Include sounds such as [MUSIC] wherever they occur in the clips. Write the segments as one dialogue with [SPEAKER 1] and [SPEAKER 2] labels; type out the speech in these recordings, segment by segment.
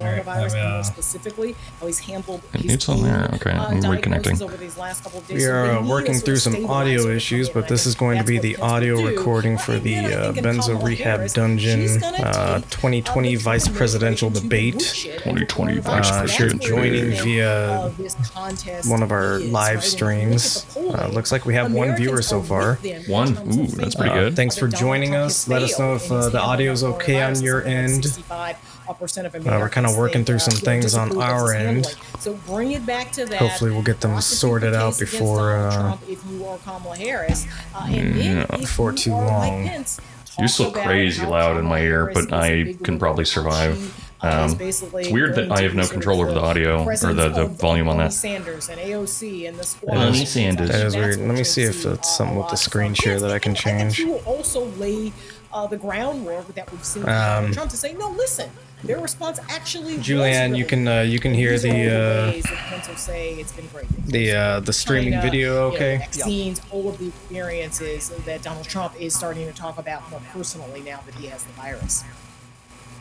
[SPEAKER 1] coronavirus,
[SPEAKER 2] Yeah.
[SPEAKER 1] and more specifically how he's handled.
[SPEAKER 3] It
[SPEAKER 1] he's
[SPEAKER 3] needs on
[SPEAKER 1] handled,
[SPEAKER 3] there. Okay,
[SPEAKER 1] uh,
[SPEAKER 3] I'm reconnecting.
[SPEAKER 1] diagnoses Over these last couple of days.
[SPEAKER 2] We
[SPEAKER 1] So they
[SPEAKER 2] are uh,
[SPEAKER 1] need a
[SPEAKER 2] working
[SPEAKER 1] sort of
[SPEAKER 2] through some audio
[SPEAKER 1] stabilizer
[SPEAKER 2] issues,
[SPEAKER 1] for
[SPEAKER 2] but this
[SPEAKER 1] COVID.
[SPEAKER 2] is going to
[SPEAKER 1] That's
[SPEAKER 2] be
[SPEAKER 1] what
[SPEAKER 2] the
[SPEAKER 1] Pence would
[SPEAKER 2] audio
[SPEAKER 1] do.
[SPEAKER 2] recording
[SPEAKER 1] Well,
[SPEAKER 2] for
[SPEAKER 1] and
[SPEAKER 2] the
[SPEAKER 1] then I
[SPEAKER 2] uh,
[SPEAKER 1] think in
[SPEAKER 2] Benzo
[SPEAKER 1] Kamala
[SPEAKER 2] Rehab
[SPEAKER 1] Harris, she's
[SPEAKER 2] Dungeon
[SPEAKER 1] gonna
[SPEAKER 2] uh,
[SPEAKER 1] take, uh,
[SPEAKER 2] 2020
[SPEAKER 1] the
[SPEAKER 2] vice
[SPEAKER 1] primary
[SPEAKER 2] presidential
[SPEAKER 1] to
[SPEAKER 2] debate.
[SPEAKER 1] bullshit
[SPEAKER 3] 2020
[SPEAKER 1] everyone
[SPEAKER 3] vice
[SPEAKER 1] about
[SPEAKER 2] Uh,
[SPEAKER 1] that's
[SPEAKER 2] if you're
[SPEAKER 1] where the
[SPEAKER 3] presidential
[SPEAKER 2] joining
[SPEAKER 1] limit
[SPEAKER 3] debate.
[SPEAKER 2] via
[SPEAKER 1] of this contest
[SPEAKER 2] one of our
[SPEAKER 1] is,
[SPEAKER 2] live
[SPEAKER 1] right? When you look at
[SPEAKER 2] streams,
[SPEAKER 1] the polling,
[SPEAKER 2] uh, looks like we have one
[SPEAKER 1] Americans
[SPEAKER 2] viewer so
[SPEAKER 1] are
[SPEAKER 2] far. Uh,
[SPEAKER 1] with them in
[SPEAKER 3] One?
[SPEAKER 1] terms of
[SPEAKER 3] Ooh,
[SPEAKER 1] thinking
[SPEAKER 3] that's pretty
[SPEAKER 1] about
[SPEAKER 3] good.
[SPEAKER 2] Thanks for
[SPEAKER 1] whether Donald
[SPEAKER 2] joining
[SPEAKER 1] Trump
[SPEAKER 2] us.
[SPEAKER 1] has
[SPEAKER 2] Let us
[SPEAKER 1] failed
[SPEAKER 2] know
[SPEAKER 1] in
[SPEAKER 2] if,
[SPEAKER 1] his
[SPEAKER 2] uh, the
[SPEAKER 1] handling of
[SPEAKER 2] audio's okay on
[SPEAKER 1] coronavirus.
[SPEAKER 2] your
[SPEAKER 1] Something like
[SPEAKER 2] end.
[SPEAKER 1] 65 upper uh, percent of
[SPEAKER 2] uh, kinda
[SPEAKER 1] Americans
[SPEAKER 2] working
[SPEAKER 1] think,
[SPEAKER 2] through
[SPEAKER 1] uh,
[SPEAKER 2] some
[SPEAKER 1] you know,
[SPEAKER 2] things on
[SPEAKER 1] disapprove of his
[SPEAKER 2] our end.
[SPEAKER 1] handling. So bring it back to that.
[SPEAKER 2] Hopefully we'll get them
[SPEAKER 1] Prosecute the
[SPEAKER 2] sorted out
[SPEAKER 1] case against
[SPEAKER 2] before,
[SPEAKER 1] Donald
[SPEAKER 2] uh,
[SPEAKER 1] Trump if you are Kamala Harris, uh, and then if
[SPEAKER 2] before
[SPEAKER 1] you
[SPEAKER 2] too
[SPEAKER 1] are like
[SPEAKER 2] long.
[SPEAKER 1] Pence,
[SPEAKER 3] You're
[SPEAKER 1] talk
[SPEAKER 3] still
[SPEAKER 1] about
[SPEAKER 3] crazy
[SPEAKER 1] how
[SPEAKER 3] loud in
[SPEAKER 1] Kamala
[SPEAKER 3] my ear,
[SPEAKER 1] Harris is
[SPEAKER 3] but
[SPEAKER 1] a
[SPEAKER 3] I
[SPEAKER 1] big
[SPEAKER 3] can
[SPEAKER 1] woman.
[SPEAKER 3] probably survive.
[SPEAKER 1] She, uh, is
[SPEAKER 3] Um,
[SPEAKER 1] basically
[SPEAKER 3] it's weird that
[SPEAKER 1] going
[SPEAKER 3] I
[SPEAKER 1] to
[SPEAKER 3] have
[SPEAKER 1] be
[SPEAKER 3] no
[SPEAKER 1] sort of
[SPEAKER 3] control over the audio or
[SPEAKER 1] presence
[SPEAKER 3] the, the
[SPEAKER 1] of
[SPEAKER 3] volume on
[SPEAKER 1] Bernie
[SPEAKER 3] that.
[SPEAKER 1] Sanders and AOC and the squad.
[SPEAKER 2] That
[SPEAKER 3] is- Sanders.
[SPEAKER 2] that is
[SPEAKER 1] That's
[SPEAKER 2] weird.
[SPEAKER 1] what
[SPEAKER 2] Let me
[SPEAKER 1] you'll
[SPEAKER 2] see if that's
[SPEAKER 1] uh,
[SPEAKER 2] something with
[SPEAKER 1] a
[SPEAKER 2] the
[SPEAKER 1] lot
[SPEAKER 2] screen
[SPEAKER 1] of
[SPEAKER 2] share that I
[SPEAKER 1] Democrats.
[SPEAKER 2] can
[SPEAKER 1] And I think
[SPEAKER 2] change.
[SPEAKER 1] she will also lay uh, the groundwork that we've seen from
[SPEAKER 2] Um,
[SPEAKER 1] Donald Trump to say, no, listen, their response actually. was
[SPEAKER 2] Julianne,
[SPEAKER 1] really
[SPEAKER 2] you can uh, you can hear
[SPEAKER 1] these are all
[SPEAKER 2] the uh,
[SPEAKER 1] ways that Pence will say it's been great.
[SPEAKER 2] the uh, the streaming
[SPEAKER 1] China,
[SPEAKER 2] video.
[SPEAKER 1] you know,
[SPEAKER 2] Okay.
[SPEAKER 1] vaccines, all of the experiences that Donald Trump is starting to talk about more personally now that he has the virus.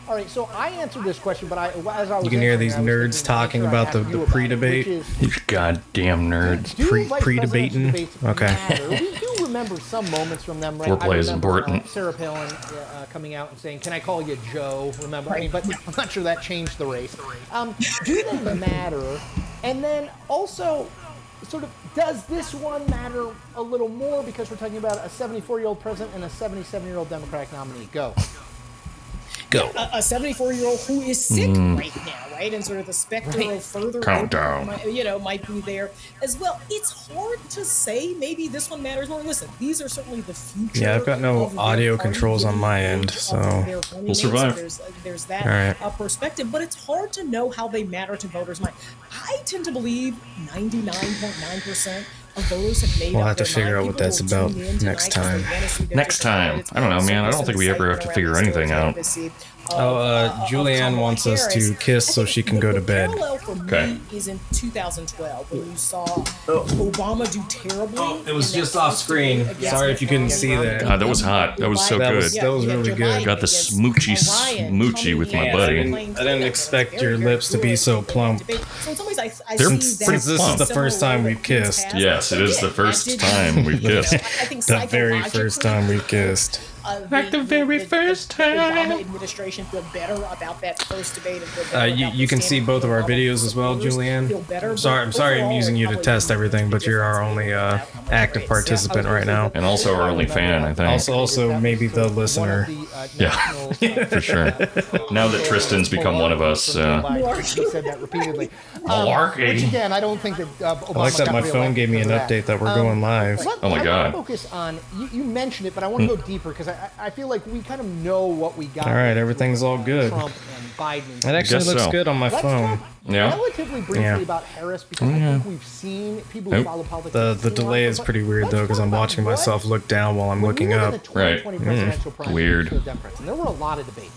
[SPEAKER 4] All right, so I answered this question, but I, as I was
[SPEAKER 2] You can hear
[SPEAKER 4] answering,
[SPEAKER 2] these
[SPEAKER 4] I was
[SPEAKER 2] nerds
[SPEAKER 4] thinking,
[SPEAKER 2] talking
[SPEAKER 4] make sure I
[SPEAKER 2] about the-
[SPEAKER 4] ask
[SPEAKER 2] the
[SPEAKER 4] you
[SPEAKER 2] pre-debate.
[SPEAKER 4] it, which is,
[SPEAKER 3] You goddamn nerds.
[SPEAKER 4] do
[SPEAKER 2] Pre-
[SPEAKER 4] vice
[SPEAKER 2] pre-debating?
[SPEAKER 4] presidential debates
[SPEAKER 2] Okay.
[SPEAKER 4] matter? we do remember some moments from them, right?
[SPEAKER 3] Foreplay
[SPEAKER 4] I
[SPEAKER 3] is
[SPEAKER 4] remember,
[SPEAKER 3] important.
[SPEAKER 4] Uh, Sarah Palin uh, coming out and saying, "Can I call you Joe?" Remember? I mean, but I'm not sure that changed the race. Um, do they matter? And then also, sort of, does this one matter a little more because we're talking about a 74-year-old president and a 77-year-old Democratic nominee? Go.
[SPEAKER 2] Go.
[SPEAKER 1] a 74 year old who is sick right now, right? And sort of the specter of further
[SPEAKER 3] Hmm. Countdown.
[SPEAKER 1] might- you know, might be there as well. It's hard to say. Maybe this one matters more. Listen, these are certainly the future.
[SPEAKER 2] Yeah, I've got no
[SPEAKER 1] of their
[SPEAKER 2] audio
[SPEAKER 1] party,
[SPEAKER 2] controls on my end,
[SPEAKER 1] of
[SPEAKER 2] so
[SPEAKER 1] their running
[SPEAKER 3] We'll
[SPEAKER 1] mates.
[SPEAKER 3] survive.
[SPEAKER 1] There's, uh, there's that
[SPEAKER 2] All right.
[SPEAKER 1] uh, perspective, but it's hard to know how they matter to voters' mind. I tend to believe 99.9%. Of voters have made
[SPEAKER 2] We'll
[SPEAKER 1] up
[SPEAKER 2] have to
[SPEAKER 1] their
[SPEAKER 2] figure
[SPEAKER 1] mind.
[SPEAKER 2] out what
[SPEAKER 1] People
[SPEAKER 2] that's
[SPEAKER 1] will tune
[SPEAKER 2] about
[SPEAKER 1] in tonight
[SPEAKER 2] next
[SPEAKER 1] 'cause they
[SPEAKER 2] time.
[SPEAKER 1] wanna see their
[SPEAKER 3] Next time.
[SPEAKER 1] candidates.
[SPEAKER 3] I don't know, man. I
[SPEAKER 1] Circus
[SPEAKER 3] don't think
[SPEAKER 1] and
[SPEAKER 3] we ever have
[SPEAKER 1] excitement around
[SPEAKER 3] to figure
[SPEAKER 1] these stories
[SPEAKER 3] anything
[SPEAKER 1] like
[SPEAKER 3] out.
[SPEAKER 1] this eve
[SPEAKER 2] Oh,
[SPEAKER 1] of,
[SPEAKER 2] uh,
[SPEAKER 1] of
[SPEAKER 2] Julianne
[SPEAKER 1] Kamala
[SPEAKER 2] wants us to
[SPEAKER 1] Harris.
[SPEAKER 2] kiss
[SPEAKER 1] I
[SPEAKER 2] so
[SPEAKER 1] think
[SPEAKER 2] she can
[SPEAKER 1] the-
[SPEAKER 2] go
[SPEAKER 1] the
[SPEAKER 2] to bed.
[SPEAKER 1] parallel for me
[SPEAKER 3] Okay.
[SPEAKER 1] Is in 2012 when you saw Obama do terribly.
[SPEAKER 2] Oh, it was
[SPEAKER 1] and then
[SPEAKER 2] just off
[SPEAKER 1] first
[SPEAKER 2] screen.
[SPEAKER 1] against
[SPEAKER 2] Sorry if you couldn't
[SPEAKER 1] Obama.
[SPEAKER 2] see that.
[SPEAKER 3] God, that was hot. That was so
[SPEAKER 2] That
[SPEAKER 3] good.
[SPEAKER 2] was- that was
[SPEAKER 1] you had
[SPEAKER 2] really
[SPEAKER 1] Joe
[SPEAKER 2] good.
[SPEAKER 1] Biden
[SPEAKER 3] Got the
[SPEAKER 1] against
[SPEAKER 3] smoochy
[SPEAKER 1] Orion
[SPEAKER 3] smoochy
[SPEAKER 1] coming
[SPEAKER 3] with my
[SPEAKER 1] in
[SPEAKER 3] buddy.
[SPEAKER 1] and
[SPEAKER 3] I didn't-
[SPEAKER 1] playing
[SPEAKER 2] I didn't
[SPEAKER 1] football.
[SPEAKER 2] expect
[SPEAKER 1] Very,
[SPEAKER 2] your
[SPEAKER 1] very
[SPEAKER 2] lips to be
[SPEAKER 1] good
[SPEAKER 2] so
[SPEAKER 1] in that
[SPEAKER 2] plump.
[SPEAKER 1] debate. So in some ways, I, I
[SPEAKER 3] They're
[SPEAKER 1] see
[SPEAKER 3] pretty
[SPEAKER 1] that as
[SPEAKER 3] Since this is
[SPEAKER 1] a
[SPEAKER 3] the
[SPEAKER 2] first
[SPEAKER 1] similar
[SPEAKER 2] time we've
[SPEAKER 1] role that Pence
[SPEAKER 2] kissed.
[SPEAKER 1] has.
[SPEAKER 3] Yes, it
[SPEAKER 1] They
[SPEAKER 3] is
[SPEAKER 1] did.
[SPEAKER 3] the first
[SPEAKER 1] I did-
[SPEAKER 3] time we've
[SPEAKER 1] you know,
[SPEAKER 2] [LAUGHS]
[SPEAKER 3] kissed.
[SPEAKER 1] I think
[SPEAKER 2] The very
[SPEAKER 1] psychologically,
[SPEAKER 2] first time we kissed.
[SPEAKER 1] uh,
[SPEAKER 3] Back the very first time.
[SPEAKER 1] The Obama administration feel better about that first debate. And feel better
[SPEAKER 2] Uh, you,
[SPEAKER 1] about the
[SPEAKER 2] you can see
[SPEAKER 1] standing
[SPEAKER 2] both of our
[SPEAKER 1] Obama
[SPEAKER 2] videos as well,
[SPEAKER 1] voters
[SPEAKER 2] Julianne.
[SPEAKER 1] Feel better,
[SPEAKER 2] I'm sorry,
[SPEAKER 1] but
[SPEAKER 2] I'm sorry I'm
[SPEAKER 1] overall,
[SPEAKER 2] using you to
[SPEAKER 1] probably
[SPEAKER 2] test
[SPEAKER 1] the
[SPEAKER 2] everything, but you're our
[SPEAKER 1] difference
[SPEAKER 2] only
[SPEAKER 1] in
[SPEAKER 2] uh,
[SPEAKER 1] outcome of the
[SPEAKER 2] active
[SPEAKER 1] race.
[SPEAKER 2] participant right now.
[SPEAKER 3] And also our only fan, I think.
[SPEAKER 2] Also- also maybe the listener.
[SPEAKER 3] Yeah. [LAUGHS] For sure. Now that Tristan's become one of us, uh, so-
[SPEAKER 4] He said that repeatedly.
[SPEAKER 3] [LAUGHS]
[SPEAKER 4] Um,
[SPEAKER 3] Malarkey.
[SPEAKER 4] Which again, I don't think that. Uh, Obama
[SPEAKER 2] I like that
[SPEAKER 4] got
[SPEAKER 2] my phone
[SPEAKER 4] reelected
[SPEAKER 2] gave me an
[SPEAKER 4] because of Um,
[SPEAKER 2] update that we're going live. Hmm.
[SPEAKER 4] What
[SPEAKER 3] Oh my
[SPEAKER 4] I
[SPEAKER 3] God.
[SPEAKER 4] want to focus on you, you mentioned it, but I want to go deeper because I, I I feel like we kind of know what we got.
[SPEAKER 2] All right,
[SPEAKER 4] with
[SPEAKER 2] everything's all good.
[SPEAKER 4] Trump and Biden. and
[SPEAKER 2] That actually
[SPEAKER 3] Guess
[SPEAKER 2] looks
[SPEAKER 3] so.
[SPEAKER 2] good on my
[SPEAKER 4] Let's
[SPEAKER 2] phone.
[SPEAKER 4] talk
[SPEAKER 3] Yeah.
[SPEAKER 4] relatively briefly
[SPEAKER 2] Yeah. Oh,
[SPEAKER 4] about Harris because I think we've seen people who
[SPEAKER 3] Nope.
[SPEAKER 4] follow politics.
[SPEAKER 2] The
[SPEAKER 4] have
[SPEAKER 2] the
[SPEAKER 4] seen her,
[SPEAKER 2] delay is
[SPEAKER 4] but
[SPEAKER 2] pretty weird
[SPEAKER 4] let's
[SPEAKER 2] though, because
[SPEAKER 4] talk
[SPEAKER 2] I'm
[SPEAKER 4] about
[SPEAKER 2] watching
[SPEAKER 4] what-
[SPEAKER 2] myselk look down while I'm
[SPEAKER 4] when
[SPEAKER 2] looking
[SPEAKER 4] we look
[SPEAKER 2] up.
[SPEAKER 4] at the 2020
[SPEAKER 3] Right. Mm.
[SPEAKER 4] presidential primaries
[SPEAKER 3] Weird.
[SPEAKER 4] for the Democrats, and there were a lot of debates.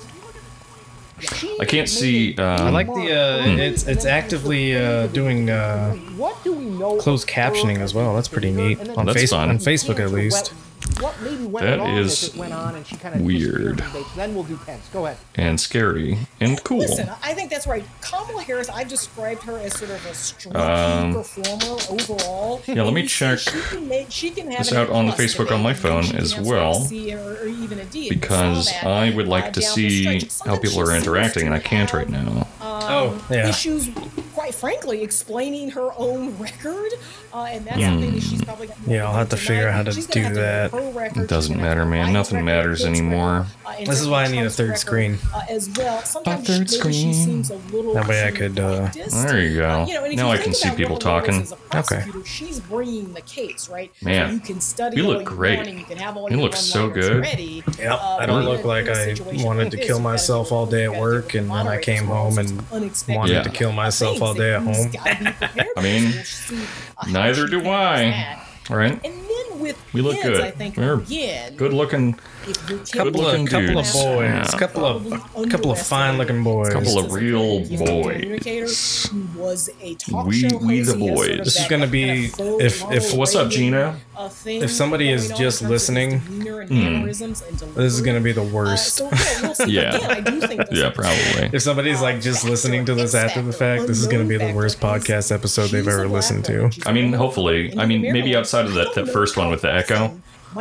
[SPEAKER 4] She
[SPEAKER 3] I can't see,
[SPEAKER 4] made
[SPEAKER 3] um,
[SPEAKER 4] a
[SPEAKER 3] I
[SPEAKER 2] like the, uh,
[SPEAKER 4] remark
[SPEAKER 2] it's- it's
[SPEAKER 4] early
[SPEAKER 2] actively,
[SPEAKER 4] in the
[SPEAKER 2] uh,
[SPEAKER 4] debate.
[SPEAKER 2] doing, uh,
[SPEAKER 4] Like, what do we know
[SPEAKER 2] closed
[SPEAKER 4] of her
[SPEAKER 2] captioning as well. That's pretty neat.
[SPEAKER 4] And then
[SPEAKER 2] On
[SPEAKER 3] That's
[SPEAKER 2] Facebook,
[SPEAKER 3] fun.
[SPEAKER 2] on Facebook at least.
[SPEAKER 4] What maybe went
[SPEAKER 3] That
[SPEAKER 4] wrong as
[SPEAKER 3] is
[SPEAKER 4] it went on, and she kind of
[SPEAKER 3] weird.
[SPEAKER 4] Then we'll do Pence. Go ahead.
[SPEAKER 3] And scary and cool.
[SPEAKER 1] Listen, I think that's right. Kamala Harris, I've described her as sort of a streaky
[SPEAKER 3] Um,
[SPEAKER 1] performer overall.
[SPEAKER 3] Yeah, let me check
[SPEAKER 1] She can make, she can have
[SPEAKER 3] this
[SPEAKER 1] an
[SPEAKER 3] out on the
[SPEAKER 1] A-plus
[SPEAKER 3] Facebook on my
[SPEAKER 1] debate, and
[SPEAKER 3] phone
[SPEAKER 1] she can
[SPEAKER 3] as
[SPEAKER 1] have
[SPEAKER 3] well,
[SPEAKER 1] sort of a C or- or even a D, and we saw
[SPEAKER 3] Because
[SPEAKER 1] that,
[SPEAKER 3] I would
[SPEAKER 1] uh,
[SPEAKER 3] like to
[SPEAKER 1] down the stretch.
[SPEAKER 3] see how
[SPEAKER 1] Sometimes
[SPEAKER 3] people
[SPEAKER 1] she
[SPEAKER 3] are
[SPEAKER 1] seems
[SPEAKER 3] interacting,
[SPEAKER 1] to
[SPEAKER 3] and I can't right
[SPEAKER 1] have
[SPEAKER 3] now.
[SPEAKER 2] Oh yeah.
[SPEAKER 1] Issues quite quite frankly, explaining her own record, uh, and that's
[SPEAKER 3] Hmm.
[SPEAKER 2] Yeah.
[SPEAKER 1] something that she's probably. Gonna
[SPEAKER 2] Yeah, I'll have to figure out how to
[SPEAKER 1] She's gonna
[SPEAKER 2] do
[SPEAKER 1] have to have
[SPEAKER 2] that.
[SPEAKER 1] her record, she's
[SPEAKER 3] doesn't
[SPEAKER 1] gonna have
[SPEAKER 3] matter,
[SPEAKER 1] her
[SPEAKER 3] man.
[SPEAKER 1] wife's
[SPEAKER 3] Nothing
[SPEAKER 1] record,
[SPEAKER 3] matters
[SPEAKER 1] kids'
[SPEAKER 3] anymore.
[SPEAKER 1] record, uh, and
[SPEAKER 2] This is why I
[SPEAKER 1] Donald
[SPEAKER 2] need a
[SPEAKER 1] Trump's
[SPEAKER 2] third
[SPEAKER 1] record,
[SPEAKER 2] screen.
[SPEAKER 1] uh, as well. Sometimes
[SPEAKER 3] third
[SPEAKER 1] she, maybe she
[SPEAKER 3] screen.
[SPEAKER 1] seems a little.
[SPEAKER 2] That way I could, uh,
[SPEAKER 1] prejudiced.
[SPEAKER 3] There you go.
[SPEAKER 1] know, and if
[SPEAKER 3] Now
[SPEAKER 1] you
[SPEAKER 3] I
[SPEAKER 1] think
[SPEAKER 3] can see
[SPEAKER 1] about
[SPEAKER 3] people
[SPEAKER 1] Wilma Rose
[SPEAKER 3] talking.
[SPEAKER 1] as a
[SPEAKER 3] Okay.
[SPEAKER 1] prosecutor, She's bringing the case, right? So
[SPEAKER 3] Man,
[SPEAKER 1] you can study.
[SPEAKER 3] you
[SPEAKER 1] all
[SPEAKER 3] look great.
[SPEAKER 1] want and You, can have all
[SPEAKER 3] You
[SPEAKER 1] your
[SPEAKER 3] look so
[SPEAKER 2] so
[SPEAKER 1] one-liners
[SPEAKER 3] good.
[SPEAKER 1] ready.
[SPEAKER 2] Yep,
[SPEAKER 1] Uh,
[SPEAKER 2] I don't
[SPEAKER 1] but
[SPEAKER 2] look
[SPEAKER 1] in a-
[SPEAKER 2] like
[SPEAKER 1] in a
[SPEAKER 2] I
[SPEAKER 1] situation
[SPEAKER 2] wanted
[SPEAKER 1] like
[SPEAKER 2] to
[SPEAKER 1] this,
[SPEAKER 2] kill
[SPEAKER 1] you gotta
[SPEAKER 2] myself
[SPEAKER 1] do what
[SPEAKER 2] all
[SPEAKER 1] you
[SPEAKER 2] day at
[SPEAKER 1] gotta do
[SPEAKER 2] work,
[SPEAKER 1] to
[SPEAKER 2] and then I
[SPEAKER 1] moderate
[SPEAKER 2] came
[SPEAKER 1] those
[SPEAKER 2] home and
[SPEAKER 1] unexpected
[SPEAKER 2] wanted
[SPEAKER 3] to
[SPEAKER 1] things
[SPEAKER 2] kill
[SPEAKER 1] that
[SPEAKER 2] myself
[SPEAKER 1] you
[SPEAKER 2] all day at
[SPEAKER 1] just
[SPEAKER 2] home.
[SPEAKER 1] gotta
[SPEAKER 2] [LAUGHS]
[SPEAKER 1] be prepared
[SPEAKER 3] I mean,
[SPEAKER 1] for. We'll see, uh, how
[SPEAKER 3] Neither
[SPEAKER 1] she
[SPEAKER 3] do
[SPEAKER 1] handles
[SPEAKER 3] I.
[SPEAKER 1] that.
[SPEAKER 3] All right.
[SPEAKER 1] And then with
[SPEAKER 3] We look
[SPEAKER 1] kids,
[SPEAKER 3] good.
[SPEAKER 1] I think
[SPEAKER 3] We're
[SPEAKER 1] again,
[SPEAKER 3] Good looking.
[SPEAKER 1] if your kid
[SPEAKER 2] couple
[SPEAKER 3] looking
[SPEAKER 2] of couple of
[SPEAKER 3] dudes.
[SPEAKER 2] boys,
[SPEAKER 3] Yeah.
[SPEAKER 2] couple
[SPEAKER 1] Probably
[SPEAKER 2] of couple of fine looking boys.
[SPEAKER 3] Couple of
[SPEAKER 1] is a
[SPEAKER 3] real
[SPEAKER 1] very gifted
[SPEAKER 3] boys.
[SPEAKER 1] communicator who was a talk
[SPEAKER 3] We-
[SPEAKER 1] show
[SPEAKER 3] we
[SPEAKER 1] host.
[SPEAKER 3] the
[SPEAKER 1] He has sort of
[SPEAKER 3] boys.
[SPEAKER 2] This is
[SPEAKER 1] that
[SPEAKER 2] gonna
[SPEAKER 1] kind
[SPEAKER 2] be-
[SPEAKER 1] of faux
[SPEAKER 2] if-
[SPEAKER 1] Ronald
[SPEAKER 2] if-
[SPEAKER 3] What's up,
[SPEAKER 1] Reagan,
[SPEAKER 3] Gina? Hmm.
[SPEAKER 1] uh, thing
[SPEAKER 2] If somebody
[SPEAKER 1] going
[SPEAKER 2] is
[SPEAKER 1] on in
[SPEAKER 2] just
[SPEAKER 1] terms of his
[SPEAKER 2] listening,
[SPEAKER 1] demeanor and mannerisms and
[SPEAKER 2] this is
[SPEAKER 1] delivery.
[SPEAKER 2] gonna be the
[SPEAKER 1] Uh,
[SPEAKER 2] worst.
[SPEAKER 1] so, yeah,
[SPEAKER 3] [LAUGHS]
[SPEAKER 1] we'll see.
[SPEAKER 3] Yeah.
[SPEAKER 1] Again, I do think this
[SPEAKER 3] Yeah,
[SPEAKER 1] is-
[SPEAKER 3] probably.
[SPEAKER 2] If somebody's like just listening to this after the fact, this is going to be the worst podcast episode they've ever listened to.
[SPEAKER 3] I mean, hopefully. I mean, maybe outside of that- that first one with the echo.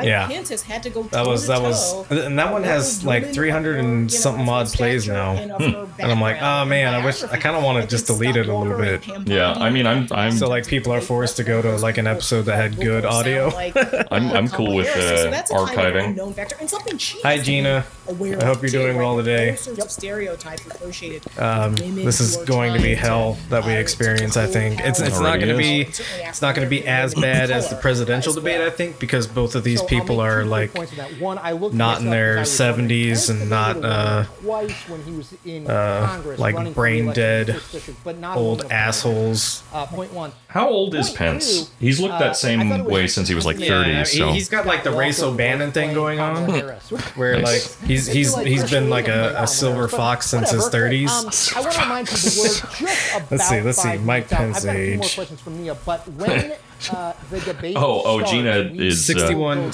[SPEAKER 2] Yeah.
[SPEAKER 1] That
[SPEAKER 2] That was that was, and that one has like 300 and something odd plays now.
[SPEAKER 1] And
[SPEAKER 2] I'm like, oh, man, I wish- I kinda wanna just delete it a little bit.
[SPEAKER 3] Yeah, I mean, I'm- I'm-
[SPEAKER 1] So like people are forced to go to like an episode that had good audio.
[SPEAKER 2] [LAUGHS]
[SPEAKER 3] I'm- I'm cool with, uh, archiving.
[SPEAKER 2] Hi, Gina. I hope you're doing well today.
[SPEAKER 1] Um,
[SPEAKER 2] This is going to be hell that we experience. I think it's it's not going to be it's not going to be as bad as the presidential debate. I think because both of these
[SPEAKER 4] So I'll
[SPEAKER 2] people
[SPEAKER 4] make two
[SPEAKER 2] are
[SPEAKER 4] quick
[SPEAKER 2] like
[SPEAKER 4] points on that. One, I looked
[SPEAKER 2] not
[SPEAKER 4] this
[SPEAKER 2] in
[SPEAKER 4] up
[SPEAKER 2] their
[SPEAKER 4] because I was wondering,
[SPEAKER 2] 70s
[SPEAKER 4] Harrison
[SPEAKER 2] and not,
[SPEAKER 4] Ford ran
[SPEAKER 2] uh,
[SPEAKER 4] twice when he was in
[SPEAKER 2] uh,
[SPEAKER 4] Congress
[SPEAKER 2] like
[SPEAKER 4] running for
[SPEAKER 2] brain
[SPEAKER 4] re-election in
[SPEAKER 2] dead
[SPEAKER 4] the first district, but not
[SPEAKER 2] old
[SPEAKER 4] one of them.
[SPEAKER 2] assholes.
[SPEAKER 4] Uh, point one.
[SPEAKER 3] How old is
[SPEAKER 4] Point
[SPEAKER 3] Pence?
[SPEAKER 4] two,
[SPEAKER 3] He's looked
[SPEAKER 4] uh,
[SPEAKER 3] that
[SPEAKER 4] I thought
[SPEAKER 3] same
[SPEAKER 4] it was
[SPEAKER 3] way since he was like 30,
[SPEAKER 2] Yeah,
[SPEAKER 3] so.
[SPEAKER 2] he, he's got like the race
[SPEAKER 4] Walker
[SPEAKER 2] O'Bannon
[SPEAKER 4] Bush
[SPEAKER 2] thing
[SPEAKER 4] playing
[SPEAKER 2] going
[SPEAKER 4] Kamala
[SPEAKER 2] on,
[SPEAKER 4] Harris.
[SPEAKER 2] where
[SPEAKER 3] Nice.
[SPEAKER 2] like he's he's
[SPEAKER 4] Like,
[SPEAKER 2] he's been
[SPEAKER 4] Bush
[SPEAKER 2] like
[SPEAKER 4] was
[SPEAKER 2] a, a
[SPEAKER 4] phenomenal,
[SPEAKER 2] silver
[SPEAKER 4] but
[SPEAKER 2] fox since his
[SPEAKER 4] whatever.
[SPEAKER 2] 30s.
[SPEAKER 4] Um, I want to remind people we're
[SPEAKER 2] [LAUGHS]
[SPEAKER 4] just about
[SPEAKER 2] see, let's see,
[SPEAKER 4] five
[SPEAKER 2] Mike
[SPEAKER 4] minutes out. I've got a few more
[SPEAKER 2] Pence's age.
[SPEAKER 4] questions from Nia, but
[SPEAKER 2] [LAUGHS]
[SPEAKER 4] when uh, the debate
[SPEAKER 3] Oh, oh,
[SPEAKER 4] starts,
[SPEAKER 3] Gina
[SPEAKER 4] we-
[SPEAKER 3] is, uh,
[SPEAKER 2] 61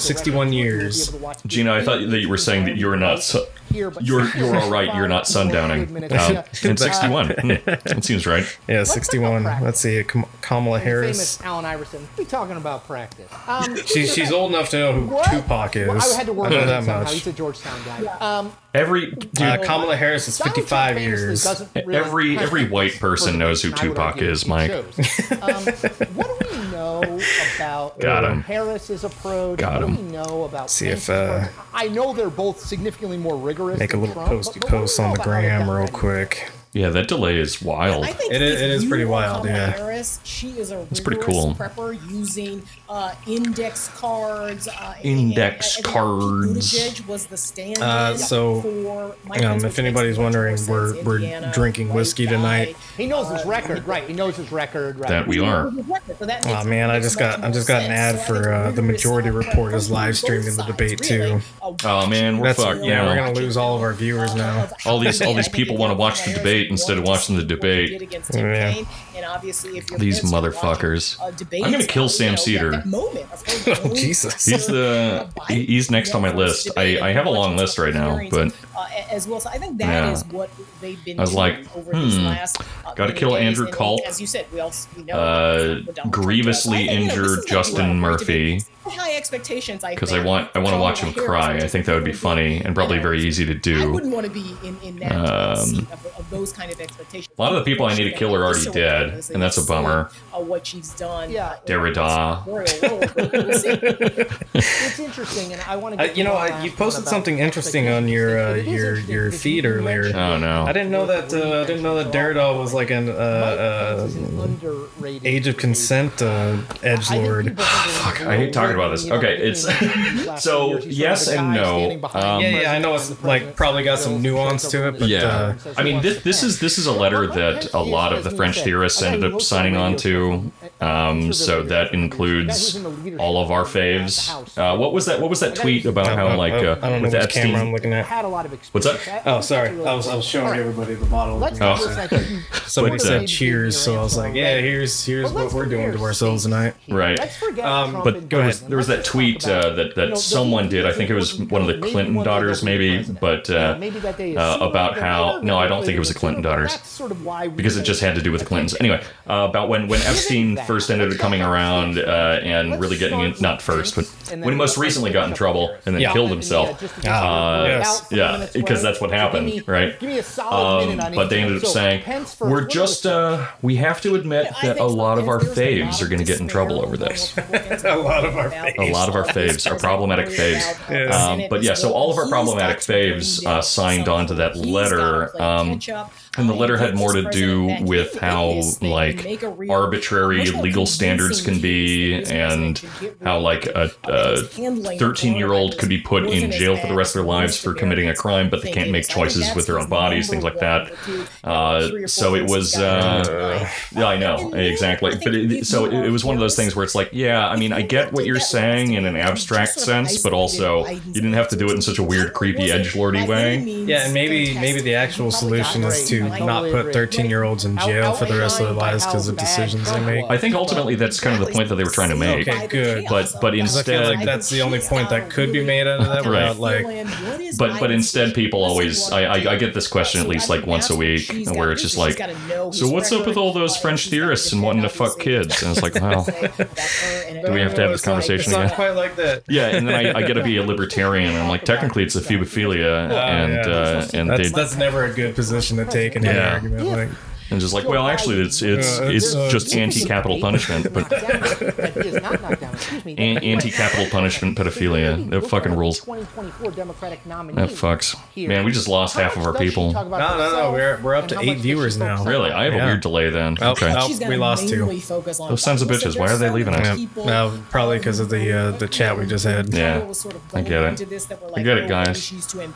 [SPEAKER 4] We'll be
[SPEAKER 2] 61
[SPEAKER 4] able to
[SPEAKER 2] years.
[SPEAKER 4] watch
[SPEAKER 3] Gina, I thought that you were saying that you're not su-
[SPEAKER 4] Here, but
[SPEAKER 3] you're
[SPEAKER 4] [LAUGHS]
[SPEAKER 3] you're all right. You're not
[SPEAKER 4] 65
[SPEAKER 3] sundowning.
[SPEAKER 4] minutes.
[SPEAKER 3] Um,
[SPEAKER 4] Yeah.
[SPEAKER 3] and 61.
[SPEAKER 2] [LAUGHS]
[SPEAKER 3] Hmm, That seems right.
[SPEAKER 2] Yeah,
[SPEAKER 4] talk about
[SPEAKER 2] 61.
[SPEAKER 4] practice.
[SPEAKER 2] Let's see, Kam- Kamala
[SPEAKER 4] The
[SPEAKER 2] Harris.
[SPEAKER 4] Famous Alan Iverson. We talking about practice. Um,
[SPEAKER 2] [LAUGHS] She's she's old enough to know who
[SPEAKER 4] what?
[SPEAKER 2] Tupac is.
[SPEAKER 4] Well, I had to work
[SPEAKER 2] I know
[SPEAKER 4] on
[SPEAKER 2] that
[SPEAKER 4] that somehow.
[SPEAKER 2] much.
[SPEAKER 4] He's a Georgetown guy. Um,
[SPEAKER 3] Every dude,
[SPEAKER 2] Uh, Kamala Harris is
[SPEAKER 4] Donald Trump
[SPEAKER 2] 55
[SPEAKER 4] famously
[SPEAKER 2] years.
[SPEAKER 4] doesn't really
[SPEAKER 3] every
[SPEAKER 4] have
[SPEAKER 3] every white person knows who
[SPEAKER 4] I would
[SPEAKER 3] Tupac
[SPEAKER 4] argue
[SPEAKER 3] is,
[SPEAKER 4] he
[SPEAKER 3] Mike.
[SPEAKER 4] chose. Um, what do we know about
[SPEAKER 3] [LAUGHS] Got him.
[SPEAKER 4] Harris's approach?
[SPEAKER 3] Got
[SPEAKER 4] what
[SPEAKER 3] him.
[SPEAKER 4] do we know about
[SPEAKER 2] See if,
[SPEAKER 4] Pence's
[SPEAKER 2] uh,
[SPEAKER 4] approach? I know they're both significantly more rigorous.
[SPEAKER 2] Make a
[SPEAKER 4] than
[SPEAKER 2] little
[SPEAKER 4] Trump,
[SPEAKER 2] posty
[SPEAKER 4] but what do we
[SPEAKER 2] post
[SPEAKER 4] know
[SPEAKER 2] on the
[SPEAKER 4] about how they
[SPEAKER 2] gram
[SPEAKER 4] got
[SPEAKER 2] real
[SPEAKER 4] ready?
[SPEAKER 2] quick.
[SPEAKER 3] Yeah, that delay is wild.
[SPEAKER 1] I think
[SPEAKER 2] It is-
[SPEAKER 1] if
[SPEAKER 2] it is
[SPEAKER 1] you
[SPEAKER 2] pretty
[SPEAKER 1] are
[SPEAKER 2] wild,
[SPEAKER 1] Kamala
[SPEAKER 2] yeah.
[SPEAKER 1] Harris, she is a it's
[SPEAKER 3] pretty cool.
[SPEAKER 1] prepper using uh, index cards. Uh, and-
[SPEAKER 3] Index
[SPEAKER 1] and I think
[SPEAKER 3] cards.
[SPEAKER 1] Buttigjeg was the stand-in
[SPEAKER 2] Uh, so,
[SPEAKER 1] for Mike
[SPEAKER 2] um,
[SPEAKER 1] Pence,
[SPEAKER 2] if
[SPEAKER 1] which makes
[SPEAKER 2] anybody's
[SPEAKER 1] much
[SPEAKER 2] wondering,
[SPEAKER 1] more
[SPEAKER 2] we're-
[SPEAKER 1] sense.
[SPEAKER 2] we're
[SPEAKER 1] Indiana,
[SPEAKER 2] drinking
[SPEAKER 1] white
[SPEAKER 2] whiskey
[SPEAKER 1] guy.
[SPEAKER 2] tonight.
[SPEAKER 4] He knows his record, right? He knows his record, right?
[SPEAKER 3] That we are.
[SPEAKER 1] So that
[SPEAKER 2] Aw,
[SPEAKER 1] makes-
[SPEAKER 2] man, I
[SPEAKER 1] makes
[SPEAKER 2] just
[SPEAKER 1] much
[SPEAKER 2] got- I
[SPEAKER 1] more
[SPEAKER 2] just got an
[SPEAKER 1] sense.
[SPEAKER 2] ad
[SPEAKER 1] So I
[SPEAKER 2] for,
[SPEAKER 1] think
[SPEAKER 2] uh, The
[SPEAKER 1] rigorous
[SPEAKER 2] Majority
[SPEAKER 1] prep
[SPEAKER 2] Report is
[SPEAKER 1] from
[SPEAKER 2] live
[SPEAKER 1] both
[SPEAKER 2] streaming the
[SPEAKER 1] sides,
[SPEAKER 2] debate,
[SPEAKER 1] really.
[SPEAKER 2] too.
[SPEAKER 1] Uh,
[SPEAKER 3] Oh, man, we're
[SPEAKER 2] That's
[SPEAKER 3] fucked
[SPEAKER 2] yeah,
[SPEAKER 3] now.
[SPEAKER 2] we're gonna lose all of our viewers now.
[SPEAKER 3] All these- all
[SPEAKER 4] [LAUGHS]
[SPEAKER 3] these people wanna watch the debate instead of watching the debate.
[SPEAKER 2] Yeah.
[SPEAKER 3] These motherfuckers.
[SPEAKER 1] I'm
[SPEAKER 3] I'm
[SPEAKER 1] gonna
[SPEAKER 3] gonna kill Sam Cedar.
[SPEAKER 2] [LAUGHS] Oh, Jesus.
[SPEAKER 1] He's
[SPEAKER 3] He's
[SPEAKER 1] the
[SPEAKER 3] the- he-
[SPEAKER 1] he's next on my list. I, I have a long list right now, but uh, as well. So I think that
[SPEAKER 3] Yeah.
[SPEAKER 1] is what they've been.
[SPEAKER 3] I was like,
[SPEAKER 1] doing over these
[SPEAKER 3] hmm,
[SPEAKER 1] last, uh,
[SPEAKER 3] gotta
[SPEAKER 1] many
[SPEAKER 3] kill
[SPEAKER 1] days.
[SPEAKER 3] Andrew
[SPEAKER 1] And
[SPEAKER 3] Culp,
[SPEAKER 1] As you said, we also we know
[SPEAKER 3] uh,
[SPEAKER 1] what Donald Trump does.
[SPEAKER 3] grievously
[SPEAKER 1] I think, you know, this
[SPEAKER 3] injured
[SPEAKER 1] is a
[SPEAKER 3] Justin
[SPEAKER 1] well-rounded
[SPEAKER 3] Murphy.
[SPEAKER 1] debate. High expectations, I
[SPEAKER 3] 'Cause
[SPEAKER 1] think,
[SPEAKER 3] I want- I wanna
[SPEAKER 1] from
[SPEAKER 3] watch him
[SPEAKER 1] Harris,
[SPEAKER 3] cry.
[SPEAKER 1] which
[SPEAKER 3] I think that would be funny and probably very easy to do.
[SPEAKER 1] I wouldn't want to be in, in that uh, seat of, of those kind of expectations.
[SPEAKER 3] um, A lot of the people I need to kill are already dead, and that's a bummer.
[SPEAKER 1] Uh, what she's done.
[SPEAKER 4] Yeah.
[SPEAKER 1] uh, in
[SPEAKER 3] Derrida.
[SPEAKER 1] the royal world. We'll see.
[SPEAKER 4] It's interesting, and I want to.
[SPEAKER 2] Uh, you know, I, you posted something interesting on your uh, your your feed earlier.
[SPEAKER 3] Oh
[SPEAKER 2] I
[SPEAKER 3] no.
[SPEAKER 2] didn't know that. Uh, I didn't know that Derrida was like an uh, uh, age of consent uh, edge [SIGHS] lord.
[SPEAKER 4] Fuck,
[SPEAKER 3] I hate talking about this. Okay, [LAUGHS] it's- so, yes and no. Um,
[SPEAKER 2] Yeah, yeah, I know it's, like, probably got some nuance to it, but, uh,
[SPEAKER 3] Yeah. I mean, this, this is this is a letter that a lot of the French theorists ended up signing on to. Um, so that includes all of our faves. Uh, what was that? What was that tweet about how like
[SPEAKER 2] I,
[SPEAKER 3] uh,
[SPEAKER 2] I don't know
[SPEAKER 3] with
[SPEAKER 2] which camera I'm
[SPEAKER 3] Epstein?
[SPEAKER 2] looking at.
[SPEAKER 4] had a lot of experience.
[SPEAKER 3] What's that?
[SPEAKER 2] Oh, sorry. I was, I was showing everybody the bottle.
[SPEAKER 4] Let's
[SPEAKER 2] Of
[SPEAKER 4] do
[SPEAKER 3] Oh.
[SPEAKER 4] this,
[SPEAKER 2] oh.
[SPEAKER 4] I
[SPEAKER 2] [LAUGHS]
[SPEAKER 4] think.
[SPEAKER 2] Somebody
[SPEAKER 3] But, uh,
[SPEAKER 2] said cheers, so I was like, yeah, here's here's
[SPEAKER 4] But
[SPEAKER 2] what
[SPEAKER 4] let's
[SPEAKER 2] we're doing
[SPEAKER 4] compare
[SPEAKER 2] to ourselves tonight. [LAUGHS]
[SPEAKER 3] Right.
[SPEAKER 4] Let's forget
[SPEAKER 2] Um,
[SPEAKER 4] Trump
[SPEAKER 2] but
[SPEAKER 4] and
[SPEAKER 2] go ahead.
[SPEAKER 4] Biden.
[SPEAKER 3] There was
[SPEAKER 4] Let's
[SPEAKER 3] that
[SPEAKER 4] just
[SPEAKER 3] tweet
[SPEAKER 4] talk about,
[SPEAKER 3] uh, that
[SPEAKER 4] you
[SPEAKER 3] that
[SPEAKER 4] know,
[SPEAKER 3] someone
[SPEAKER 4] the-
[SPEAKER 3] did. I think it was one of the
[SPEAKER 4] maybe
[SPEAKER 3] Clinton
[SPEAKER 4] one day
[SPEAKER 3] daughters,
[SPEAKER 4] they'll be
[SPEAKER 3] maybe,
[SPEAKER 4] president.
[SPEAKER 3] but
[SPEAKER 4] Yeah,
[SPEAKER 3] uh,
[SPEAKER 4] maybe that day is
[SPEAKER 3] uh,
[SPEAKER 4] sooner
[SPEAKER 3] about
[SPEAKER 4] than
[SPEAKER 3] how
[SPEAKER 4] later,
[SPEAKER 3] no, I
[SPEAKER 4] but
[SPEAKER 3] don't think it was a
[SPEAKER 4] it's
[SPEAKER 3] Clinton daughters.
[SPEAKER 4] That's sort of why we
[SPEAKER 3] because it just had to do with the Clintons. Anyway, uh, about
[SPEAKER 4] [LAUGHS]
[SPEAKER 3] when when Epstein first ended up coming around uh, and really getting in, not first, but when he most recently got in trouble and then
[SPEAKER 2] Yeah.
[SPEAKER 3] killed
[SPEAKER 4] uh,
[SPEAKER 3] himself. Uh,
[SPEAKER 2] Ah, yes.
[SPEAKER 3] Yeah, because that's what happened, right?
[SPEAKER 4] Give me a solid
[SPEAKER 3] Um,
[SPEAKER 4] minute on
[SPEAKER 3] but
[SPEAKER 4] each
[SPEAKER 3] they
[SPEAKER 4] one.
[SPEAKER 3] ended up
[SPEAKER 4] So,
[SPEAKER 3] saying
[SPEAKER 4] Pence for
[SPEAKER 3] we're
[SPEAKER 4] Florida
[SPEAKER 3] just uh, we have to admit that a lot of our faves are going to get in trouble over this.
[SPEAKER 1] a
[SPEAKER 2] lot of our faves.
[SPEAKER 3] A lot of our faves, our problematic faves. Um, but yeah, so all of our problematic faves uh, signed on to that letter. Um, and the letter had more to do with how like arbitrary legal standards can be, and how like a, a 13 year old could be put in jail for the rest of their lives for committing a crime, but they can't make choices with their own bodies, things like that. Uh, so it was, uh, yeah, I know exactly. But it, so it, it was one of those things where it's like, yeah, I mean, I get what you're saying in an abstract sense, but also you didn't have to do it in such a weird, creepy, edge lordy way.
[SPEAKER 2] Yeah, and maybe maybe the actual solution is to
[SPEAKER 4] Right.
[SPEAKER 2] not put 13 year olds in jail for the rest of their lives because of decisions they make.
[SPEAKER 3] I think ultimately that's kind of the point that they were trying to make.
[SPEAKER 2] Okay, good.
[SPEAKER 1] But but
[SPEAKER 2] I feel
[SPEAKER 1] instead,
[SPEAKER 2] like that's the
[SPEAKER 3] [LAUGHS]
[SPEAKER 2] only point that could be made out of that without like
[SPEAKER 1] like.
[SPEAKER 3] But but instead, people always I, I I get this question at least like once a week where it's just like, so what's up with all those French theorists and wanting to fuck kids? And it's like, wow.
[SPEAKER 1] Do
[SPEAKER 3] we have to have this
[SPEAKER 2] It's not-
[SPEAKER 3] conversation
[SPEAKER 2] It's not
[SPEAKER 3] again?
[SPEAKER 2] quite like that.
[SPEAKER 3] [LAUGHS] Yeah, and then I, I get
[SPEAKER 2] [LAUGHS]
[SPEAKER 3] to be a libertarian, and I'm like, technically, it's a phoebophilia, and
[SPEAKER 2] Oh, yeah.
[SPEAKER 3] uh, and
[SPEAKER 2] That's,
[SPEAKER 3] they
[SPEAKER 2] that's never a good position to take in any
[SPEAKER 3] Yeah.
[SPEAKER 2] argument. Like,
[SPEAKER 3] and just like, well, actually, it's it's
[SPEAKER 2] Yeah,
[SPEAKER 3] it's
[SPEAKER 2] it's, uh,
[SPEAKER 3] just anti-capital punishment,
[SPEAKER 2] [LAUGHS]
[SPEAKER 3] but um,
[SPEAKER 4] [LAUGHS]
[SPEAKER 3] An- anti-capital punishment pedophilia. That fucking rules. that fucks. Man, we just lost half of our people.
[SPEAKER 2] No, no, no, we're- we're up to eight viewers now.
[SPEAKER 3] Really, I have a
[SPEAKER 2] Yeah.
[SPEAKER 3] weird delay then.
[SPEAKER 2] Oh,
[SPEAKER 3] Okay.
[SPEAKER 2] oh.
[SPEAKER 1] we lost two. Those
[SPEAKER 3] sons of bitches, why are they leaving us?
[SPEAKER 2] yeah, no, probably because of the uh, the chat we just had.
[SPEAKER 3] Yeah.
[SPEAKER 1] I
[SPEAKER 3] get it.
[SPEAKER 1] I
[SPEAKER 3] get it, guys.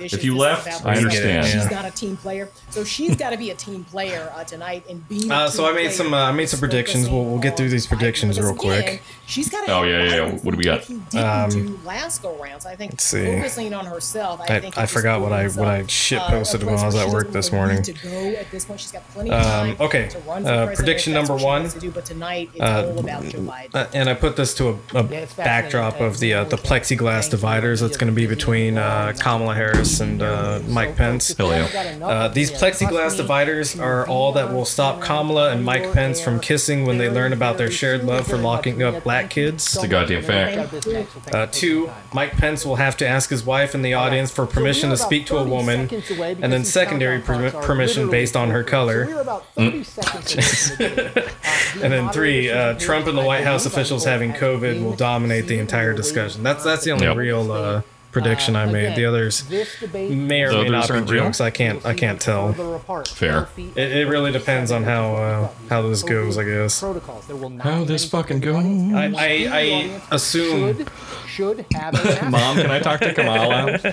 [SPEAKER 3] If you left, I
[SPEAKER 2] understand.
[SPEAKER 1] She's
[SPEAKER 2] Yeah.
[SPEAKER 1] not a team player, so she's got to be a team player uh, tonight and be. a
[SPEAKER 2] Uh, so
[SPEAKER 1] team
[SPEAKER 2] I made some,
[SPEAKER 1] player
[SPEAKER 2] uh, I made some
[SPEAKER 1] who's
[SPEAKER 2] predictions. We'll- we'll get through these
[SPEAKER 1] focusing on
[SPEAKER 2] predictions
[SPEAKER 1] fighting,
[SPEAKER 2] real
[SPEAKER 1] because again,
[SPEAKER 2] quick.
[SPEAKER 1] sheshe's gotta
[SPEAKER 3] Oh,
[SPEAKER 1] have
[SPEAKER 3] yeah, yeah, yeah.
[SPEAKER 1] guidance.
[SPEAKER 3] What do we got?
[SPEAKER 1] If you didn't do last go rounds, I think
[SPEAKER 2] let's see.
[SPEAKER 1] focusing on herself. I,
[SPEAKER 2] I-
[SPEAKER 1] think
[SPEAKER 2] I
[SPEAKER 1] it just
[SPEAKER 2] forgot what I-
[SPEAKER 1] opens
[SPEAKER 2] what I
[SPEAKER 1] up,
[SPEAKER 2] shit
[SPEAKER 1] uh,
[SPEAKER 2] posted
[SPEAKER 1] a
[SPEAKER 2] when I was
[SPEAKER 1] place
[SPEAKER 2] at
[SPEAKER 1] where
[SPEAKER 2] work
[SPEAKER 1] she
[SPEAKER 2] this
[SPEAKER 1] doesn't really
[SPEAKER 2] morning.
[SPEAKER 1] need to go at this point. She's got plenty of
[SPEAKER 2] Um,
[SPEAKER 1] time
[SPEAKER 2] okay,
[SPEAKER 1] to run for
[SPEAKER 2] uh,
[SPEAKER 1] president if
[SPEAKER 2] prediction
[SPEAKER 1] that's
[SPEAKER 2] number
[SPEAKER 1] what she wants to
[SPEAKER 2] one,
[SPEAKER 1] do, but tonight it's all about Joe Biden.
[SPEAKER 2] Uh, and I put this to a, a
[SPEAKER 4] it's
[SPEAKER 2] backdrop
[SPEAKER 4] fascinating.
[SPEAKER 2] of the uh, the plexiglass dividers that's going to be between uh, Kamala Harris and uh, Mike Pence.
[SPEAKER 3] Hell yeah.
[SPEAKER 2] Uh, these plexiglass dividers are all that will stop Kamala and Mike Pence from kissing when they learn about their shared love for locking up black kids.
[SPEAKER 3] It's a goddamn fact.
[SPEAKER 2] Uh, two, Mike Pence will have to ask his wife and the audience for permission to speak to a woman, and then secondary permi- permission based on her color. Mm. And then three, uh, Trump and the White House officials having COVID will dominate the entire discussion. That's that's the only
[SPEAKER 3] Yep.
[SPEAKER 2] real uh, prediction I made. The others may or
[SPEAKER 3] The
[SPEAKER 2] may
[SPEAKER 3] others
[SPEAKER 2] not be
[SPEAKER 3] aren't real?
[SPEAKER 2] jokes. I can't I can't tell.
[SPEAKER 3] Fair.
[SPEAKER 2] It, it really depends on how uh, how this goes, I guess.
[SPEAKER 3] How this fucking goes?
[SPEAKER 2] I, I, I assume
[SPEAKER 4] should have
[SPEAKER 3] [LAUGHS]
[SPEAKER 4] an
[SPEAKER 3] Mom, can I talk
[SPEAKER 2] [LAUGHS]
[SPEAKER 3] to Kamala?
[SPEAKER 4] [LAUGHS]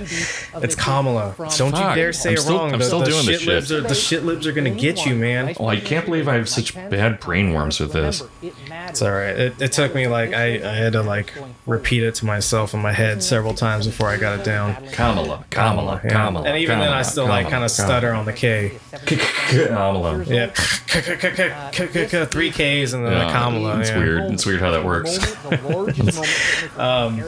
[SPEAKER 2] it's Kamala. Don't you
[SPEAKER 3] Fuck.
[SPEAKER 2] dare say
[SPEAKER 3] I'm
[SPEAKER 2] it
[SPEAKER 3] still-
[SPEAKER 2] wrong.
[SPEAKER 3] I'm
[SPEAKER 2] The-
[SPEAKER 3] still
[SPEAKER 2] the
[SPEAKER 3] doing this
[SPEAKER 2] shit libs
[SPEAKER 3] shit.
[SPEAKER 2] Are, the shit libs are gonna get you, man.
[SPEAKER 3] Oh, I can't believe I have such bad brainworms with this.
[SPEAKER 2] It's all right. It, it took me like I, I had to like repeat it to myself in my head several times before I got it down.
[SPEAKER 3] Kamala, Kamala,
[SPEAKER 2] Yeah.
[SPEAKER 3] Kamala.
[SPEAKER 2] and even then, I still like kind of stutter on the K.
[SPEAKER 3] Kamala.
[SPEAKER 2] Yeah, [LAUGHS] three Ks and then a
[SPEAKER 3] Yeah,
[SPEAKER 2] Kamala.
[SPEAKER 3] It's
[SPEAKER 2] yeah.
[SPEAKER 3] weird. It's weird how that works. [LAUGHS]
[SPEAKER 4] um,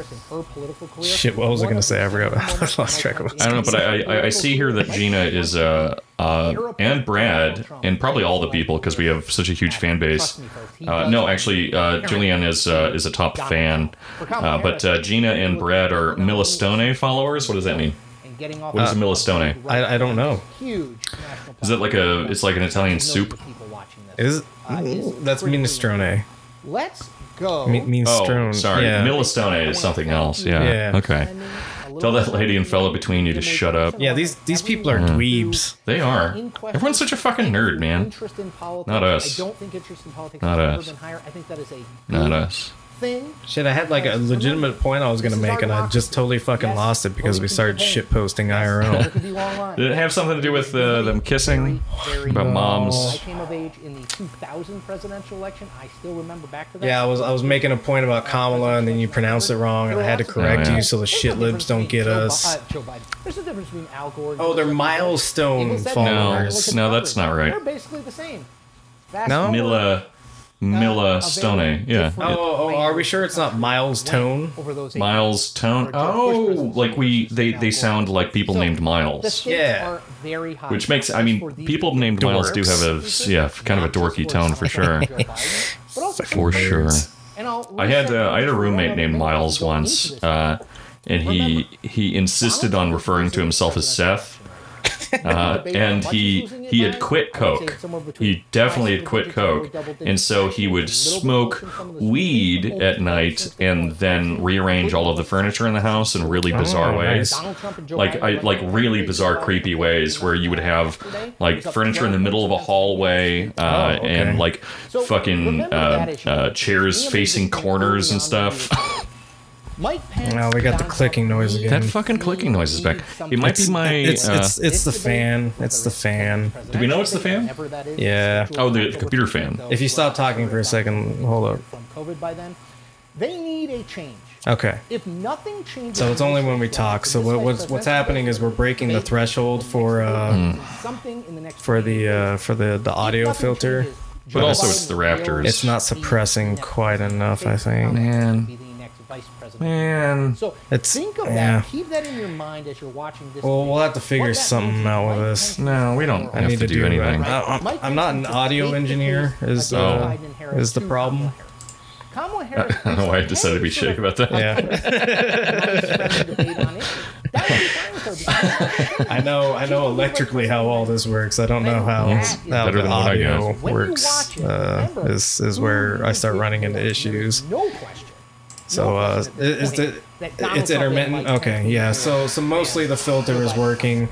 [SPEAKER 2] Shit, what was I gonna say? I forgot. [LAUGHS] I lost track of what I was
[SPEAKER 3] I don't know, but I, I, I see here that Gina is uh, uh and Brad and probably all the people because we have such a huge fan base. Uh, no, actually, uh, Julianne is uh, is a top fan, uh, but uh, Gina and Brad are Millistone followers. What does that mean? What is a Millistone?
[SPEAKER 2] Uh, I, I don't know.
[SPEAKER 4] Huge.
[SPEAKER 3] Is it like a- it's like an Italian soup?
[SPEAKER 2] Is
[SPEAKER 4] Uh,
[SPEAKER 2] that's minestrone?
[SPEAKER 4] Let's go.
[SPEAKER 2] Mi- minestrone.
[SPEAKER 3] Oh, sorry,
[SPEAKER 2] Yeah.
[SPEAKER 3] Millistone is something else. Yeah.
[SPEAKER 2] Yeah.
[SPEAKER 3] Okay. Tell that lady and fella between you to shut up.
[SPEAKER 2] yeah, these these people are dweebs.
[SPEAKER 3] Hmm. They are. Everyone's such a fucking nerd, man.
[SPEAKER 4] Interest in politics.
[SPEAKER 3] Not us.
[SPEAKER 4] I don't think interest in politics
[SPEAKER 3] Not
[SPEAKER 4] has ever
[SPEAKER 3] us.
[SPEAKER 4] been higher. I think that is a
[SPEAKER 3] Not us.
[SPEAKER 4] thing.
[SPEAKER 2] Shit, I had like a legitimate point I was gonna make, and I just totally fucking lost it because we started shit posting
[SPEAKER 4] It
[SPEAKER 2] IRL.
[SPEAKER 4] could be online.
[SPEAKER 3] Did it have something to do with uh, them kissing?
[SPEAKER 4] Very
[SPEAKER 3] About
[SPEAKER 4] good.
[SPEAKER 2] Um,
[SPEAKER 3] moms?
[SPEAKER 4] Oh,
[SPEAKER 2] Oh.
[SPEAKER 4] I came of age in the 2000 presidential election. I still remember back to that.
[SPEAKER 2] Yeah, I was I was making a point about Kamala, and then you pronounce it wrong, and I had to correct
[SPEAKER 3] Oh, yeah.
[SPEAKER 2] you so the shit libs don't get us.
[SPEAKER 4] uh, There's a difference between Al Gore. and
[SPEAKER 2] Oh, they're
[SPEAKER 4] George Bush. People
[SPEAKER 2] milestone
[SPEAKER 4] said that.
[SPEAKER 3] No,
[SPEAKER 4] Look at
[SPEAKER 2] followers.
[SPEAKER 4] the
[SPEAKER 3] no,
[SPEAKER 4] numbers.
[SPEAKER 3] that's not right.
[SPEAKER 4] They're basically the same. Fast
[SPEAKER 2] No?
[SPEAKER 4] forward.
[SPEAKER 3] Mila Mila Stone. Yeah.
[SPEAKER 2] Oh, oh, are we sure it's not Miles Tone?
[SPEAKER 4] over those eight
[SPEAKER 3] Miles Tone. Oh, like we they they sound like people named
[SPEAKER 4] The
[SPEAKER 3] Miles,
[SPEAKER 4] stakes
[SPEAKER 2] Yeah.
[SPEAKER 4] are very high.
[SPEAKER 3] which makes I mean
[SPEAKER 4] for these
[SPEAKER 3] people named Miles do have a yeah kind of a dorky tone for sure.
[SPEAKER 4] [LAUGHS] But also
[SPEAKER 3] For sure.
[SPEAKER 4] And I'll
[SPEAKER 3] I had uh, I had a roommate named Miles once, uh, and he he insisted on referring to himself as Seth. Uh, and he he had quit coke. He definitely had quit coke, and so he would smoke weed at night and then rearrange all of the furniture in the house in really bizarre
[SPEAKER 2] Oh,
[SPEAKER 3] ways, like I, like really bizarre, creepy ways where you would have like furniture in the middle of a hallway uh,
[SPEAKER 2] Oh, okay.
[SPEAKER 3] and like fucking uh, uh, chairs facing corners and stuff. [LAUGHS]
[SPEAKER 4] Mike Pence
[SPEAKER 2] Now we got the
[SPEAKER 4] Donald
[SPEAKER 2] clicking
[SPEAKER 4] Trump,
[SPEAKER 2] noise again.
[SPEAKER 3] That fucking clicking noise is back. It might
[SPEAKER 2] It's-
[SPEAKER 3] be my.
[SPEAKER 2] It's
[SPEAKER 3] uh,
[SPEAKER 2] it's it's the fan. It's the fan.
[SPEAKER 4] president,
[SPEAKER 3] Do we know it's the fan?
[SPEAKER 4] whatever that is,
[SPEAKER 2] Yeah.
[SPEAKER 4] sexual
[SPEAKER 3] Oh, the
[SPEAKER 4] assault
[SPEAKER 3] computer
[SPEAKER 4] over
[SPEAKER 3] fan.
[SPEAKER 4] those
[SPEAKER 2] If you
[SPEAKER 4] who
[SPEAKER 2] stop
[SPEAKER 4] are
[SPEAKER 2] talking for a second, hold up.
[SPEAKER 4] From COVID by then, they need a change.
[SPEAKER 2] Okay.
[SPEAKER 4] If nothing changes,
[SPEAKER 2] So it's only when we talk. So what, what's what's happening is we're breaking the threshold for uh,
[SPEAKER 4] something in the next
[SPEAKER 2] for the uh, for the the audio filter.
[SPEAKER 3] But also it's the Raptors.
[SPEAKER 2] It's not suppressing quite enough, I think.
[SPEAKER 3] Man.
[SPEAKER 4] man.
[SPEAKER 3] man.
[SPEAKER 4] So
[SPEAKER 2] It's-
[SPEAKER 4] think of
[SPEAKER 2] yeah.
[SPEAKER 4] that. Keep that in your mind as you're watching this.
[SPEAKER 2] Well,
[SPEAKER 4] video.
[SPEAKER 2] we'll have to figure
[SPEAKER 4] What that
[SPEAKER 2] something
[SPEAKER 4] means
[SPEAKER 2] out
[SPEAKER 4] is
[SPEAKER 2] with
[SPEAKER 4] Mike
[SPEAKER 2] this.
[SPEAKER 4] Pence
[SPEAKER 3] No, we don't
[SPEAKER 2] I
[SPEAKER 3] have
[SPEAKER 2] need
[SPEAKER 3] to do anything.
[SPEAKER 2] uh, I'm,
[SPEAKER 4] Mike
[SPEAKER 2] I'm not an
[SPEAKER 4] Pence is
[SPEAKER 2] audio
[SPEAKER 4] bait the
[SPEAKER 2] engineer.
[SPEAKER 4] police against
[SPEAKER 2] Is uh,
[SPEAKER 4] Biden, Harris,
[SPEAKER 2] is the
[SPEAKER 4] to
[SPEAKER 2] problem?
[SPEAKER 3] [LAUGHS]
[SPEAKER 4] Kamala Harris.
[SPEAKER 3] I don't know why I decided to be
[SPEAKER 4] Kamala
[SPEAKER 3] shitty about that.
[SPEAKER 2] Yeah, [LAUGHS]
[SPEAKER 4] I
[SPEAKER 2] I know. I know electrically how all this works. I don't know how, how
[SPEAKER 3] Better
[SPEAKER 2] the
[SPEAKER 3] than what I got.
[SPEAKER 2] audio works. Uh, is is where I start running into issues.
[SPEAKER 4] No question.
[SPEAKER 2] So uh,
[SPEAKER 4] question at
[SPEAKER 2] it-
[SPEAKER 4] this
[SPEAKER 2] it's
[SPEAKER 4] point
[SPEAKER 2] it,
[SPEAKER 4] that Donald
[SPEAKER 2] it's
[SPEAKER 4] Trump and
[SPEAKER 2] intermittent.
[SPEAKER 4] Mike Pence
[SPEAKER 2] Okay,
[SPEAKER 4] were
[SPEAKER 2] yeah.
[SPEAKER 4] there.
[SPEAKER 2] So so mostly the filter is working.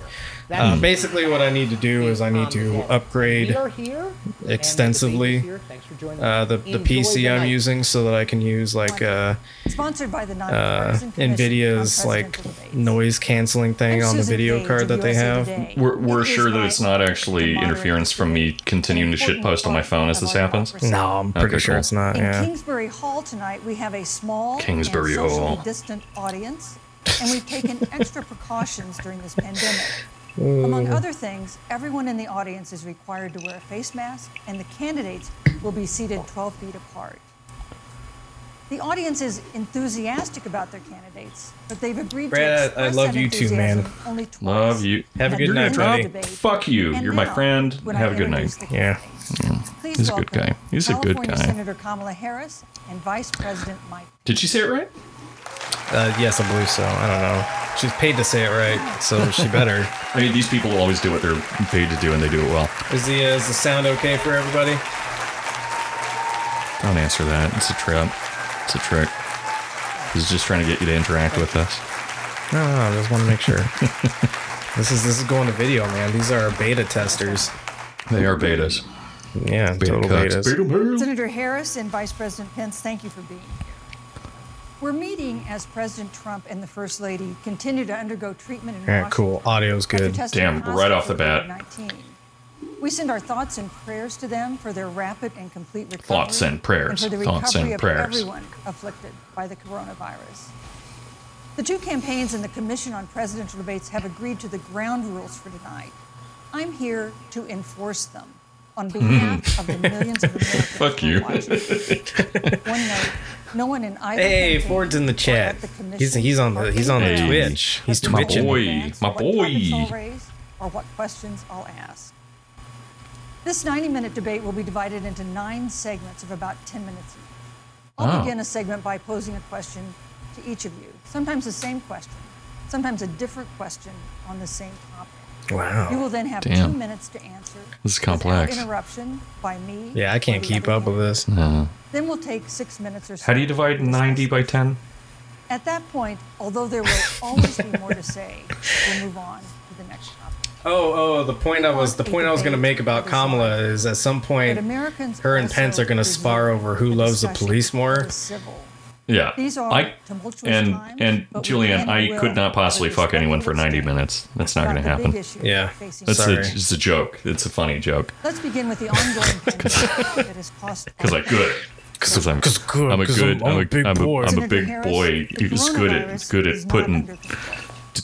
[SPEAKER 4] That
[SPEAKER 2] Uh,
[SPEAKER 4] is-
[SPEAKER 2] basically, what I need to do is I need to
[SPEAKER 4] We
[SPEAKER 2] upgrade
[SPEAKER 4] are here, and the debate is
[SPEAKER 2] extensively,
[SPEAKER 4] here. Thanks for joining
[SPEAKER 2] uh,
[SPEAKER 4] us.
[SPEAKER 2] the the
[SPEAKER 4] Enjoy
[SPEAKER 2] PC I'm
[SPEAKER 4] night.
[SPEAKER 2] using so that I can use like uh,
[SPEAKER 5] Sponsored by the
[SPEAKER 2] uh,
[SPEAKER 5] Nonpartisan Commission on
[SPEAKER 2] Nvidia's like
[SPEAKER 5] Presidential Debates.
[SPEAKER 2] noise canceling thing
[SPEAKER 5] I'm
[SPEAKER 2] on the
[SPEAKER 5] Susan
[SPEAKER 2] video
[SPEAKER 5] Page
[SPEAKER 2] card
[SPEAKER 5] of
[SPEAKER 2] that they
[SPEAKER 5] USA
[SPEAKER 2] have.
[SPEAKER 5] Today.
[SPEAKER 3] We're, we're
[SPEAKER 5] It is
[SPEAKER 3] sure that
[SPEAKER 5] my
[SPEAKER 3] it's not
[SPEAKER 5] to
[SPEAKER 3] actually
[SPEAKER 5] moderate
[SPEAKER 3] interference from me continuing to shit
[SPEAKER 5] important
[SPEAKER 3] post on my phone as this
[SPEAKER 5] part of our
[SPEAKER 3] happens.
[SPEAKER 5] democracy.
[SPEAKER 2] No, I'm pretty
[SPEAKER 3] Okay,
[SPEAKER 2] sure
[SPEAKER 3] cool.
[SPEAKER 2] it's not.
[SPEAKER 5] In
[SPEAKER 2] Yeah.
[SPEAKER 5] Kingsbury Hall tonight, we have a small
[SPEAKER 3] Kingsbury
[SPEAKER 5] and socially
[SPEAKER 3] Hall.
[SPEAKER 5] distant audience, and we've taken extra precautions during this pandemic. Among other things, everyone in the audience is required to wear a face mask, and the candidates will be seated 12 feet apart. The audience is enthusiastic about their candidates, but they've agreed
[SPEAKER 2] Brad, I- I
[SPEAKER 5] to express
[SPEAKER 2] love
[SPEAKER 5] that
[SPEAKER 2] you too, man.
[SPEAKER 5] enthusiasm Only twice.
[SPEAKER 3] Love you.
[SPEAKER 2] Have a good
[SPEAKER 3] You're
[SPEAKER 2] night,
[SPEAKER 3] gonna
[SPEAKER 2] buddy.
[SPEAKER 3] drop? Fuck you.
[SPEAKER 5] And
[SPEAKER 3] You're my
[SPEAKER 5] now,
[SPEAKER 3] friend.
[SPEAKER 5] when I
[SPEAKER 3] Have a good night.
[SPEAKER 5] introduce the
[SPEAKER 2] Yeah.
[SPEAKER 5] candidates, please
[SPEAKER 3] He's a good
[SPEAKER 5] welcome
[SPEAKER 3] guy. He's a good
[SPEAKER 5] California
[SPEAKER 3] guy.
[SPEAKER 5] Senator Kamala Harris and Vice President Mike.
[SPEAKER 3] Did she say it right?
[SPEAKER 2] Uh, yes, I believe so. I don't know. She's paid to say it right, [LAUGHS] so she better.
[SPEAKER 3] [LAUGHS] I mean, these people always do what they're paid to do, and they do it well.
[SPEAKER 2] Is the uh, is the sound okay for everybody?
[SPEAKER 3] Don't answer that. It's a trap. It's a trick. He's just trying to get you to interact with us.
[SPEAKER 2] No, no, no, Ah, I just want to make sure. this is this is going to video, man. These are our beta testers.
[SPEAKER 3] They are betas.
[SPEAKER 2] Yeah,
[SPEAKER 3] Beta
[SPEAKER 2] total
[SPEAKER 3] cucks.
[SPEAKER 2] betas.
[SPEAKER 3] Beta males.
[SPEAKER 5] Senator Harris and Vice President Pence, thank you for being here. We're meeting as President Trump and the First Lady continue to undergo treatment in
[SPEAKER 2] All right,
[SPEAKER 5] Washington
[SPEAKER 2] cool. Audio's
[SPEAKER 5] after
[SPEAKER 2] good.
[SPEAKER 5] testing
[SPEAKER 3] Damn,
[SPEAKER 5] positive
[SPEAKER 3] right off the
[SPEAKER 5] for
[SPEAKER 3] bat.
[SPEAKER 5] COVID-19. We send our thoughts and prayers to them for their rapid and complete recovery.
[SPEAKER 3] Thoughts and prayers.
[SPEAKER 5] for the
[SPEAKER 3] Thoughts
[SPEAKER 5] recovery
[SPEAKER 3] and
[SPEAKER 5] of
[SPEAKER 3] prayers.
[SPEAKER 5] everyone afflicted by the coronavirus. The two campaigns and the Commission on Presidential Debates have agreed to the ground rules for tonight. I'm here to enforce them on behalf of the millions
[SPEAKER 3] [LAUGHS]
[SPEAKER 5] of Americans.
[SPEAKER 3] Hmm. Fuck
[SPEAKER 5] who
[SPEAKER 3] you.
[SPEAKER 5] watch us. One note, no one in either
[SPEAKER 2] Hey,
[SPEAKER 5] campaign
[SPEAKER 2] Ford's in
[SPEAKER 5] or
[SPEAKER 2] the
[SPEAKER 5] at
[SPEAKER 2] chat.
[SPEAKER 5] the commission
[SPEAKER 2] He's he's on
[SPEAKER 5] or
[SPEAKER 2] the he's on the
[SPEAKER 5] anywhere else
[SPEAKER 2] Twitch.
[SPEAKER 5] has
[SPEAKER 2] He's
[SPEAKER 5] been
[SPEAKER 2] twitching.
[SPEAKER 5] told
[SPEAKER 3] boy.
[SPEAKER 5] in advance
[SPEAKER 3] My
[SPEAKER 5] what topics
[SPEAKER 3] boy.
[SPEAKER 5] I'll raise Or what questions I'll ask. This 90 minute debate will be divided into nine segments of about 10 minutes each. I'll
[SPEAKER 3] Wow.
[SPEAKER 5] begin a segment by posing a question to each of you, sometimes the same question, sometimes a different question on the same topic. You will
[SPEAKER 2] Wow.
[SPEAKER 5] then have
[SPEAKER 3] Damn.
[SPEAKER 5] two minutes to answer.
[SPEAKER 3] This is
[SPEAKER 5] without
[SPEAKER 3] complex.
[SPEAKER 5] Interruption by me.
[SPEAKER 2] Yeah, I can't
[SPEAKER 5] or the
[SPEAKER 2] keep
[SPEAKER 5] other
[SPEAKER 2] up with
[SPEAKER 5] candidate.
[SPEAKER 2] this.
[SPEAKER 5] Then we'll take six minutes or so.
[SPEAKER 3] Uh, How do you divide
[SPEAKER 5] to discuss
[SPEAKER 3] 90 by 10?
[SPEAKER 5] at that point, although there will always be more to say, we'll move on to the next topic.
[SPEAKER 2] Oh, oh, the point I was the point I was going to make about Kamala is at some
[SPEAKER 5] But
[SPEAKER 2] point
[SPEAKER 5] Americans
[SPEAKER 2] her and
[SPEAKER 5] also
[SPEAKER 2] Pence are going to
[SPEAKER 5] deserve
[SPEAKER 2] spar over who
[SPEAKER 5] a
[SPEAKER 2] loves the
[SPEAKER 5] discussion
[SPEAKER 2] police
[SPEAKER 5] of
[SPEAKER 2] more.
[SPEAKER 5] the civil.
[SPEAKER 3] Yeah.
[SPEAKER 5] These are
[SPEAKER 3] I,
[SPEAKER 5] tumultuous
[SPEAKER 3] and
[SPEAKER 5] times,
[SPEAKER 3] and
[SPEAKER 5] but we
[SPEAKER 3] Julian,
[SPEAKER 5] can and
[SPEAKER 3] I
[SPEAKER 5] will
[SPEAKER 3] could not possibly
[SPEAKER 5] be
[SPEAKER 3] fuck anyone for 90
[SPEAKER 5] respectful.
[SPEAKER 3] minutes. That's not
[SPEAKER 5] about
[SPEAKER 3] going to
[SPEAKER 5] the big
[SPEAKER 3] happen.
[SPEAKER 5] issue
[SPEAKER 2] Yeah.
[SPEAKER 5] facing
[SPEAKER 2] That's
[SPEAKER 3] That's a,
[SPEAKER 2] Sorry.
[SPEAKER 3] it's a joke. It's a funny joke.
[SPEAKER 5] Let's begin with the
[SPEAKER 2] [LAUGHS]
[SPEAKER 5] ongoing pandemic that has cost.
[SPEAKER 3] Because I could. Because I'm,
[SPEAKER 2] good,
[SPEAKER 3] I'm a
[SPEAKER 2] 'cause
[SPEAKER 3] good,
[SPEAKER 2] I'm- I'm a
[SPEAKER 3] I'm,
[SPEAKER 2] big
[SPEAKER 3] a, I'm,
[SPEAKER 2] boy.
[SPEAKER 3] a, I'm a
[SPEAKER 5] Senator
[SPEAKER 3] big
[SPEAKER 5] Harris,
[SPEAKER 3] boy
[SPEAKER 5] the
[SPEAKER 3] who's good at
[SPEAKER 5] coronavirus
[SPEAKER 3] good
[SPEAKER 5] is
[SPEAKER 3] at
[SPEAKER 5] not
[SPEAKER 3] putting,
[SPEAKER 5] under control.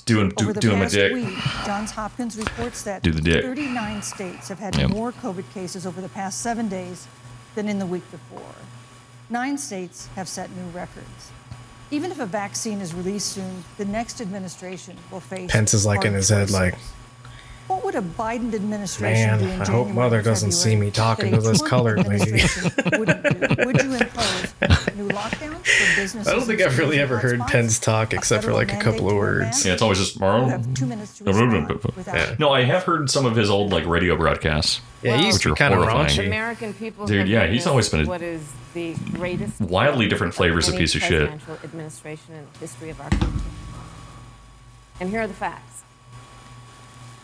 [SPEAKER 3] doing,
[SPEAKER 5] Over
[SPEAKER 3] do,
[SPEAKER 5] the
[SPEAKER 3] doing my
[SPEAKER 5] past
[SPEAKER 3] dick.
[SPEAKER 5] week, Johns Hopkins reports that
[SPEAKER 3] Do the dick.
[SPEAKER 5] 39 states have had
[SPEAKER 3] Yep.
[SPEAKER 5] more COVID cases over the past seven days than in the week before. Nine states have set new records. Even if a vaccine is released soon, the next administration will face.
[SPEAKER 2] Pence is like in
[SPEAKER 5] hard
[SPEAKER 2] his head,
[SPEAKER 5] choices.
[SPEAKER 2] like,
[SPEAKER 5] What would a Biden administration
[SPEAKER 2] Man,
[SPEAKER 5] do in
[SPEAKER 2] I hope
[SPEAKER 5] January and
[SPEAKER 2] Mother doesn't see
[SPEAKER 5] February
[SPEAKER 2] me talking
[SPEAKER 5] that a
[SPEAKER 2] to this
[SPEAKER 5] Trump
[SPEAKER 2] colored lady.
[SPEAKER 5] administration
[SPEAKER 2] [LAUGHS]
[SPEAKER 5] wouldn't do? Would you impose new lockdowns for businesses?
[SPEAKER 2] I don't think
[SPEAKER 5] and
[SPEAKER 2] I've really
[SPEAKER 5] stores
[SPEAKER 2] ever
[SPEAKER 5] and
[SPEAKER 2] heard
[SPEAKER 5] hotspots?
[SPEAKER 2] Pence talk
[SPEAKER 5] A
[SPEAKER 2] except for
[SPEAKER 5] federal
[SPEAKER 2] like a couple
[SPEAKER 5] mandate
[SPEAKER 2] of
[SPEAKER 5] to wear
[SPEAKER 2] words.
[SPEAKER 5] masks?
[SPEAKER 3] Yeah, it's always just
[SPEAKER 5] You
[SPEAKER 3] moral.
[SPEAKER 5] have two minutes to
[SPEAKER 3] Yeah.
[SPEAKER 5] respond without-
[SPEAKER 2] Yeah.
[SPEAKER 3] No, I have heard some of his old like radio broadcasts.
[SPEAKER 2] Yeah, he used
[SPEAKER 3] Which
[SPEAKER 2] to
[SPEAKER 3] are
[SPEAKER 2] be kind of
[SPEAKER 3] horrifying.
[SPEAKER 2] raunchy.
[SPEAKER 6] American people.
[SPEAKER 3] Dude,
[SPEAKER 6] have
[SPEAKER 3] yeah, he's
[SPEAKER 6] witnessed
[SPEAKER 3] always been a
[SPEAKER 6] what is the greatest
[SPEAKER 3] wildly different flavors of
[SPEAKER 6] any
[SPEAKER 3] piece of shit.
[SPEAKER 6] presidential Administration in the history of our country. And here are the facts: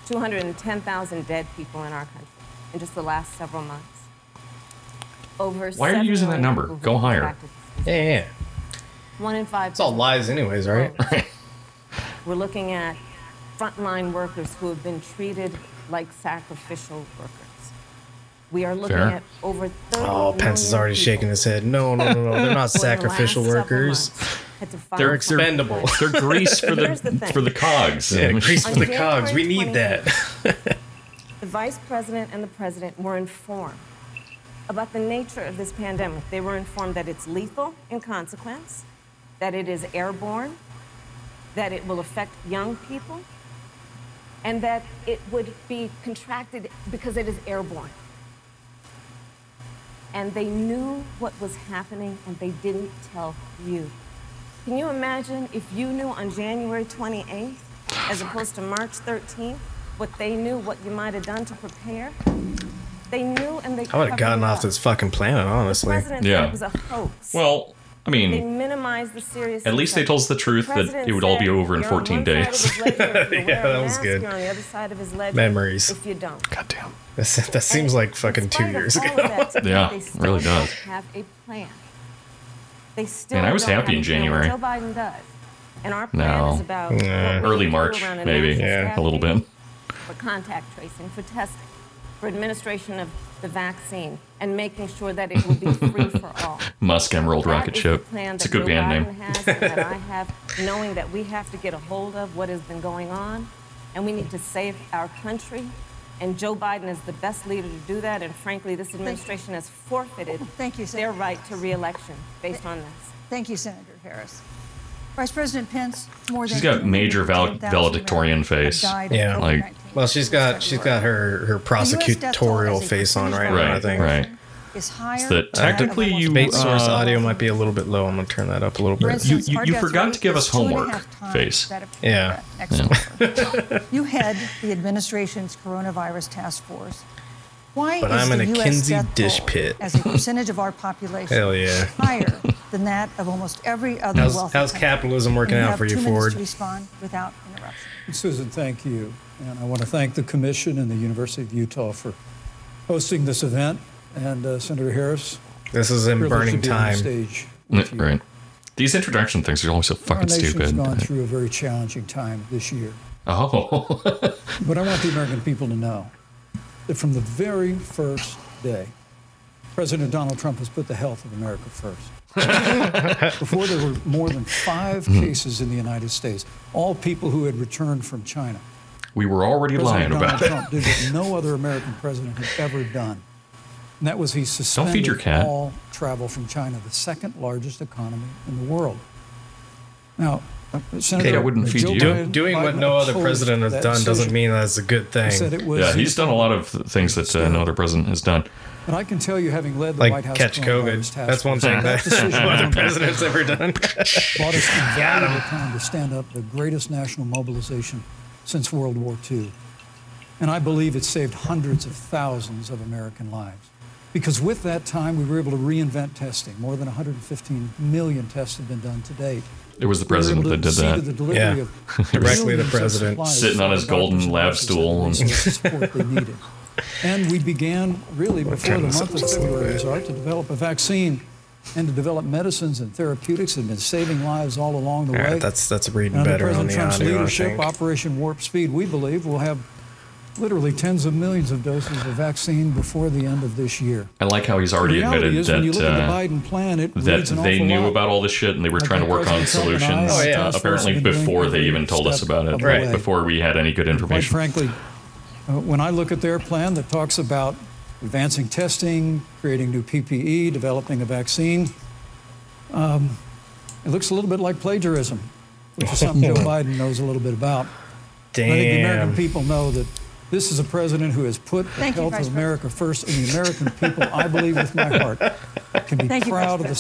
[SPEAKER 6] 210,000 dead people in our country in just the last several months. Over.
[SPEAKER 3] Why are you
[SPEAKER 6] 7
[SPEAKER 3] using that
[SPEAKER 6] million
[SPEAKER 3] number?
[SPEAKER 6] people
[SPEAKER 3] Go higher.
[SPEAKER 6] contracted this
[SPEAKER 2] Yeah,
[SPEAKER 6] disease.
[SPEAKER 2] yeah, yeah.
[SPEAKER 6] One in five.
[SPEAKER 2] It's all lies, anyways, right?
[SPEAKER 3] [LAUGHS]
[SPEAKER 6] We're looking at frontline workers who have been treated like sacrificial workers. We are looking
[SPEAKER 3] Fair.
[SPEAKER 6] at over 30
[SPEAKER 2] Oh, Pence is
[SPEAKER 6] million
[SPEAKER 2] already
[SPEAKER 6] people
[SPEAKER 2] shaking his head. No, no, no, no. They're not
[SPEAKER 6] who in the last
[SPEAKER 2] sacrificial
[SPEAKER 6] several
[SPEAKER 2] workers.
[SPEAKER 6] months had to
[SPEAKER 2] They're
[SPEAKER 6] file
[SPEAKER 2] expendable.
[SPEAKER 6] complaints.
[SPEAKER 3] They're grease for the,
[SPEAKER 6] Here's the thing.
[SPEAKER 3] for the cogs.
[SPEAKER 2] Yeah, grease
[SPEAKER 6] On
[SPEAKER 2] for the
[SPEAKER 6] January
[SPEAKER 2] cogs. We need that.
[SPEAKER 6] 28th, The vice president and the president were informed about the nature of this pandemic. They were informed that it's lethal in consequence, that it is airborne, that it will affect young people, and that it would be contracted because it is airborne. And they knew what was happening and they didn't tell you. Can you imagine if you knew on January 28th, as opposed to March 13th, what they knew, what you might have done to prepare? They knew and they
[SPEAKER 2] I would
[SPEAKER 6] covered
[SPEAKER 2] have gotten
[SPEAKER 6] it
[SPEAKER 2] off
[SPEAKER 6] up.
[SPEAKER 2] this fucking planet,
[SPEAKER 6] The
[SPEAKER 2] honestly.
[SPEAKER 6] president
[SPEAKER 3] Yeah.
[SPEAKER 6] said it was a hoax.
[SPEAKER 3] Well, I
[SPEAKER 6] they
[SPEAKER 3] mean,
[SPEAKER 6] minimized the serious.
[SPEAKER 3] At least they
[SPEAKER 6] impact.
[SPEAKER 3] told us the truth
[SPEAKER 6] The
[SPEAKER 3] that
[SPEAKER 6] president
[SPEAKER 3] it would all be
[SPEAKER 6] said,
[SPEAKER 3] over in
[SPEAKER 6] "You're on
[SPEAKER 3] 14
[SPEAKER 6] one side of
[SPEAKER 3] days."
[SPEAKER 6] his
[SPEAKER 2] [LAUGHS]
[SPEAKER 6] ledger if you
[SPEAKER 2] Yeah,
[SPEAKER 6] wear a
[SPEAKER 2] that was
[SPEAKER 6] mask,
[SPEAKER 2] good.
[SPEAKER 6] You're on the other side of his ledger
[SPEAKER 2] Memories.
[SPEAKER 6] If you don't.
[SPEAKER 3] goddamn.
[SPEAKER 2] That's, that seems like fucking two years ago.
[SPEAKER 3] Yeah,
[SPEAKER 6] they
[SPEAKER 3] it
[SPEAKER 6] still
[SPEAKER 3] really
[SPEAKER 6] don't
[SPEAKER 3] does.
[SPEAKER 6] Have a plan. They still.
[SPEAKER 3] Man, I was
[SPEAKER 6] don't have
[SPEAKER 3] happy in
[SPEAKER 6] a plan.
[SPEAKER 3] January.
[SPEAKER 6] Joe Biden does, and our plan
[SPEAKER 3] No.
[SPEAKER 6] is about
[SPEAKER 2] Nah.
[SPEAKER 6] what we're gonna
[SPEAKER 3] Early
[SPEAKER 6] do
[SPEAKER 3] March,
[SPEAKER 6] around
[SPEAKER 3] maybe.
[SPEAKER 6] announcing
[SPEAKER 2] Yeah.
[SPEAKER 3] A little bit.
[SPEAKER 6] for contact tracing, for testing, for administration of the vaccine, and making sure that it will be free
[SPEAKER 3] [LAUGHS]
[SPEAKER 6] for all.
[SPEAKER 3] Musk Emerald
[SPEAKER 6] That
[SPEAKER 3] Rocket
[SPEAKER 6] is
[SPEAKER 3] Ship.
[SPEAKER 6] the plan
[SPEAKER 3] It's a
[SPEAKER 6] that
[SPEAKER 3] good
[SPEAKER 6] Joe
[SPEAKER 3] band
[SPEAKER 6] Biden
[SPEAKER 3] name.
[SPEAKER 6] Has and that I have, knowing that we have to get a hold of what has been going on, and we need to save our country. And Joe Biden is the best leader to do that. And frankly, this administration has forfeited
[SPEAKER 5] Thank you,
[SPEAKER 6] their
[SPEAKER 5] Senator.
[SPEAKER 6] right to reelection based on this.
[SPEAKER 5] Thank you, Senator Harris. Vice President Pence, more
[SPEAKER 3] She's
[SPEAKER 5] than
[SPEAKER 3] got major val-
[SPEAKER 5] 210,000
[SPEAKER 3] valedictorian
[SPEAKER 5] Americans have
[SPEAKER 3] face.
[SPEAKER 5] died of
[SPEAKER 2] Yeah.
[SPEAKER 5] COVID-19
[SPEAKER 3] Like-
[SPEAKER 2] Well, she's got she's got her her prosecutorial face on right now. I
[SPEAKER 3] Right,
[SPEAKER 2] think.
[SPEAKER 3] right.
[SPEAKER 5] Is higher
[SPEAKER 3] that
[SPEAKER 5] than
[SPEAKER 3] technically
[SPEAKER 5] almost
[SPEAKER 3] you,
[SPEAKER 5] every
[SPEAKER 2] Bait source
[SPEAKER 5] other
[SPEAKER 3] uh,
[SPEAKER 2] audio
[SPEAKER 5] country.
[SPEAKER 2] might be a little bit low. I'm gonna turn that up a little
[SPEAKER 5] For
[SPEAKER 2] bit.
[SPEAKER 5] instance,
[SPEAKER 3] You- you-
[SPEAKER 5] our
[SPEAKER 3] you
[SPEAKER 5] death
[SPEAKER 3] forgot
[SPEAKER 5] rate
[SPEAKER 3] to give
[SPEAKER 5] is
[SPEAKER 3] us
[SPEAKER 5] two and a
[SPEAKER 3] homework,
[SPEAKER 5] half times
[SPEAKER 3] Face.
[SPEAKER 5] that of
[SPEAKER 2] Yeah.
[SPEAKER 5] Canada.
[SPEAKER 3] [LAUGHS]
[SPEAKER 5] Excellent. you head the administration's coronavirus task force. Why
[SPEAKER 2] But
[SPEAKER 5] is
[SPEAKER 2] I'm in
[SPEAKER 5] the
[SPEAKER 2] a
[SPEAKER 5] US
[SPEAKER 2] Kinsey
[SPEAKER 5] death
[SPEAKER 2] dish
[SPEAKER 5] toll
[SPEAKER 2] pit.
[SPEAKER 5] as a percentage of our population
[SPEAKER 2] Hell yeah. [LAUGHS]
[SPEAKER 5] higher than that of almost every other
[SPEAKER 2] How's
[SPEAKER 5] wealthy
[SPEAKER 2] how's
[SPEAKER 5] country?
[SPEAKER 2] capitalism working
[SPEAKER 5] And
[SPEAKER 2] out for
[SPEAKER 5] have
[SPEAKER 2] you,
[SPEAKER 5] two minutes
[SPEAKER 2] Ford?
[SPEAKER 5] To respond without interruption.
[SPEAKER 7] Susan, thank you. And I want to thank the Commission and the University of Utah for hosting this event. And uh, Senator Harris,
[SPEAKER 2] This is in
[SPEAKER 7] privileged
[SPEAKER 2] burning
[SPEAKER 7] to be on the
[SPEAKER 2] time.
[SPEAKER 7] stage with you.
[SPEAKER 3] [LAUGHS] Right. These introduction things are always so
[SPEAKER 7] Our
[SPEAKER 3] fucking
[SPEAKER 7] nation's
[SPEAKER 3] stupid.
[SPEAKER 7] gone through a very challenging time this
[SPEAKER 2] [LAUGHS]
[SPEAKER 7] year.
[SPEAKER 3] Oh, [LAUGHS]
[SPEAKER 7] But I want the American people to know that from the very first day, President Donald Trump has put the health of America first.
[SPEAKER 2] [LAUGHS]
[SPEAKER 7] Before there were more than five
[SPEAKER 3] Hmm.
[SPEAKER 7] cases in the United States, all people who had returned from China.
[SPEAKER 3] we were already lying
[SPEAKER 7] President
[SPEAKER 3] about
[SPEAKER 7] Donald
[SPEAKER 3] it.
[SPEAKER 7] Trump did what no other American president had ever done. And that was he suspended
[SPEAKER 3] your cat.
[SPEAKER 7] all travel from China, the second largest economy in the world. Now, uh, Senator,
[SPEAKER 3] I wouldn't
[SPEAKER 7] uh,
[SPEAKER 3] feed
[SPEAKER 7] Joe
[SPEAKER 3] you.
[SPEAKER 2] Do,
[SPEAKER 7] Biden-
[SPEAKER 2] doing what
[SPEAKER 7] Biden
[SPEAKER 2] no other
[SPEAKER 7] opposed
[SPEAKER 2] president has
[SPEAKER 7] that
[SPEAKER 2] done doesn't
[SPEAKER 7] decision.
[SPEAKER 2] mean that's a good
[SPEAKER 7] He said
[SPEAKER 2] thing.
[SPEAKER 7] it was
[SPEAKER 3] Yeah, he's done a lot of th- things that uh, no other president has done.
[SPEAKER 7] And I can tell you, having led the White
[SPEAKER 2] Like
[SPEAKER 7] House
[SPEAKER 2] catch
[SPEAKER 7] coronavirus
[SPEAKER 2] COVID.
[SPEAKER 7] task
[SPEAKER 2] That's one
[SPEAKER 7] force,
[SPEAKER 2] thing that [LAUGHS]
[SPEAKER 7] decision
[SPEAKER 2] no other
[SPEAKER 7] alone
[SPEAKER 2] president's
[SPEAKER 7] [LAUGHS]
[SPEAKER 2] ever done.
[SPEAKER 7] bought
[SPEAKER 2] [LAUGHS]
[SPEAKER 7] us invaluable time to stand up the greatest national mobilization since World War II. And I believe it saved hundreds of thousands of American lives. Because with that time, we were able to reinvent testing. More than 115 million tests have been done to date.
[SPEAKER 3] It was the
[SPEAKER 7] We were able
[SPEAKER 3] president
[SPEAKER 7] to
[SPEAKER 3] that did
[SPEAKER 7] see
[SPEAKER 3] that.
[SPEAKER 7] to the delivery
[SPEAKER 2] Yeah.
[SPEAKER 7] of
[SPEAKER 2] [LAUGHS] Directly the
[SPEAKER 7] millions of
[SPEAKER 2] president.
[SPEAKER 7] supplies
[SPEAKER 3] Sitting on his
[SPEAKER 7] to the doctors
[SPEAKER 3] golden
[SPEAKER 7] and
[SPEAKER 3] lab
[SPEAKER 7] nurses that
[SPEAKER 3] stool and-
[SPEAKER 7] resource support they needed. And we began really before
[SPEAKER 2] turn
[SPEAKER 7] the
[SPEAKER 2] this
[SPEAKER 7] month
[SPEAKER 2] up
[SPEAKER 7] of
[SPEAKER 2] just a little
[SPEAKER 7] February
[SPEAKER 2] bit.
[SPEAKER 7] was out to develop a vaccine and to develop medicines and therapeutics that have been saving lives all along the
[SPEAKER 2] All
[SPEAKER 7] way.
[SPEAKER 2] right, that's that's reading
[SPEAKER 7] And under
[SPEAKER 2] better on
[SPEAKER 7] President
[SPEAKER 2] the
[SPEAKER 7] Trump's
[SPEAKER 2] audio. I
[SPEAKER 7] leadership,
[SPEAKER 2] think.
[SPEAKER 7] Operation Warp Speed, we believe, will have literally tens of millions of doses of vaccine before the end of this year.
[SPEAKER 3] I like how he's already
[SPEAKER 7] the reality
[SPEAKER 3] admitted
[SPEAKER 7] is, when you
[SPEAKER 3] that
[SPEAKER 7] look at the
[SPEAKER 3] uh,
[SPEAKER 7] Biden plan, it
[SPEAKER 3] that
[SPEAKER 7] reads an
[SPEAKER 3] they
[SPEAKER 7] awful
[SPEAKER 3] knew
[SPEAKER 7] lot
[SPEAKER 3] about all this shit and they were
[SPEAKER 7] I
[SPEAKER 3] trying to
[SPEAKER 7] think
[SPEAKER 3] work on
[SPEAKER 7] President Trump and I
[SPEAKER 3] solutions. uh,
[SPEAKER 7] and the
[SPEAKER 2] Oh, yeah.
[SPEAKER 7] task force
[SPEAKER 3] Apparently
[SPEAKER 7] have been doing
[SPEAKER 3] before they
[SPEAKER 7] every
[SPEAKER 3] even told us
[SPEAKER 7] step
[SPEAKER 3] about
[SPEAKER 7] of
[SPEAKER 3] it.
[SPEAKER 7] the
[SPEAKER 2] Right.
[SPEAKER 7] way.
[SPEAKER 3] Before we had any good
[SPEAKER 7] Quite
[SPEAKER 3] information.
[SPEAKER 7] frankly, uh, when I look at their plan that talks about advancing testing, creating new PPE, developing a vaccine. Um, it looks a little bit like plagiarism, which is something Joe Biden knows a little bit about.
[SPEAKER 2] Damn.
[SPEAKER 7] I think the American people know that this is a president who has put the
[SPEAKER 5] Thank you,
[SPEAKER 7] health
[SPEAKER 5] Vice
[SPEAKER 7] of America first, and the American people, I believe with my heart, can be
[SPEAKER 5] Thank you,
[SPEAKER 7] proud
[SPEAKER 5] Vice
[SPEAKER 7] of the
[SPEAKER 5] President.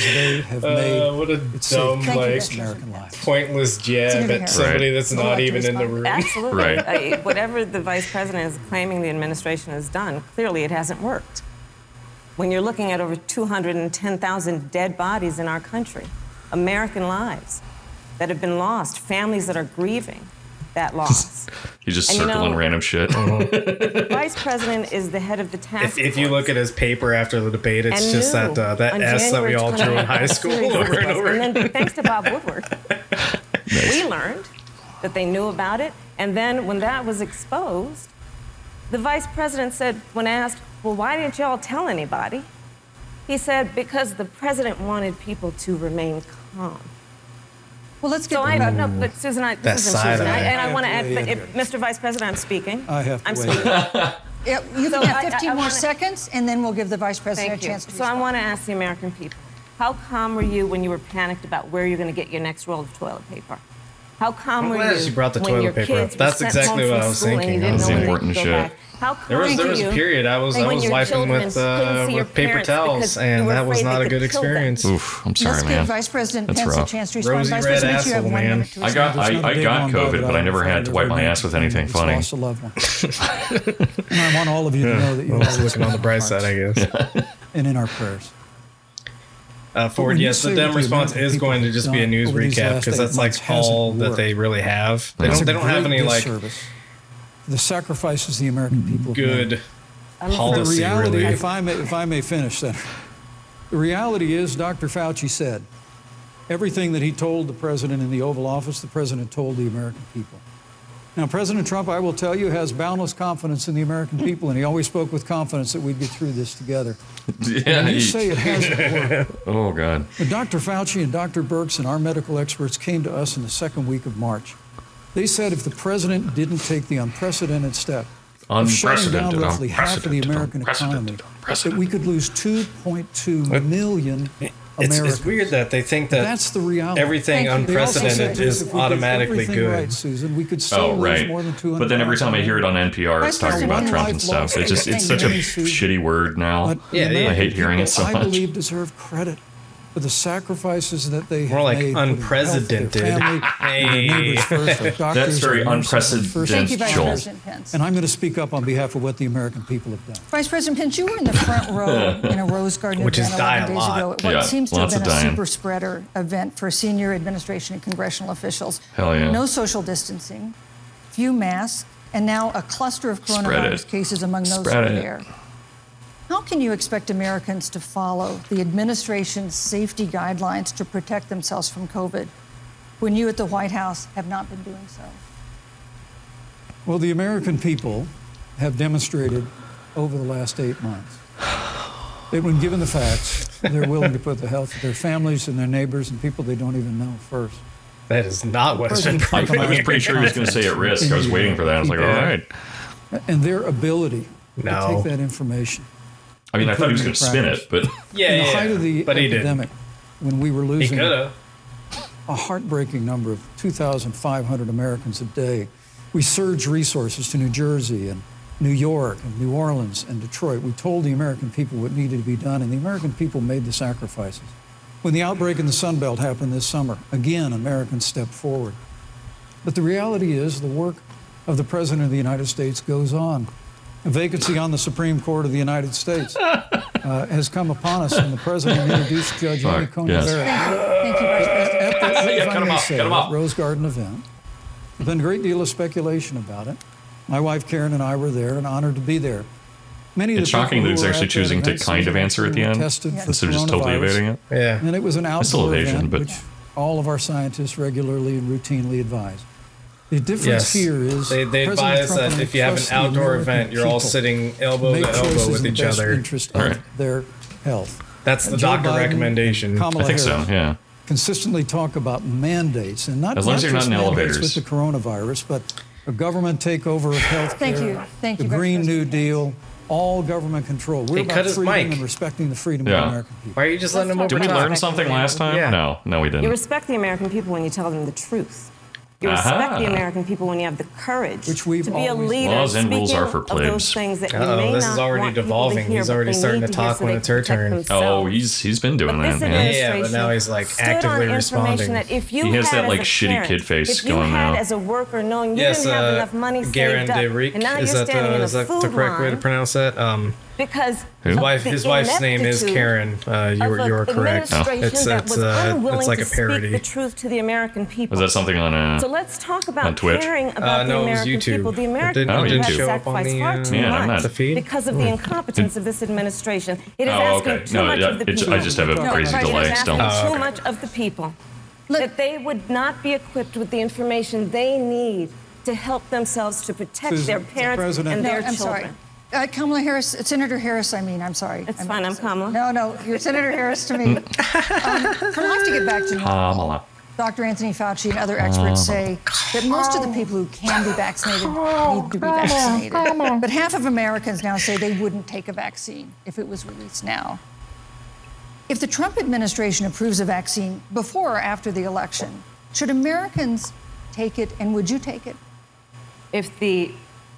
[SPEAKER 7] sacrifices they have made.
[SPEAKER 2] Uh, what a
[SPEAKER 7] It's saved
[SPEAKER 2] dumb,
[SPEAKER 5] Thank you,
[SPEAKER 2] like,
[SPEAKER 5] Vice
[SPEAKER 7] countless American lives.
[SPEAKER 2] pointless jab
[SPEAKER 5] Right.
[SPEAKER 2] at somebody that's
[SPEAKER 5] I'd like
[SPEAKER 2] not
[SPEAKER 5] to
[SPEAKER 2] even in the
[SPEAKER 5] respond.
[SPEAKER 2] room.
[SPEAKER 6] Absolutely.
[SPEAKER 3] Right.
[SPEAKER 6] Uh, whatever the vice president is claiming the administration has done, clearly it hasn't worked. When you're looking at over 210,000 dead bodies in our country, American lives that have been lost, families that are grieving that loss.
[SPEAKER 3] He's just
[SPEAKER 6] And you
[SPEAKER 3] circling
[SPEAKER 6] know-
[SPEAKER 3] random shit.
[SPEAKER 7] uh-huh.
[SPEAKER 3] [LAUGHS]
[SPEAKER 6] the vice president is the head of the task
[SPEAKER 2] If, if you look
[SPEAKER 6] force.
[SPEAKER 2] at his paper after the debate, it's
[SPEAKER 6] And
[SPEAKER 2] just
[SPEAKER 6] knew
[SPEAKER 2] that uh, that
[SPEAKER 6] on
[SPEAKER 2] S that we
[SPEAKER 6] January
[SPEAKER 2] all drew in high
[SPEAKER 6] 29th
[SPEAKER 2] school
[SPEAKER 6] series
[SPEAKER 2] over and
[SPEAKER 6] was.
[SPEAKER 2] over.
[SPEAKER 6] And then thanks to Bob Woodward,
[SPEAKER 2] [LAUGHS]
[SPEAKER 6] we learned that they knew about it. And then when that was exposed, the vice president said, when asked, well, why didn't y'all tell anybody? He said, because the president wanted people to remain calm.
[SPEAKER 5] Well, let's get
[SPEAKER 6] So I, no, but Susan, I,
[SPEAKER 2] That
[SPEAKER 6] this isn't
[SPEAKER 2] side
[SPEAKER 6] Susan.
[SPEAKER 2] eye.
[SPEAKER 6] I, and I, want to
[SPEAKER 7] I have
[SPEAKER 6] add,
[SPEAKER 7] to weigh in
[SPEAKER 6] if, Mr. Vice President, I'm speaking.
[SPEAKER 7] I have to
[SPEAKER 6] I'm
[SPEAKER 7] weigh
[SPEAKER 6] speaking.
[SPEAKER 7] in.
[SPEAKER 5] Yeah, you
[SPEAKER 6] So
[SPEAKER 5] can
[SPEAKER 6] I-
[SPEAKER 5] have
[SPEAKER 6] I-
[SPEAKER 5] 15
[SPEAKER 6] I
[SPEAKER 5] more
[SPEAKER 6] wanna-
[SPEAKER 5] seconds, and then we'll give the vice president
[SPEAKER 6] Thank
[SPEAKER 5] a
[SPEAKER 6] you.
[SPEAKER 5] chance to
[SPEAKER 6] So I
[SPEAKER 5] respond.
[SPEAKER 6] want to ask the American people, how calm were you when you were panicked about where you're going to get your next roll of toilet paper? How calm
[SPEAKER 2] I'm
[SPEAKER 6] were
[SPEAKER 2] glad
[SPEAKER 6] you
[SPEAKER 2] she brought the
[SPEAKER 6] when
[SPEAKER 2] toilet
[SPEAKER 6] your
[SPEAKER 2] paper
[SPEAKER 6] kids
[SPEAKER 2] up.
[SPEAKER 6] were
[SPEAKER 2] That's
[SPEAKER 6] sent
[SPEAKER 2] exactly
[SPEAKER 6] home
[SPEAKER 2] what
[SPEAKER 6] from
[SPEAKER 2] I was
[SPEAKER 6] school and you
[SPEAKER 2] thinking.
[SPEAKER 6] didn't
[SPEAKER 3] That's
[SPEAKER 6] know when they
[SPEAKER 3] important
[SPEAKER 6] could go
[SPEAKER 3] shit.
[SPEAKER 6] back? How calm
[SPEAKER 2] There was there
[SPEAKER 6] were
[SPEAKER 2] was a
[SPEAKER 6] you
[SPEAKER 2] period I was
[SPEAKER 6] when
[SPEAKER 2] I was
[SPEAKER 6] your
[SPEAKER 2] wiping
[SPEAKER 6] children
[SPEAKER 2] with
[SPEAKER 6] couldn't
[SPEAKER 2] uh,
[SPEAKER 6] see your
[SPEAKER 2] with paper
[SPEAKER 6] parents because
[SPEAKER 2] towels,
[SPEAKER 6] you
[SPEAKER 2] and
[SPEAKER 6] were
[SPEAKER 2] that was
[SPEAKER 6] afraid
[SPEAKER 2] not
[SPEAKER 6] they
[SPEAKER 2] a
[SPEAKER 6] could
[SPEAKER 2] good
[SPEAKER 6] kill them?
[SPEAKER 2] experience.
[SPEAKER 3] Oof, I'm sorry,
[SPEAKER 5] Let's
[SPEAKER 3] man.
[SPEAKER 5] give Vice President
[SPEAKER 3] That's
[SPEAKER 5] Pence a
[SPEAKER 3] rough.
[SPEAKER 5] chance to respond.
[SPEAKER 2] Rosy
[SPEAKER 5] Vice
[SPEAKER 2] red
[SPEAKER 5] President, you have
[SPEAKER 2] asshole,
[SPEAKER 5] one
[SPEAKER 2] man.
[SPEAKER 5] minute to
[SPEAKER 3] I
[SPEAKER 5] respond.
[SPEAKER 3] got
[SPEAKER 7] It's not
[SPEAKER 3] I,
[SPEAKER 7] a
[SPEAKER 3] I
[SPEAKER 7] day
[SPEAKER 3] got
[SPEAKER 7] gone by
[SPEAKER 3] COVID,
[SPEAKER 7] that I
[SPEAKER 3] but I never
[SPEAKER 7] haven't
[SPEAKER 3] had to
[SPEAKER 7] thought
[SPEAKER 3] wipe
[SPEAKER 7] of
[SPEAKER 3] my
[SPEAKER 7] everyone
[SPEAKER 3] ass with anything
[SPEAKER 7] that's
[SPEAKER 3] funny.
[SPEAKER 7] Lost a loved one. and I want all of you to know that you're
[SPEAKER 2] Well,
[SPEAKER 7] always
[SPEAKER 2] looking
[SPEAKER 7] in
[SPEAKER 2] on the
[SPEAKER 7] our
[SPEAKER 2] bright
[SPEAKER 7] hearts
[SPEAKER 2] side, I guess.
[SPEAKER 7] [LAUGHS] And in our prayers.
[SPEAKER 2] Uh, Ford,
[SPEAKER 7] when you
[SPEAKER 2] yes, the
[SPEAKER 7] say
[SPEAKER 2] Dem
[SPEAKER 7] what the
[SPEAKER 2] response
[SPEAKER 7] American
[SPEAKER 2] is
[SPEAKER 7] people
[SPEAKER 2] going to
[SPEAKER 7] have
[SPEAKER 2] just be a
[SPEAKER 7] done
[SPEAKER 2] news
[SPEAKER 7] over these
[SPEAKER 2] recap
[SPEAKER 7] last
[SPEAKER 2] because
[SPEAKER 7] eight
[SPEAKER 2] that's
[SPEAKER 7] months
[SPEAKER 2] like
[SPEAKER 7] hasn't
[SPEAKER 2] all that
[SPEAKER 7] worked.
[SPEAKER 2] they really have. They
[SPEAKER 3] It's
[SPEAKER 2] don't,
[SPEAKER 3] a
[SPEAKER 2] they don't have
[SPEAKER 7] Great
[SPEAKER 2] any like
[SPEAKER 7] disservice. the sacrifices the American people have made.
[SPEAKER 2] good
[SPEAKER 7] the
[SPEAKER 2] policy.
[SPEAKER 7] reality,
[SPEAKER 2] Really,
[SPEAKER 7] if I may, if I may finish, Senator, the reality is Dr. Fauci said everything that he told the president in the Oval Office, the president told the American people. Now, President Trump, I will tell you, has boundless confidence in the American people, and he always spoke with confidence that we'd get through this
[SPEAKER 3] [LAUGHS]
[SPEAKER 7] together.
[SPEAKER 3] [LAUGHS] Yeah,
[SPEAKER 7] And you
[SPEAKER 3] he-
[SPEAKER 7] say it
[SPEAKER 3] [LAUGHS]
[SPEAKER 7] hasn't worked.
[SPEAKER 3] oh god.
[SPEAKER 7] But Dr. Fauci and Dr. Birx and our medical experts came to us in the second week of March. They said if the president didn't take the unprecedented step of shutting down
[SPEAKER 3] Unprecedented,
[SPEAKER 7] roughly half of the
[SPEAKER 3] unprecedented,
[SPEAKER 7] American economy,
[SPEAKER 3] unprecedented,
[SPEAKER 7] that we could lose 2.2 million
[SPEAKER 2] it's,
[SPEAKER 7] Americans.
[SPEAKER 2] it's weird that they think that
[SPEAKER 7] That's the reality.
[SPEAKER 2] everything
[SPEAKER 5] Thank
[SPEAKER 7] They also said
[SPEAKER 2] unprecedented
[SPEAKER 7] that
[SPEAKER 2] is
[SPEAKER 7] if we did
[SPEAKER 2] automatically
[SPEAKER 7] everything
[SPEAKER 2] good.
[SPEAKER 7] Right, Susan, we could still
[SPEAKER 3] Oh
[SPEAKER 7] lose
[SPEAKER 3] right.
[SPEAKER 7] more than 200.
[SPEAKER 3] But then every time I hear it on NPR, it's
[SPEAKER 5] Vice
[SPEAKER 3] talking about
[SPEAKER 5] President,
[SPEAKER 3] Trump
[SPEAKER 7] one
[SPEAKER 3] and
[SPEAKER 7] life
[SPEAKER 3] stuff. It's just it's such a
[SPEAKER 7] lost.
[SPEAKER 3] shitty word now.
[SPEAKER 7] But the
[SPEAKER 2] Yeah, yeah.
[SPEAKER 3] I hate
[SPEAKER 7] American
[SPEAKER 3] hearing it
[SPEAKER 7] people,
[SPEAKER 3] so
[SPEAKER 7] I
[SPEAKER 3] much.
[SPEAKER 7] believe deserve credit for the sacrifices that they
[SPEAKER 2] More
[SPEAKER 7] have
[SPEAKER 2] like
[SPEAKER 7] made. putting the health of their
[SPEAKER 2] unprecedented. [LAUGHS]
[SPEAKER 7] family and their
[SPEAKER 2] Hey.
[SPEAKER 7] neighbors
[SPEAKER 2] [LAUGHS]
[SPEAKER 7] first, their doctors,
[SPEAKER 3] That's very
[SPEAKER 7] their nurses, their first
[SPEAKER 5] Thank you, Vice
[SPEAKER 3] Joel.
[SPEAKER 5] President Pence.
[SPEAKER 7] And I'm going to speak up on behalf of what the American people have done.
[SPEAKER 5] Vice President Pence, you were in the
[SPEAKER 3] [LAUGHS]
[SPEAKER 5] front row in a Rose Garden
[SPEAKER 2] Which is
[SPEAKER 5] event
[SPEAKER 2] die
[SPEAKER 5] 11
[SPEAKER 2] a
[SPEAKER 5] days
[SPEAKER 2] lot.
[SPEAKER 5] ago at what
[SPEAKER 3] Yeah,
[SPEAKER 5] seems to have
[SPEAKER 3] lots of
[SPEAKER 5] been a
[SPEAKER 3] dying.
[SPEAKER 5] super spreader event for senior administration and congressional officials.
[SPEAKER 3] Hell yeah.
[SPEAKER 5] No social distancing, few masks, and now a cluster of
[SPEAKER 3] Spread
[SPEAKER 5] coronavirus
[SPEAKER 3] it.
[SPEAKER 5] cases among those
[SPEAKER 3] Spread
[SPEAKER 5] who
[SPEAKER 3] it.
[SPEAKER 5] there. How can you expect Americans to follow the administration's safety guidelines to protect themselves from COVID when you at the White House have not been doing so?
[SPEAKER 7] Well, the American people have demonstrated over the last eight months that when given the facts, they're willing to put the health of their families and their neighbors and people they don't even know first.
[SPEAKER 2] That is not what has been
[SPEAKER 3] I, I was
[SPEAKER 2] proven.
[SPEAKER 3] pretty sure he was going to say at risk. I was waiting for that. I was like, all right.
[SPEAKER 7] And their ability to
[SPEAKER 2] No.
[SPEAKER 7] take that information.
[SPEAKER 3] I mean, I thought he was going to spin it, but
[SPEAKER 2] Yeah,
[SPEAKER 7] in the
[SPEAKER 2] yeah,
[SPEAKER 7] height of the
[SPEAKER 2] but he didn't.
[SPEAKER 7] epidemic, when we were
[SPEAKER 2] He
[SPEAKER 7] losing
[SPEAKER 2] could have.
[SPEAKER 7] a heartbreaking number of 2,500 Americans a day. We surged resources to New Jersey and New York and New Orleans and Detroit. We told the American people what needed to be done, and the American people made the sacrifices. When the outbreak in the Sun Belt happened this summer, again, Americans stepped forward. But the reality is, the work of the President of the United States goes on. A vacancy on the Supreme Court of the United States uh, has come upon us, and the President introduced Judge Amy
[SPEAKER 3] Fuck,
[SPEAKER 7] Coney
[SPEAKER 3] yes.
[SPEAKER 7] Barrett
[SPEAKER 5] Thank you, Vice President.
[SPEAKER 7] at the,
[SPEAKER 3] Yeah,
[SPEAKER 7] if I
[SPEAKER 3] cut 'em
[SPEAKER 7] may
[SPEAKER 3] off,
[SPEAKER 7] say,
[SPEAKER 3] cut 'em off.
[SPEAKER 7] Rose Garden event. There's been a great deal of speculation about it. My wife Karen and I were there and honored to be there. Many of
[SPEAKER 3] It's
[SPEAKER 7] the people
[SPEAKER 3] shocking that
[SPEAKER 7] who
[SPEAKER 3] he's
[SPEAKER 7] were
[SPEAKER 3] actually
[SPEAKER 7] at that
[SPEAKER 3] choosing to
[SPEAKER 7] event
[SPEAKER 3] kind of
[SPEAKER 7] said
[SPEAKER 3] answer at the
[SPEAKER 7] they were
[SPEAKER 3] end,
[SPEAKER 7] tested for
[SPEAKER 3] instead of just totally
[SPEAKER 7] coronavirus.
[SPEAKER 3] evading it.
[SPEAKER 2] Yeah.
[SPEAKER 7] And it was an
[SPEAKER 3] still
[SPEAKER 7] outdoor
[SPEAKER 3] evasion,
[SPEAKER 7] event,
[SPEAKER 3] but-
[SPEAKER 7] which all of our scientists regularly and routinely advise. The difference
[SPEAKER 2] Yes.
[SPEAKER 7] here is
[SPEAKER 2] they, they
[SPEAKER 7] President
[SPEAKER 2] advise
[SPEAKER 7] Trump
[SPEAKER 2] that
[SPEAKER 7] and I
[SPEAKER 2] if you have an
[SPEAKER 7] trust the
[SPEAKER 2] outdoor
[SPEAKER 7] American
[SPEAKER 2] event, you're all
[SPEAKER 7] people
[SPEAKER 2] sitting elbow
[SPEAKER 7] make
[SPEAKER 2] to elbow
[SPEAKER 7] choices in
[SPEAKER 2] with
[SPEAKER 7] the
[SPEAKER 2] each
[SPEAKER 7] best
[SPEAKER 2] other.
[SPEAKER 7] interest
[SPEAKER 3] All right.
[SPEAKER 7] of their health.
[SPEAKER 2] That's the
[SPEAKER 7] Joe
[SPEAKER 2] doctor
[SPEAKER 7] Biden,
[SPEAKER 2] recommendation.
[SPEAKER 7] Kamala
[SPEAKER 3] I think so.
[SPEAKER 7] Harris
[SPEAKER 3] Yeah.
[SPEAKER 7] consistently talk about mandates and not
[SPEAKER 3] As long
[SPEAKER 7] not
[SPEAKER 3] as you're not
[SPEAKER 7] just
[SPEAKER 3] in
[SPEAKER 7] mandates
[SPEAKER 3] elevators.
[SPEAKER 7] with the coronavirus, but a government takeover of health
[SPEAKER 5] Thank you. Thank
[SPEAKER 7] the
[SPEAKER 5] you, Vice
[SPEAKER 7] Green New
[SPEAKER 5] President Pence.
[SPEAKER 7] Deal, all government control. We're
[SPEAKER 2] They
[SPEAKER 7] about
[SPEAKER 2] cut his
[SPEAKER 7] freedom
[SPEAKER 2] mic.
[SPEAKER 7] and respecting the freedom of
[SPEAKER 3] Yeah.
[SPEAKER 7] the American people.
[SPEAKER 2] Why are you just letting him
[SPEAKER 6] Let's
[SPEAKER 2] over
[SPEAKER 3] Did we
[SPEAKER 6] talk about
[SPEAKER 2] top?
[SPEAKER 3] learn something last time?
[SPEAKER 2] Yeah.
[SPEAKER 3] No, no, we
[SPEAKER 6] You
[SPEAKER 3] didn't.
[SPEAKER 6] respect the American people when you tell them the truth. You
[SPEAKER 3] Aha.
[SPEAKER 6] respect the American people when you have the courage
[SPEAKER 7] Which we've
[SPEAKER 6] to be a
[SPEAKER 7] always-
[SPEAKER 6] leader.
[SPEAKER 3] Laws and rules
[SPEAKER 6] speaking
[SPEAKER 3] are for
[SPEAKER 6] of those
[SPEAKER 3] plebs.
[SPEAKER 6] things that you
[SPEAKER 2] Uh-oh,
[SPEAKER 6] may
[SPEAKER 2] this
[SPEAKER 6] not
[SPEAKER 2] is already
[SPEAKER 6] want people to
[SPEAKER 2] devolving.
[SPEAKER 6] hear,
[SPEAKER 2] He's
[SPEAKER 6] but
[SPEAKER 2] already
[SPEAKER 6] they
[SPEAKER 2] starting
[SPEAKER 6] need
[SPEAKER 2] to
[SPEAKER 6] hear
[SPEAKER 2] talk
[SPEAKER 6] so
[SPEAKER 2] when
[SPEAKER 6] they
[SPEAKER 2] it's her
[SPEAKER 6] protect
[SPEAKER 2] turn.
[SPEAKER 6] themselves.
[SPEAKER 3] Oh, he's he's been doing
[SPEAKER 6] But
[SPEAKER 3] that,
[SPEAKER 6] this
[SPEAKER 3] man.
[SPEAKER 2] Yeah,
[SPEAKER 6] administration
[SPEAKER 2] but now he's, like,
[SPEAKER 6] stood
[SPEAKER 2] actively
[SPEAKER 6] on
[SPEAKER 2] responding.
[SPEAKER 6] information That if you
[SPEAKER 3] He has
[SPEAKER 6] had
[SPEAKER 3] that,
[SPEAKER 6] as
[SPEAKER 3] like,
[SPEAKER 6] a
[SPEAKER 3] shitty
[SPEAKER 6] parent,
[SPEAKER 3] kid face
[SPEAKER 6] if you
[SPEAKER 3] going
[SPEAKER 6] had
[SPEAKER 3] now.
[SPEAKER 6] As a worker, knowing you
[SPEAKER 2] Yes,
[SPEAKER 6] didn't have
[SPEAKER 2] uh,
[SPEAKER 6] enough money
[SPEAKER 2] Garin
[SPEAKER 6] saved up,
[SPEAKER 2] de Riek.
[SPEAKER 6] and now
[SPEAKER 2] Is
[SPEAKER 6] you're
[SPEAKER 2] that,
[SPEAKER 6] standing in
[SPEAKER 2] the,
[SPEAKER 6] a
[SPEAKER 2] is that
[SPEAKER 6] food
[SPEAKER 2] the correct way to
[SPEAKER 6] line
[SPEAKER 2] pronounce it? Um,
[SPEAKER 6] because
[SPEAKER 3] His
[SPEAKER 6] of
[SPEAKER 2] wife,
[SPEAKER 6] the
[SPEAKER 2] his wife's name is
[SPEAKER 6] ineptitude
[SPEAKER 2] Karen. Uh, you
[SPEAKER 6] of
[SPEAKER 2] were
[SPEAKER 6] an
[SPEAKER 2] you were correct.
[SPEAKER 6] administration
[SPEAKER 2] It's
[SPEAKER 6] that
[SPEAKER 2] it's
[SPEAKER 6] was
[SPEAKER 2] uh,
[SPEAKER 6] unwilling
[SPEAKER 2] it's like
[SPEAKER 6] to
[SPEAKER 2] a
[SPEAKER 6] speak
[SPEAKER 2] parody.
[SPEAKER 6] the truth to the American people.
[SPEAKER 3] Was that something on uh,
[SPEAKER 6] So let's talk
[SPEAKER 3] On
[SPEAKER 6] about
[SPEAKER 3] Twitch?
[SPEAKER 6] caring about
[SPEAKER 2] Uh, no,
[SPEAKER 6] the
[SPEAKER 2] it was
[SPEAKER 6] American
[SPEAKER 2] YouTube.
[SPEAKER 6] people. The
[SPEAKER 2] It
[SPEAKER 6] American
[SPEAKER 2] didn't-
[SPEAKER 3] it
[SPEAKER 6] people
[SPEAKER 3] didn't
[SPEAKER 6] have
[SPEAKER 2] show up on
[SPEAKER 6] sacrificed
[SPEAKER 2] the,
[SPEAKER 6] far
[SPEAKER 2] uh,
[SPEAKER 6] too
[SPEAKER 3] Yeah, I'm
[SPEAKER 6] much
[SPEAKER 3] not- The
[SPEAKER 2] feed?
[SPEAKER 6] because of the incompetence of this administration. It is
[SPEAKER 3] Hmm. Oh,
[SPEAKER 6] asking
[SPEAKER 3] okay.
[SPEAKER 6] too
[SPEAKER 3] No,
[SPEAKER 6] much
[SPEAKER 3] yeah,
[SPEAKER 6] of the
[SPEAKER 3] it's- I
[SPEAKER 6] people.
[SPEAKER 3] just have a
[SPEAKER 6] No,
[SPEAKER 5] crazy
[SPEAKER 6] right, it is
[SPEAKER 5] delay
[SPEAKER 6] asking
[SPEAKER 3] still.
[SPEAKER 2] Oh,
[SPEAKER 6] Too
[SPEAKER 2] okay.
[SPEAKER 6] much of the people
[SPEAKER 5] Look,
[SPEAKER 6] that they would not be equipped with the information they need to help themselves to protect
[SPEAKER 7] Susan,
[SPEAKER 6] their
[SPEAKER 7] Mr.
[SPEAKER 6] parents
[SPEAKER 7] President.
[SPEAKER 6] and
[SPEAKER 5] no,
[SPEAKER 6] their
[SPEAKER 5] I'm sorry.
[SPEAKER 6] children.
[SPEAKER 5] Uh, Kamala Harris, Senator Harris, I mean, I'm sorry.
[SPEAKER 6] It's
[SPEAKER 5] I mean,
[SPEAKER 6] fine, I'm Kamala.
[SPEAKER 5] No, no, you're Senator Harris to me. um, Colonel, I have to get
[SPEAKER 2] [LAUGHS]
[SPEAKER 5] back to you.
[SPEAKER 3] Kamala?
[SPEAKER 5] Dr. Anthony Fauci and other experts say that most of the people who can be vaccinated need to be vaccinated. But half of Americans now say they wouldn't take a vaccine if it was released now. If the Trump administration approves a vaccine before or after the election, should Americans take it and would you take it?
[SPEAKER 6] if the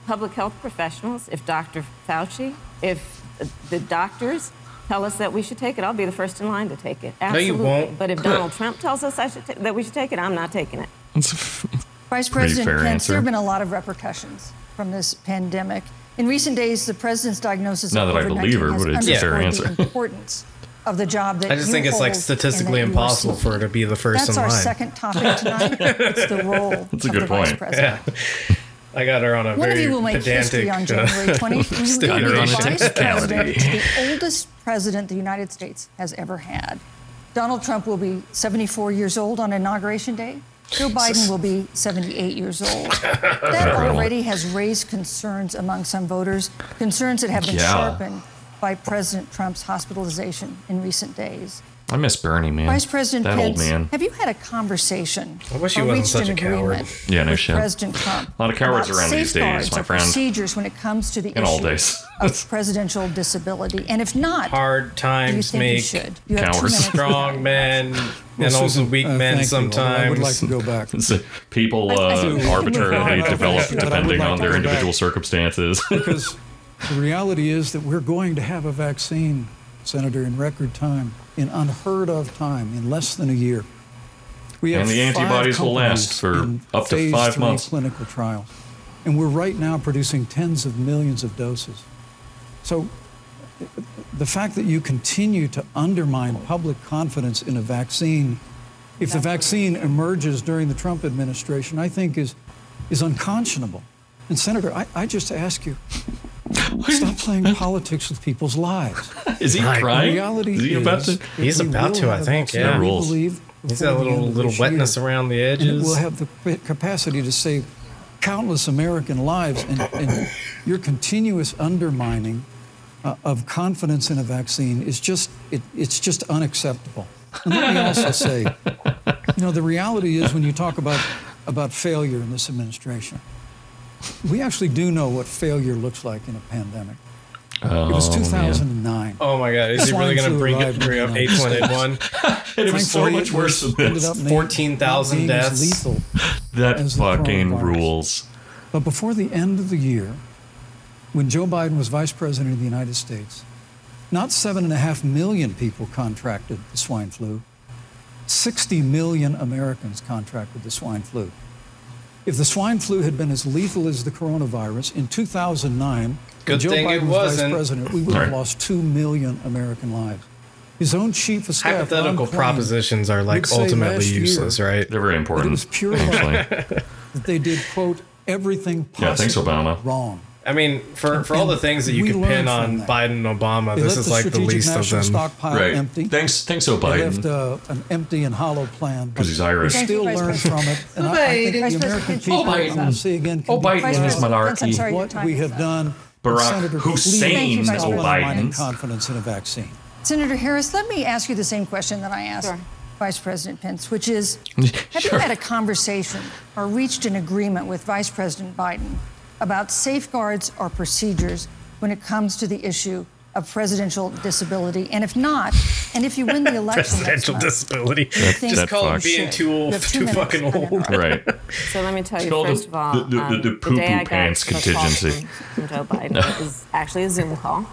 [SPEAKER 6] public health professionals, if Dr. Fauci, if the doctors tell us that we should take it, I'll be the first in line to take it. Absolutely.
[SPEAKER 2] you won't.
[SPEAKER 6] But if Donald Trump tells us I should ta- that we should take it, I'm not taking it.
[SPEAKER 5] Vice
[SPEAKER 3] Pretty
[SPEAKER 5] President
[SPEAKER 3] fair
[SPEAKER 5] Pence, there have
[SPEAKER 3] answer.
[SPEAKER 5] been a lot of repercussions from this pandemic. In recent days, the president's diagnosis
[SPEAKER 3] Not
[SPEAKER 5] of
[SPEAKER 3] that I
[SPEAKER 5] COVID-19
[SPEAKER 3] believe her,
[SPEAKER 5] has
[SPEAKER 3] but it's a fair
[SPEAKER 5] underscored
[SPEAKER 3] answer. [LAUGHS]
[SPEAKER 5] the importance of the job that
[SPEAKER 2] I just
[SPEAKER 5] you
[SPEAKER 2] think it's like
[SPEAKER 5] hold and
[SPEAKER 2] statistically
[SPEAKER 5] that you are
[SPEAKER 2] impossible for her to be the first in
[SPEAKER 5] That's our
[SPEAKER 2] line.
[SPEAKER 5] second topic tonight. it's
[SPEAKER 2] [LAUGHS]
[SPEAKER 5] the role
[SPEAKER 3] That's a
[SPEAKER 5] of
[SPEAKER 3] good
[SPEAKER 5] the vice
[SPEAKER 3] point.
[SPEAKER 5] president.
[SPEAKER 2] I got her on a
[SPEAKER 5] One of
[SPEAKER 2] very
[SPEAKER 5] you will make history
[SPEAKER 2] pedantic.
[SPEAKER 5] on
[SPEAKER 2] uh,
[SPEAKER 5] January
[SPEAKER 2] [LAUGHS]
[SPEAKER 5] 20th. You will be
[SPEAKER 3] Standard
[SPEAKER 5] the
[SPEAKER 3] on
[SPEAKER 5] vice president
[SPEAKER 3] technicality.
[SPEAKER 5] to the oldest president the United States has ever had. Donald Trump will be 74 years old on Inauguration Day. Joe Biden will be 78 years
[SPEAKER 2] [LAUGHS]
[SPEAKER 5] old. That
[SPEAKER 3] Incredible.
[SPEAKER 5] already has raised concerns among some voters, concerns that have been
[SPEAKER 3] Yeah.
[SPEAKER 5] sharpened by President Trump's hospitalization in recent days.
[SPEAKER 3] I miss Bernie, man.
[SPEAKER 5] Vice President
[SPEAKER 3] that
[SPEAKER 5] Pence,
[SPEAKER 3] old man.
[SPEAKER 5] have you had a conversation?
[SPEAKER 2] I wish he
[SPEAKER 5] or
[SPEAKER 2] wasn't
[SPEAKER 5] reached
[SPEAKER 2] such
[SPEAKER 5] an
[SPEAKER 2] a coward.
[SPEAKER 5] agreement
[SPEAKER 3] Yeah, no
[SPEAKER 5] with
[SPEAKER 3] shit.
[SPEAKER 5] President Trump.
[SPEAKER 3] A lot of cowards
[SPEAKER 5] about
[SPEAKER 3] around these days,
[SPEAKER 5] safeguards
[SPEAKER 3] my
[SPEAKER 5] or
[SPEAKER 3] friend.
[SPEAKER 5] Procedures when it comes to the
[SPEAKER 3] In all
[SPEAKER 5] issue
[SPEAKER 3] days.
[SPEAKER 5] of [LAUGHS] presidential disability, and if not,
[SPEAKER 2] Hard
[SPEAKER 5] do you
[SPEAKER 2] times
[SPEAKER 5] think you
[SPEAKER 2] make
[SPEAKER 5] should? You have two
[SPEAKER 3] cowards.
[SPEAKER 5] minutes. [LAUGHS]
[SPEAKER 2] strong men
[SPEAKER 7] Well,
[SPEAKER 2] and also
[SPEAKER 7] Susan,
[SPEAKER 2] weak
[SPEAKER 7] uh, thank
[SPEAKER 2] men
[SPEAKER 7] you, although I would like
[SPEAKER 2] sometimes.
[SPEAKER 7] to go back.
[SPEAKER 3] So People
[SPEAKER 5] I- I think we
[SPEAKER 3] uh,
[SPEAKER 5] can
[SPEAKER 3] arbitrarily
[SPEAKER 5] move on.
[SPEAKER 3] develop
[SPEAKER 7] But I would
[SPEAKER 3] depending
[SPEAKER 7] like
[SPEAKER 3] on
[SPEAKER 7] to
[SPEAKER 3] their
[SPEAKER 7] go
[SPEAKER 3] individual
[SPEAKER 7] back.
[SPEAKER 3] circumstances.
[SPEAKER 7] [LAUGHS]
[SPEAKER 3] [LAUGHS]
[SPEAKER 7] because the reality is that we're going to have a vaccine, Senator, in record time, in unheard of time, in less than a year. We have
[SPEAKER 3] And the
[SPEAKER 7] five
[SPEAKER 3] antibodies will
[SPEAKER 7] companies
[SPEAKER 3] last for
[SPEAKER 7] in
[SPEAKER 3] up to
[SPEAKER 7] phase
[SPEAKER 3] five
[SPEAKER 7] three
[SPEAKER 3] months.
[SPEAKER 7] Clinical trials, and we're right now producing tens of millions of doses. So, the fact that you continue to undermine public confidence in a vaccine, if the vaccine emerges during the Trump administration, I think is is unconscionable. And Senator, I, I just ask you, stop playing politics with people's lives.
[SPEAKER 3] [LAUGHS] Is he
[SPEAKER 2] Right.
[SPEAKER 7] The
[SPEAKER 3] crying?
[SPEAKER 7] reality
[SPEAKER 3] Is he about
[SPEAKER 7] is
[SPEAKER 3] to?
[SPEAKER 7] that
[SPEAKER 2] He's
[SPEAKER 7] we
[SPEAKER 2] about
[SPEAKER 7] will
[SPEAKER 2] to, I
[SPEAKER 7] have a
[SPEAKER 2] think,
[SPEAKER 7] vaccine,
[SPEAKER 2] yeah.
[SPEAKER 7] we
[SPEAKER 3] Rules.
[SPEAKER 7] believe,
[SPEAKER 2] He's
[SPEAKER 7] before
[SPEAKER 2] got
[SPEAKER 7] the
[SPEAKER 2] a
[SPEAKER 7] end
[SPEAKER 2] little
[SPEAKER 7] of
[SPEAKER 2] little
[SPEAKER 7] this
[SPEAKER 2] wetness
[SPEAKER 7] year.
[SPEAKER 2] around the
[SPEAKER 7] And
[SPEAKER 2] edges.
[SPEAKER 7] we'll have the ca- capacity to save countless American lives, and, and your continuous undermining uh, of confidence in a vaccine is just it, it's just unacceptable. And let me also say, you know, the reality is when you talk about about failure in this administration, we actually do know what failure looks like in a pandemic.
[SPEAKER 3] Oh,
[SPEAKER 7] it was 2009.
[SPEAKER 2] Oh my god, is he
[SPEAKER 7] Swine
[SPEAKER 2] really gonna
[SPEAKER 7] flu
[SPEAKER 2] bring it
[SPEAKER 7] arrived in
[SPEAKER 2] bring up
[SPEAKER 7] the United States.
[SPEAKER 2] H1N1?
[SPEAKER 3] [LAUGHS] It was so
[SPEAKER 7] Thankfully,
[SPEAKER 3] much
[SPEAKER 7] it
[SPEAKER 3] worse than
[SPEAKER 7] was- ended
[SPEAKER 3] this.
[SPEAKER 7] up not- not
[SPEAKER 2] 14,000
[SPEAKER 7] being as
[SPEAKER 2] deaths.
[SPEAKER 7] Lethal
[SPEAKER 3] That
[SPEAKER 7] as the
[SPEAKER 3] fucking
[SPEAKER 7] coronavirus.
[SPEAKER 3] rules.
[SPEAKER 7] But before the end of the year, when Joe Biden was vice president of the United States, not seven and a half million people contracted the swine flu. 60 million Americans contracted the swine flu. If the swine flu had been as lethal as the coronavirus in 2009, when
[SPEAKER 2] Good
[SPEAKER 7] Joe
[SPEAKER 2] thing it
[SPEAKER 7] Biden was vice
[SPEAKER 2] wasn't.
[SPEAKER 7] president, we would have
[SPEAKER 3] Right.
[SPEAKER 7] lost 2 million American lives. His own chief of staff, Ron
[SPEAKER 2] Hypothetical
[SPEAKER 7] Klain,
[SPEAKER 2] propositions are like
[SPEAKER 7] would say
[SPEAKER 2] ultimately
[SPEAKER 7] last year
[SPEAKER 2] useless, right?
[SPEAKER 3] They're very
[SPEAKER 7] That it
[SPEAKER 3] important.
[SPEAKER 7] was pure
[SPEAKER 3] Actually.
[SPEAKER 7] that they did, quote, everything possible
[SPEAKER 3] Yeah, thanks, Obama.
[SPEAKER 7] wrong.
[SPEAKER 2] I mean, for, for all the things that you
[SPEAKER 7] We
[SPEAKER 2] can
[SPEAKER 7] learn
[SPEAKER 2] pin
[SPEAKER 7] from
[SPEAKER 2] on
[SPEAKER 7] that.
[SPEAKER 2] Biden and Obama,
[SPEAKER 7] They
[SPEAKER 2] this
[SPEAKER 7] left
[SPEAKER 2] is like the
[SPEAKER 7] Strategic
[SPEAKER 2] least of
[SPEAKER 7] National
[SPEAKER 2] them.
[SPEAKER 7] Stockpile
[SPEAKER 3] Right.
[SPEAKER 7] empty.
[SPEAKER 3] Thanks, thanks, O
[SPEAKER 7] They left
[SPEAKER 3] Biden. [LAUGHS]
[SPEAKER 7] uh, an empty and hollow plan. but
[SPEAKER 3] 'Cause he's Irish.
[SPEAKER 7] We
[SPEAKER 5] Thank you,
[SPEAKER 7] still
[SPEAKER 5] Vice
[SPEAKER 7] learn from
[SPEAKER 5] President.
[SPEAKER 7] it, and I, I
[SPEAKER 5] Vice
[SPEAKER 7] think the
[SPEAKER 5] President,
[SPEAKER 7] American
[SPEAKER 5] can you
[SPEAKER 7] people
[SPEAKER 5] talk
[SPEAKER 7] will
[SPEAKER 5] about
[SPEAKER 7] see again
[SPEAKER 3] Oh, Biden
[SPEAKER 5] Vice
[SPEAKER 3] and his
[SPEAKER 5] President Pence, I'm
[SPEAKER 3] malarkey.
[SPEAKER 5] sorry, your
[SPEAKER 7] what
[SPEAKER 5] time
[SPEAKER 7] we
[SPEAKER 5] is
[SPEAKER 7] have
[SPEAKER 5] up.
[SPEAKER 7] done.
[SPEAKER 3] Barack
[SPEAKER 7] Senator, please
[SPEAKER 3] Hussein
[SPEAKER 7] stop
[SPEAKER 5] O.
[SPEAKER 7] undermining
[SPEAKER 5] Biden.
[SPEAKER 7] confidence in a vaccine.
[SPEAKER 5] Senator Harris, let me ask you the same question that I asked
[SPEAKER 6] Sure.
[SPEAKER 5] Vice President Pence, which
[SPEAKER 3] [LAUGHS]
[SPEAKER 5] is Have you
[SPEAKER 3] Sure.
[SPEAKER 5] had a conversation or reached an agreement with Vice President Biden about safeguards or procedures when it comes to the issue of presidential disability. And if not, and if you win
[SPEAKER 3] [LAUGHS]
[SPEAKER 5] the election,
[SPEAKER 2] Presidential
[SPEAKER 5] next month,
[SPEAKER 2] disability.
[SPEAKER 3] That-
[SPEAKER 5] think
[SPEAKER 3] that
[SPEAKER 5] you
[SPEAKER 2] Called
[SPEAKER 3] fuck.
[SPEAKER 5] should.
[SPEAKER 2] being too old,
[SPEAKER 5] You have two
[SPEAKER 2] too
[SPEAKER 5] minutes
[SPEAKER 2] fucking
[SPEAKER 5] on that
[SPEAKER 2] old.
[SPEAKER 5] front.
[SPEAKER 3] Right.
[SPEAKER 6] So let me tell you,
[SPEAKER 3] called the-
[SPEAKER 6] first of all,
[SPEAKER 3] the- the-
[SPEAKER 6] um,
[SPEAKER 3] the poo-poo
[SPEAKER 6] day I got
[SPEAKER 3] pants
[SPEAKER 6] the call
[SPEAKER 3] contingency.
[SPEAKER 6] From, from Joe
[SPEAKER 3] [LAUGHS]
[SPEAKER 6] Biden is actually a Zoom call.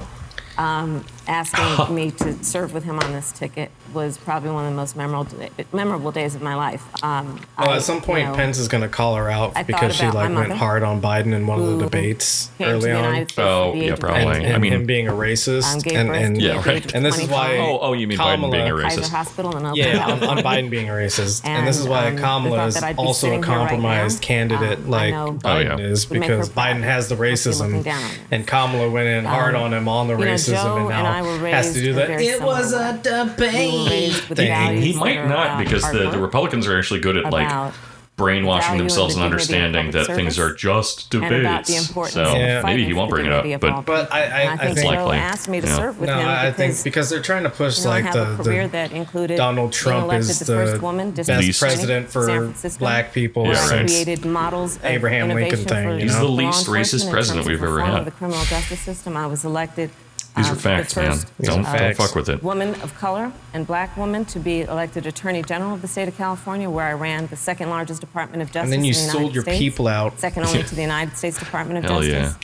[SPEAKER 6] Um,
[SPEAKER 3] [LAUGHS]
[SPEAKER 6] asking me to serve with him on this ticket was probably one of the most memorable day, memorable days of my life. Um,
[SPEAKER 2] Well,
[SPEAKER 6] I,
[SPEAKER 2] at some point,
[SPEAKER 6] you know,
[SPEAKER 2] Pence is going to call her out
[SPEAKER 6] I thought
[SPEAKER 2] because she
[SPEAKER 6] about
[SPEAKER 2] like
[SPEAKER 6] my
[SPEAKER 2] went
[SPEAKER 6] mother
[SPEAKER 2] hard on Biden in one of
[SPEAKER 6] who
[SPEAKER 2] the debates
[SPEAKER 6] came to
[SPEAKER 2] early
[SPEAKER 6] the
[SPEAKER 2] on,
[SPEAKER 6] United States at
[SPEAKER 3] Oh,
[SPEAKER 6] the
[SPEAKER 3] yeah,
[SPEAKER 6] age of
[SPEAKER 3] probably.
[SPEAKER 2] and,
[SPEAKER 6] 19.
[SPEAKER 2] and
[SPEAKER 3] I mean-
[SPEAKER 2] him being a
[SPEAKER 6] Um,
[SPEAKER 2] racist,
[SPEAKER 6] gave
[SPEAKER 2] and,
[SPEAKER 6] birth
[SPEAKER 2] and
[SPEAKER 6] to
[SPEAKER 3] Yeah,
[SPEAKER 6] a
[SPEAKER 3] right.
[SPEAKER 6] baby
[SPEAKER 2] and this is why.
[SPEAKER 6] 25.
[SPEAKER 3] Oh, oh, you mean Biden being a
[SPEAKER 2] Kamala-
[SPEAKER 6] Kaiser
[SPEAKER 3] racist?
[SPEAKER 6] Hospital in Oakland,
[SPEAKER 2] Yeah, on, on
[SPEAKER 6] California.
[SPEAKER 2] Biden being a racist, and,
[SPEAKER 6] And,
[SPEAKER 2] this is why
[SPEAKER 6] um, they
[SPEAKER 2] Kamala
[SPEAKER 6] thought
[SPEAKER 2] is
[SPEAKER 6] that I'd be
[SPEAKER 2] also a
[SPEAKER 6] sitting here right
[SPEAKER 2] compromised
[SPEAKER 6] now.
[SPEAKER 2] candidate,
[SPEAKER 6] Um, I
[SPEAKER 2] like
[SPEAKER 6] know.
[SPEAKER 2] Biden
[SPEAKER 3] Oh, yeah.
[SPEAKER 2] is,
[SPEAKER 6] Would make her
[SPEAKER 2] because
[SPEAKER 6] proud.
[SPEAKER 2] Biden has the
[SPEAKER 6] She'll be looking
[SPEAKER 2] racism,
[SPEAKER 6] down on us.
[SPEAKER 2] and Kamala went in hard on him on the
[SPEAKER 6] you know,
[SPEAKER 2] racism,
[SPEAKER 6] Joe
[SPEAKER 2] and
[SPEAKER 6] and I were
[SPEAKER 2] now has to
[SPEAKER 6] raised
[SPEAKER 2] do
[SPEAKER 6] in
[SPEAKER 2] that.
[SPEAKER 6] very similar way. We were
[SPEAKER 2] debate.
[SPEAKER 6] raised with
[SPEAKER 2] thing.
[SPEAKER 6] values
[SPEAKER 3] He
[SPEAKER 6] that
[SPEAKER 3] might
[SPEAKER 6] are
[SPEAKER 3] not
[SPEAKER 6] about
[SPEAKER 3] because
[SPEAKER 6] hard
[SPEAKER 3] the, the
[SPEAKER 6] work.
[SPEAKER 3] Republicans are actually good at like
[SPEAKER 6] about
[SPEAKER 3] brainwashing
[SPEAKER 6] value and
[SPEAKER 3] themselves and
[SPEAKER 6] the dignity of
[SPEAKER 3] understanding that
[SPEAKER 6] public
[SPEAKER 3] things
[SPEAKER 6] service
[SPEAKER 3] are just
[SPEAKER 6] and about
[SPEAKER 3] debates.
[SPEAKER 6] the importance
[SPEAKER 3] So
[SPEAKER 6] of
[SPEAKER 2] Yeah.
[SPEAKER 3] maybe he
[SPEAKER 6] fighting
[SPEAKER 3] won't
[SPEAKER 6] for the
[SPEAKER 3] bring it up,
[SPEAKER 6] dignity of all
[SPEAKER 3] but
[SPEAKER 6] people.
[SPEAKER 2] But I- I-
[SPEAKER 6] And
[SPEAKER 2] I
[SPEAKER 6] think,
[SPEAKER 2] think-
[SPEAKER 6] Joe
[SPEAKER 3] Likely.
[SPEAKER 6] asked me to
[SPEAKER 3] Yeah.
[SPEAKER 6] serve with
[SPEAKER 2] No,
[SPEAKER 6] him
[SPEAKER 2] I
[SPEAKER 6] because
[SPEAKER 2] think because they're trying to push
[SPEAKER 6] you know, I
[SPEAKER 2] like
[SPEAKER 6] have
[SPEAKER 2] the,
[SPEAKER 6] a career
[SPEAKER 2] the
[SPEAKER 6] that included
[SPEAKER 2] Donald
[SPEAKER 6] being
[SPEAKER 2] Trump
[SPEAKER 6] elected
[SPEAKER 2] is
[SPEAKER 6] the,
[SPEAKER 2] the
[SPEAKER 6] first woman district
[SPEAKER 2] best
[SPEAKER 6] attorney,
[SPEAKER 2] president for
[SPEAKER 6] San Francisco,
[SPEAKER 2] black people
[SPEAKER 3] Yeah,
[SPEAKER 6] who
[SPEAKER 3] right.
[SPEAKER 6] created models of
[SPEAKER 2] Abraham
[SPEAKER 6] innovation
[SPEAKER 2] Lincoln thing,
[SPEAKER 6] for
[SPEAKER 2] you
[SPEAKER 3] He's know? the
[SPEAKER 6] law
[SPEAKER 3] least
[SPEAKER 6] enforcement
[SPEAKER 3] racist
[SPEAKER 6] in terms of
[SPEAKER 3] president we've ever
[SPEAKER 6] reform
[SPEAKER 3] had.
[SPEAKER 6] of the criminal justice system. I was elected.
[SPEAKER 3] these
[SPEAKER 6] um,
[SPEAKER 3] are
[SPEAKER 6] the
[SPEAKER 3] facts, man.
[SPEAKER 6] first uh,
[SPEAKER 2] These are
[SPEAKER 3] Don't, don't
[SPEAKER 2] facts.
[SPEAKER 3] fuck with it.
[SPEAKER 6] woman of color and black woman to be elected attorney general of the state of California, where I ran the second largest Department of Justice.
[SPEAKER 2] then you
[SPEAKER 6] in the
[SPEAKER 2] sold
[SPEAKER 6] United
[SPEAKER 2] your
[SPEAKER 6] States,
[SPEAKER 2] people out.
[SPEAKER 6] Second
[SPEAKER 3] [LAUGHS]
[SPEAKER 6] only to the United States Department of
[SPEAKER 3] Hell yeah.
[SPEAKER 6] Justice.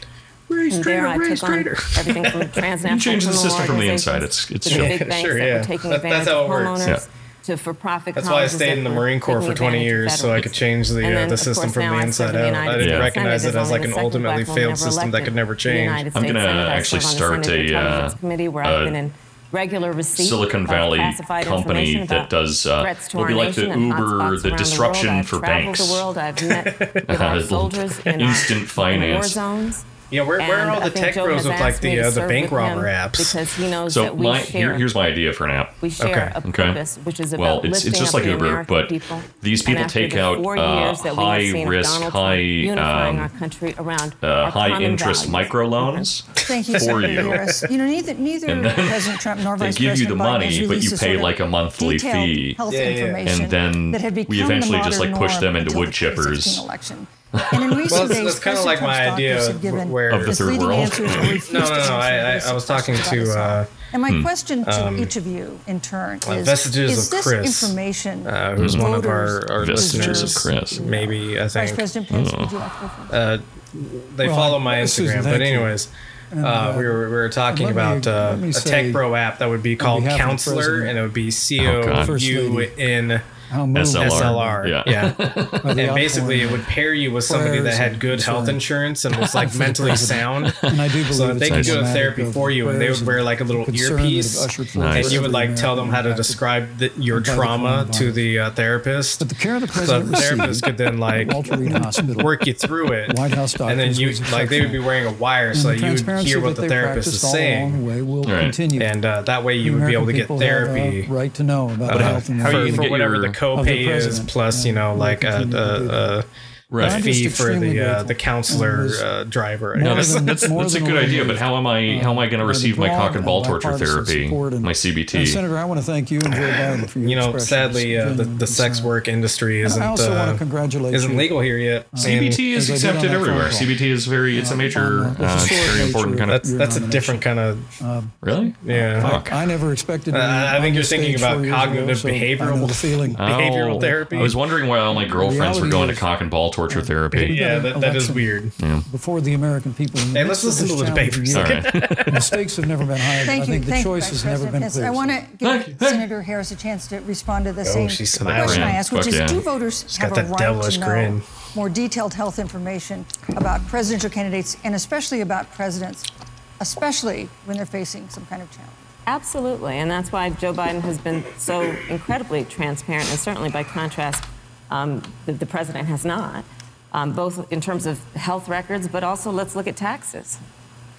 [SPEAKER 6] From there, I took on everything from transnational
[SPEAKER 3] You change
[SPEAKER 6] criminal
[SPEAKER 3] the system from the inside.
[SPEAKER 6] organizations
[SPEAKER 3] It's- it's
[SPEAKER 6] to the
[SPEAKER 3] chill.
[SPEAKER 6] big
[SPEAKER 2] Yeah,
[SPEAKER 6] banks
[SPEAKER 2] sure,
[SPEAKER 6] that were
[SPEAKER 2] yeah.
[SPEAKER 6] taking
[SPEAKER 2] That- that's
[SPEAKER 6] advantage
[SPEAKER 2] how
[SPEAKER 6] of
[SPEAKER 2] it works.
[SPEAKER 6] homeowners
[SPEAKER 3] Yeah.
[SPEAKER 6] to for-profit.
[SPEAKER 2] That's why I
[SPEAKER 6] colleges
[SPEAKER 2] stayed
[SPEAKER 6] that
[SPEAKER 2] in the
[SPEAKER 6] were
[SPEAKER 2] Marine Corps
[SPEAKER 6] taking
[SPEAKER 2] for 20
[SPEAKER 6] advantage of
[SPEAKER 2] years so I
[SPEAKER 6] federal
[SPEAKER 2] could
[SPEAKER 6] aid.
[SPEAKER 2] change the,
[SPEAKER 6] And
[SPEAKER 2] uh,
[SPEAKER 6] then,
[SPEAKER 2] the
[SPEAKER 6] of
[SPEAKER 2] system
[SPEAKER 6] course,
[SPEAKER 2] from
[SPEAKER 6] now
[SPEAKER 2] the
[SPEAKER 6] I serve
[SPEAKER 2] inside
[SPEAKER 6] the
[SPEAKER 2] out.
[SPEAKER 6] United
[SPEAKER 2] I didn't
[SPEAKER 6] States
[SPEAKER 2] recognize
[SPEAKER 6] Senate as
[SPEAKER 2] it as
[SPEAKER 6] only
[SPEAKER 2] like
[SPEAKER 6] the
[SPEAKER 2] an
[SPEAKER 6] second
[SPEAKER 2] ultimately
[SPEAKER 6] black woman
[SPEAKER 2] failed
[SPEAKER 6] ever
[SPEAKER 2] system that
[SPEAKER 6] elected
[SPEAKER 2] could never
[SPEAKER 6] to the United
[SPEAKER 2] change.
[SPEAKER 6] States
[SPEAKER 3] gonna
[SPEAKER 6] Senate. I serve
[SPEAKER 3] actually
[SPEAKER 6] on the
[SPEAKER 3] start
[SPEAKER 6] Senate
[SPEAKER 3] a,
[SPEAKER 6] Intelligence
[SPEAKER 3] uh,
[SPEAKER 6] committee where
[SPEAKER 3] a
[SPEAKER 6] I've been in regular receipt
[SPEAKER 3] Silicon
[SPEAKER 6] of
[SPEAKER 3] Valley
[SPEAKER 6] classified
[SPEAKER 3] company
[SPEAKER 6] information
[SPEAKER 3] that
[SPEAKER 6] about
[SPEAKER 3] does, uh,
[SPEAKER 6] threats to
[SPEAKER 3] will be
[SPEAKER 6] our
[SPEAKER 3] like the
[SPEAKER 6] nation and
[SPEAKER 3] Uber,
[SPEAKER 6] hotspots
[SPEAKER 3] the
[SPEAKER 6] around world.
[SPEAKER 3] disruption
[SPEAKER 6] I've
[SPEAKER 3] for
[SPEAKER 6] traveled
[SPEAKER 3] banks.
[SPEAKER 6] The world. I've met with
[SPEAKER 3] Uh,
[SPEAKER 6] our soldiers in our-
[SPEAKER 3] instant
[SPEAKER 6] in the war
[SPEAKER 3] finance.
[SPEAKER 6] zones.
[SPEAKER 2] Yeah, where, where are
[SPEAKER 6] And
[SPEAKER 2] all
[SPEAKER 6] I
[SPEAKER 2] the
[SPEAKER 6] think
[SPEAKER 2] tech
[SPEAKER 6] Joe
[SPEAKER 2] bros
[SPEAKER 6] has
[SPEAKER 2] with like
[SPEAKER 6] asked me
[SPEAKER 2] the
[SPEAKER 6] to
[SPEAKER 2] uh, the
[SPEAKER 6] serve
[SPEAKER 2] bank
[SPEAKER 6] with him
[SPEAKER 2] robber apps?
[SPEAKER 6] Because he knows
[SPEAKER 3] So
[SPEAKER 6] that we
[SPEAKER 3] my
[SPEAKER 6] share,
[SPEAKER 3] here, here's my idea for an app.
[SPEAKER 6] we share a
[SPEAKER 3] Okay.
[SPEAKER 6] purpose, which is about
[SPEAKER 3] well, it's,
[SPEAKER 6] lifting
[SPEAKER 3] it's just
[SPEAKER 6] up
[SPEAKER 3] like
[SPEAKER 6] the
[SPEAKER 3] Uber,
[SPEAKER 6] American
[SPEAKER 3] but
[SPEAKER 6] people.
[SPEAKER 3] these
[SPEAKER 6] And
[SPEAKER 3] people
[SPEAKER 6] after
[SPEAKER 3] take
[SPEAKER 6] the
[SPEAKER 3] out
[SPEAKER 6] four
[SPEAKER 3] uh,
[SPEAKER 6] years that we have
[SPEAKER 3] high
[SPEAKER 6] seen of
[SPEAKER 3] risk,
[SPEAKER 6] Donald Trump
[SPEAKER 3] high
[SPEAKER 6] unifying
[SPEAKER 3] um,
[SPEAKER 6] our country around
[SPEAKER 3] uh,
[SPEAKER 6] our
[SPEAKER 3] high
[SPEAKER 6] common
[SPEAKER 3] interest
[SPEAKER 6] values.
[SPEAKER 3] microloans.
[SPEAKER 5] Thank you,
[SPEAKER 3] For
[SPEAKER 5] Senator
[SPEAKER 3] you.
[SPEAKER 5] Harris. You know, neither, neither
[SPEAKER 3] And then
[SPEAKER 5] President Trump nor
[SPEAKER 3] they
[SPEAKER 5] Vice
[SPEAKER 3] give you
[SPEAKER 5] President
[SPEAKER 3] the
[SPEAKER 5] Biden
[SPEAKER 3] money,
[SPEAKER 5] has
[SPEAKER 3] but you
[SPEAKER 5] released the
[SPEAKER 3] pay
[SPEAKER 5] sort of
[SPEAKER 3] like a monthly
[SPEAKER 5] detailed
[SPEAKER 3] fee.
[SPEAKER 5] health
[SPEAKER 2] Yeah, yeah.
[SPEAKER 5] information
[SPEAKER 3] And then
[SPEAKER 5] that had
[SPEAKER 3] we
[SPEAKER 5] become the
[SPEAKER 3] eventually just,
[SPEAKER 5] modern
[SPEAKER 3] like, push
[SPEAKER 5] norm
[SPEAKER 3] them into
[SPEAKER 5] until
[SPEAKER 3] wood
[SPEAKER 5] the 2016
[SPEAKER 3] chippers.
[SPEAKER 5] Election. And in recent
[SPEAKER 2] Well, that's-
[SPEAKER 5] days,
[SPEAKER 2] that's kinda
[SPEAKER 5] President
[SPEAKER 2] like my
[SPEAKER 5] Trump's
[SPEAKER 2] idea
[SPEAKER 5] doctors
[SPEAKER 2] of
[SPEAKER 5] have given
[SPEAKER 2] where- Of
[SPEAKER 3] the third
[SPEAKER 5] misleading
[SPEAKER 3] world. [LAUGHS]
[SPEAKER 5] answers or refused
[SPEAKER 2] No,
[SPEAKER 5] to
[SPEAKER 2] no, no,
[SPEAKER 5] answer
[SPEAKER 2] I- I- I
[SPEAKER 5] basic
[SPEAKER 2] was talking
[SPEAKER 5] questions about
[SPEAKER 2] to,
[SPEAKER 5] Islam.
[SPEAKER 2] uh,
[SPEAKER 5] and
[SPEAKER 3] Hmm.
[SPEAKER 5] my question to each of you in turn
[SPEAKER 2] uh,
[SPEAKER 5] is:
[SPEAKER 2] Vestiges
[SPEAKER 5] Is
[SPEAKER 2] Um, of
[SPEAKER 5] this
[SPEAKER 2] Chris,
[SPEAKER 5] information
[SPEAKER 2] Uh, who's one of
[SPEAKER 5] voters
[SPEAKER 2] our, our
[SPEAKER 3] Vestiges
[SPEAKER 2] listeners?
[SPEAKER 3] of Chris. Oh.
[SPEAKER 2] Maybe I
[SPEAKER 5] Vice
[SPEAKER 2] think
[SPEAKER 5] President Pence, would you like to go first?
[SPEAKER 2] Uh, they
[SPEAKER 7] Well,
[SPEAKER 2] follow my
[SPEAKER 7] Susan,
[SPEAKER 2] Instagram. But
[SPEAKER 7] thank you.
[SPEAKER 2] anyways,
[SPEAKER 7] And,
[SPEAKER 2] uh,
[SPEAKER 7] uh,
[SPEAKER 2] we were we were talking
[SPEAKER 7] let me-
[SPEAKER 2] about uh,
[SPEAKER 7] let me
[SPEAKER 2] a
[SPEAKER 7] say
[SPEAKER 2] tech bro app that would be called
[SPEAKER 7] behalf of the
[SPEAKER 2] Counselor,
[SPEAKER 7] president-
[SPEAKER 2] and it would be C
[SPEAKER 3] Oh,
[SPEAKER 2] O
[SPEAKER 3] God.
[SPEAKER 7] First
[SPEAKER 2] U
[SPEAKER 7] lady.
[SPEAKER 2] N
[SPEAKER 7] How moved
[SPEAKER 3] SLR.
[SPEAKER 2] SLR.
[SPEAKER 3] Yeah.
[SPEAKER 2] yeah.
[SPEAKER 7] [LAUGHS] by the
[SPEAKER 2] and basically, it
[SPEAKER 7] outpouring.
[SPEAKER 2] would pair you with somebody that
[SPEAKER 7] Prayers
[SPEAKER 2] had
[SPEAKER 7] and
[SPEAKER 2] good health
[SPEAKER 7] concern.
[SPEAKER 2] insurance and was
[SPEAKER 7] [LAUGHS]
[SPEAKER 2] like
[SPEAKER 7] For the
[SPEAKER 2] mentally
[SPEAKER 7] president.
[SPEAKER 2] sound.
[SPEAKER 7] And I do believe
[SPEAKER 2] So
[SPEAKER 7] it's
[SPEAKER 2] they could go to
[SPEAKER 7] emblematic
[SPEAKER 2] therapy
[SPEAKER 7] of
[SPEAKER 2] for you, and they
[SPEAKER 7] prayers
[SPEAKER 2] would wear like a little
[SPEAKER 7] concern that have
[SPEAKER 2] earpiece,
[SPEAKER 7] ushered forth
[SPEAKER 3] Nice.
[SPEAKER 2] and you would
[SPEAKER 7] every
[SPEAKER 2] like tell
[SPEAKER 7] American
[SPEAKER 2] them how to
[SPEAKER 7] impacted.
[SPEAKER 2] describe the, your
[SPEAKER 7] by the
[SPEAKER 2] trauma to
[SPEAKER 7] coronavirus.
[SPEAKER 2] the uh, therapist.
[SPEAKER 7] But the care of the
[SPEAKER 2] So
[SPEAKER 7] president
[SPEAKER 2] the therapist
[SPEAKER 7] received
[SPEAKER 2] could
[SPEAKER 7] [LAUGHS]
[SPEAKER 2] then like
[SPEAKER 7] Walter Reed Hospital.
[SPEAKER 2] work you through it.
[SPEAKER 7] White House
[SPEAKER 2] and then
[SPEAKER 7] doctors
[SPEAKER 2] you
[SPEAKER 7] was
[SPEAKER 2] like they would be
[SPEAKER 7] exceptional.
[SPEAKER 2] wearing a wire so
[SPEAKER 7] and
[SPEAKER 2] that you would
[SPEAKER 7] transparency
[SPEAKER 2] hear what
[SPEAKER 7] that
[SPEAKER 2] the
[SPEAKER 7] they
[SPEAKER 2] therapist is
[SPEAKER 7] practiced all along
[SPEAKER 2] saying,
[SPEAKER 7] the way will
[SPEAKER 3] Right.
[SPEAKER 7] continue.
[SPEAKER 2] and uh, that way you
[SPEAKER 7] The
[SPEAKER 2] would be able to
[SPEAKER 7] American
[SPEAKER 2] get
[SPEAKER 7] people have a
[SPEAKER 2] therapy.
[SPEAKER 7] right to know about
[SPEAKER 2] But
[SPEAKER 7] the
[SPEAKER 2] how,
[SPEAKER 7] health and
[SPEAKER 2] how are you
[SPEAKER 3] gonna
[SPEAKER 2] going
[SPEAKER 7] welfare
[SPEAKER 2] to
[SPEAKER 3] get
[SPEAKER 2] get whatever
[SPEAKER 3] your-
[SPEAKER 2] the copay is
[SPEAKER 7] president,
[SPEAKER 2] plus you know
[SPEAKER 7] yeah,
[SPEAKER 2] like
[SPEAKER 7] we'll
[SPEAKER 2] a,
[SPEAKER 7] continue to do
[SPEAKER 2] a, a,
[SPEAKER 3] Right.
[SPEAKER 2] a
[SPEAKER 7] I'm
[SPEAKER 2] fee
[SPEAKER 7] just
[SPEAKER 2] for
[SPEAKER 7] extremely
[SPEAKER 2] the uh,
[SPEAKER 7] grateful.
[SPEAKER 2] the counselor
[SPEAKER 7] And was
[SPEAKER 2] uh, driver. I
[SPEAKER 7] more
[SPEAKER 3] No,
[SPEAKER 2] guess.
[SPEAKER 3] that's
[SPEAKER 7] than-
[SPEAKER 3] that's,
[SPEAKER 7] more
[SPEAKER 3] that's a
[SPEAKER 7] than
[SPEAKER 3] good
[SPEAKER 7] willing
[SPEAKER 3] idea,
[SPEAKER 7] to-
[SPEAKER 3] but how am I how am I going to
[SPEAKER 7] by the
[SPEAKER 3] receive my
[SPEAKER 7] broad
[SPEAKER 3] cock and ball torture
[SPEAKER 7] bipartisan
[SPEAKER 3] therapy,
[SPEAKER 7] support and-
[SPEAKER 3] my
[SPEAKER 7] and
[SPEAKER 3] CBT?
[SPEAKER 7] Senator, I want to thank you and Joe Biden for your
[SPEAKER 2] You know,
[SPEAKER 7] expressions
[SPEAKER 2] sadly,
[SPEAKER 7] of
[SPEAKER 2] uh, the,
[SPEAKER 7] genuine
[SPEAKER 2] the sex
[SPEAKER 7] concern.
[SPEAKER 2] work industry isn't
[SPEAKER 7] also wanna
[SPEAKER 2] uh,
[SPEAKER 7] congratulate
[SPEAKER 2] isn't
[SPEAKER 7] you.
[SPEAKER 2] legal here yet. and
[SPEAKER 3] CBT
[SPEAKER 7] As I
[SPEAKER 3] is
[SPEAKER 7] did on
[SPEAKER 3] accepted
[SPEAKER 7] that phone
[SPEAKER 3] everywhere.
[SPEAKER 7] call.
[SPEAKER 3] CBT is very it's a major
[SPEAKER 7] on the
[SPEAKER 3] uh, it's
[SPEAKER 7] historic
[SPEAKER 3] very
[SPEAKER 7] nature
[SPEAKER 3] important
[SPEAKER 7] of
[SPEAKER 3] kind of
[SPEAKER 2] That's
[SPEAKER 7] Your
[SPEAKER 2] that's a
[SPEAKER 7] nomination.
[SPEAKER 2] different uh, kind of
[SPEAKER 7] Um,
[SPEAKER 3] really
[SPEAKER 2] yeah.
[SPEAKER 3] Fuck.
[SPEAKER 7] I never expected. to be
[SPEAKER 2] Uh, I think
[SPEAKER 7] on
[SPEAKER 2] you're
[SPEAKER 7] this
[SPEAKER 2] thinking
[SPEAKER 7] stage
[SPEAKER 2] about
[SPEAKER 7] four years ago,
[SPEAKER 2] cognitive
[SPEAKER 7] so I know
[SPEAKER 2] behavioral-
[SPEAKER 7] the feeling.
[SPEAKER 2] [LAUGHS] Behavioral
[SPEAKER 3] Oh,
[SPEAKER 2] therapy.
[SPEAKER 3] I was wondering why all my girlfriends were
[SPEAKER 7] Reality
[SPEAKER 3] going to
[SPEAKER 7] is-
[SPEAKER 3] cock and ball torture therapy.
[SPEAKER 2] Yeah, that, that is
[SPEAKER 7] Election.
[SPEAKER 2] weird.
[SPEAKER 7] before the American people. In the
[SPEAKER 2] Hey, let's
[SPEAKER 7] midst of
[SPEAKER 2] listen to
[SPEAKER 7] this
[SPEAKER 2] the
[SPEAKER 7] challenging
[SPEAKER 2] papers.
[SPEAKER 7] year.
[SPEAKER 3] All right.
[SPEAKER 7] The stakes have never been higher.
[SPEAKER 5] Thank
[SPEAKER 7] I
[SPEAKER 5] you.
[SPEAKER 7] think the
[SPEAKER 5] Thank you,
[SPEAKER 7] choice
[SPEAKER 5] Vice
[SPEAKER 7] has never
[SPEAKER 5] President
[SPEAKER 7] been
[SPEAKER 5] Pence.
[SPEAKER 7] clear.
[SPEAKER 5] I want to give Senator Harris a chance to respond to the same
[SPEAKER 2] Oh, she's
[SPEAKER 5] question
[SPEAKER 2] smiling.
[SPEAKER 5] I asked, which
[SPEAKER 3] Fuck
[SPEAKER 5] is:
[SPEAKER 3] yeah.
[SPEAKER 5] Do voters have
[SPEAKER 2] got
[SPEAKER 5] a
[SPEAKER 2] that
[SPEAKER 5] right
[SPEAKER 2] devilish
[SPEAKER 5] to know
[SPEAKER 2] grin.
[SPEAKER 5] more detailed health information about presidential candidates and especially about presidents, especially when they're facing some kind of challenge?
[SPEAKER 6] Absolutely, and that's why Joe Biden has been so incredibly transparent, and certainly by contrast, um, the, the president has not, um, both in terms of health records, but also let's look at taxes.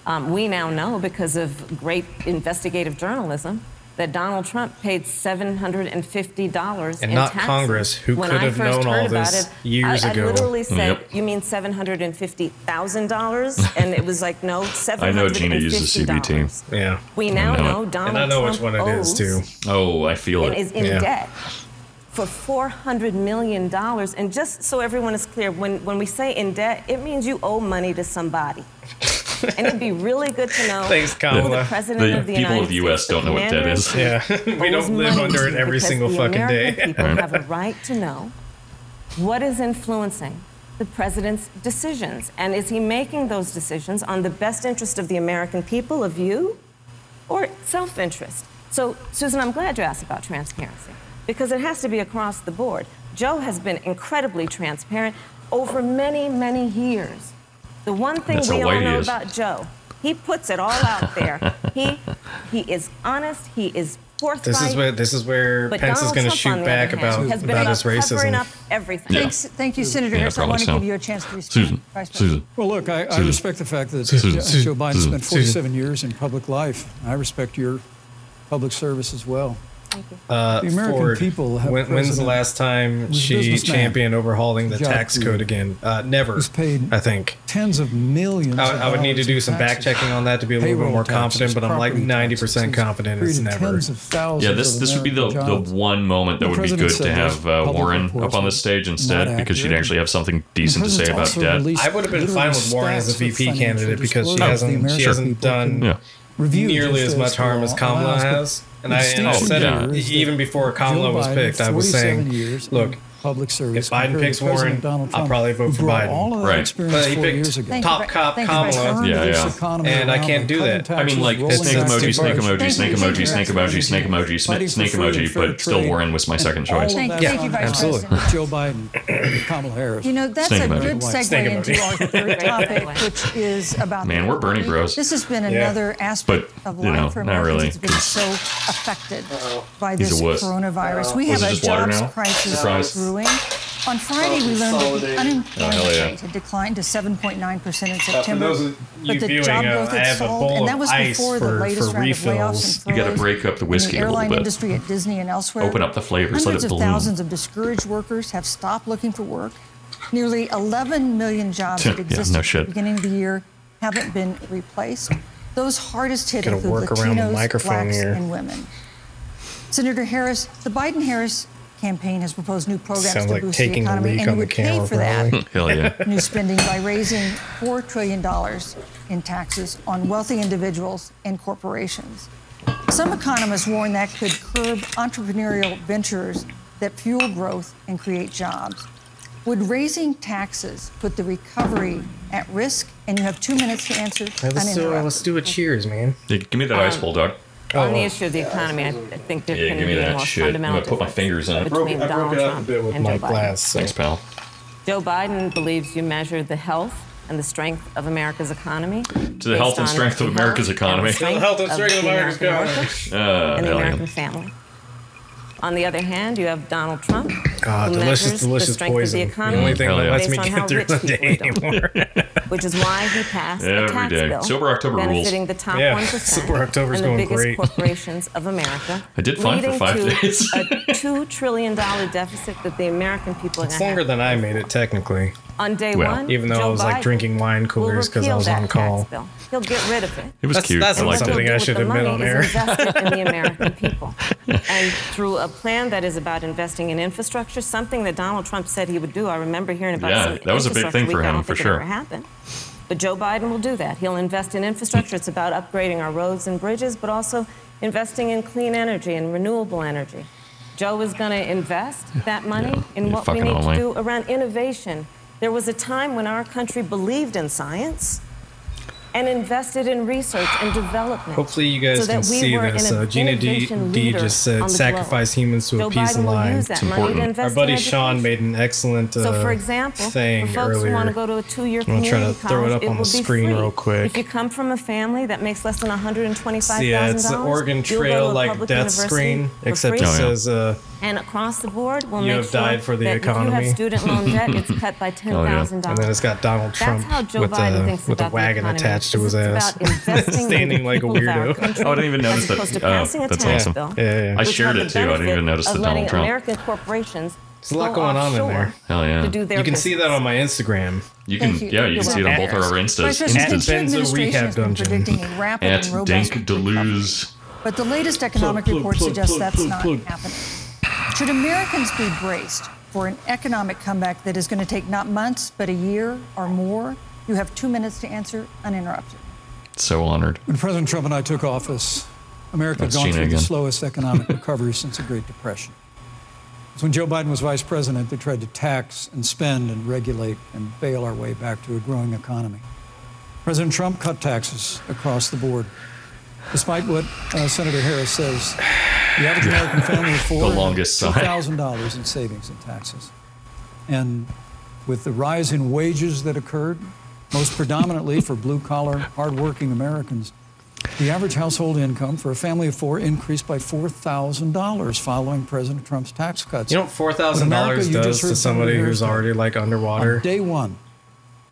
[SPEAKER 6] Um, we now know because of great investigative journalism that Donald Trump paid $750
[SPEAKER 2] And
[SPEAKER 6] in
[SPEAKER 2] not
[SPEAKER 6] taxes.
[SPEAKER 2] Congress, who
[SPEAKER 6] when
[SPEAKER 2] could
[SPEAKER 6] I
[SPEAKER 2] have
[SPEAKER 6] first
[SPEAKER 2] known all
[SPEAKER 6] heard about
[SPEAKER 2] this
[SPEAKER 6] it,
[SPEAKER 2] years
[SPEAKER 6] I,
[SPEAKER 2] ago.
[SPEAKER 6] I literally said,
[SPEAKER 3] Yep.
[SPEAKER 6] "You mean $750,000?" And it was like, "No, $750."
[SPEAKER 3] [LAUGHS] I know Gina uses CBT.
[SPEAKER 2] Yeah.
[SPEAKER 6] We now
[SPEAKER 3] know it.
[SPEAKER 6] know Donald
[SPEAKER 2] And I know
[SPEAKER 6] Trump
[SPEAKER 2] which one it is
[SPEAKER 6] owes
[SPEAKER 2] too.
[SPEAKER 3] Oh, I feel
[SPEAKER 6] and is
[SPEAKER 3] it.
[SPEAKER 6] in
[SPEAKER 2] Yeah.
[SPEAKER 6] debt for $400 million.
[SPEAKER 2] [LAUGHS]
[SPEAKER 6] And just so everyone is clear, when, when we say in debt, it means you owe money to somebody. and it'd be really good to know
[SPEAKER 2] Thanks,
[SPEAKER 6] who
[SPEAKER 2] Kamala.
[SPEAKER 6] the president
[SPEAKER 3] The
[SPEAKER 6] of the
[SPEAKER 3] people
[SPEAKER 6] United
[SPEAKER 3] of the U.S.
[SPEAKER 6] States
[SPEAKER 3] don't know what that
[SPEAKER 6] commander
[SPEAKER 3] is.
[SPEAKER 2] Yeah, [LAUGHS] we
[SPEAKER 6] owes
[SPEAKER 2] don't live
[SPEAKER 6] money
[SPEAKER 2] under it
[SPEAKER 6] to
[SPEAKER 2] every
[SPEAKER 6] because
[SPEAKER 2] single
[SPEAKER 6] the
[SPEAKER 2] fucking
[SPEAKER 6] American
[SPEAKER 2] day.
[SPEAKER 6] people have a right to know what is influencing the president's decisions, and is he making those decisions on the best interest of the American people, of you, or self-interest? So, Susan, I'm glad you asked about transparency because it has to be across the board. Joe has been incredibly transparent over many, many years. The one thing
[SPEAKER 3] That's how
[SPEAKER 6] we all
[SPEAKER 3] white he
[SPEAKER 6] know
[SPEAKER 3] is.
[SPEAKER 6] about Joe, he puts it all out there. he he is honest. He is forthright.
[SPEAKER 2] This is where this is where
[SPEAKER 6] But
[SPEAKER 2] Pence
[SPEAKER 6] Donald
[SPEAKER 2] is going to
[SPEAKER 6] Trump, on
[SPEAKER 2] shoot
[SPEAKER 6] the
[SPEAKER 2] back
[SPEAKER 6] other
[SPEAKER 2] about
[SPEAKER 6] hand, has been
[SPEAKER 2] about his
[SPEAKER 6] covering
[SPEAKER 2] racism.
[SPEAKER 6] up everything.
[SPEAKER 3] Yeah.
[SPEAKER 5] Thanks, thank you, Senator
[SPEAKER 3] Yeah,
[SPEAKER 5] Harris. I
[SPEAKER 3] probably
[SPEAKER 5] want to
[SPEAKER 3] so.
[SPEAKER 5] give you a chance to respond.
[SPEAKER 3] Susan,
[SPEAKER 5] Vice President.
[SPEAKER 3] Susan.
[SPEAKER 7] Well, look, I, I
[SPEAKER 3] Susan.
[SPEAKER 7] respect the fact that
[SPEAKER 3] Susan.
[SPEAKER 7] Joe
[SPEAKER 3] Susan.
[SPEAKER 7] Biden
[SPEAKER 3] Susan.
[SPEAKER 7] spent 47 years in public life. I respect your public service as well.
[SPEAKER 2] Uh,
[SPEAKER 7] The American
[SPEAKER 2] Ford,
[SPEAKER 7] people have
[SPEAKER 2] when, when's the
[SPEAKER 7] president
[SPEAKER 2] last time
[SPEAKER 7] who's a
[SPEAKER 2] she
[SPEAKER 7] businessman.
[SPEAKER 2] championed overhauling the
[SPEAKER 7] Job
[SPEAKER 2] tax
[SPEAKER 7] creator.
[SPEAKER 2] code again? Uh, never.
[SPEAKER 7] Who's paid-
[SPEAKER 2] I think.
[SPEAKER 7] Tens of millions.
[SPEAKER 2] I,
[SPEAKER 7] of
[SPEAKER 2] I would need to
[SPEAKER 7] dollars
[SPEAKER 2] do
[SPEAKER 7] in
[SPEAKER 2] some back
[SPEAKER 7] taxes.
[SPEAKER 2] checking on that to be a little
[SPEAKER 7] Payroll
[SPEAKER 2] bit more
[SPEAKER 7] taxes,
[SPEAKER 2] confident, but I'm like
[SPEAKER 7] property
[SPEAKER 2] 90%
[SPEAKER 7] taxes,
[SPEAKER 2] confident it's
[SPEAKER 7] created
[SPEAKER 2] never.
[SPEAKER 7] Tens of thousands
[SPEAKER 3] Yeah, this
[SPEAKER 7] of
[SPEAKER 3] this would be the,
[SPEAKER 7] American
[SPEAKER 3] the
[SPEAKER 7] jobs.
[SPEAKER 3] one moment that
[SPEAKER 7] The
[SPEAKER 3] would be
[SPEAKER 7] president
[SPEAKER 3] good
[SPEAKER 7] said
[SPEAKER 3] to
[SPEAKER 7] those
[SPEAKER 3] have uh,
[SPEAKER 7] public
[SPEAKER 3] Warren
[SPEAKER 7] reports
[SPEAKER 3] up on
[SPEAKER 7] were
[SPEAKER 3] the stage
[SPEAKER 7] not
[SPEAKER 3] instead because she'd
[SPEAKER 7] accurate.
[SPEAKER 3] actually have something
[SPEAKER 7] The
[SPEAKER 3] decent to say
[SPEAKER 7] president
[SPEAKER 3] about
[SPEAKER 7] also
[SPEAKER 3] debt.
[SPEAKER 7] released
[SPEAKER 2] I would have been
[SPEAKER 7] literally
[SPEAKER 2] fine with Warren as a
[SPEAKER 7] stats for
[SPEAKER 2] VP
[SPEAKER 7] financial
[SPEAKER 2] candid because she
[SPEAKER 7] disclosure of
[SPEAKER 2] hasn't-
[SPEAKER 7] the
[SPEAKER 2] she
[SPEAKER 7] American
[SPEAKER 2] hasn't
[SPEAKER 7] people
[SPEAKER 2] done
[SPEAKER 7] can
[SPEAKER 3] Yeah.
[SPEAKER 7] review
[SPEAKER 2] nearly
[SPEAKER 7] this
[SPEAKER 2] as much
[SPEAKER 7] fiscal
[SPEAKER 2] harm as Kamala
[SPEAKER 7] allows, but
[SPEAKER 2] has. And
[SPEAKER 7] the
[SPEAKER 2] I, and I
[SPEAKER 7] distinction
[SPEAKER 2] said
[SPEAKER 3] yeah.
[SPEAKER 7] here
[SPEAKER 2] it
[SPEAKER 7] is that
[SPEAKER 2] even before Kamala
[SPEAKER 7] Joe
[SPEAKER 2] was
[SPEAKER 7] Biden,
[SPEAKER 2] picked. I
[SPEAKER 7] 47
[SPEAKER 2] was saying,
[SPEAKER 7] years in
[SPEAKER 2] look,
[SPEAKER 7] public service.
[SPEAKER 2] if Biden
[SPEAKER 7] compared to
[SPEAKER 2] picks
[SPEAKER 7] President
[SPEAKER 2] Warren,
[SPEAKER 7] Donald
[SPEAKER 2] I'll
[SPEAKER 7] Trump,
[SPEAKER 2] probably vote
[SPEAKER 7] who
[SPEAKER 2] for
[SPEAKER 7] brought
[SPEAKER 2] Biden.
[SPEAKER 7] All of that
[SPEAKER 3] Right.
[SPEAKER 7] experience
[SPEAKER 2] but he
[SPEAKER 7] four years
[SPEAKER 2] picked
[SPEAKER 7] ago.
[SPEAKER 5] Thank you
[SPEAKER 2] top
[SPEAKER 5] very-
[SPEAKER 2] cop
[SPEAKER 5] thank you very
[SPEAKER 2] Kamala.
[SPEAKER 5] much.
[SPEAKER 7] Turned
[SPEAKER 3] Yeah,
[SPEAKER 7] this
[SPEAKER 3] yeah.
[SPEAKER 7] economy
[SPEAKER 2] And I
[SPEAKER 7] around
[SPEAKER 2] can't
[SPEAKER 7] by
[SPEAKER 2] do
[SPEAKER 7] cutting
[SPEAKER 2] that.
[SPEAKER 3] I mean,
[SPEAKER 7] taxes,
[SPEAKER 3] like
[SPEAKER 7] rolling
[SPEAKER 3] snake
[SPEAKER 7] back
[SPEAKER 3] emoji,
[SPEAKER 7] state
[SPEAKER 3] snake
[SPEAKER 7] burdens.
[SPEAKER 3] emoji, snake emoji, snake emoji, snake
[SPEAKER 7] Fighting
[SPEAKER 3] emoji, snake
[SPEAKER 7] for
[SPEAKER 3] snake
[SPEAKER 7] free and
[SPEAKER 3] emoji,
[SPEAKER 7] fair
[SPEAKER 3] but still
[SPEAKER 7] trade.
[SPEAKER 3] Warren with my second
[SPEAKER 7] All
[SPEAKER 3] choice.
[SPEAKER 7] of
[SPEAKER 5] Thank-
[SPEAKER 7] that
[SPEAKER 5] thank you,
[SPEAKER 7] found
[SPEAKER 5] Vice
[SPEAKER 7] absolutely.
[SPEAKER 5] President.
[SPEAKER 7] Joe Biden, and Kamala Harris.
[SPEAKER 5] You know, that's
[SPEAKER 3] Snake
[SPEAKER 5] a
[SPEAKER 3] emoji.
[SPEAKER 5] good segue
[SPEAKER 2] Snake
[SPEAKER 5] into our third topic, which is about.
[SPEAKER 3] Man, we're Bernie bros.
[SPEAKER 5] This has been
[SPEAKER 2] Yeah.
[SPEAKER 5] another aspect
[SPEAKER 3] But,
[SPEAKER 5] of
[SPEAKER 3] you
[SPEAKER 5] life
[SPEAKER 3] know,
[SPEAKER 5] for
[SPEAKER 3] not
[SPEAKER 5] Americans
[SPEAKER 3] really,
[SPEAKER 5] that's been
[SPEAKER 3] 'cause-
[SPEAKER 5] so affected by
[SPEAKER 3] He's a
[SPEAKER 5] this
[SPEAKER 3] wuss.
[SPEAKER 5] coronavirus. We have
[SPEAKER 3] Was it
[SPEAKER 5] a
[SPEAKER 3] just water
[SPEAKER 5] jobs
[SPEAKER 3] now?
[SPEAKER 5] crisis
[SPEAKER 3] Surprise.
[SPEAKER 5] brewing. On Friday, we learned that the
[SPEAKER 8] Consolidated.
[SPEAKER 5] unemployment
[SPEAKER 3] Oh, hell yeah.
[SPEAKER 5] rate had declined to 7.9 percent in
[SPEAKER 2] for
[SPEAKER 5] September,
[SPEAKER 2] those of
[SPEAKER 5] but
[SPEAKER 2] you
[SPEAKER 5] the job
[SPEAKER 2] viewing, uh,
[SPEAKER 5] growth
[SPEAKER 2] I
[SPEAKER 5] had
[SPEAKER 2] have a
[SPEAKER 5] stalled,
[SPEAKER 2] bowl
[SPEAKER 5] and
[SPEAKER 2] of
[SPEAKER 5] that was
[SPEAKER 2] ice
[SPEAKER 5] before the
[SPEAKER 2] for-
[SPEAKER 5] latest
[SPEAKER 2] for
[SPEAKER 5] round of layoffs
[SPEAKER 2] refills.
[SPEAKER 5] and
[SPEAKER 3] You gotta
[SPEAKER 5] furloughs
[SPEAKER 3] break up the
[SPEAKER 5] in
[SPEAKER 3] whiskey a
[SPEAKER 5] the
[SPEAKER 3] little
[SPEAKER 5] airline
[SPEAKER 3] bit.
[SPEAKER 5] industry at Disney and elsewhere.
[SPEAKER 3] Open up the flavors, let
[SPEAKER 5] Hundreds
[SPEAKER 3] it
[SPEAKER 5] of
[SPEAKER 3] balloon.
[SPEAKER 5] thousands of discouraged workers have stopped looking for work. Nearly 11 million jobs
[SPEAKER 3] [LAUGHS] Yeah,
[SPEAKER 5] that
[SPEAKER 3] no
[SPEAKER 5] existed at the
[SPEAKER 3] shit.
[SPEAKER 5] beginning of the year haven't been replaced. Those hardest hit
[SPEAKER 2] Gotta
[SPEAKER 5] include
[SPEAKER 2] work
[SPEAKER 5] Latinos,
[SPEAKER 2] around the microphone
[SPEAKER 5] blacks,
[SPEAKER 2] here.
[SPEAKER 5] and women. Senator Harris, the Biden-Harris campaign has proposed new programs
[SPEAKER 2] Sounds
[SPEAKER 5] to
[SPEAKER 2] like
[SPEAKER 5] boost
[SPEAKER 2] taking
[SPEAKER 5] the
[SPEAKER 2] a
[SPEAKER 5] economy,
[SPEAKER 2] leak
[SPEAKER 5] and
[SPEAKER 2] on
[SPEAKER 5] we
[SPEAKER 2] the
[SPEAKER 5] would pay
[SPEAKER 2] camera.
[SPEAKER 5] for that
[SPEAKER 2] probably.
[SPEAKER 3] [LAUGHS] Hell yeah.
[SPEAKER 5] [LAUGHS] new spending by raising $4 trillion in taxes on wealthy individuals and corporations. Some economists warn that could curb entrepreneurial ventures that fuel growth and create jobs. Would raising taxes put the recovery at risk? And you have two minutes to answer
[SPEAKER 2] Hey, Let's do,
[SPEAKER 5] uninterrupted.
[SPEAKER 2] let's do a cheers, man.
[SPEAKER 3] Yeah, Give me that ice bowl, Doug.
[SPEAKER 6] on the issue of the economy, I I think there's
[SPEAKER 3] Oh. Yeah,
[SPEAKER 6] going
[SPEAKER 3] give
[SPEAKER 6] to be
[SPEAKER 3] me
[SPEAKER 6] a
[SPEAKER 3] that
[SPEAKER 6] more
[SPEAKER 3] shit. I'm
[SPEAKER 6] fundamental
[SPEAKER 3] gonna put my
[SPEAKER 6] difference
[SPEAKER 3] fingers in it.
[SPEAKER 6] between
[SPEAKER 2] I broke
[SPEAKER 6] Donald
[SPEAKER 2] it up
[SPEAKER 6] Trump
[SPEAKER 2] a bit with
[SPEAKER 6] and Joe
[SPEAKER 2] my
[SPEAKER 6] Biden.
[SPEAKER 2] glass. So.
[SPEAKER 3] Thanks, pal.
[SPEAKER 6] Joe Biden believes you measure the health and the strength of America's economy to
[SPEAKER 3] the health and strength of America's economy. To the
[SPEAKER 2] health and strength of America's economy.
[SPEAKER 3] Uh,
[SPEAKER 6] and the
[SPEAKER 3] hell yeah.
[SPEAKER 6] American family. On the other hand, you have Donald Trump,
[SPEAKER 2] Ah,
[SPEAKER 6] who
[SPEAKER 2] delicious,
[SPEAKER 6] measures the
[SPEAKER 2] delicious
[SPEAKER 6] strength
[SPEAKER 2] poison.
[SPEAKER 6] of
[SPEAKER 2] The
[SPEAKER 6] the economy,
[SPEAKER 2] only thing
[SPEAKER 3] Hell
[SPEAKER 2] that
[SPEAKER 3] yeah.
[SPEAKER 2] lets me
[SPEAKER 6] based on how
[SPEAKER 2] get through
[SPEAKER 6] rich
[SPEAKER 2] the day
[SPEAKER 6] people do.
[SPEAKER 2] anymore.
[SPEAKER 6] [LAUGHS] which is why he passed a
[SPEAKER 3] Every
[SPEAKER 6] tax
[SPEAKER 3] day.
[SPEAKER 6] bill
[SPEAKER 3] Sober October rules.
[SPEAKER 6] benefiting the top
[SPEAKER 2] Yeah,
[SPEAKER 6] one percent
[SPEAKER 2] Sober October's
[SPEAKER 6] and the
[SPEAKER 2] going
[SPEAKER 6] biggest
[SPEAKER 2] great.
[SPEAKER 6] corporations of America.
[SPEAKER 3] I did fine for
[SPEAKER 6] leading
[SPEAKER 3] five
[SPEAKER 6] to
[SPEAKER 3] [LAUGHS] days.
[SPEAKER 6] a two trillion dollar deficit that the American people. are
[SPEAKER 2] It's
[SPEAKER 6] gonna
[SPEAKER 2] longer
[SPEAKER 6] have.
[SPEAKER 2] than I made it, technically.
[SPEAKER 6] on day
[SPEAKER 3] Well,
[SPEAKER 6] one.
[SPEAKER 2] Even though
[SPEAKER 6] Joe
[SPEAKER 2] I was like
[SPEAKER 6] Biden
[SPEAKER 2] drinking wine
[SPEAKER 6] will
[SPEAKER 2] coolers because I
[SPEAKER 6] repeal
[SPEAKER 2] was on
[SPEAKER 6] that
[SPEAKER 2] call.
[SPEAKER 6] tax bill. He'll get rid of it.
[SPEAKER 3] It was
[SPEAKER 2] That's-
[SPEAKER 3] cute.
[SPEAKER 2] that's
[SPEAKER 3] I liked
[SPEAKER 2] something
[SPEAKER 3] it.
[SPEAKER 2] I
[SPEAKER 6] What
[SPEAKER 2] should
[SPEAKER 6] the
[SPEAKER 2] admit
[SPEAKER 6] money
[SPEAKER 2] on
[SPEAKER 6] is
[SPEAKER 2] air.
[SPEAKER 6] invested in the American people. [LAUGHS] And through a plan that is about investing in infrastructure, something that Donald Trump said he would do. I remember hearing about
[SPEAKER 3] Yeah,
[SPEAKER 6] some
[SPEAKER 3] that was a big
[SPEAKER 6] infrastructure
[SPEAKER 3] thing for
[SPEAKER 6] week. I
[SPEAKER 3] him,
[SPEAKER 6] don't
[SPEAKER 3] for
[SPEAKER 6] think
[SPEAKER 3] sure.
[SPEAKER 6] It ever happened. But Joe Biden will do that. He'll invest in infrastructure. It's about upgrading our roads and bridges, but also investing in clean energy and renewable energy. Joe is going to invest that money
[SPEAKER 3] Yeah,
[SPEAKER 6] in
[SPEAKER 3] you
[SPEAKER 6] what we
[SPEAKER 3] fucking
[SPEAKER 6] need
[SPEAKER 3] only.
[SPEAKER 6] to do around innovation. There was a time when our country believed in science and invested in research and development.
[SPEAKER 2] Hopefully, you guys
[SPEAKER 6] so
[SPEAKER 2] can
[SPEAKER 6] that we
[SPEAKER 2] see
[SPEAKER 6] were an
[SPEAKER 2] this. Uh, Gina D,
[SPEAKER 6] innovation
[SPEAKER 2] D
[SPEAKER 6] leader
[SPEAKER 2] just
[SPEAKER 6] on
[SPEAKER 2] said,
[SPEAKER 6] the
[SPEAKER 2] sacrifice
[SPEAKER 6] globe."
[SPEAKER 2] humans to
[SPEAKER 6] Joe
[SPEAKER 2] appease the
[SPEAKER 6] Biden will
[SPEAKER 2] line.
[SPEAKER 6] use that
[SPEAKER 3] It's
[SPEAKER 6] money to
[SPEAKER 3] important. Our
[SPEAKER 2] Our
[SPEAKER 6] invest in
[SPEAKER 2] buddy Sean
[SPEAKER 6] education.
[SPEAKER 2] made an excellent uh,
[SPEAKER 6] So, for example,
[SPEAKER 2] thing
[SPEAKER 6] for folks
[SPEAKER 2] earlier.
[SPEAKER 6] who want to go to a two-year
[SPEAKER 2] I'm gonna
[SPEAKER 6] community
[SPEAKER 2] try to
[SPEAKER 6] college,
[SPEAKER 2] throw it up on
[SPEAKER 6] will
[SPEAKER 2] the
[SPEAKER 6] be
[SPEAKER 2] screen
[SPEAKER 6] free.
[SPEAKER 2] real quick.
[SPEAKER 6] If you come from a family that makes less than one hundred and twenty-five thousand
[SPEAKER 2] yeah,
[SPEAKER 6] dollars,
[SPEAKER 2] it's the Oregon Trail like death screen, except it
[SPEAKER 3] free. Oh, yeah.
[SPEAKER 2] says uh,
[SPEAKER 6] and across the board, we'll
[SPEAKER 2] You
[SPEAKER 6] make
[SPEAKER 2] have
[SPEAKER 6] sure
[SPEAKER 2] died for the
[SPEAKER 6] that if you
[SPEAKER 2] economy.
[SPEAKER 6] have student loan debt,
[SPEAKER 2] [LAUGHS]
[SPEAKER 6] it's cut by ten
[SPEAKER 3] Oh, yeah.
[SPEAKER 6] thousand
[SPEAKER 2] And then it's
[SPEAKER 6] dollars.
[SPEAKER 2] got Donald
[SPEAKER 6] That's
[SPEAKER 2] Trump
[SPEAKER 6] how Joe
[SPEAKER 2] with
[SPEAKER 6] Biden
[SPEAKER 2] a
[SPEAKER 6] thinks
[SPEAKER 2] with a
[SPEAKER 6] about the
[SPEAKER 2] wagon
[SPEAKER 6] economy,
[SPEAKER 2] attached to his
[SPEAKER 6] because
[SPEAKER 2] ass,
[SPEAKER 6] it's
[SPEAKER 2] [LAUGHS]
[SPEAKER 6] about investing in the
[SPEAKER 2] standing like a
[SPEAKER 6] people of our
[SPEAKER 2] weirdo.
[SPEAKER 6] country
[SPEAKER 3] Oh, I didn't even notice
[SPEAKER 6] as
[SPEAKER 3] that-
[SPEAKER 6] opposed to
[SPEAKER 3] oh,
[SPEAKER 6] passing a
[SPEAKER 3] that's
[SPEAKER 6] tax
[SPEAKER 3] awesome.
[SPEAKER 6] bill,
[SPEAKER 2] Yeah, yeah, yeah. I
[SPEAKER 6] which has
[SPEAKER 3] shared
[SPEAKER 6] the
[SPEAKER 3] it, too. [LAUGHS] I didn't even
[SPEAKER 6] benefit
[SPEAKER 3] notice
[SPEAKER 6] of
[SPEAKER 3] that Donald
[SPEAKER 6] letting
[SPEAKER 3] Trump-
[SPEAKER 6] American corporations.
[SPEAKER 2] There's a lot
[SPEAKER 6] go
[SPEAKER 2] going on in
[SPEAKER 6] offshore
[SPEAKER 2] there.
[SPEAKER 3] Hell yeah.
[SPEAKER 6] To do their
[SPEAKER 2] You can see
[SPEAKER 6] business.
[SPEAKER 2] that on my Instagram.
[SPEAKER 3] You can,
[SPEAKER 5] Thank you.
[SPEAKER 3] yeah, you can
[SPEAKER 5] You're
[SPEAKER 3] see it on both
[SPEAKER 2] welcome.
[SPEAKER 3] our
[SPEAKER 5] Vice
[SPEAKER 3] instas.
[SPEAKER 5] President,
[SPEAKER 2] At
[SPEAKER 5] the
[SPEAKER 3] instas.
[SPEAKER 5] Clinton
[SPEAKER 2] Benzo
[SPEAKER 5] administration
[SPEAKER 2] Rehab
[SPEAKER 5] has been
[SPEAKER 2] Dungeon.
[SPEAKER 5] predicting a rapid
[SPEAKER 3] At
[SPEAKER 5] and robust
[SPEAKER 3] Dank Deleuze.
[SPEAKER 5] But the latest economic report suggests that's not happening. Should Americans be braced for an economic comeback that is going to take not months, but a year or more? You have two minutes to answer uninterrupted.
[SPEAKER 3] So honored.
[SPEAKER 7] When President Trump and I took office, America had
[SPEAKER 3] That's
[SPEAKER 7] gone
[SPEAKER 3] Gina
[SPEAKER 7] through
[SPEAKER 3] again.
[SPEAKER 7] the slowest
[SPEAKER 3] [LAUGHS]
[SPEAKER 7] economic recovery since the Great Depression. It's when Joe Biden was vice president, they tried to tax and spend and regulate and bail our way back to a growing economy. President Trump cut taxes across the board. Despite what uh, Senator Harris says, the average American family of four
[SPEAKER 3] [LAUGHS] The longest sigh.
[SPEAKER 7] $2,000 in savings in taxes. And with the rise in wages that occurred, most predominantly for blue collar, hardworking Americans, the average household income for a family of four increased by $4,000 following President Trump's tax cuts.
[SPEAKER 2] You know what four thousand dollars
[SPEAKER 7] America, you
[SPEAKER 2] does
[SPEAKER 7] just
[SPEAKER 2] to
[SPEAKER 7] heard
[SPEAKER 2] somebody
[SPEAKER 7] Senator
[SPEAKER 2] who's
[SPEAKER 7] Harris-
[SPEAKER 2] already like underwater?
[SPEAKER 7] on day one.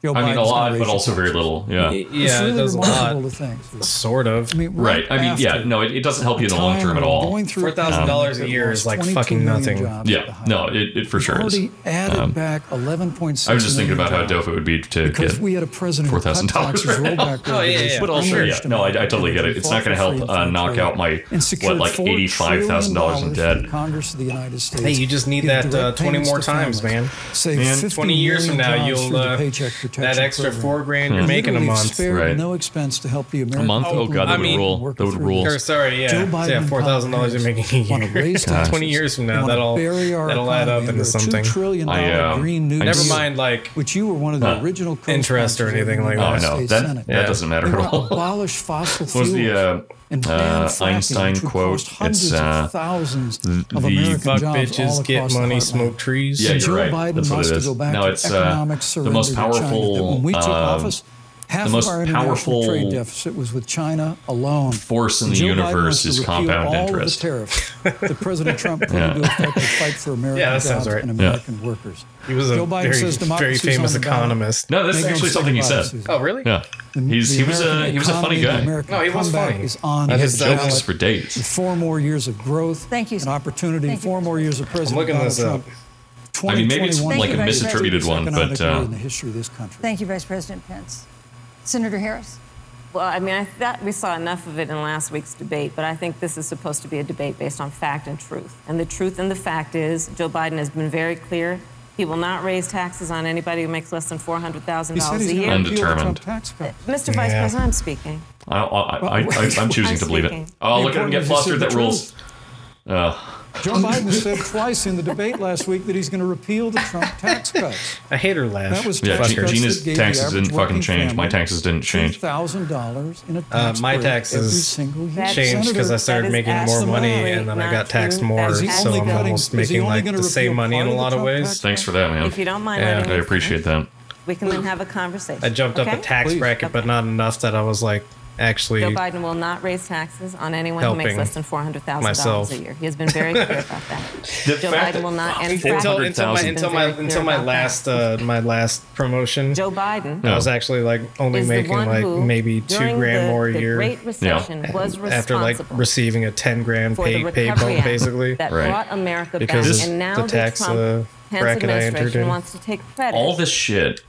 [SPEAKER 7] Joe
[SPEAKER 3] I mean, a
[SPEAKER 7] Biden's
[SPEAKER 3] lot,
[SPEAKER 7] gonna
[SPEAKER 3] but
[SPEAKER 7] raise
[SPEAKER 3] also
[SPEAKER 7] the
[SPEAKER 3] very
[SPEAKER 7] tax.
[SPEAKER 3] little. Yeah.
[SPEAKER 2] Yeah,
[SPEAKER 7] It's
[SPEAKER 2] it
[SPEAKER 7] really
[SPEAKER 2] does a
[SPEAKER 7] remarkable
[SPEAKER 2] lot.
[SPEAKER 7] to think.
[SPEAKER 2] Sort of.
[SPEAKER 7] I mean,
[SPEAKER 3] Right. I mean, yeah.
[SPEAKER 7] after
[SPEAKER 3] No, it, it doesn't help you in the long
[SPEAKER 7] time
[SPEAKER 3] term at
[SPEAKER 7] of
[SPEAKER 3] all.
[SPEAKER 7] going through a
[SPEAKER 2] $4,000 a year is like
[SPEAKER 7] pandemic that lost 22
[SPEAKER 2] fucking
[SPEAKER 7] million
[SPEAKER 2] nothing.
[SPEAKER 7] jobs at the
[SPEAKER 3] Yeah.
[SPEAKER 7] high
[SPEAKER 3] No,
[SPEAKER 7] end.
[SPEAKER 3] it, it for
[SPEAKER 7] We've
[SPEAKER 3] sure is. Um,
[SPEAKER 7] already added
[SPEAKER 2] Um,
[SPEAKER 7] back 11.6
[SPEAKER 3] I was just thinking
[SPEAKER 7] million
[SPEAKER 3] about how
[SPEAKER 7] jobs
[SPEAKER 3] dope it would be to
[SPEAKER 7] because
[SPEAKER 3] get
[SPEAKER 7] we had a president who cut
[SPEAKER 3] $4,000
[SPEAKER 7] taxes,
[SPEAKER 3] right [LAUGHS]
[SPEAKER 7] rolled
[SPEAKER 3] now.
[SPEAKER 2] [LAUGHS]
[SPEAKER 7] back
[SPEAKER 2] Oh, yeah, yeah,
[SPEAKER 7] regulations,
[SPEAKER 2] yeah.
[SPEAKER 3] But also, yeah,
[SPEAKER 7] unleashed
[SPEAKER 3] no, I, I
[SPEAKER 7] American
[SPEAKER 3] totally get
[SPEAKER 7] individuals,
[SPEAKER 3] it. It's not going to
[SPEAKER 7] fought for
[SPEAKER 3] help
[SPEAKER 7] freedom
[SPEAKER 3] uh,
[SPEAKER 7] from
[SPEAKER 3] knock
[SPEAKER 7] trade,
[SPEAKER 3] out my
[SPEAKER 7] and
[SPEAKER 3] what
[SPEAKER 7] secured
[SPEAKER 3] like
[SPEAKER 7] $4
[SPEAKER 3] eighty five thousand dollars in
[SPEAKER 7] trillion for
[SPEAKER 3] debt.
[SPEAKER 7] the Congress of the United States.
[SPEAKER 2] you just need
[SPEAKER 7] give
[SPEAKER 2] that, uh,
[SPEAKER 7] direct
[SPEAKER 2] 20
[SPEAKER 7] payments
[SPEAKER 2] more
[SPEAKER 7] to
[SPEAKER 2] times,
[SPEAKER 7] families,
[SPEAKER 2] man.
[SPEAKER 7] Save
[SPEAKER 3] Man.
[SPEAKER 7] 15
[SPEAKER 2] Twenty years from
[SPEAKER 7] million
[SPEAKER 2] now,
[SPEAKER 7] jobs
[SPEAKER 2] you'll
[SPEAKER 7] through the
[SPEAKER 2] uh,
[SPEAKER 7] Paycheck
[SPEAKER 2] that
[SPEAKER 7] Protection
[SPEAKER 2] extra
[SPEAKER 7] Program.
[SPEAKER 2] four grand you're
[SPEAKER 3] Yeah.
[SPEAKER 2] making a
[SPEAKER 7] Literally
[SPEAKER 2] month.
[SPEAKER 7] spared
[SPEAKER 3] Right.
[SPEAKER 7] no expense to help the American
[SPEAKER 3] month? Oh,
[SPEAKER 7] people
[SPEAKER 3] God, that
[SPEAKER 7] who
[SPEAKER 2] would
[SPEAKER 7] are
[SPEAKER 2] rule.
[SPEAKER 7] working
[SPEAKER 3] That would
[SPEAKER 7] through
[SPEAKER 3] rule.
[SPEAKER 7] this.
[SPEAKER 2] Or, sorry, yeah.
[SPEAKER 7] Joe
[SPEAKER 2] So,
[SPEAKER 7] Biden
[SPEAKER 2] yeah,
[SPEAKER 7] and
[SPEAKER 2] four thousand dollars you're
[SPEAKER 7] Congress
[SPEAKER 2] making [LAUGHS] a
[SPEAKER 7] wanna
[SPEAKER 3] [LAUGHS]
[SPEAKER 2] year.
[SPEAKER 7] raise taxes.
[SPEAKER 2] Twenty years from now,
[SPEAKER 7] They wanna
[SPEAKER 2] that'll
[SPEAKER 7] bury our
[SPEAKER 2] that'll add
[SPEAKER 7] economy
[SPEAKER 2] up
[SPEAKER 7] under
[SPEAKER 2] into
[SPEAKER 7] a
[SPEAKER 2] something.
[SPEAKER 7] $2 trillion
[SPEAKER 3] I, uh,
[SPEAKER 7] green new
[SPEAKER 3] I
[SPEAKER 2] Never
[SPEAKER 3] just-
[SPEAKER 2] mind, like
[SPEAKER 7] which you were one of the
[SPEAKER 3] Huh.
[SPEAKER 7] original
[SPEAKER 2] Interest or
[SPEAKER 7] co-sponsors of
[SPEAKER 2] anything
[SPEAKER 7] in the
[SPEAKER 2] like
[SPEAKER 3] Oh, I
[SPEAKER 7] United
[SPEAKER 2] that.
[SPEAKER 3] know
[SPEAKER 7] States
[SPEAKER 3] that
[SPEAKER 7] Senate.
[SPEAKER 2] Yeah.
[SPEAKER 3] that doesn't matter
[SPEAKER 7] They
[SPEAKER 3] at
[SPEAKER 7] want to
[SPEAKER 3] all.
[SPEAKER 7] abolish fossil
[SPEAKER 3] What
[SPEAKER 7] fuels
[SPEAKER 3] was the, uh,
[SPEAKER 7] and ban
[SPEAKER 3] uh,
[SPEAKER 7] fracking,
[SPEAKER 3] Einstein
[SPEAKER 7] which would
[SPEAKER 3] quote?
[SPEAKER 7] cost hundreds
[SPEAKER 3] It's, uh,
[SPEAKER 7] of thousands of
[SPEAKER 3] the
[SPEAKER 7] American
[SPEAKER 2] fuck
[SPEAKER 7] jobs all
[SPEAKER 2] bitches get
[SPEAKER 7] across the
[SPEAKER 2] money,
[SPEAKER 7] heartland.
[SPEAKER 2] smoke trees.
[SPEAKER 3] Yeah,
[SPEAKER 7] Joe
[SPEAKER 3] you're right.
[SPEAKER 7] Biden
[SPEAKER 3] That's what
[SPEAKER 7] wants
[SPEAKER 3] it
[SPEAKER 7] to
[SPEAKER 3] is.
[SPEAKER 7] go back
[SPEAKER 3] No,
[SPEAKER 7] to
[SPEAKER 3] it's, uh,
[SPEAKER 7] economic
[SPEAKER 3] the
[SPEAKER 7] surrender
[SPEAKER 3] most
[SPEAKER 7] to China. That when we took
[SPEAKER 3] powerful, uh,
[SPEAKER 7] office, half
[SPEAKER 3] the most
[SPEAKER 7] of our international
[SPEAKER 3] powerful
[SPEAKER 7] trade deficit was with China alone.
[SPEAKER 3] force in the
[SPEAKER 7] Joe Biden
[SPEAKER 3] universe
[SPEAKER 7] wants to
[SPEAKER 3] is
[SPEAKER 7] repeal
[SPEAKER 3] compound
[SPEAKER 7] all Of
[SPEAKER 3] interest.
[SPEAKER 7] the
[SPEAKER 3] [LAUGHS]
[SPEAKER 7] tariffs that President Trump put
[SPEAKER 3] Yeah.
[SPEAKER 7] into effect to fight for American
[SPEAKER 2] Yeah, that sounds
[SPEAKER 7] jobs
[SPEAKER 2] right.
[SPEAKER 7] and
[SPEAKER 2] Yeah.
[SPEAKER 7] American workers.
[SPEAKER 2] He was a
[SPEAKER 7] Joe Biden
[SPEAKER 2] very,
[SPEAKER 7] says
[SPEAKER 2] very
[SPEAKER 7] democracy's
[SPEAKER 2] famous
[SPEAKER 7] on the ballot.
[SPEAKER 2] economist.
[SPEAKER 3] No, that's
[SPEAKER 7] Make no
[SPEAKER 3] actually
[SPEAKER 7] mistake
[SPEAKER 3] something he
[SPEAKER 7] about it,
[SPEAKER 3] said.
[SPEAKER 7] Susan.
[SPEAKER 2] Oh, really?
[SPEAKER 3] Yeah, he's he was a
[SPEAKER 7] American
[SPEAKER 3] he was a
[SPEAKER 7] economy,
[SPEAKER 3] funny
[SPEAKER 7] the
[SPEAKER 3] guy.
[SPEAKER 7] American
[SPEAKER 2] No, he was
[SPEAKER 7] comeback
[SPEAKER 2] funny.
[SPEAKER 7] Is on
[SPEAKER 2] And
[SPEAKER 7] the
[SPEAKER 2] his
[SPEAKER 7] ballot
[SPEAKER 3] Jokes for days.
[SPEAKER 7] with Four more years of growth.
[SPEAKER 5] Thank you.
[SPEAKER 7] And opportunity.
[SPEAKER 5] Thank you.
[SPEAKER 7] four more years of President
[SPEAKER 2] looking
[SPEAKER 7] Donald
[SPEAKER 2] this
[SPEAKER 7] Trump.
[SPEAKER 2] up.
[SPEAKER 3] I mean, maybe it's
[SPEAKER 7] 2021
[SPEAKER 5] Thank
[SPEAKER 3] like a
[SPEAKER 5] you, Vice
[SPEAKER 3] misattributed
[SPEAKER 5] President.
[SPEAKER 3] one,
[SPEAKER 7] economic
[SPEAKER 3] but
[SPEAKER 7] year
[SPEAKER 3] uh,
[SPEAKER 7] in the history of this country.
[SPEAKER 5] Thank you, Vice President Pence. Senator Harris.
[SPEAKER 6] Well, I mean, I thought we saw enough of it in last week's debate, but I think this is supposed to be a debate based on fact and truth. And the truth and the fact is, Joe Biden has been very clear. He will not raise taxes on anybody who makes less than
[SPEAKER 7] He said
[SPEAKER 6] $400,000
[SPEAKER 7] he's
[SPEAKER 6] a
[SPEAKER 7] going to
[SPEAKER 6] year.
[SPEAKER 7] repeal
[SPEAKER 3] And-
[SPEAKER 7] the
[SPEAKER 3] Undetermined.
[SPEAKER 7] Trump tax cut.
[SPEAKER 6] Mr. Vice
[SPEAKER 2] Yeah.
[SPEAKER 6] President, I'm speaking.
[SPEAKER 3] I, I, I, I, I'm choosing to believe it. Oh, look at him get flustered. That rules.
[SPEAKER 7] Joe Biden [LAUGHS] said twice in the debate last week that he's going to repeal the Trump tax cuts.
[SPEAKER 2] I hate her laugh.
[SPEAKER 7] That was
[SPEAKER 3] Yeah,
[SPEAKER 7] tax
[SPEAKER 3] Gina-
[SPEAKER 7] cuts
[SPEAKER 3] Gina's
[SPEAKER 7] that gave the
[SPEAKER 3] taxes
[SPEAKER 7] average
[SPEAKER 3] didn't fucking
[SPEAKER 7] working
[SPEAKER 3] change. My
[SPEAKER 7] family
[SPEAKER 3] taxes didn't change.
[SPEAKER 7] $2,000 in a tax
[SPEAKER 2] Uh, my
[SPEAKER 7] break
[SPEAKER 2] taxes
[SPEAKER 7] every single year.
[SPEAKER 6] That's
[SPEAKER 2] changed because
[SPEAKER 6] Senator,
[SPEAKER 2] I started
[SPEAKER 6] that is
[SPEAKER 2] making more
[SPEAKER 7] absolutely
[SPEAKER 2] money and then I got
[SPEAKER 6] not
[SPEAKER 2] taxed
[SPEAKER 6] true.
[SPEAKER 2] more,
[SPEAKER 6] That
[SPEAKER 7] is
[SPEAKER 2] so
[SPEAKER 7] only
[SPEAKER 2] I'm
[SPEAKER 7] cutting-
[SPEAKER 2] almost
[SPEAKER 7] is he
[SPEAKER 2] making
[SPEAKER 7] only
[SPEAKER 2] like
[SPEAKER 7] gonna
[SPEAKER 2] the same
[SPEAKER 7] repeal
[SPEAKER 2] money in
[SPEAKER 7] part
[SPEAKER 2] a
[SPEAKER 7] of the
[SPEAKER 2] lot of
[SPEAKER 7] Trump
[SPEAKER 2] ways.
[SPEAKER 3] Thanks for that, man.
[SPEAKER 6] If you don't mind,
[SPEAKER 2] Yeah.
[SPEAKER 6] letting
[SPEAKER 3] I
[SPEAKER 6] me
[SPEAKER 3] appreciate
[SPEAKER 6] finish,
[SPEAKER 3] that.
[SPEAKER 6] We can then have a conversation.
[SPEAKER 2] I jumped up
[SPEAKER 6] okay?
[SPEAKER 2] a tax
[SPEAKER 7] Please.
[SPEAKER 2] bracket, but not enough that I was like
[SPEAKER 6] Joe
[SPEAKER 2] actually.
[SPEAKER 6] Biden will not raise taxes on anyone who makes
[SPEAKER 2] Helping
[SPEAKER 6] less than $400,000
[SPEAKER 2] myself.
[SPEAKER 6] a year. He has been very clear about that.
[SPEAKER 3] The
[SPEAKER 6] Joe
[SPEAKER 3] fact
[SPEAKER 6] Biden will not end
[SPEAKER 2] Until, until my
[SPEAKER 3] 400,000.
[SPEAKER 2] until my until my last uh, my last promotion,
[SPEAKER 6] Joe Biden
[SPEAKER 3] Oh.
[SPEAKER 2] I was actually like only
[SPEAKER 6] is the
[SPEAKER 2] making
[SPEAKER 6] one
[SPEAKER 2] like
[SPEAKER 6] who,
[SPEAKER 2] maybe two
[SPEAKER 6] during
[SPEAKER 2] grand
[SPEAKER 6] the,
[SPEAKER 2] more
[SPEAKER 6] the
[SPEAKER 2] a year
[SPEAKER 6] Great Recession was
[SPEAKER 2] after
[SPEAKER 6] responsible
[SPEAKER 2] like receiving a ten grand
[SPEAKER 6] for
[SPEAKER 2] pay
[SPEAKER 6] the
[SPEAKER 2] pay
[SPEAKER 6] Recovery
[SPEAKER 2] bump
[SPEAKER 6] Act
[SPEAKER 2] basically.
[SPEAKER 6] that
[SPEAKER 3] Right.
[SPEAKER 6] brought America back.
[SPEAKER 2] Because this-
[SPEAKER 6] And now
[SPEAKER 2] the
[SPEAKER 6] the,
[SPEAKER 2] tax,
[SPEAKER 6] Trump,
[SPEAKER 2] uh,
[SPEAKER 6] Pence
[SPEAKER 2] bracket I entered
[SPEAKER 6] administration
[SPEAKER 2] in.
[SPEAKER 6] wants to take credit.
[SPEAKER 3] All this shit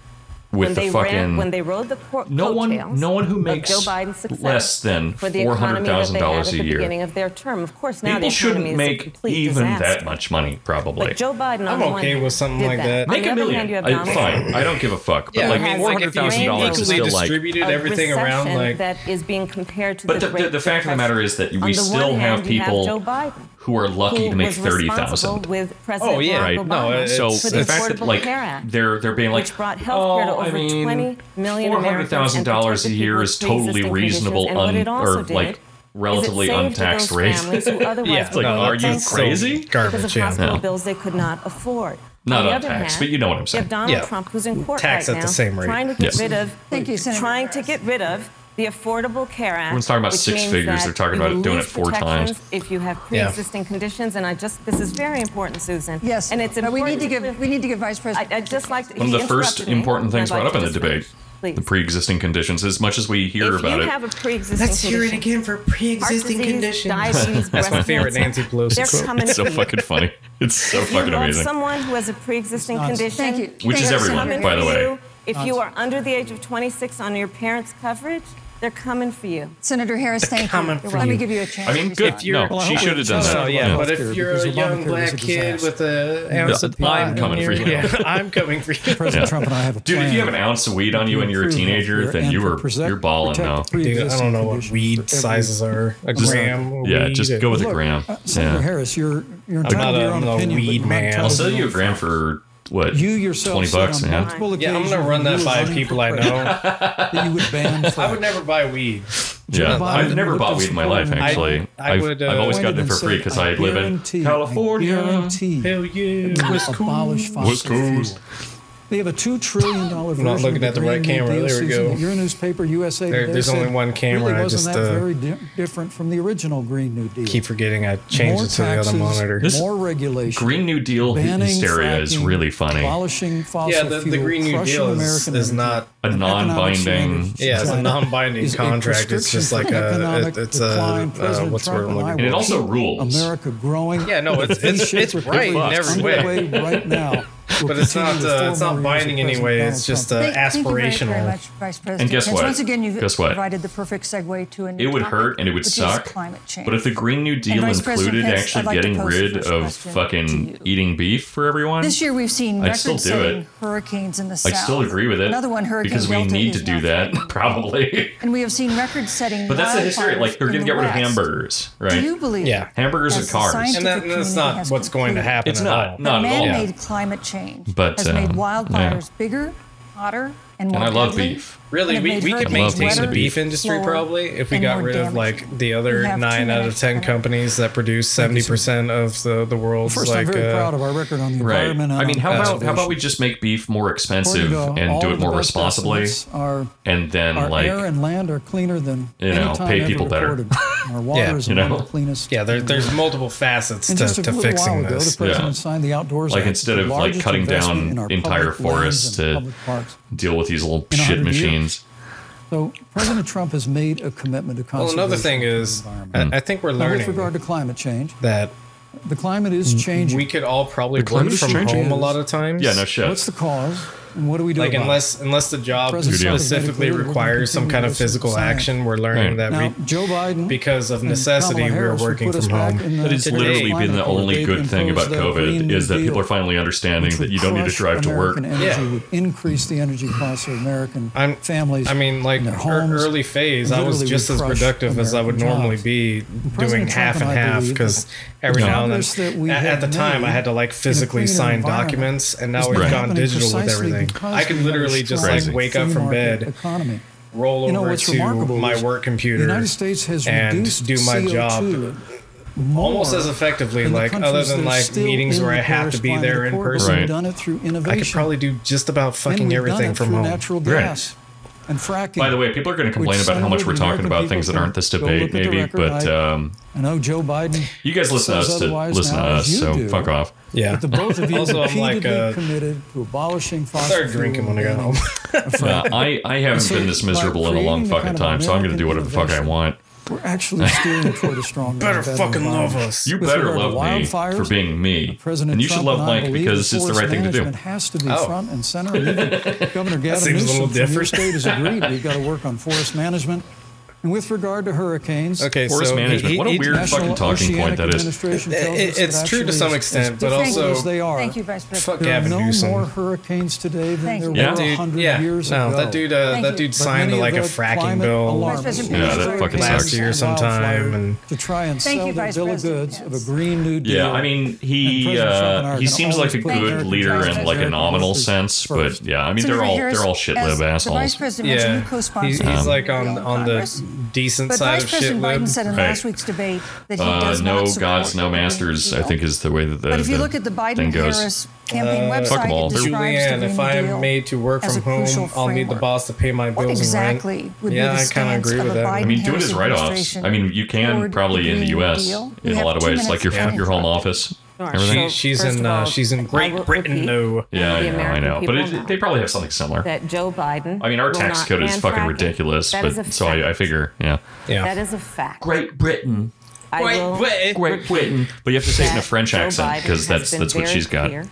[SPEAKER 3] with
[SPEAKER 6] when
[SPEAKER 3] the
[SPEAKER 6] they
[SPEAKER 3] fucking
[SPEAKER 6] ran, when they rode the court
[SPEAKER 3] no one
[SPEAKER 6] coattails
[SPEAKER 3] no one who
[SPEAKER 6] of
[SPEAKER 3] makes
[SPEAKER 6] Joe Biden's success
[SPEAKER 3] less than
[SPEAKER 6] for the economy that they had
[SPEAKER 3] $400,000
[SPEAKER 6] at
[SPEAKER 3] a
[SPEAKER 6] the beginning
[SPEAKER 3] year.
[SPEAKER 6] of their term. Of course, now
[SPEAKER 3] People
[SPEAKER 6] the economy
[SPEAKER 3] shouldn't
[SPEAKER 6] is a
[SPEAKER 3] make
[SPEAKER 6] complete
[SPEAKER 3] even
[SPEAKER 6] disaster.
[SPEAKER 3] that much money, probably.
[SPEAKER 6] But Joe Biden, on
[SPEAKER 2] I'm
[SPEAKER 6] the one
[SPEAKER 2] okay
[SPEAKER 6] hand,
[SPEAKER 2] with something
[SPEAKER 6] did
[SPEAKER 2] like that.
[SPEAKER 6] that.
[SPEAKER 2] Make
[SPEAKER 3] Make a
[SPEAKER 6] on the other
[SPEAKER 3] million.
[SPEAKER 6] hand, you have
[SPEAKER 3] I-
[SPEAKER 6] Donald Trump.
[SPEAKER 3] fine, I don't give a fuck. But
[SPEAKER 2] Yeah,
[SPEAKER 3] like
[SPEAKER 6] it has,
[SPEAKER 3] four
[SPEAKER 6] like,
[SPEAKER 3] hundred
[SPEAKER 6] if you
[SPEAKER 3] thousand dollars is
[SPEAKER 6] randomly
[SPEAKER 3] still like.
[SPEAKER 2] distributed
[SPEAKER 6] a
[SPEAKER 2] everything around,
[SPEAKER 6] recession
[SPEAKER 2] like-
[SPEAKER 6] that is being compared to
[SPEAKER 3] But
[SPEAKER 6] the,
[SPEAKER 3] the,
[SPEAKER 6] Great
[SPEAKER 3] the, the fact of the matter is that
[SPEAKER 6] Depression. On
[SPEAKER 3] we
[SPEAKER 6] the
[SPEAKER 3] still
[SPEAKER 6] one
[SPEAKER 3] have
[SPEAKER 6] hand, you
[SPEAKER 3] people
[SPEAKER 6] Joe Biden,
[SPEAKER 3] who are lucky
[SPEAKER 6] who
[SPEAKER 3] to make
[SPEAKER 6] was
[SPEAKER 3] thirty
[SPEAKER 6] responsible
[SPEAKER 3] thousand.
[SPEAKER 6] with President
[SPEAKER 2] Oh, yeah.
[SPEAKER 6] Barack
[SPEAKER 3] Right.
[SPEAKER 2] No,
[SPEAKER 6] Obama
[SPEAKER 2] it's-
[SPEAKER 3] So
[SPEAKER 6] for
[SPEAKER 3] the
[SPEAKER 6] the
[SPEAKER 3] fact that
[SPEAKER 6] Affordable
[SPEAKER 3] like
[SPEAKER 6] Care Act.
[SPEAKER 3] they're they're being like
[SPEAKER 6] which brought healthcare to
[SPEAKER 3] oh, I
[SPEAKER 6] over
[SPEAKER 3] mean,
[SPEAKER 6] 20 million
[SPEAKER 3] four hundred
[SPEAKER 6] Americans and
[SPEAKER 3] thousand dollars a
[SPEAKER 6] protected people
[SPEAKER 3] year
[SPEAKER 6] with
[SPEAKER 3] is totally
[SPEAKER 6] pre-existing conditions.
[SPEAKER 3] reasonable
[SPEAKER 6] And what it
[SPEAKER 3] un,
[SPEAKER 6] also
[SPEAKER 3] or
[SPEAKER 6] did
[SPEAKER 3] like
[SPEAKER 6] is
[SPEAKER 3] relatively
[SPEAKER 6] it saved
[SPEAKER 3] untaxed
[SPEAKER 6] those
[SPEAKER 3] rate.
[SPEAKER 6] families
[SPEAKER 3] [LAUGHS]
[SPEAKER 6] who otherwise
[SPEAKER 2] Yeah,
[SPEAKER 6] would
[SPEAKER 3] like,
[SPEAKER 6] be
[SPEAKER 2] no,
[SPEAKER 3] are you
[SPEAKER 2] that's
[SPEAKER 6] taxed
[SPEAKER 2] so
[SPEAKER 3] crazy?
[SPEAKER 6] Because of
[SPEAKER 2] Garbage, yeah.
[SPEAKER 6] hospital
[SPEAKER 3] No.
[SPEAKER 6] bills they could not afford.
[SPEAKER 3] Not
[SPEAKER 6] On the
[SPEAKER 3] on
[SPEAKER 6] other
[SPEAKER 3] tax,
[SPEAKER 6] hand,
[SPEAKER 3] but you know what I'm saying.
[SPEAKER 6] You have Donald
[SPEAKER 2] Yeah.
[SPEAKER 6] Trump, who's in court
[SPEAKER 2] Tax
[SPEAKER 6] right
[SPEAKER 2] at
[SPEAKER 6] now,
[SPEAKER 2] the same rate.
[SPEAKER 6] trying to get
[SPEAKER 3] Yes.
[SPEAKER 6] rid of.
[SPEAKER 5] Thank you, Senator
[SPEAKER 6] Trying to
[SPEAKER 5] Harris.
[SPEAKER 6] get rid of the Affordable Care Act.
[SPEAKER 3] Everyone's talking about
[SPEAKER 6] which
[SPEAKER 3] six
[SPEAKER 6] means
[SPEAKER 3] figures.
[SPEAKER 6] that
[SPEAKER 3] They're talking
[SPEAKER 6] you
[SPEAKER 3] about it, doing it
[SPEAKER 6] lose
[SPEAKER 3] four times.
[SPEAKER 6] protections If you have pre-existing conditions, and I just this is very important, Susan.
[SPEAKER 5] Yes.
[SPEAKER 6] and it's
[SPEAKER 5] but
[SPEAKER 6] important.
[SPEAKER 5] we need to give we need to give Vice President.
[SPEAKER 6] I, I'd just like to,
[SPEAKER 3] One of
[SPEAKER 6] he
[SPEAKER 3] the first
[SPEAKER 6] interrupted me,
[SPEAKER 3] important
[SPEAKER 6] and
[SPEAKER 3] things
[SPEAKER 6] I'd like
[SPEAKER 3] brought up
[SPEAKER 6] to
[SPEAKER 3] in the
[SPEAKER 6] just
[SPEAKER 3] debate,
[SPEAKER 6] finish. Please.
[SPEAKER 3] the pre-existing conditions. As much as we hear
[SPEAKER 6] if
[SPEAKER 3] about
[SPEAKER 6] you
[SPEAKER 3] it,
[SPEAKER 6] have a pre-existing
[SPEAKER 2] Let's hear it
[SPEAKER 6] condition,
[SPEAKER 2] again for
[SPEAKER 6] heart
[SPEAKER 2] pre-existing
[SPEAKER 6] disease,
[SPEAKER 3] [LAUGHS]
[SPEAKER 2] conditions.
[SPEAKER 6] diabetes,
[SPEAKER 2] That's my
[SPEAKER 6] breast
[SPEAKER 2] favorite
[SPEAKER 6] cancer,
[SPEAKER 2] Nancy Pelosi
[SPEAKER 6] they're
[SPEAKER 2] quote.
[SPEAKER 6] coming
[SPEAKER 3] it's so
[SPEAKER 6] for you.
[SPEAKER 3] fucking funny. It's so
[SPEAKER 6] If you
[SPEAKER 3] fucking
[SPEAKER 6] love
[SPEAKER 3] amazing.
[SPEAKER 6] someone who has a pre-existing
[SPEAKER 7] Nonsense.
[SPEAKER 6] condition,
[SPEAKER 5] Thank you.
[SPEAKER 3] Which
[SPEAKER 5] Thank
[SPEAKER 3] is
[SPEAKER 5] you,
[SPEAKER 3] everyone,
[SPEAKER 5] Senator
[SPEAKER 3] by the
[SPEAKER 5] Harris.
[SPEAKER 3] way.
[SPEAKER 6] If you are under the age of 26 on your parents' coverage, They're coming for you.
[SPEAKER 5] Senator Harris, thank you.
[SPEAKER 2] coming for
[SPEAKER 5] Let me
[SPEAKER 2] you.
[SPEAKER 5] give you a chance.
[SPEAKER 3] I
[SPEAKER 5] to
[SPEAKER 3] mean,
[SPEAKER 5] respond.
[SPEAKER 3] good. No,
[SPEAKER 7] Well, I
[SPEAKER 3] she
[SPEAKER 7] hope
[SPEAKER 3] should
[SPEAKER 7] we
[SPEAKER 3] have done
[SPEAKER 7] don't.
[SPEAKER 2] Oh
[SPEAKER 3] that.
[SPEAKER 2] yeah,
[SPEAKER 7] Yeah.
[SPEAKER 2] but if
[SPEAKER 7] Healthcare,
[SPEAKER 2] you're a
[SPEAKER 7] because
[SPEAKER 2] young
[SPEAKER 7] Obamacare
[SPEAKER 2] black
[SPEAKER 7] was a
[SPEAKER 2] kid
[SPEAKER 7] disaster.
[SPEAKER 2] with a ounce
[SPEAKER 3] Yeah,
[SPEAKER 2] of pot,
[SPEAKER 3] I'm coming for you.
[SPEAKER 2] Yeah, I'm coming for you.
[SPEAKER 7] President Trump and I have a
[SPEAKER 3] Dude,
[SPEAKER 7] plan
[SPEAKER 3] if you have an ounce of weed on you and you're a
[SPEAKER 7] improve
[SPEAKER 3] teenager,
[SPEAKER 7] healthcare
[SPEAKER 3] then
[SPEAKER 7] and
[SPEAKER 3] you
[SPEAKER 7] to
[SPEAKER 3] were
[SPEAKER 7] protect-
[SPEAKER 3] you're balling
[SPEAKER 7] protect
[SPEAKER 3] now.
[SPEAKER 7] the pre-
[SPEAKER 2] Dude, I don't know what
[SPEAKER 7] existing
[SPEAKER 2] weed
[SPEAKER 7] conditions for
[SPEAKER 2] sizes are. A gram. of
[SPEAKER 3] Yeah,
[SPEAKER 2] weed
[SPEAKER 3] just go with a
[SPEAKER 7] Look,
[SPEAKER 3] gram.
[SPEAKER 7] uh, Senator
[SPEAKER 3] Yeah.
[SPEAKER 7] Harris, you're you're
[SPEAKER 2] I'm not
[SPEAKER 7] entitled to your
[SPEAKER 2] a-
[SPEAKER 7] own
[SPEAKER 2] I'm a
[SPEAKER 7] opinion, but
[SPEAKER 2] weed
[SPEAKER 7] you're not
[SPEAKER 2] man.
[SPEAKER 7] entitled
[SPEAKER 3] I'll
[SPEAKER 2] I'll
[SPEAKER 7] to
[SPEAKER 3] sell
[SPEAKER 7] your
[SPEAKER 3] you a
[SPEAKER 7] own
[SPEAKER 3] gram
[SPEAKER 7] facts.
[SPEAKER 3] for what?
[SPEAKER 7] You yourself
[SPEAKER 3] twenty
[SPEAKER 7] said
[SPEAKER 3] bucks,
[SPEAKER 7] on
[SPEAKER 3] man.
[SPEAKER 7] multiple
[SPEAKER 2] Yeah, I'm gonna
[SPEAKER 7] occasions
[SPEAKER 2] run
[SPEAKER 7] when
[SPEAKER 2] that
[SPEAKER 7] you
[SPEAKER 2] by
[SPEAKER 7] were
[SPEAKER 2] people I
[SPEAKER 7] running for president
[SPEAKER 2] know.
[SPEAKER 7] That you would
[SPEAKER 2] [LAUGHS]
[SPEAKER 7] ban.
[SPEAKER 2] I would never buy weed.
[SPEAKER 3] Yeah,
[SPEAKER 7] Joe Biden
[SPEAKER 3] I've never
[SPEAKER 7] would
[SPEAKER 3] bought
[SPEAKER 7] have
[SPEAKER 3] weed in my life.
[SPEAKER 7] sworn-
[SPEAKER 3] Actually,
[SPEAKER 2] I- I
[SPEAKER 3] have
[SPEAKER 2] would, uh,
[SPEAKER 3] I've always
[SPEAKER 2] Why
[SPEAKER 3] gotten
[SPEAKER 7] Pointed
[SPEAKER 3] it for
[SPEAKER 7] and
[SPEAKER 3] free
[SPEAKER 7] said,
[SPEAKER 3] because I live in
[SPEAKER 7] guarantee- I
[SPEAKER 3] California.
[SPEAKER 7] guarantee
[SPEAKER 2] Hell yeah.
[SPEAKER 7] we will
[SPEAKER 2] West Coast.
[SPEAKER 7] abolish
[SPEAKER 3] West
[SPEAKER 7] fossil
[SPEAKER 3] Coast.
[SPEAKER 7] fuel. They have a two trillion dollar.
[SPEAKER 2] not looking at the right camera. There we go.
[SPEAKER 7] Your newspaper, USA.
[SPEAKER 2] There-
[SPEAKER 7] Today,
[SPEAKER 2] there's
[SPEAKER 7] said
[SPEAKER 2] only one camera. I
[SPEAKER 7] Really wasn't
[SPEAKER 2] just,
[SPEAKER 7] that
[SPEAKER 2] uh,
[SPEAKER 7] very di- different from the original Green New Deal.
[SPEAKER 2] Keep forgetting I changed
[SPEAKER 7] more
[SPEAKER 2] it to the other
[SPEAKER 7] taxes,
[SPEAKER 2] monitor.
[SPEAKER 3] This-
[SPEAKER 7] More regulation.
[SPEAKER 3] Green New Deal
[SPEAKER 7] banning
[SPEAKER 3] hysteria is
[SPEAKER 7] fracking,
[SPEAKER 3] really funny.
[SPEAKER 7] Abolishing fossil
[SPEAKER 2] yeah, the,
[SPEAKER 7] fuel.
[SPEAKER 2] the Green New
[SPEAKER 7] crushing
[SPEAKER 2] Deal is,
[SPEAKER 7] American
[SPEAKER 2] is
[SPEAKER 7] energy.
[SPEAKER 2] not.
[SPEAKER 3] A
[SPEAKER 7] Economic
[SPEAKER 3] non-binding.
[SPEAKER 7] standards.
[SPEAKER 2] Yeah, it's a non-binding
[SPEAKER 7] Is a
[SPEAKER 2] contract. It's
[SPEAKER 7] prescription
[SPEAKER 2] just like
[SPEAKER 7] for
[SPEAKER 2] a.
[SPEAKER 7] economic
[SPEAKER 2] It, it's a.
[SPEAKER 7] decline.
[SPEAKER 2] Uh,
[SPEAKER 7] President
[SPEAKER 2] what's the
[SPEAKER 7] Trump
[SPEAKER 2] word I'm
[SPEAKER 7] I
[SPEAKER 2] looking
[SPEAKER 3] And it
[SPEAKER 7] will
[SPEAKER 3] also
[SPEAKER 7] keep
[SPEAKER 3] rules.
[SPEAKER 7] America growing.
[SPEAKER 2] Yeah, no,
[SPEAKER 7] with a
[SPEAKER 2] it's- it's-
[SPEAKER 7] V-shaped
[SPEAKER 2] it's
[SPEAKER 7] recovery
[SPEAKER 2] right
[SPEAKER 3] in
[SPEAKER 7] that's
[SPEAKER 2] every way.
[SPEAKER 7] underway right now. We'll
[SPEAKER 2] But it's
[SPEAKER 7] continue
[SPEAKER 2] not,
[SPEAKER 7] with
[SPEAKER 2] uh,
[SPEAKER 7] four
[SPEAKER 2] it's not
[SPEAKER 7] more years of
[SPEAKER 2] binding
[SPEAKER 7] President
[SPEAKER 2] anyway,
[SPEAKER 7] Donald
[SPEAKER 2] it's just,
[SPEAKER 7] Trump.
[SPEAKER 2] uh,
[SPEAKER 5] Thank, thank you very, very
[SPEAKER 2] aspirational.
[SPEAKER 5] much, Vice President.
[SPEAKER 3] guess what?
[SPEAKER 5] Once again, you've
[SPEAKER 3] Guess what?
[SPEAKER 5] provided the perfect segue to a new
[SPEAKER 3] It would
[SPEAKER 5] topic,
[SPEAKER 3] hurt and it would
[SPEAKER 5] which is
[SPEAKER 3] suck.
[SPEAKER 5] Climate change.
[SPEAKER 3] But if the Green New Deal
[SPEAKER 5] Vice President
[SPEAKER 3] included
[SPEAKER 5] Pence,
[SPEAKER 3] actually
[SPEAKER 5] I'd like to
[SPEAKER 3] getting
[SPEAKER 5] pose the
[SPEAKER 3] rid
[SPEAKER 5] first
[SPEAKER 3] of
[SPEAKER 5] question to you.
[SPEAKER 3] fucking eating beef for everyone,
[SPEAKER 5] this year we've seen
[SPEAKER 3] I'd still
[SPEAKER 5] record
[SPEAKER 3] do it.
[SPEAKER 5] setting hurricanes in the
[SPEAKER 3] I
[SPEAKER 5] south.
[SPEAKER 3] still agree with it.
[SPEAKER 5] Another one, Hurricane
[SPEAKER 3] because we
[SPEAKER 5] Delta
[SPEAKER 3] need
[SPEAKER 5] is
[SPEAKER 3] to do
[SPEAKER 5] now
[SPEAKER 3] that
[SPEAKER 5] threatened.
[SPEAKER 3] [LAUGHS] probably.
[SPEAKER 5] And we have seen record setting.
[SPEAKER 3] But that's the history. Like they're
[SPEAKER 5] going to
[SPEAKER 3] gonna get rid of hamburgers, right?
[SPEAKER 5] Do you believe?
[SPEAKER 2] Yeah.
[SPEAKER 3] Hamburgers
[SPEAKER 5] as
[SPEAKER 3] and
[SPEAKER 5] the
[SPEAKER 3] cars.
[SPEAKER 5] scientific
[SPEAKER 2] And that, that's
[SPEAKER 5] community
[SPEAKER 2] not
[SPEAKER 5] has
[SPEAKER 2] what's going to
[SPEAKER 5] concluded
[SPEAKER 2] happen.
[SPEAKER 3] It's
[SPEAKER 2] at all.
[SPEAKER 3] not. Not at all.
[SPEAKER 5] Man-made climate change
[SPEAKER 3] But,
[SPEAKER 5] has made
[SPEAKER 3] um,
[SPEAKER 5] wildfires bigger, hotter, and more
[SPEAKER 3] And I love
[SPEAKER 5] deadly,
[SPEAKER 3] beef.
[SPEAKER 2] Really,
[SPEAKER 5] and
[SPEAKER 2] we,
[SPEAKER 5] have
[SPEAKER 2] we
[SPEAKER 5] made
[SPEAKER 2] could
[SPEAKER 5] hurricanes
[SPEAKER 2] maintain the
[SPEAKER 5] wetter,
[SPEAKER 2] beef industry
[SPEAKER 5] slower,
[SPEAKER 2] probably if we
[SPEAKER 5] and
[SPEAKER 2] got
[SPEAKER 5] more
[SPEAKER 2] rid of
[SPEAKER 5] damaging.
[SPEAKER 2] like the
[SPEAKER 5] We
[SPEAKER 2] other
[SPEAKER 5] have
[SPEAKER 2] nine
[SPEAKER 5] two
[SPEAKER 2] out of
[SPEAKER 5] minutes,
[SPEAKER 2] ten
[SPEAKER 5] Senator.
[SPEAKER 2] companies that produce seventy percent of the the world's
[SPEAKER 7] First,
[SPEAKER 2] like
[SPEAKER 7] I'm very
[SPEAKER 2] uh,
[SPEAKER 7] proud of our record on the
[SPEAKER 3] Right.
[SPEAKER 7] environment. uh, and
[SPEAKER 3] I mean,
[SPEAKER 7] on
[SPEAKER 3] how about how
[SPEAKER 7] conservation.
[SPEAKER 3] about we just make beef more expensive
[SPEAKER 7] According to
[SPEAKER 3] and
[SPEAKER 7] all
[SPEAKER 3] do it
[SPEAKER 7] of the
[SPEAKER 3] more
[SPEAKER 7] best
[SPEAKER 3] responsibly,
[SPEAKER 7] estimates, Our,
[SPEAKER 3] and then
[SPEAKER 7] our
[SPEAKER 3] like
[SPEAKER 7] air and land are cleaner than
[SPEAKER 3] you know,
[SPEAKER 7] any time
[SPEAKER 3] pay
[SPEAKER 7] ever
[SPEAKER 3] people better. [LAUGHS]
[SPEAKER 7] recorded. And Our water
[SPEAKER 2] Yeah,
[SPEAKER 7] is
[SPEAKER 3] you
[SPEAKER 7] among
[SPEAKER 3] know.
[SPEAKER 7] the cleanest.
[SPEAKER 2] yeah. There,
[SPEAKER 7] in the
[SPEAKER 2] there's
[SPEAKER 7] world.
[SPEAKER 2] multiple facets
[SPEAKER 7] And
[SPEAKER 2] to,
[SPEAKER 7] just a
[SPEAKER 2] to
[SPEAKER 7] little while
[SPEAKER 2] fixing
[SPEAKER 7] ago,
[SPEAKER 2] this.
[SPEAKER 7] the president
[SPEAKER 3] Yeah.
[SPEAKER 7] signed the Outdoors
[SPEAKER 3] Like,
[SPEAKER 7] Act,
[SPEAKER 3] instead
[SPEAKER 7] the
[SPEAKER 3] of, like,
[SPEAKER 7] largest
[SPEAKER 3] cutting
[SPEAKER 7] investment
[SPEAKER 3] down
[SPEAKER 7] in our
[SPEAKER 3] entire
[SPEAKER 7] public lands
[SPEAKER 3] forests
[SPEAKER 7] and
[SPEAKER 3] to-
[SPEAKER 7] public parks.
[SPEAKER 3] deal with these little
[SPEAKER 7] In a
[SPEAKER 3] shit
[SPEAKER 7] hundred years.
[SPEAKER 3] machines.
[SPEAKER 7] [LAUGHS] So President Trump has made a commitment to
[SPEAKER 2] Well,
[SPEAKER 7] conservation.
[SPEAKER 2] another thing
[SPEAKER 7] of the
[SPEAKER 2] is,
[SPEAKER 7] environment.
[SPEAKER 2] I, I think we're
[SPEAKER 7] Now, with
[SPEAKER 2] learning
[SPEAKER 7] regard to climate change,
[SPEAKER 2] that
[SPEAKER 7] the climate is changing.
[SPEAKER 2] we could all probably
[SPEAKER 3] The
[SPEAKER 2] work
[SPEAKER 3] climate's
[SPEAKER 2] from
[SPEAKER 3] changing.
[SPEAKER 2] home a lot of times.
[SPEAKER 3] Yeah, no shit.
[SPEAKER 7] What's the cause, and what do we do
[SPEAKER 2] Like
[SPEAKER 7] about it?
[SPEAKER 2] unless unless the job
[SPEAKER 7] President Trump has made it
[SPEAKER 2] specifically
[SPEAKER 7] clear we're gonna
[SPEAKER 2] requires some
[SPEAKER 7] continue
[SPEAKER 2] kind of
[SPEAKER 7] this with
[SPEAKER 2] physical
[SPEAKER 7] science.
[SPEAKER 2] action, we're learning
[SPEAKER 3] Right.
[SPEAKER 2] that
[SPEAKER 7] Now,
[SPEAKER 2] we,
[SPEAKER 7] Joe Biden,
[SPEAKER 2] because of
[SPEAKER 7] and
[SPEAKER 2] necessity,
[SPEAKER 7] Kamala
[SPEAKER 2] we are
[SPEAKER 7] Harris will
[SPEAKER 2] working
[SPEAKER 7] put us
[SPEAKER 2] from
[SPEAKER 7] back
[SPEAKER 2] home.
[SPEAKER 7] in the
[SPEAKER 3] That has
[SPEAKER 7] Paris
[SPEAKER 3] literally
[SPEAKER 7] Climate
[SPEAKER 3] been the
[SPEAKER 7] Accord.
[SPEAKER 3] only
[SPEAKER 7] They've
[SPEAKER 3] good thing
[SPEAKER 7] imposed that
[SPEAKER 3] about
[SPEAKER 7] Green
[SPEAKER 3] COVID
[SPEAKER 7] New
[SPEAKER 3] is that
[SPEAKER 7] Deal,
[SPEAKER 3] people are finally understanding
[SPEAKER 7] which
[SPEAKER 3] that
[SPEAKER 7] would
[SPEAKER 3] you don't need to
[SPEAKER 7] crush
[SPEAKER 3] drive to work.
[SPEAKER 7] American Energy
[SPEAKER 2] Yeah.
[SPEAKER 7] would increase the energy costs of American
[SPEAKER 2] I'm,
[SPEAKER 7] families.
[SPEAKER 2] I mean, like
[SPEAKER 7] and their
[SPEAKER 2] ear-
[SPEAKER 7] homes.
[SPEAKER 2] early phase,
[SPEAKER 7] and
[SPEAKER 2] I was
[SPEAKER 7] literally
[SPEAKER 2] just
[SPEAKER 7] would
[SPEAKER 2] as
[SPEAKER 7] crush
[SPEAKER 2] productive as I would
[SPEAKER 7] American
[SPEAKER 2] normally
[SPEAKER 7] jobs.
[SPEAKER 2] be doing
[SPEAKER 7] President
[SPEAKER 2] half and
[SPEAKER 7] Trump and I
[SPEAKER 2] half
[SPEAKER 7] believe
[SPEAKER 2] because
[SPEAKER 7] that
[SPEAKER 2] every
[SPEAKER 7] the
[SPEAKER 2] now and
[SPEAKER 7] progress that
[SPEAKER 2] then,
[SPEAKER 7] we
[SPEAKER 2] at, at
[SPEAKER 7] have
[SPEAKER 2] the time, I
[SPEAKER 7] made
[SPEAKER 2] had to like
[SPEAKER 7] in a
[SPEAKER 2] physically
[SPEAKER 7] cleaner
[SPEAKER 2] sign
[SPEAKER 7] environment
[SPEAKER 2] documents, and
[SPEAKER 7] is
[SPEAKER 2] now we've
[SPEAKER 3] Right.
[SPEAKER 2] gone
[SPEAKER 7] happening
[SPEAKER 2] digital with
[SPEAKER 7] precisely
[SPEAKER 2] everything.
[SPEAKER 7] because
[SPEAKER 2] I
[SPEAKER 7] we
[SPEAKER 2] can
[SPEAKER 7] have a
[SPEAKER 2] literally just
[SPEAKER 7] strong
[SPEAKER 2] like
[SPEAKER 3] Crazy.
[SPEAKER 2] wake up
[SPEAKER 7] free
[SPEAKER 2] from
[SPEAKER 7] market
[SPEAKER 2] bed,
[SPEAKER 7] Economy.
[SPEAKER 2] roll
[SPEAKER 7] You know,
[SPEAKER 2] over
[SPEAKER 7] what's
[SPEAKER 2] to
[SPEAKER 7] remarkable
[SPEAKER 2] my
[SPEAKER 7] is
[SPEAKER 2] work computer,
[SPEAKER 7] The United States has
[SPEAKER 2] and
[SPEAKER 7] reduced
[SPEAKER 2] do my
[SPEAKER 7] CO2
[SPEAKER 2] job
[SPEAKER 7] more
[SPEAKER 2] almost as effectively,
[SPEAKER 7] than the
[SPEAKER 2] like, other
[SPEAKER 7] countries
[SPEAKER 2] than,
[SPEAKER 7] that are
[SPEAKER 2] like,
[SPEAKER 7] still
[SPEAKER 2] meetings
[SPEAKER 7] in
[SPEAKER 2] where
[SPEAKER 7] the
[SPEAKER 2] I have to be
[SPEAKER 7] Paris
[SPEAKER 2] there
[SPEAKER 7] Climate
[SPEAKER 2] in
[SPEAKER 7] Accord.
[SPEAKER 2] person.
[SPEAKER 7] We've
[SPEAKER 3] Right.
[SPEAKER 7] done it through
[SPEAKER 2] I could
[SPEAKER 7] innovation.
[SPEAKER 2] probably do just about
[SPEAKER 7] And
[SPEAKER 2] fucking
[SPEAKER 7] we've
[SPEAKER 2] everything
[SPEAKER 7] done it
[SPEAKER 2] from
[SPEAKER 7] through
[SPEAKER 2] home.
[SPEAKER 7] natural
[SPEAKER 3] Right.
[SPEAKER 7] gas and fracking.
[SPEAKER 3] By the way, people are going to complain
[SPEAKER 7] which
[SPEAKER 3] about how much we're
[SPEAKER 7] Senator American
[SPEAKER 3] talking about things that
[SPEAKER 7] people
[SPEAKER 3] aren't this
[SPEAKER 7] can go
[SPEAKER 3] debate,
[SPEAKER 7] look at the
[SPEAKER 3] maybe,
[SPEAKER 7] record.
[SPEAKER 3] but
[SPEAKER 7] I-
[SPEAKER 3] um,
[SPEAKER 7] I know Joe Biden.
[SPEAKER 3] you guys listen to
[SPEAKER 7] says
[SPEAKER 3] us to
[SPEAKER 7] otherwise
[SPEAKER 3] listen to
[SPEAKER 7] now, as
[SPEAKER 3] us,
[SPEAKER 7] you
[SPEAKER 3] so
[SPEAKER 7] do. [LAUGHS]
[SPEAKER 3] fuck off.
[SPEAKER 2] Yeah.
[SPEAKER 7] But the both of you
[SPEAKER 2] Also, I'm
[SPEAKER 7] repeatedly
[SPEAKER 2] like, uh,
[SPEAKER 7] committed to abolishing fossil
[SPEAKER 2] started
[SPEAKER 7] fuel
[SPEAKER 2] drinking when I got
[SPEAKER 7] banning
[SPEAKER 2] home.
[SPEAKER 7] of
[SPEAKER 3] [LAUGHS]
[SPEAKER 7] fracking.
[SPEAKER 3] Uh, I, I haven't
[SPEAKER 7] so
[SPEAKER 3] been
[SPEAKER 7] [LAUGHS]
[SPEAKER 3] this
[SPEAKER 7] by
[SPEAKER 3] miserable in a long
[SPEAKER 7] creating the
[SPEAKER 3] fucking
[SPEAKER 7] kind of
[SPEAKER 3] time, so I'm going to
[SPEAKER 7] American
[SPEAKER 3] do whatever the fuck I
[SPEAKER 7] innovation
[SPEAKER 3] want.
[SPEAKER 7] We're actually
[SPEAKER 3] [LAUGHS]
[SPEAKER 7] steering toward a stronger.
[SPEAKER 2] Better
[SPEAKER 7] and better
[SPEAKER 2] fucking love
[SPEAKER 7] environment.
[SPEAKER 2] us.
[SPEAKER 3] You
[SPEAKER 7] With
[SPEAKER 3] better
[SPEAKER 7] regard to
[SPEAKER 3] love me
[SPEAKER 7] wildfires,
[SPEAKER 3] for being me,
[SPEAKER 7] President
[SPEAKER 3] and you should
[SPEAKER 7] Trump
[SPEAKER 3] love
[SPEAKER 7] and I
[SPEAKER 3] Mike
[SPEAKER 7] believe
[SPEAKER 3] because
[SPEAKER 7] that
[SPEAKER 3] it's the right
[SPEAKER 7] forest
[SPEAKER 3] thing to do.
[SPEAKER 7] management Has to be
[SPEAKER 2] Oh.
[SPEAKER 7] front and
[SPEAKER 3] [LAUGHS]
[SPEAKER 7] center. And
[SPEAKER 2] [LAUGHS]
[SPEAKER 7] even Governor Gavin
[SPEAKER 2] seems a little
[SPEAKER 7] Newsom from your
[SPEAKER 2] different.
[SPEAKER 7] state has agreed we've
[SPEAKER 2] [LAUGHS]
[SPEAKER 7] got to work on forest management. And with regard to hurricanes,
[SPEAKER 2] Okay,
[SPEAKER 3] Forest
[SPEAKER 2] so he-
[SPEAKER 3] management.
[SPEAKER 2] he-
[SPEAKER 3] what a
[SPEAKER 2] he-
[SPEAKER 3] weird
[SPEAKER 7] National
[SPEAKER 3] fucking talking
[SPEAKER 7] Oceanic
[SPEAKER 3] point that is.
[SPEAKER 7] Administration tells
[SPEAKER 2] It-
[SPEAKER 7] us that
[SPEAKER 2] it's true to
[SPEAKER 7] actually
[SPEAKER 2] some
[SPEAKER 7] as-
[SPEAKER 2] extent,
[SPEAKER 7] as
[SPEAKER 2] but
[SPEAKER 7] difficult
[SPEAKER 2] also-
[SPEAKER 7] as they are.
[SPEAKER 5] Thank you, Vice President.
[SPEAKER 2] Fuck
[SPEAKER 7] There are
[SPEAKER 2] Gavin
[SPEAKER 7] no
[SPEAKER 2] Newsom.
[SPEAKER 7] more hurricanes today than
[SPEAKER 5] Thank
[SPEAKER 7] there
[SPEAKER 5] you.
[SPEAKER 7] were
[SPEAKER 3] Yeah.
[SPEAKER 7] a
[SPEAKER 2] Dude,
[SPEAKER 7] 100
[SPEAKER 2] yeah.
[SPEAKER 7] years
[SPEAKER 2] no,
[SPEAKER 7] ago.
[SPEAKER 2] that dude. Uh,
[SPEAKER 5] Thank
[SPEAKER 2] that
[SPEAKER 5] you.
[SPEAKER 2] dude
[SPEAKER 5] But
[SPEAKER 2] signed
[SPEAKER 7] many
[SPEAKER 2] like a
[SPEAKER 7] of the
[SPEAKER 2] fracking
[SPEAKER 7] climate
[SPEAKER 2] bill
[SPEAKER 7] alarmists
[SPEAKER 5] Vice President
[SPEAKER 3] Yeah,
[SPEAKER 7] were
[SPEAKER 3] that
[SPEAKER 7] raised
[SPEAKER 3] fucking
[SPEAKER 7] last
[SPEAKER 3] sucks.
[SPEAKER 7] year sometime and to try and
[SPEAKER 5] Thank
[SPEAKER 7] sell
[SPEAKER 5] you,
[SPEAKER 7] the
[SPEAKER 5] Vice
[SPEAKER 7] bill
[SPEAKER 5] President
[SPEAKER 7] of goods
[SPEAKER 5] Pence.
[SPEAKER 7] of a green new deal.
[SPEAKER 3] Yeah, I mean,
[SPEAKER 7] And
[SPEAKER 3] he
[SPEAKER 7] President Trump and I
[SPEAKER 3] uh,
[SPEAKER 7] are
[SPEAKER 3] he
[SPEAKER 7] gonna
[SPEAKER 3] seems like
[SPEAKER 7] always
[SPEAKER 3] a
[SPEAKER 7] put
[SPEAKER 3] good
[SPEAKER 7] American
[SPEAKER 3] leader
[SPEAKER 7] taxpayers
[SPEAKER 3] in like a
[SPEAKER 7] and
[SPEAKER 3] nominal
[SPEAKER 7] workers
[SPEAKER 3] sense, but
[SPEAKER 7] first.
[SPEAKER 3] yeah, I mean
[SPEAKER 5] Senator
[SPEAKER 3] they're all
[SPEAKER 5] Harris,
[SPEAKER 3] they're all
[SPEAKER 5] as
[SPEAKER 3] shitlib
[SPEAKER 5] the Vice
[SPEAKER 3] assholes. Um,
[SPEAKER 5] President was a
[SPEAKER 2] Yeah,
[SPEAKER 5] new co-sponsor
[SPEAKER 2] he's,
[SPEAKER 5] of
[SPEAKER 2] he's
[SPEAKER 5] the
[SPEAKER 2] like
[SPEAKER 5] bill
[SPEAKER 2] on
[SPEAKER 5] in
[SPEAKER 2] on
[SPEAKER 5] Congress.
[SPEAKER 2] the decent
[SPEAKER 5] But
[SPEAKER 2] side
[SPEAKER 5] Vice
[SPEAKER 2] of
[SPEAKER 5] President
[SPEAKER 2] shitlib.
[SPEAKER 5] Biden said in
[SPEAKER 3] Right.
[SPEAKER 5] last week's debate that he
[SPEAKER 3] Uh,
[SPEAKER 5] does not
[SPEAKER 3] no
[SPEAKER 5] support
[SPEAKER 3] gods,
[SPEAKER 5] the
[SPEAKER 3] no
[SPEAKER 5] Green New
[SPEAKER 3] masters. I
[SPEAKER 5] Deal.
[SPEAKER 3] think is the way that the
[SPEAKER 5] But if you
[SPEAKER 3] the
[SPEAKER 5] look at the
[SPEAKER 3] thing
[SPEAKER 5] Biden
[SPEAKER 3] goes.
[SPEAKER 5] Harris campaign
[SPEAKER 3] fuck 'em
[SPEAKER 5] website,
[SPEAKER 3] all.
[SPEAKER 5] it
[SPEAKER 3] They're-
[SPEAKER 5] describes the
[SPEAKER 2] Julianne,
[SPEAKER 5] Green
[SPEAKER 2] if
[SPEAKER 5] New
[SPEAKER 2] I'm
[SPEAKER 5] Deal
[SPEAKER 2] made to work
[SPEAKER 5] as
[SPEAKER 2] from
[SPEAKER 5] a crucial
[SPEAKER 2] home, I'll need the
[SPEAKER 5] framework.
[SPEAKER 2] boss to pay my bills
[SPEAKER 5] What
[SPEAKER 2] and rent.
[SPEAKER 5] exactly would
[SPEAKER 2] yeah,
[SPEAKER 5] be the
[SPEAKER 2] I kinda
[SPEAKER 5] stance
[SPEAKER 2] agree
[SPEAKER 5] of
[SPEAKER 2] with
[SPEAKER 5] a
[SPEAKER 2] that.
[SPEAKER 5] Biden
[SPEAKER 3] I mean, do it
[SPEAKER 5] Harris
[SPEAKER 3] as write-offs.
[SPEAKER 5] administration
[SPEAKER 3] I mean, you
[SPEAKER 5] toward
[SPEAKER 3] can probably in the
[SPEAKER 5] Green New
[SPEAKER 3] U.S.
[SPEAKER 5] Deal? You
[SPEAKER 3] in a
[SPEAKER 5] have
[SPEAKER 3] lot of
[SPEAKER 5] two
[SPEAKER 3] ways,
[SPEAKER 5] minutes
[SPEAKER 3] like your
[SPEAKER 5] and
[SPEAKER 3] your home
[SPEAKER 5] interrupt.
[SPEAKER 3] office,
[SPEAKER 6] Sure.
[SPEAKER 3] everything.
[SPEAKER 2] She- she's
[SPEAKER 6] first
[SPEAKER 2] in,
[SPEAKER 6] of
[SPEAKER 2] uh, she's in
[SPEAKER 6] I
[SPEAKER 2] Great
[SPEAKER 6] will
[SPEAKER 2] Britain,
[SPEAKER 6] repeat
[SPEAKER 2] though.
[SPEAKER 3] Yeah,
[SPEAKER 6] to
[SPEAKER 3] I
[SPEAKER 6] the
[SPEAKER 3] know, I
[SPEAKER 6] American
[SPEAKER 3] know. But
[SPEAKER 6] people now
[SPEAKER 3] it, they probably have something similar.
[SPEAKER 6] that Joe Biden.
[SPEAKER 3] I mean, our
[SPEAKER 6] will
[SPEAKER 3] tax
[SPEAKER 6] not
[SPEAKER 3] code is
[SPEAKER 6] ban
[SPEAKER 3] fucking
[SPEAKER 6] fracking.
[SPEAKER 3] ridiculous,
[SPEAKER 6] That
[SPEAKER 3] but
[SPEAKER 6] is a
[SPEAKER 3] so I, I
[SPEAKER 6] fact.
[SPEAKER 3] figure, yeah.
[SPEAKER 2] Yeah.
[SPEAKER 6] That is a fact.
[SPEAKER 3] Great Britain,
[SPEAKER 6] I will
[SPEAKER 3] Great Britain. But you have to say it in a
[SPEAKER 6] that
[SPEAKER 3] French
[SPEAKER 6] Joe
[SPEAKER 3] accent
[SPEAKER 6] Biden
[SPEAKER 3] because
[SPEAKER 6] has
[SPEAKER 3] that's
[SPEAKER 6] been
[SPEAKER 3] that's what
[SPEAKER 6] very
[SPEAKER 3] she's got.
[SPEAKER 6] clear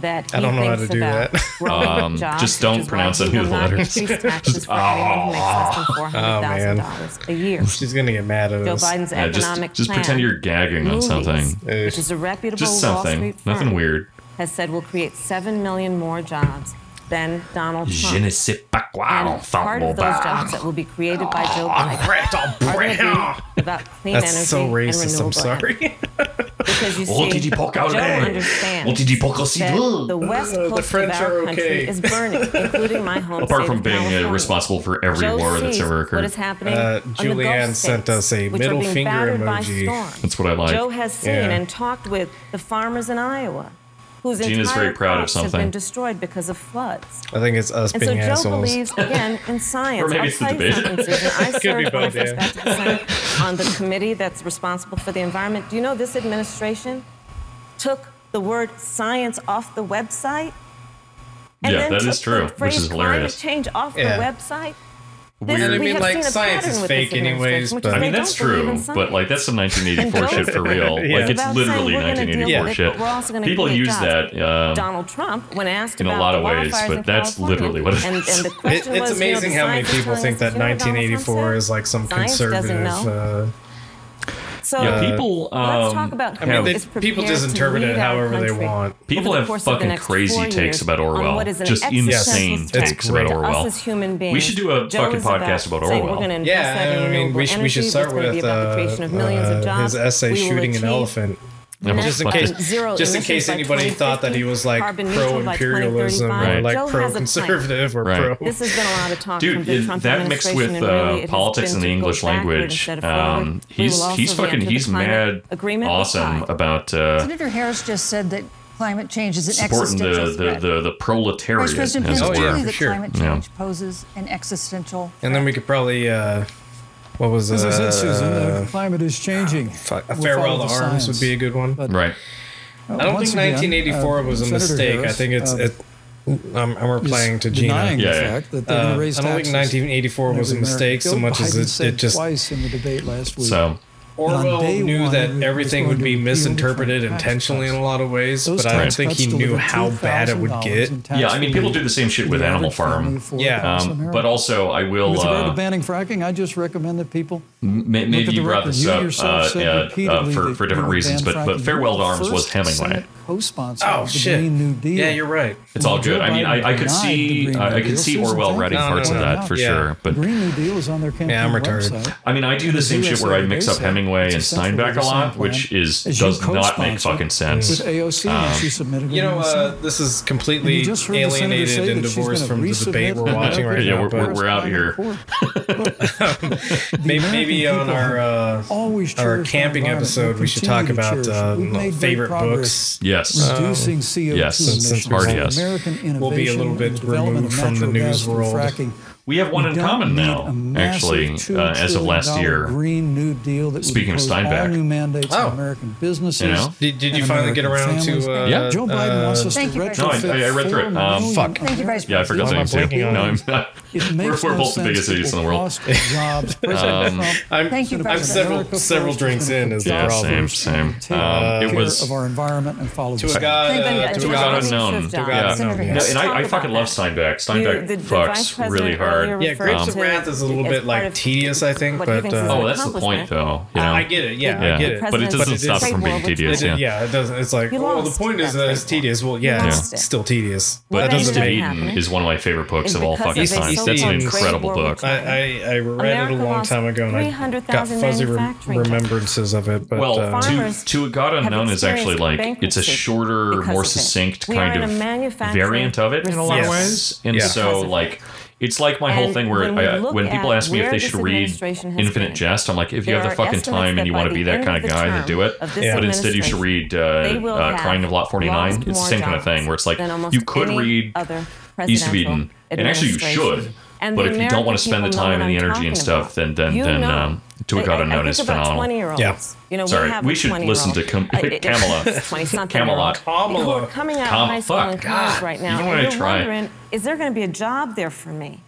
[SPEAKER 6] that he
[SPEAKER 2] I don't know how
[SPEAKER 6] thinks
[SPEAKER 2] to do
[SPEAKER 6] about
[SPEAKER 2] that.
[SPEAKER 6] wrong
[SPEAKER 3] Um,
[SPEAKER 6] jobs,
[SPEAKER 3] just don't
[SPEAKER 6] which is why
[SPEAKER 3] pronounce
[SPEAKER 6] he
[SPEAKER 3] any of
[SPEAKER 6] will
[SPEAKER 3] the
[SPEAKER 6] not
[SPEAKER 3] letters.
[SPEAKER 6] increase taxes for
[SPEAKER 3] Oh.
[SPEAKER 6] anyone who makes less than four
[SPEAKER 2] Oh,
[SPEAKER 6] hundred
[SPEAKER 2] man.
[SPEAKER 6] thousand dollars a year.
[SPEAKER 2] She's gonna get mad at
[SPEAKER 6] Joe
[SPEAKER 2] us.
[SPEAKER 6] Biden's
[SPEAKER 3] Yeah, just-
[SPEAKER 6] economic
[SPEAKER 3] just
[SPEAKER 6] plan.
[SPEAKER 3] pretend you're gagging on
[SPEAKER 6] movies,
[SPEAKER 3] something.
[SPEAKER 6] Which is a reputable
[SPEAKER 3] Just
[SPEAKER 6] Wall
[SPEAKER 3] something.
[SPEAKER 6] Street firm,
[SPEAKER 3] Nothing weird.
[SPEAKER 6] Has said will create seven million more jobs than Donald Trump.
[SPEAKER 3] sais pas quoi
[SPEAKER 6] and part of those jobs that will be created by Joe
[SPEAKER 3] Ah,
[SPEAKER 6] Biden are going to be about clean
[SPEAKER 2] That's
[SPEAKER 6] energy
[SPEAKER 2] so
[SPEAKER 6] and
[SPEAKER 2] racist.
[SPEAKER 6] renewable
[SPEAKER 2] I'm sorry.
[SPEAKER 6] energy. Because you
[SPEAKER 3] [LAUGHS] Oh,
[SPEAKER 6] see,
[SPEAKER 3] did you poke out
[SPEAKER 6] Joe
[SPEAKER 3] there?
[SPEAKER 6] understands
[SPEAKER 3] Oh, did you poke us
[SPEAKER 6] that
[SPEAKER 3] in?
[SPEAKER 6] the west
[SPEAKER 2] Uh, The
[SPEAKER 6] coast
[SPEAKER 2] French
[SPEAKER 6] of our
[SPEAKER 2] are
[SPEAKER 6] country
[SPEAKER 2] okay.
[SPEAKER 6] is
[SPEAKER 2] [LAUGHS]
[SPEAKER 6] burning, including my home
[SPEAKER 3] Apart
[SPEAKER 6] state
[SPEAKER 3] from
[SPEAKER 6] of
[SPEAKER 3] being uh,
[SPEAKER 6] California.
[SPEAKER 3] responsible for every
[SPEAKER 6] Joe
[SPEAKER 3] war that's
[SPEAKER 6] sees
[SPEAKER 3] ever
[SPEAKER 6] What
[SPEAKER 3] occurred.
[SPEAKER 6] is happening?
[SPEAKER 2] Uh,
[SPEAKER 6] on the
[SPEAKER 2] Julianne
[SPEAKER 6] Gulf
[SPEAKER 2] sent
[SPEAKER 6] states,
[SPEAKER 2] us a
[SPEAKER 6] which are
[SPEAKER 2] middle
[SPEAKER 6] being
[SPEAKER 2] finger
[SPEAKER 6] battered by
[SPEAKER 2] emoji.
[SPEAKER 6] storm.
[SPEAKER 3] That's what I like.
[SPEAKER 6] Joe has seen
[SPEAKER 2] Yeah.
[SPEAKER 6] and talked with the farmers in Iowa, whose
[SPEAKER 3] Gina's
[SPEAKER 6] entire
[SPEAKER 3] very proud of
[SPEAKER 6] crops have
[SPEAKER 3] something.
[SPEAKER 6] been destroyed because of floods.
[SPEAKER 2] I think it's us
[SPEAKER 6] And so
[SPEAKER 2] being
[SPEAKER 6] Joe
[SPEAKER 2] assholes.
[SPEAKER 6] believes
[SPEAKER 2] [LAUGHS]
[SPEAKER 6] again in science.
[SPEAKER 3] Or maybe
[SPEAKER 6] I'll
[SPEAKER 3] it's the
[SPEAKER 6] tell you
[SPEAKER 3] debate.
[SPEAKER 6] something, Susan. I
[SPEAKER 2] be
[SPEAKER 6] served when I
[SPEAKER 2] both,
[SPEAKER 6] first
[SPEAKER 2] yeah.
[SPEAKER 6] got to the Senate on the committee that's responsible for the environment. Do you know this administration took the word science off the website?
[SPEAKER 3] Yeah,
[SPEAKER 6] then
[SPEAKER 3] that
[SPEAKER 6] took
[SPEAKER 3] is true,
[SPEAKER 6] The
[SPEAKER 3] which
[SPEAKER 6] phrase
[SPEAKER 3] is hilarious.
[SPEAKER 6] Climate change off
[SPEAKER 2] Yeah.
[SPEAKER 6] the website.
[SPEAKER 3] Weird.
[SPEAKER 6] This,
[SPEAKER 3] I
[SPEAKER 6] we
[SPEAKER 2] mean,
[SPEAKER 6] have
[SPEAKER 2] like,
[SPEAKER 6] seen a
[SPEAKER 2] science
[SPEAKER 6] pattern
[SPEAKER 2] is
[SPEAKER 6] with
[SPEAKER 2] fake
[SPEAKER 6] this administration,
[SPEAKER 2] anyways,
[SPEAKER 6] which
[SPEAKER 2] but-
[SPEAKER 6] is
[SPEAKER 3] I
[SPEAKER 6] they
[SPEAKER 3] mean,
[SPEAKER 6] don't
[SPEAKER 3] that's
[SPEAKER 6] believe in
[SPEAKER 3] true,
[SPEAKER 6] science.
[SPEAKER 3] but like that's some 1984
[SPEAKER 6] And Joe-
[SPEAKER 3] shit for real.
[SPEAKER 2] Yeah.
[SPEAKER 3] Like it's
[SPEAKER 6] About saying
[SPEAKER 3] literally
[SPEAKER 6] we're gonna deal
[SPEAKER 3] 1984
[SPEAKER 6] with it,
[SPEAKER 3] shit.
[SPEAKER 6] but we're also gonna
[SPEAKER 3] People
[SPEAKER 6] create
[SPEAKER 3] use
[SPEAKER 6] jobs.
[SPEAKER 3] that. Uh,
[SPEAKER 6] Donald Trump, when asked
[SPEAKER 3] in a
[SPEAKER 6] about
[SPEAKER 3] lot
[SPEAKER 6] the
[SPEAKER 3] of ways,
[SPEAKER 6] wildfires
[SPEAKER 3] but
[SPEAKER 6] in
[SPEAKER 3] that's
[SPEAKER 6] California,
[SPEAKER 3] literally what it
[SPEAKER 6] and,
[SPEAKER 3] is.
[SPEAKER 6] And the
[SPEAKER 2] It,
[SPEAKER 6] question
[SPEAKER 2] it's
[SPEAKER 6] was, you know,
[SPEAKER 2] amazing
[SPEAKER 6] the
[SPEAKER 2] how many
[SPEAKER 6] scientists
[SPEAKER 2] people
[SPEAKER 6] telling
[SPEAKER 2] think
[SPEAKER 6] us
[SPEAKER 2] that
[SPEAKER 6] this, you know what Donald Trump
[SPEAKER 2] 1984
[SPEAKER 6] said?
[SPEAKER 2] is like some
[SPEAKER 6] Science doesn't
[SPEAKER 2] conservative.
[SPEAKER 6] know.
[SPEAKER 2] Uh,
[SPEAKER 6] So
[SPEAKER 3] yeah, people. Um,
[SPEAKER 6] let's talk about
[SPEAKER 2] I
[SPEAKER 6] who
[SPEAKER 2] mean, they,
[SPEAKER 6] is prepared
[SPEAKER 2] people just
[SPEAKER 6] to
[SPEAKER 2] interpret
[SPEAKER 6] lead
[SPEAKER 2] it
[SPEAKER 6] our
[SPEAKER 2] however they
[SPEAKER 6] country.
[SPEAKER 2] want.
[SPEAKER 3] People
[SPEAKER 6] over the
[SPEAKER 3] have
[SPEAKER 6] course of the
[SPEAKER 3] fucking
[SPEAKER 6] next
[SPEAKER 3] crazy
[SPEAKER 6] four
[SPEAKER 3] takes
[SPEAKER 6] years
[SPEAKER 3] about
[SPEAKER 6] on
[SPEAKER 3] Orwell.
[SPEAKER 6] what is an
[SPEAKER 3] Just
[SPEAKER 6] existential
[SPEAKER 3] insane
[SPEAKER 6] threat
[SPEAKER 3] takes about
[SPEAKER 2] to us
[SPEAKER 3] Orwell.
[SPEAKER 6] Us as human beings,
[SPEAKER 3] We should do a
[SPEAKER 6] Joe
[SPEAKER 3] fucking
[SPEAKER 6] is about
[SPEAKER 3] podcast about
[SPEAKER 6] saying We're
[SPEAKER 3] Orwell.
[SPEAKER 6] going to invest
[SPEAKER 2] Yeah,
[SPEAKER 6] that in
[SPEAKER 2] I mean,
[SPEAKER 6] renewable
[SPEAKER 2] we, sh- we
[SPEAKER 6] energy.
[SPEAKER 2] should start
[SPEAKER 6] It's gonna be
[SPEAKER 2] with
[SPEAKER 6] about
[SPEAKER 2] uh,
[SPEAKER 6] the creation of millions of
[SPEAKER 2] uh,
[SPEAKER 6] jobs.
[SPEAKER 2] his essay
[SPEAKER 6] We will
[SPEAKER 2] "Shooting an
[SPEAKER 6] achieve
[SPEAKER 2] Elephant."
[SPEAKER 3] Yeah,
[SPEAKER 6] net
[SPEAKER 2] Just in
[SPEAKER 3] but-
[SPEAKER 2] case,
[SPEAKER 6] zero
[SPEAKER 2] just in
[SPEAKER 6] emissions
[SPEAKER 2] case
[SPEAKER 6] by
[SPEAKER 2] anybody thought that he was like
[SPEAKER 6] 2050, carbon neutral by
[SPEAKER 2] pro-imperialism or
[SPEAKER 6] 2035.
[SPEAKER 2] like
[SPEAKER 6] Joe has a plan.
[SPEAKER 2] pro-conservative or
[SPEAKER 3] Right.
[SPEAKER 2] pro.
[SPEAKER 6] This has been a lot of talk from
[SPEAKER 3] Dude,
[SPEAKER 6] the
[SPEAKER 3] it-
[SPEAKER 6] Trump
[SPEAKER 3] that mixed with
[SPEAKER 6] administration, and really
[SPEAKER 3] uh,
[SPEAKER 6] it has
[SPEAKER 3] politics
[SPEAKER 6] been
[SPEAKER 3] and the
[SPEAKER 6] to go
[SPEAKER 3] English
[SPEAKER 6] backward
[SPEAKER 3] language,
[SPEAKER 6] instead of forward.
[SPEAKER 3] um,
[SPEAKER 6] We will
[SPEAKER 3] he's
[SPEAKER 6] also
[SPEAKER 3] he's
[SPEAKER 6] be
[SPEAKER 3] fucking
[SPEAKER 6] under the
[SPEAKER 3] he's
[SPEAKER 6] climate
[SPEAKER 3] mad
[SPEAKER 6] agreement with
[SPEAKER 3] awesome
[SPEAKER 6] Biden.
[SPEAKER 3] about uh,
[SPEAKER 5] Senator Harris just said that climate change is an
[SPEAKER 3] supporting
[SPEAKER 5] existential
[SPEAKER 3] the the,
[SPEAKER 5] threat.
[SPEAKER 3] the the proletariat.
[SPEAKER 5] Vice
[SPEAKER 3] As
[SPEAKER 5] President Pence,
[SPEAKER 3] it
[SPEAKER 2] Oh,
[SPEAKER 5] it's
[SPEAKER 2] yeah,
[SPEAKER 5] clear
[SPEAKER 2] for
[SPEAKER 3] were.
[SPEAKER 5] that
[SPEAKER 2] sure.
[SPEAKER 5] climate change poses an existential
[SPEAKER 2] And then we could probably uh, what was
[SPEAKER 7] As I said, Susan,
[SPEAKER 2] uh, Ah,
[SPEAKER 7] the climate is changing.
[SPEAKER 2] fuck, a
[SPEAKER 7] We'll
[SPEAKER 2] farewell
[SPEAKER 7] follow
[SPEAKER 2] to
[SPEAKER 7] the
[SPEAKER 2] arms
[SPEAKER 7] science.
[SPEAKER 2] would be a good one.
[SPEAKER 7] But,
[SPEAKER 3] Right.
[SPEAKER 7] uh,
[SPEAKER 2] I don't
[SPEAKER 7] once
[SPEAKER 2] think
[SPEAKER 7] again,
[SPEAKER 2] 1984
[SPEAKER 7] uh,
[SPEAKER 2] was a
[SPEAKER 7] Senator
[SPEAKER 2] mistake.
[SPEAKER 7] Harris,
[SPEAKER 2] I think it's
[SPEAKER 7] uh,
[SPEAKER 2] it. I'm, I'm
[SPEAKER 7] is
[SPEAKER 2] replying to
[SPEAKER 7] Denying
[SPEAKER 2] Gina.
[SPEAKER 7] the
[SPEAKER 3] Yeah, yeah.
[SPEAKER 7] fact that they're going
[SPEAKER 2] Uh,
[SPEAKER 7] to raise
[SPEAKER 2] I don't think
[SPEAKER 7] taxes
[SPEAKER 2] 1984
[SPEAKER 7] on
[SPEAKER 2] was a
[SPEAKER 7] every American.
[SPEAKER 2] mistake so
[SPEAKER 7] Joe
[SPEAKER 2] much as
[SPEAKER 7] Biden
[SPEAKER 2] it-
[SPEAKER 7] said
[SPEAKER 2] it just-
[SPEAKER 7] twice in the debate last week.
[SPEAKER 3] So
[SPEAKER 2] Orwell
[SPEAKER 7] day
[SPEAKER 2] knew
[SPEAKER 7] one,
[SPEAKER 2] that
[SPEAKER 7] he was
[SPEAKER 2] everything
[SPEAKER 7] going
[SPEAKER 2] would
[SPEAKER 7] to
[SPEAKER 2] be
[SPEAKER 7] repeal the
[SPEAKER 2] misinterpreted
[SPEAKER 7] tax cuts.
[SPEAKER 2] intentionally in a lot of ways,
[SPEAKER 7] Those
[SPEAKER 2] but I don't
[SPEAKER 7] tax
[SPEAKER 2] think
[SPEAKER 7] cuts
[SPEAKER 2] he knew
[SPEAKER 7] delivered
[SPEAKER 2] how bad it would
[SPEAKER 7] $2,000
[SPEAKER 2] get.
[SPEAKER 7] in tax
[SPEAKER 3] yeah, I mean, people
[SPEAKER 7] relief
[SPEAKER 3] do the same
[SPEAKER 7] to
[SPEAKER 3] shit with
[SPEAKER 7] the
[SPEAKER 3] Animal
[SPEAKER 7] average family
[SPEAKER 3] Farm.
[SPEAKER 7] of four
[SPEAKER 2] Yeah.
[SPEAKER 7] across
[SPEAKER 3] Um,
[SPEAKER 7] America.
[SPEAKER 3] but also, I will.
[SPEAKER 7] With regard
[SPEAKER 3] Uh,
[SPEAKER 7] to banning fracking, I just recommend that people
[SPEAKER 3] May-
[SPEAKER 7] Look
[SPEAKER 3] Maybe
[SPEAKER 7] at the
[SPEAKER 3] you brought
[SPEAKER 7] record.
[SPEAKER 3] this
[SPEAKER 7] You
[SPEAKER 3] up uh,
[SPEAKER 7] yourself said
[SPEAKER 3] uh, uh,
[SPEAKER 7] repeatedly
[SPEAKER 3] for,
[SPEAKER 7] that
[SPEAKER 3] for
[SPEAKER 7] you
[SPEAKER 3] different
[SPEAKER 7] were
[SPEAKER 3] reasons,
[SPEAKER 7] Dan
[SPEAKER 3] but, but
[SPEAKER 7] Franken.
[SPEAKER 3] Farewell to
[SPEAKER 7] You're the
[SPEAKER 3] Arms was
[SPEAKER 7] first
[SPEAKER 3] Hemingway.
[SPEAKER 7] Senate Co-sponsor
[SPEAKER 2] Oh
[SPEAKER 7] of the
[SPEAKER 2] shit!
[SPEAKER 7] Green New Deal.
[SPEAKER 2] Yeah, you're right.
[SPEAKER 3] It's all
[SPEAKER 7] Joe
[SPEAKER 3] good. I mean,
[SPEAKER 7] Biden
[SPEAKER 3] I, I
[SPEAKER 7] denied the
[SPEAKER 3] could see
[SPEAKER 7] Green
[SPEAKER 3] I, I
[SPEAKER 7] New
[SPEAKER 3] could
[SPEAKER 7] Deal.
[SPEAKER 3] see
[SPEAKER 7] Susan,
[SPEAKER 3] Orwell
[SPEAKER 7] thank
[SPEAKER 3] writing
[SPEAKER 7] you.
[SPEAKER 2] No,
[SPEAKER 3] parts
[SPEAKER 2] no,
[SPEAKER 3] of
[SPEAKER 2] no.
[SPEAKER 3] that for
[SPEAKER 2] Yeah.
[SPEAKER 3] sure. But
[SPEAKER 7] Green New Deal is on their campaign
[SPEAKER 2] Yeah, I'm retarded.
[SPEAKER 7] website.
[SPEAKER 3] I mean, I do the same shit where I mix up Hemingway and Steinbeck a lot, which is
[SPEAKER 7] As you
[SPEAKER 3] does not make
[SPEAKER 7] co-sponsor
[SPEAKER 3] fucking sense.
[SPEAKER 7] With AOC, and she submitted
[SPEAKER 2] You
[SPEAKER 7] it in
[SPEAKER 2] know,
[SPEAKER 7] the
[SPEAKER 2] uh,
[SPEAKER 7] Senate.
[SPEAKER 2] this is
[SPEAKER 7] And
[SPEAKER 2] completely
[SPEAKER 7] you just heard the senator
[SPEAKER 2] alienated
[SPEAKER 7] say
[SPEAKER 2] and
[SPEAKER 7] that she's
[SPEAKER 2] divorced from
[SPEAKER 7] gonna
[SPEAKER 2] the debate
[SPEAKER 7] resubmit
[SPEAKER 2] we're
[SPEAKER 7] the
[SPEAKER 2] watching right
[SPEAKER 3] Yeah,
[SPEAKER 2] now.
[SPEAKER 3] we're-
[SPEAKER 2] But
[SPEAKER 3] we're out here.
[SPEAKER 2] maybe, maybe on our uh,
[SPEAKER 7] always
[SPEAKER 2] our
[SPEAKER 7] cherish
[SPEAKER 2] camping
[SPEAKER 7] environment.
[SPEAKER 2] episode,
[SPEAKER 7] We
[SPEAKER 2] we should talk
[SPEAKER 7] continue to
[SPEAKER 2] about
[SPEAKER 7] cherish
[SPEAKER 2] uh,
[SPEAKER 7] it. We've made great
[SPEAKER 2] favorite
[SPEAKER 7] progress.
[SPEAKER 2] books.
[SPEAKER 3] Yes.
[SPEAKER 7] reducing CO2
[SPEAKER 3] yes.
[SPEAKER 7] emissions,
[SPEAKER 2] Since hard yes.
[SPEAKER 7] American innovation,
[SPEAKER 2] We'll be a little bit
[SPEAKER 7] and the development
[SPEAKER 2] removed
[SPEAKER 7] of
[SPEAKER 2] from the
[SPEAKER 7] natural
[SPEAKER 2] news
[SPEAKER 7] gas and
[SPEAKER 2] world.
[SPEAKER 7] Fracking.
[SPEAKER 3] We have one
[SPEAKER 7] We
[SPEAKER 3] in
[SPEAKER 7] don't
[SPEAKER 3] common
[SPEAKER 7] need
[SPEAKER 3] now,
[SPEAKER 7] a massive
[SPEAKER 3] actually,
[SPEAKER 7] $2
[SPEAKER 3] uh, as of
[SPEAKER 7] trillion
[SPEAKER 3] last
[SPEAKER 7] dollar
[SPEAKER 3] year.
[SPEAKER 7] Green New Deal that would
[SPEAKER 3] Speaking of
[SPEAKER 7] impose all
[SPEAKER 3] Steinbeck.
[SPEAKER 7] new mandates
[SPEAKER 2] Oh.
[SPEAKER 7] on American businesses.
[SPEAKER 3] You know?
[SPEAKER 2] Did- did you
[SPEAKER 7] and
[SPEAKER 2] finally get
[SPEAKER 7] American
[SPEAKER 2] around to,
[SPEAKER 7] families.
[SPEAKER 2] uh,
[SPEAKER 3] Yeah.
[SPEAKER 7] Joe Biden wants us
[SPEAKER 5] Thank
[SPEAKER 7] to
[SPEAKER 5] you, Vice
[SPEAKER 7] retrofit
[SPEAKER 3] President. No, I- I read through it.
[SPEAKER 7] four
[SPEAKER 3] Um,
[SPEAKER 7] million
[SPEAKER 2] Fuck.
[SPEAKER 5] Thank you, Vice
[SPEAKER 7] American
[SPEAKER 3] Yeah, I forgot
[SPEAKER 2] Why am
[SPEAKER 3] the
[SPEAKER 2] I
[SPEAKER 3] name too.
[SPEAKER 2] blanking on
[SPEAKER 3] No, I'm
[SPEAKER 2] it?
[SPEAKER 3] not.
[SPEAKER 7] It
[SPEAKER 3] We're,
[SPEAKER 7] makes
[SPEAKER 3] we're
[SPEAKER 7] no
[SPEAKER 3] both the
[SPEAKER 7] sense
[SPEAKER 3] biggest
[SPEAKER 7] that
[SPEAKER 3] idiots in the
[SPEAKER 7] will
[SPEAKER 3] world. Um,
[SPEAKER 7] cost
[SPEAKER 3] [LAUGHS]
[SPEAKER 7] Jobs, President Trump,
[SPEAKER 2] I'm,
[SPEAKER 5] Thank you,
[SPEAKER 2] I'm
[SPEAKER 5] President.
[SPEAKER 2] several
[SPEAKER 7] America
[SPEAKER 2] several
[SPEAKER 7] first
[SPEAKER 2] drinks
[SPEAKER 7] is gonna
[SPEAKER 2] in is the
[SPEAKER 7] protect
[SPEAKER 3] Yeah,
[SPEAKER 2] problem.
[SPEAKER 3] same,
[SPEAKER 7] others
[SPEAKER 3] same.
[SPEAKER 7] and take
[SPEAKER 3] Um, it
[SPEAKER 7] care
[SPEAKER 3] was
[SPEAKER 7] of our environment and follow
[SPEAKER 2] To
[SPEAKER 7] the
[SPEAKER 2] a guy,
[SPEAKER 6] Thank
[SPEAKER 2] uh,
[SPEAKER 6] you,
[SPEAKER 2] to a
[SPEAKER 6] Joe
[SPEAKER 2] guy
[SPEAKER 6] Biden.
[SPEAKER 3] unknown.
[SPEAKER 6] Senator
[SPEAKER 3] Yeah.
[SPEAKER 6] Harris.
[SPEAKER 2] No,
[SPEAKER 5] Senator
[SPEAKER 2] no,
[SPEAKER 3] No,
[SPEAKER 5] Harris.
[SPEAKER 3] and I, I
[SPEAKER 6] Talk
[SPEAKER 3] fucking
[SPEAKER 6] about that.
[SPEAKER 3] love Steinbeck.
[SPEAKER 6] You-
[SPEAKER 3] Steinbeck
[SPEAKER 6] the- the Vice
[SPEAKER 3] fucks
[SPEAKER 6] President
[SPEAKER 3] really hard.
[SPEAKER 6] earlier
[SPEAKER 2] Yeah,
[SPEAKER 6] referred
[SPEAKER 2] Grapes of
[SPEAKER 6] to
[SPEAKER 2] Wrath is a
[SPEAKER 6] it
[SPEAKER 2] little
[SPEAKER 6] as
[SPEAKER 2] bit, like,
[SPEAKER 6] part of
[SPEAKER 2] tedious, I think,
[SPEAKER 6] what he
[SPEAKER 2] but,
[SPEAKER 6] thinks is
[SPEAKER 2] uh,
[SPEAKER 6] an
[SPEAKER 3] Oh, that's the
[SPEAKER 6] accomplishment.
[SPEAKER 3] point, though. You
[SPEAKER 2] I-
[SPEAKER 3] know?
[SPEAKER 2] I get it. Yeah,
[SPEAKER 3] Yeah,
[SPEAKER 2] I get it.
[SPEAKER 3] but it
[SPEAKER 6] President's
[SPEAKER 2] But
[SPEAKER 3] doesn't
[SPEAKER 2] it
[SPEAKER 3] stop
[SPEAKER 2] is-
[SPEAKER 3] it from being
[SPEAKER 6] Trade war with
[SPEAKER 3] tedious.
[SPEAKER 2] It-
[SPEAKER 3] Yeah.
[SPEAKER 6] China.
[SPEAKER 2] yeah, it doesn't. It's like,
[SPEAKER 6] You
[SPEAKER 2] well, the
[SPEAKER 6] lost.
[SPEAKER 2] point is that
[SPEAKER 6] That's
[SPEAKER 2] it's
[SPEAKER 6] right.
[SPEAKER 2] tedious. Well, yeah,
[SPEAKER 6] You
[SPEAKER 2] it's
[SPEAKER 6] lost it.
[SPEAKER 2] still tedious,
[SPEAKER 3] But
[SPEAKER 2] that
[SPEAKER 6] Well,
[SPEAKER 2] doesn't
[SPEAKER 3] East of
[SPEAKER 6] anyway,
[SPEAKER 2] make.
[SPEAKER 3] Eden is one of my favorite books
[SPEAKER 6] And
[SPEAKER 3] of all
[SPEAKER 6] because
[SPEAKER 3] fucking
[SPEAKER 6] of
[SPEAKER 3] time.
[SPEAKER 6] its
[SPEAKER 2] so
[SPEAKER 3] That's an
[SPEAKER 2] called
[SPEAKER 3] incredible
[SPEAKER 6] Great War
[SPEAKER 3] book.
[SPEAKER 6] with China.
[SPEAKER 2] I, I, I read
[SPEAKER 6] America
[SPEAKER 2] it a long
[SPEAKER 6] lost
[SPEAKER 2] time ago and I got
[SPEAKER 6] 300,000
[SPEAKER 2] fuzzy rem-
[SPEAKER 6] manufacturing jobs.
[SPEAKER 2] remembrances of it. But
[SPEAKER 3] Well,
[SPEAKER 2] uh,
[SPEAKER 3] to,
[SPEAKER 6] farmers
[SPEAKER 3] to a God
[SPEAKER 6] have
[SPEAKER 3] Unknown is actually like
[SPEAKER 6] experienced
[SPEAKER 3] it's a
[SPEAKER 6] bankruptcy
[SPEAKER 3] shorter,
[SPEAKER 6] because
[SPEAKER 3] more
[SPEAKER 6] of it.
[SPEAKER 3] succinct
[SPEAKER 6] We are
[SPEAKER 3] kind
[SPEAKER 6] in a
[SPEAKER 3] of
[SPEAKER 6] manufacturing
[SPEAKER 3] variant of it in a lot of
[SPEAKER 2] recession
[SPEAKER 3] ways, and
[SPEAKER 2] Yes.
[SPEAKER 3] so
[SPEAKER 6] because of
[SPEAKER 3] like. It's like my whole
[SPEAKER 6] And
[SPEAKER 3] thing where
[SPEAKER 6] when we
[SPEAKER 3] I,
[SPEAKER 6] look
[SPEAKER 3] when people
[SPEAKER 6] at
[SPEAKER 3] ask me if
[SPEAKER 6] where
[SPEAKER 3] they
[SPEAKER 6] this
[SPEAKER 3] should read
[SPEAKER 6] administration has
[SPEAKER 3] Infinite
[SPEAKER 6] been,
[SPEAKER 3] Jest, I'm like, if you
[SPEAKER 6] there
[SPEAKER 3] have the
[SPEAKER 6] are
[SPEAKER 3] fucking
[SPEAKER 6] estimates
[SPEAKER 3] time
[SPEAKER 6] that
[SPEAKER 3] and you
[SPEAKER 6] by
[SPEAKER 3] want to
[SPEAKER 6] the
[SPEAKER 3] be that
[SPEAKER 6] end
[SPEAKER 3] kind
[SPEAKER 6] of
[SPEAKER 3] of
[SPEAKER 6] the
[SPEAKER 3] guy, then
[SPEAKER 6] term
[SPEAKER 3] do it.
[SPEAKER 6] of this
[SPEAKER 3] But instead, you should read uh,
[SPEAKER 6] they will
[SPEAKER 3] uh,
[SPEAKER 6] have
[SPEAKER 3] Crying of Lot 49.
[SPEAKER 6] lost
[SPEAKER 3] It's the
[SPEAKER 6] more
[SPEAKER 3] same kind of thing
[SPEAKER 6] jobs
[SPEAKER 3] where it's like
[SPEAKER 6] than almost
[SPEAKER 3] you could
[SPEAKER 6] any
[SPEAKER 3] read
[SPEAKER 6] other
[SPEAKER 3] East of
[SPEAKER 6] presidential
[SPEAKER 3] Eden, and actually you
[SPEAKER 6] administration.
[SPEAKER 3] should.
[SPEAKER 6] And
[SPEAKER 3] but
[SPEAKER 6] the
[SPEAKER 3] if you don't
[SPEAKER 6] American
[SPEAKER 3] want to spend the
[SPEAKER 6] people know
[SPEAKER 3] time
[SPEAKER 6] what
[SPEAKER 3] and the
[SPEAKER 6] I'm
[SPEAKER 3] energy and
[SPEAKER 6] talking about.
[SPEAKER 3] stuff, then then
[SPEAKER 6] You
[SPEAKER 3] then
[SPEAKER 6] know.
[SPEAKER 3] um, to a
[SPEAKER 6] I-
[SPEAKER 3] God
[SPEAKER 6] I- I
[SPEAKER 3] Unknown
[SPEAKER 6] think
[SPEAKER 3] is
[SPEAKER 6] about
[SPEAKER 3] phenomenal.
[SPEAKER 6] 20-year-olds.
[SPEAKER 2] Yeah.
[SPEAKER 6] You know,
[SPEAKER 3] Sorry,
[SPEAKER 6] we, have
[SPEAKER 3] we
[SPEAKER 6] a
[SPEAKER 3] should
[SPEAKER 6] 20-year-old.
[SPEAKER 3] listen
[SPEAKER 6] [LAUGHS]
[SPEAKER 3] to Com-
[SPEAKER 6] Uh, it- it- [LAUGHS]
[SPEAKER 3] Camelot.
[SPEAKER 6] 20-something-year-old
[SPEAKER 2] Camelot.
[SPEAKER 6] who are coming out
[SPEAKER 3] Com-
[SPEAKER 6] of high school and
[SPEAKER 3] fuck,
[SPEAKER 6] college
[SPEAKER 3] God.
[SPEAKER 6] right
[SPEAKER 3] You
[SPEAKER 6] now,
[SPEAKER 3] know what I
[SPEAKER 6] and you're
[SPEAKER 3] try?
[SPEAKER 6] wondering, is there going to be a job there for me?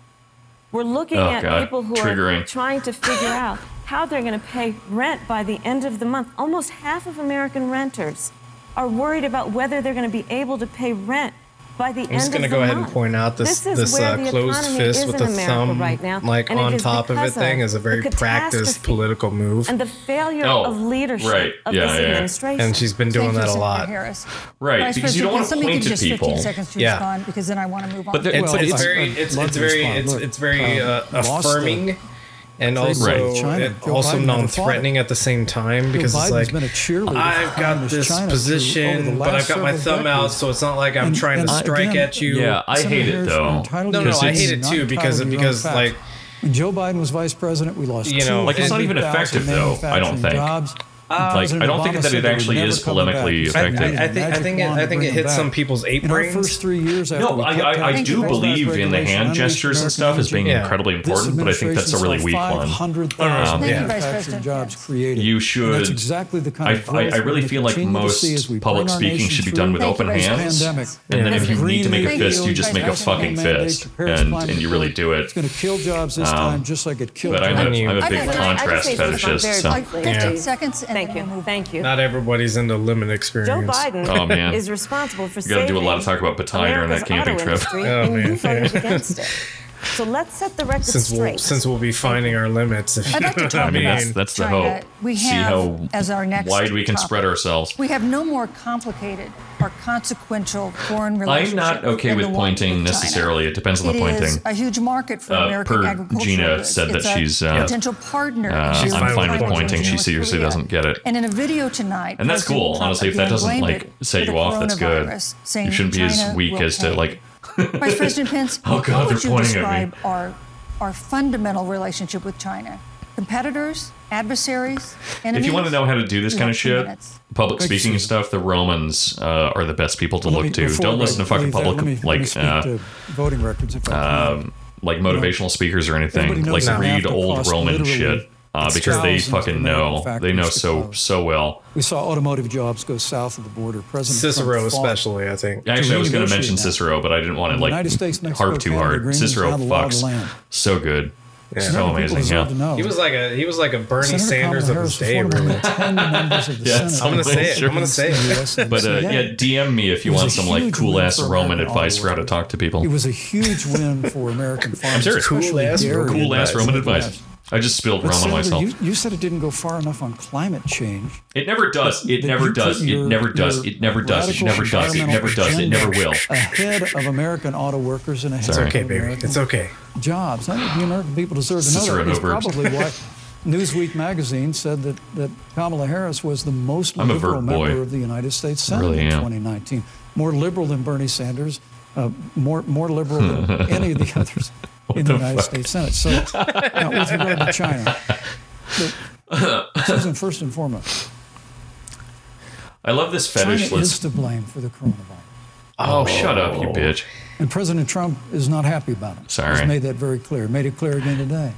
[SPEAKER 6] We're looking
[SPEAKER 3] Oh,
[SPEAKER 6] at
[SPEAKER 3] God.
[SPEAKER 6] people who are
[SPEAKER 3] Triggering.
[SPEAKER 6] trying to figure out how they're going to pay rent by the end of the month. Almost half of American renters are worried about whether they're going to be able to pay rent by the
[SPEAKER 2] I'm just
[SPEAKER 6] end
[SPEAKER 2] gonna
[SPEAKER 6] of
[SPEAKER 2] go
[SPEAKER 6] the
[SPEAKER 2] ahead
[SPEAKER 6] month.
[SPEAKER 2] and point out this
[SPEAKER 6] is
[SPEAKER 2] this
[SPEAKER 6] where
[SPEAKER 2] uh,
[SPEAKER 6] the
[SPEAKER 2] closed
[SPEAKER 6] economy
[SPEAKER 2] fist
[SPEAKER 6] is
[SPEAKER 2] with
[SPEAKER 6] in
[SPEAKER 2] the
[SPEAKER 6] America
[SPEAKER 2] thumb
[SPEAKER 6] right now,
[SPEAKER 2] like
[SPEAKER 6] and it
[SPEAKER 2] on
[SPEAKER 6] is
[SPEAKER 2] top of it
[SPEAKER 6] because
[SPEAKER 2] thing is a
[SPEAKER 6] the
[SPEAKER 2] very practiced
[SPEAKER 6] catastrophe
[SPEAKER 2] political move.
[SPEAKER 6] and the failure
[SPEAKER 3] Oh,
[SPEAKER 6] of leadership
[SPEAKER 3] right.
[SPEAKER 6] of
[SPEAKER 3] Yeah,
[SPEAKER 6] this
[SPEAKER 3] yeah, yeah.
[SPEAKER 6] administration.
[SPEAKER 2] And she's been doing
[SPEAKER 5] Thank you,
[SPEAKER 2] that a
[SPEAKER 5] Senator
[SPEAKER 2] lot.
[SPEAKER 5] Harris.
[SPEAKER 3] Right,
[SPEAKER 5] Vice
[SPEAKER 3] because you don't
[SPEAKER 5] President,
[SPEAKER 3] wanna
[SPEAKER 5] can somebody give
[SPEAKER 3] point to
[SPEAKER 5] just
[SPEAKER 3] people.
[SPEAKER 5] 15 seconds to
[SPEAKER 2] Yeah.
[SPEAKER 5] respond because then I want to move on.
[SPEAKER 3] But there-
[SPEAKER 2] It's,
[SPEAKER 3] Well,
[SPEAKER 2] it's
[SPEAKER 3] I-
[SPEAKER 2] very
[SPEAKER 7] I'd
[SPEAKER 2] it's,
[SPEAKER 7] love
[SPEAKER 2] it's
[SPEAKER 7] to
[SPEAKER 2] very
[SPEAKER 7] respond.
[SPEAKER 2] it's,
[SPEAKER 7] Look,
[SPEAKER 2] it's very
[SPEAKER 7] uh,
[SPEAKER 2] uh,
[SPEAKER 7] lost the-
[SPEAKER 2] affirming and
[SPEAKER 7] trade
[SPEAKER 2] also
[SPEAKER 3] with
[SPEAKER 7] China.
[SPEAKER 2] it-
[SPEAKER 7] Joe
[SPEAKER 2] [LAUGHS] also
[SPEAKER 7] Biden never
[SPEAKER 2] non-threatening
[SPEAKER 7] fought it.
[SPEAKER 2] at the same time because
[SPEAKER 7] Biden's
[SPEAKER 2] it's like
[SPEAKER 7] been a cheerleader
[SPEAKER 2] I've
[SPEAKER 7] for
[SPEAKER 2] got
[SPEAKER 7] communist
[SPEAKER 2] this
[SPEAKER 7] China through- over
[SPEAKER 2] position,
[SPEAKER 7] the
[SPEAKER 2] but
[SPEAKER 7] last
[SPEAKER 2] I've got my
[SPEAKER 7] several
[SPEAKER 2] thumb out,
[SPEAKER 7] decades.
[SPEAKER 2] so it's not like I'm
[SPEAKER 7] And-
[SPEAKER 2] trying
[SPEAKER 7] and
[SPEAKER 2] to
[SPEAKER 7] I-
[SPEAKER 2] strike
[SPEAKER 7] again,
[SPEAKER 2] at you.
[SPEAKER 3] Yeah, I
[SPEAKER 7] Senator
[SPEAKER 3] hate it
[SPEAKER 7] Harris,
[SPEAKER 3] though.
[SPEAKER 7] you're entitled
[SPEAKER 2] No,
[SPEAKER 7] to
[SPEAKER 2] no,
[SPEAKER 7] your
[SPEAKER 2] I
[SPEAKER 7] opinion,
[SPEAKER 2] hate it
[SPEAKER 7] not
[SPEAKER 2] too, because-
[SPEAKER 7] entitled to your
[SPEAKER 2] because,
[SPEAKER 7] own facts.
[SPEAKER 2] like-
[SPEAKER 7] when Joe Biden was vice president, we lost
[SPEAKER 2] You know,
[SPEAKER 3] like, it's not even
[SPEAKER 7] 200,000
[SPEAKER 3] effective, though, I don't think.
[SPEAKER 7] jobs.
[SPEAKER 3] Like, I don't
[SPEAKER 7] President
[SPEAKER 3] think that it
[SPEAKER 7] Obama said they were
[SPEAKER 3] actually
[SPEAKER 7] never
[SPEAKER 3] is
[SPEAKER 7] coming back.
[SPEAKER 3] polemically
[SPEAKER 7] He said,
[SPEAKER 3] effective.
[SPEAKER 7] "Magic
[SPEAKER 2] I- I think- I think it-
[SPEAKER 7] wand
[SPEAKER 2] I
[SPEAKER 7] to
[SPEAKER 2] think it
[SPEAKER 7] bring
[SPEAKER 2] hit
[SPEAKER 7] them
[SPEAKER 2] some
[SPEAKER 7] back."
[SPEAKER 2] people's ape
[SPEAKER 7] In our
[SPEAKER 2] brains.
[SPEAKER 7] first three years, after
[SPEAKER 3] No,
[SPEAKER 7] we
[SPEAKER 3] I,
[SPEAKER 7] cut
[SPEAKER 3] I, I
[SPEAKER 7] down
[SPEAKER 3] do
[SPEAKER 7] the
[SPEAKER 3] believe in the
[SPEAKER 7] regulation,
[SPEAKER 3] hand
[SPEAKER 7] unleashed
[SPEAKER 3] gestures and
[SPEAKER 7] American
[SPEAKER 3] stuff as being
[SPEAKER 2] Yeah.
[SPEAKER 3] incredibly
[SPEAKER 7] This
[SPEAKER 3] important, but I think that's a really weak one.
[SPEAKER 7] administration saw
[SPEAKER 2] Um,
[SPEAKER 7] 500,000
[SPEAKER 2] Thank you, Vice
[SPEAKER 7] manufacturing
[SPEAKER 5] President.
[SPEAKER 7] jobs
[SPEAKER 5] Yes.
[SPEAKER 7] created.
[SPEAKER 3] You
[SPEAKER 7] And that's
[SPEAKER 3] should-
[SPEAKER 7] exactly the kind
[SPEAKER 3] I,
[SPEAKER 7] of
[SPEAKER 3] I, I
[SPEAKER 7] growth we're
[SPEAKER 3] really
[SPEAKER 7] gonna
[SPEAKER 3] feel like
[SPEAKER 7] continue to see as
[SPEAKER 3] most
[SPEAKER 7] we
[SPEAKER 3] public
[SPEAKER 7] bring our
[SPEAKER 3] speaking
[SPEAKER 7] nation
[SPEAKER 3] should be
[SPEAKER 7] through
[SPEAKER 3] done with
[SPEAKER 5] Thank
[SPEAKER 3] open
[SPEAKER 5] you, Vice
[SPEAKER 3] hands.
[SPEAKER 7] Pandemic.
[SPEAKER 3] And then
[SPEAKER 5] Yeah.
[SPEAKER 3] if you need to make a
[SPEAKER 5] Thank you,
[SPEAKER 3] fist, you just
[SPEAKER 5] Vice
[SPEAKER 3] make a
[SPEAKER 5] President.
[SPEAKER 3] fucking fist, and, and you really do it.
[SPEAKER 7] It's going to kill jobs this time, just like it killed.
[SPEAKER 3] But I'm
[SPEAKER 2] Thank
[SPEAKER 3] a,
[SPEAKER 2] you.
[SPEAKER 3] I'm a
[SPEAKER 6] I
[SPEAKER 3] big
[SPEAKER 6] just- I just
[SPEAKER 3] contrast
[SPEAKER 6] say this
[SPEAKER 3] fetishist,
[SPEAKER 6] very
[SPEAKER 3] so.
[SPEAKER 5] Like 15
[SPEAKER 2] Yeah.
[SPEAKER 5] seconds and
[SPEAKER 6] Thank
[SPEAKER 5] then we'll
[SPEAKER 6] you.
[SPEAKER 5] move
[SPEAKER 6] Thank you.
[SPEAKER 2] Not everybody's into lemon
[SPEAKER 6] Joe
[SPEAKER 2] experience.
[SPEAKER 6] Biden
[SPEAKER 3] Oh, man.
[SPEAKER 6] is responsible for
[SPEAKER 3] gotta
[SPEAKER 6] saving
[SPEAKER 3] do a lot of talk about Patani during
[SPEAKER 6] America's
[SPEAKER 3] that camping
[SPEAKER 6] auto
[SPEAKER 3] trip.
[SPEAKER 6] industry,
[SPEAKER 2] Oh,
[SPEAKER 6] and
[SPEAKER 2] man.
[SPEAKER 6] you
[SPEAKER 2] [LAUGHS]
[SPEAKER 6] voted against it. So let's set the record
[SPEAKER 2] [LAUGHS] Since
[SPEAKER 6] straight.
[SPEAKER 2] we'll since we'll be finding our limits. If you
[SPEAKER 5] I'd like to
[SPEAKER 3] [LAUGHS]
[SPEAKER 2] know what I
[SPEAKER 5] talk
[SPEAKER 2] mean.
[SPEAKER 5] about-
[SPEAKER 3] That's, that's the
[SPEAKER 5] China,
[SPEAKER 3] hope.
[SPEAKER 5] we
[SPEAKER 3] See
[SPEAKER 5] have
[SPEAKER 3] how
[SPEAKER 5] as our next
[SPEAKER 3] wide we can
[SPEAKER 5] topic.
[SPEAKER 3] spread ourselves.
[SPEAKER 5] We have no more complicated or consequential foreign relations.
[SPEAKER 3] I'm not okay with pointing necessarily. It depends on the
[SPEAKER 5] It is
[SPEAKER 3] pointing.
[SPEAKER 5] a huge market for
[SPEAKER 3] Uh,
[SPEAKER 5] American
[SPEAKER 3] per
[SPEAKER 5] agricultural
[SPEAKER 3] Gina
[SPEAKER 5] goods.
[SPEAKER 3] said that
[SPEAKER 5] It's a
[SPEAKER 3] she's, uh,
[SPEAKER 5] potential partner. in
[SPEAKER 3] Uh,
[SPEAKER 5] She's
[SPEAKER 2] fine
[SPEAKER 3] I'm
[SPEAKER 2] with
[SPEAKER 3] fine with
[SPEAKER 2] pointing
[SPEAKER 3] pointing.
[SPEAKER 2] to
[SPEAKER 3] She
[SPEAKER 5] North
[SPEAKER 3] seriously
[SPEAKER 5] Korea.
[SPEAKER 3] doesn't get it.
[SPEAKER 5] And in a video tonight,
[SPEAKER 3] And that's
[SPEAKER 5] President
[SPEAKER 3] cool,
[SPEAKER 5] Trump
[SPEAKER 3] honestly. If that
[SPEAKER 5] again
[SPEAKER 3] doesn't
[SPEAKER 5] blamed
[SPEAKER 3] like
[SPEAKER 5] it
[SPEAKER 3] set
[SPEAKER 5] for
[SPEAKER 3] you
[SPEAKER 5] the
[SPEAKER 3] off, that's good.
[SPEAKER 5] coronavirus, saying
[SPEAKER 3] You shouldn't be as
[SPEAKER 5] China
[SPEAKER 3] weak
[SPEAKER 5] will
[SPEAKER 3] as to
[SPEAKER 5] pay.
[SPEAKER 3] like.
[SPEAKER 5] [LAUGHS] Vice President Pence,
[SPEAKER 3] [LAUGHS] Oh, God,
[SPEAKER 5] how
[SPEAKER 3] they're
[SPEAKER 5] would you
[SPEAKER 3] pointing at me.
[SPEAKER 5] describe our our fundamental relationship with China? Competitors, adversaries, enemies.
[SPEAKER 3] If you want to know how to do this
[SPEAKER 5] We
[SPEAKER 3] kind of
[SPEAKER 5] have two
[SPEAKER 3] shit,
[SPEAKER 5] minutes.
[SPEAKER 3] public
[SPEAKER 7] Thank you,
[SPEAKER 3] speaking and
[SPEAKER 7] Susan.
[SPEAKER 3] stuff, the Romans uh, are the best people to
[SPEAKER 7] Let
[SPEAKER 3] look
[SPEAKER 7] me-
[SPEAKER 3] to.
[SPEAKER 7] before
[SPEAKER 3] Don't
[SPEAKER 7] I
[SPEAKER 3] listen to fucking
[SPEAKER 7] leave that,
[SPEAKER 3] public
[SPEAKER 7] let me- let me
[SPEAKER 3] like
[SPEAKER 7] speak
[SPEAKER 3] uh, um,
[SPEAKER 7] to voting records. If I can.
[SPEAKER 3] like motivational speakers or anything.
[SPEAKER 7] Everybody
[SPEAKER 3] Like
[SPEAKER 7] knows that
[SPEAKER 3] read
[SPEAKER 7] NAFTA
[SPEAKER 3] old
[SPEAKER 7] cost
[SPEAKER 3] Roman
[SPEAKER 7] literally
[SPEAKER 3] shit uh,
[SPEAKER 7] its
[SPEAKER 3] because they
[SPEAKER 7] thousands of
[SPEAKER 3] fucking
[SPEAKER 7] American
[SPEAKER 3] know. They
[SPEAKER 7] factories
[SPEAKER 3] know
[SPEAKER 7] to
[SPEAKER 3] so
[SPEAKER 7] close.
[SPEAKER 3] so well.
[SPEAKER 7] we saw automotive jobs go south of the border. President
[SPEAKER 2] Cicero
[SPEAKER 7] Trump fought
[SPEAKER 2] especially, I think.
[SPEAKER 3] Actually, I was going
[SPEAKER 7] renegotiate
[SPEAKER 3] to mention
[SPEAKER 7] that.
[SPEAKER 3] Cicero, but I didn't want to
[SPEAKER 7] The
[SPEAKER 3] like
[SPEAKER 7] United States, Mexico,
[SPEAKER 3] harp too
[SPEAKER 7] Canada
[SPEAKER 3] hard.
[SPEAKER 7] agreement is
[SPEAKER 3] Cicero
[SPEAKER 7] now the law of the
[SPEAKER 3] fucks
[SPEAKER 7] land.
[SPEAKER 3] so good, so
[SPEAKER 7] People
[SPEAKER 3] amazing.
[SPEAKER 7] deserve to
[SPEAKER 3] Yeah.
[SPEAKER 7] know.
[SPEAKER 2] He was like a he was like a Bernie
[SPEAKER 7] Senator
[SPEAKER 2] Sanders
[SPEAKER 7] Kamala
[SPEAKER 2] of
[SPEAKER 7] Harris,
[SPEAKER 2] his day,
[SPEAKER 7] affordable
[SPEAKER 2] really.
[SPEAKER 7] ten members of the
[SPEAKER 3] Yeah,
[SPEAKER 7] Senate
[SPEAKER 3] I'm gonna
[SPEAKER 7] are
[SPEAKER 3] say
[SPEAKER 2] it, I'm gonna say it.
[SPEAKER 7] against the US
[SPEAKER 3] But uh,
[SPEAKER 7] NCAA.
[SPEAKER 3] yeah, DM me if you
[SPEAKER 7] It was
[SPEAKER 3] want
[SPEAKER 7] a
[SPEAKER 3] some like
[SPEAKER 7] huge
[SPEAKER 3] cool
[SPEAKER 7] win
[SPEAKER 3] ass
[SPEAKER 7] for
[SPEAKER 3] Roman
[SPEAKER 7] American
[SPEAKER 3] advice for how to
[SPEAKER 7] oligarchs.
[SPEAKER 3] talk to people.
[SPEAKER 7] It was a huge win for
[SPEAKER 3] [LAUGHS]
[SPEAKER 7] American farmers.
[SPEAKER 3] serious. Cool
[SPEAKER 7] especially
[SPEAKER 2] ass-
[SPEAKER 7] dairy
[SPEAKER 3] cool ass
[SPEAKER 7] and
[SPEAKER 3] Roman
[SPEAKER 7] everything
[SPEAKER 3] advice.
[SPEAKER 7] else.
[SPEAKER 3] I just spilled
[SPEAKER 7] But
[SPEAKER 3] rum on
[SPEAKER 7] Senator,
[SPEAKER 3] myself.
[SPEAKER 7] You, you said it didn't go far enough on climate change.
[SPEAKER 3] It never does. It
[SPEAKER 7] that
[SPEAKER 3] never
[SPEAKER 7] you put
[SPEAKER 3] does. It
[SPEAKER 7] your-
[SPEAKER 3] never does.
[SPEAKER 7] your
[SPEAKER 3] It never does. It
[SPEAKER 7] radical
[SPEAKER 3] never does. It never does. It
[SPEAKER 7] environmental
[SPEAKER 3] never will.
[SPEAKER 7] agenda Ahead of American auto workers and ahead
[SPEAKER 3] Sorry.
[SPEAKER 7] of
[SPEAKER 2] Okay, baby.
[SPEAKER 7] American
[SPEAKER 2] It's okay.
[SPEAKER 7] jobs. I think the American people deserve to know
[SPEAKER 3] Cicero
[SPEAKER 7] that. It's
[SPEAKER 3] verbs.
[SPEAKER 7] probably
[SPEAKER 3] [LAUGHS]
[SPEAKER 7] why Newsweek magazine said that, that Kamala Harris was the most
[SPEAKER 3] I'm a
[SPEAKER 7] liberal
[SPEAKER 3] verb boy.
[SPEAKER 7] member of the United States Senate
[SPEAKER 3] Really
[SPEAKER 7] in
[SPEAKER 3] am.
[SPEAKER 7] 2019. More liberal than Bernie Sanders, uh, more more liberal
[SPEAKER 3] [LAUGHS]
[SPEAKER 7] than any of the others in the,
[SPEAKER 3] the
[SPEAKER 7] United
[SPEAKER 3] fuck?
[SPEAKER 7] States Senate. So, now, with regard to
[SPEAKER 3] [LAUGHS]
[SPEAKER 7] China, the- Susan, first and foremost,
[SPEAKER 3] I love this
[SPEAKER 7] China
[SPEAKER 3] fetish.
[SPEAKER 7] is
[SPEAKER 3] Let's.
[SPEAKER 7] to blame for the coronavirus.
[SPEAKER 3] Oh, shut up, you bitch.
[SPEAKER 7] And President Trump is not happy about it.
[SPEAKER 3] Sorry.
[SPEAKER 7] He's made that very clear. Made it clear again today.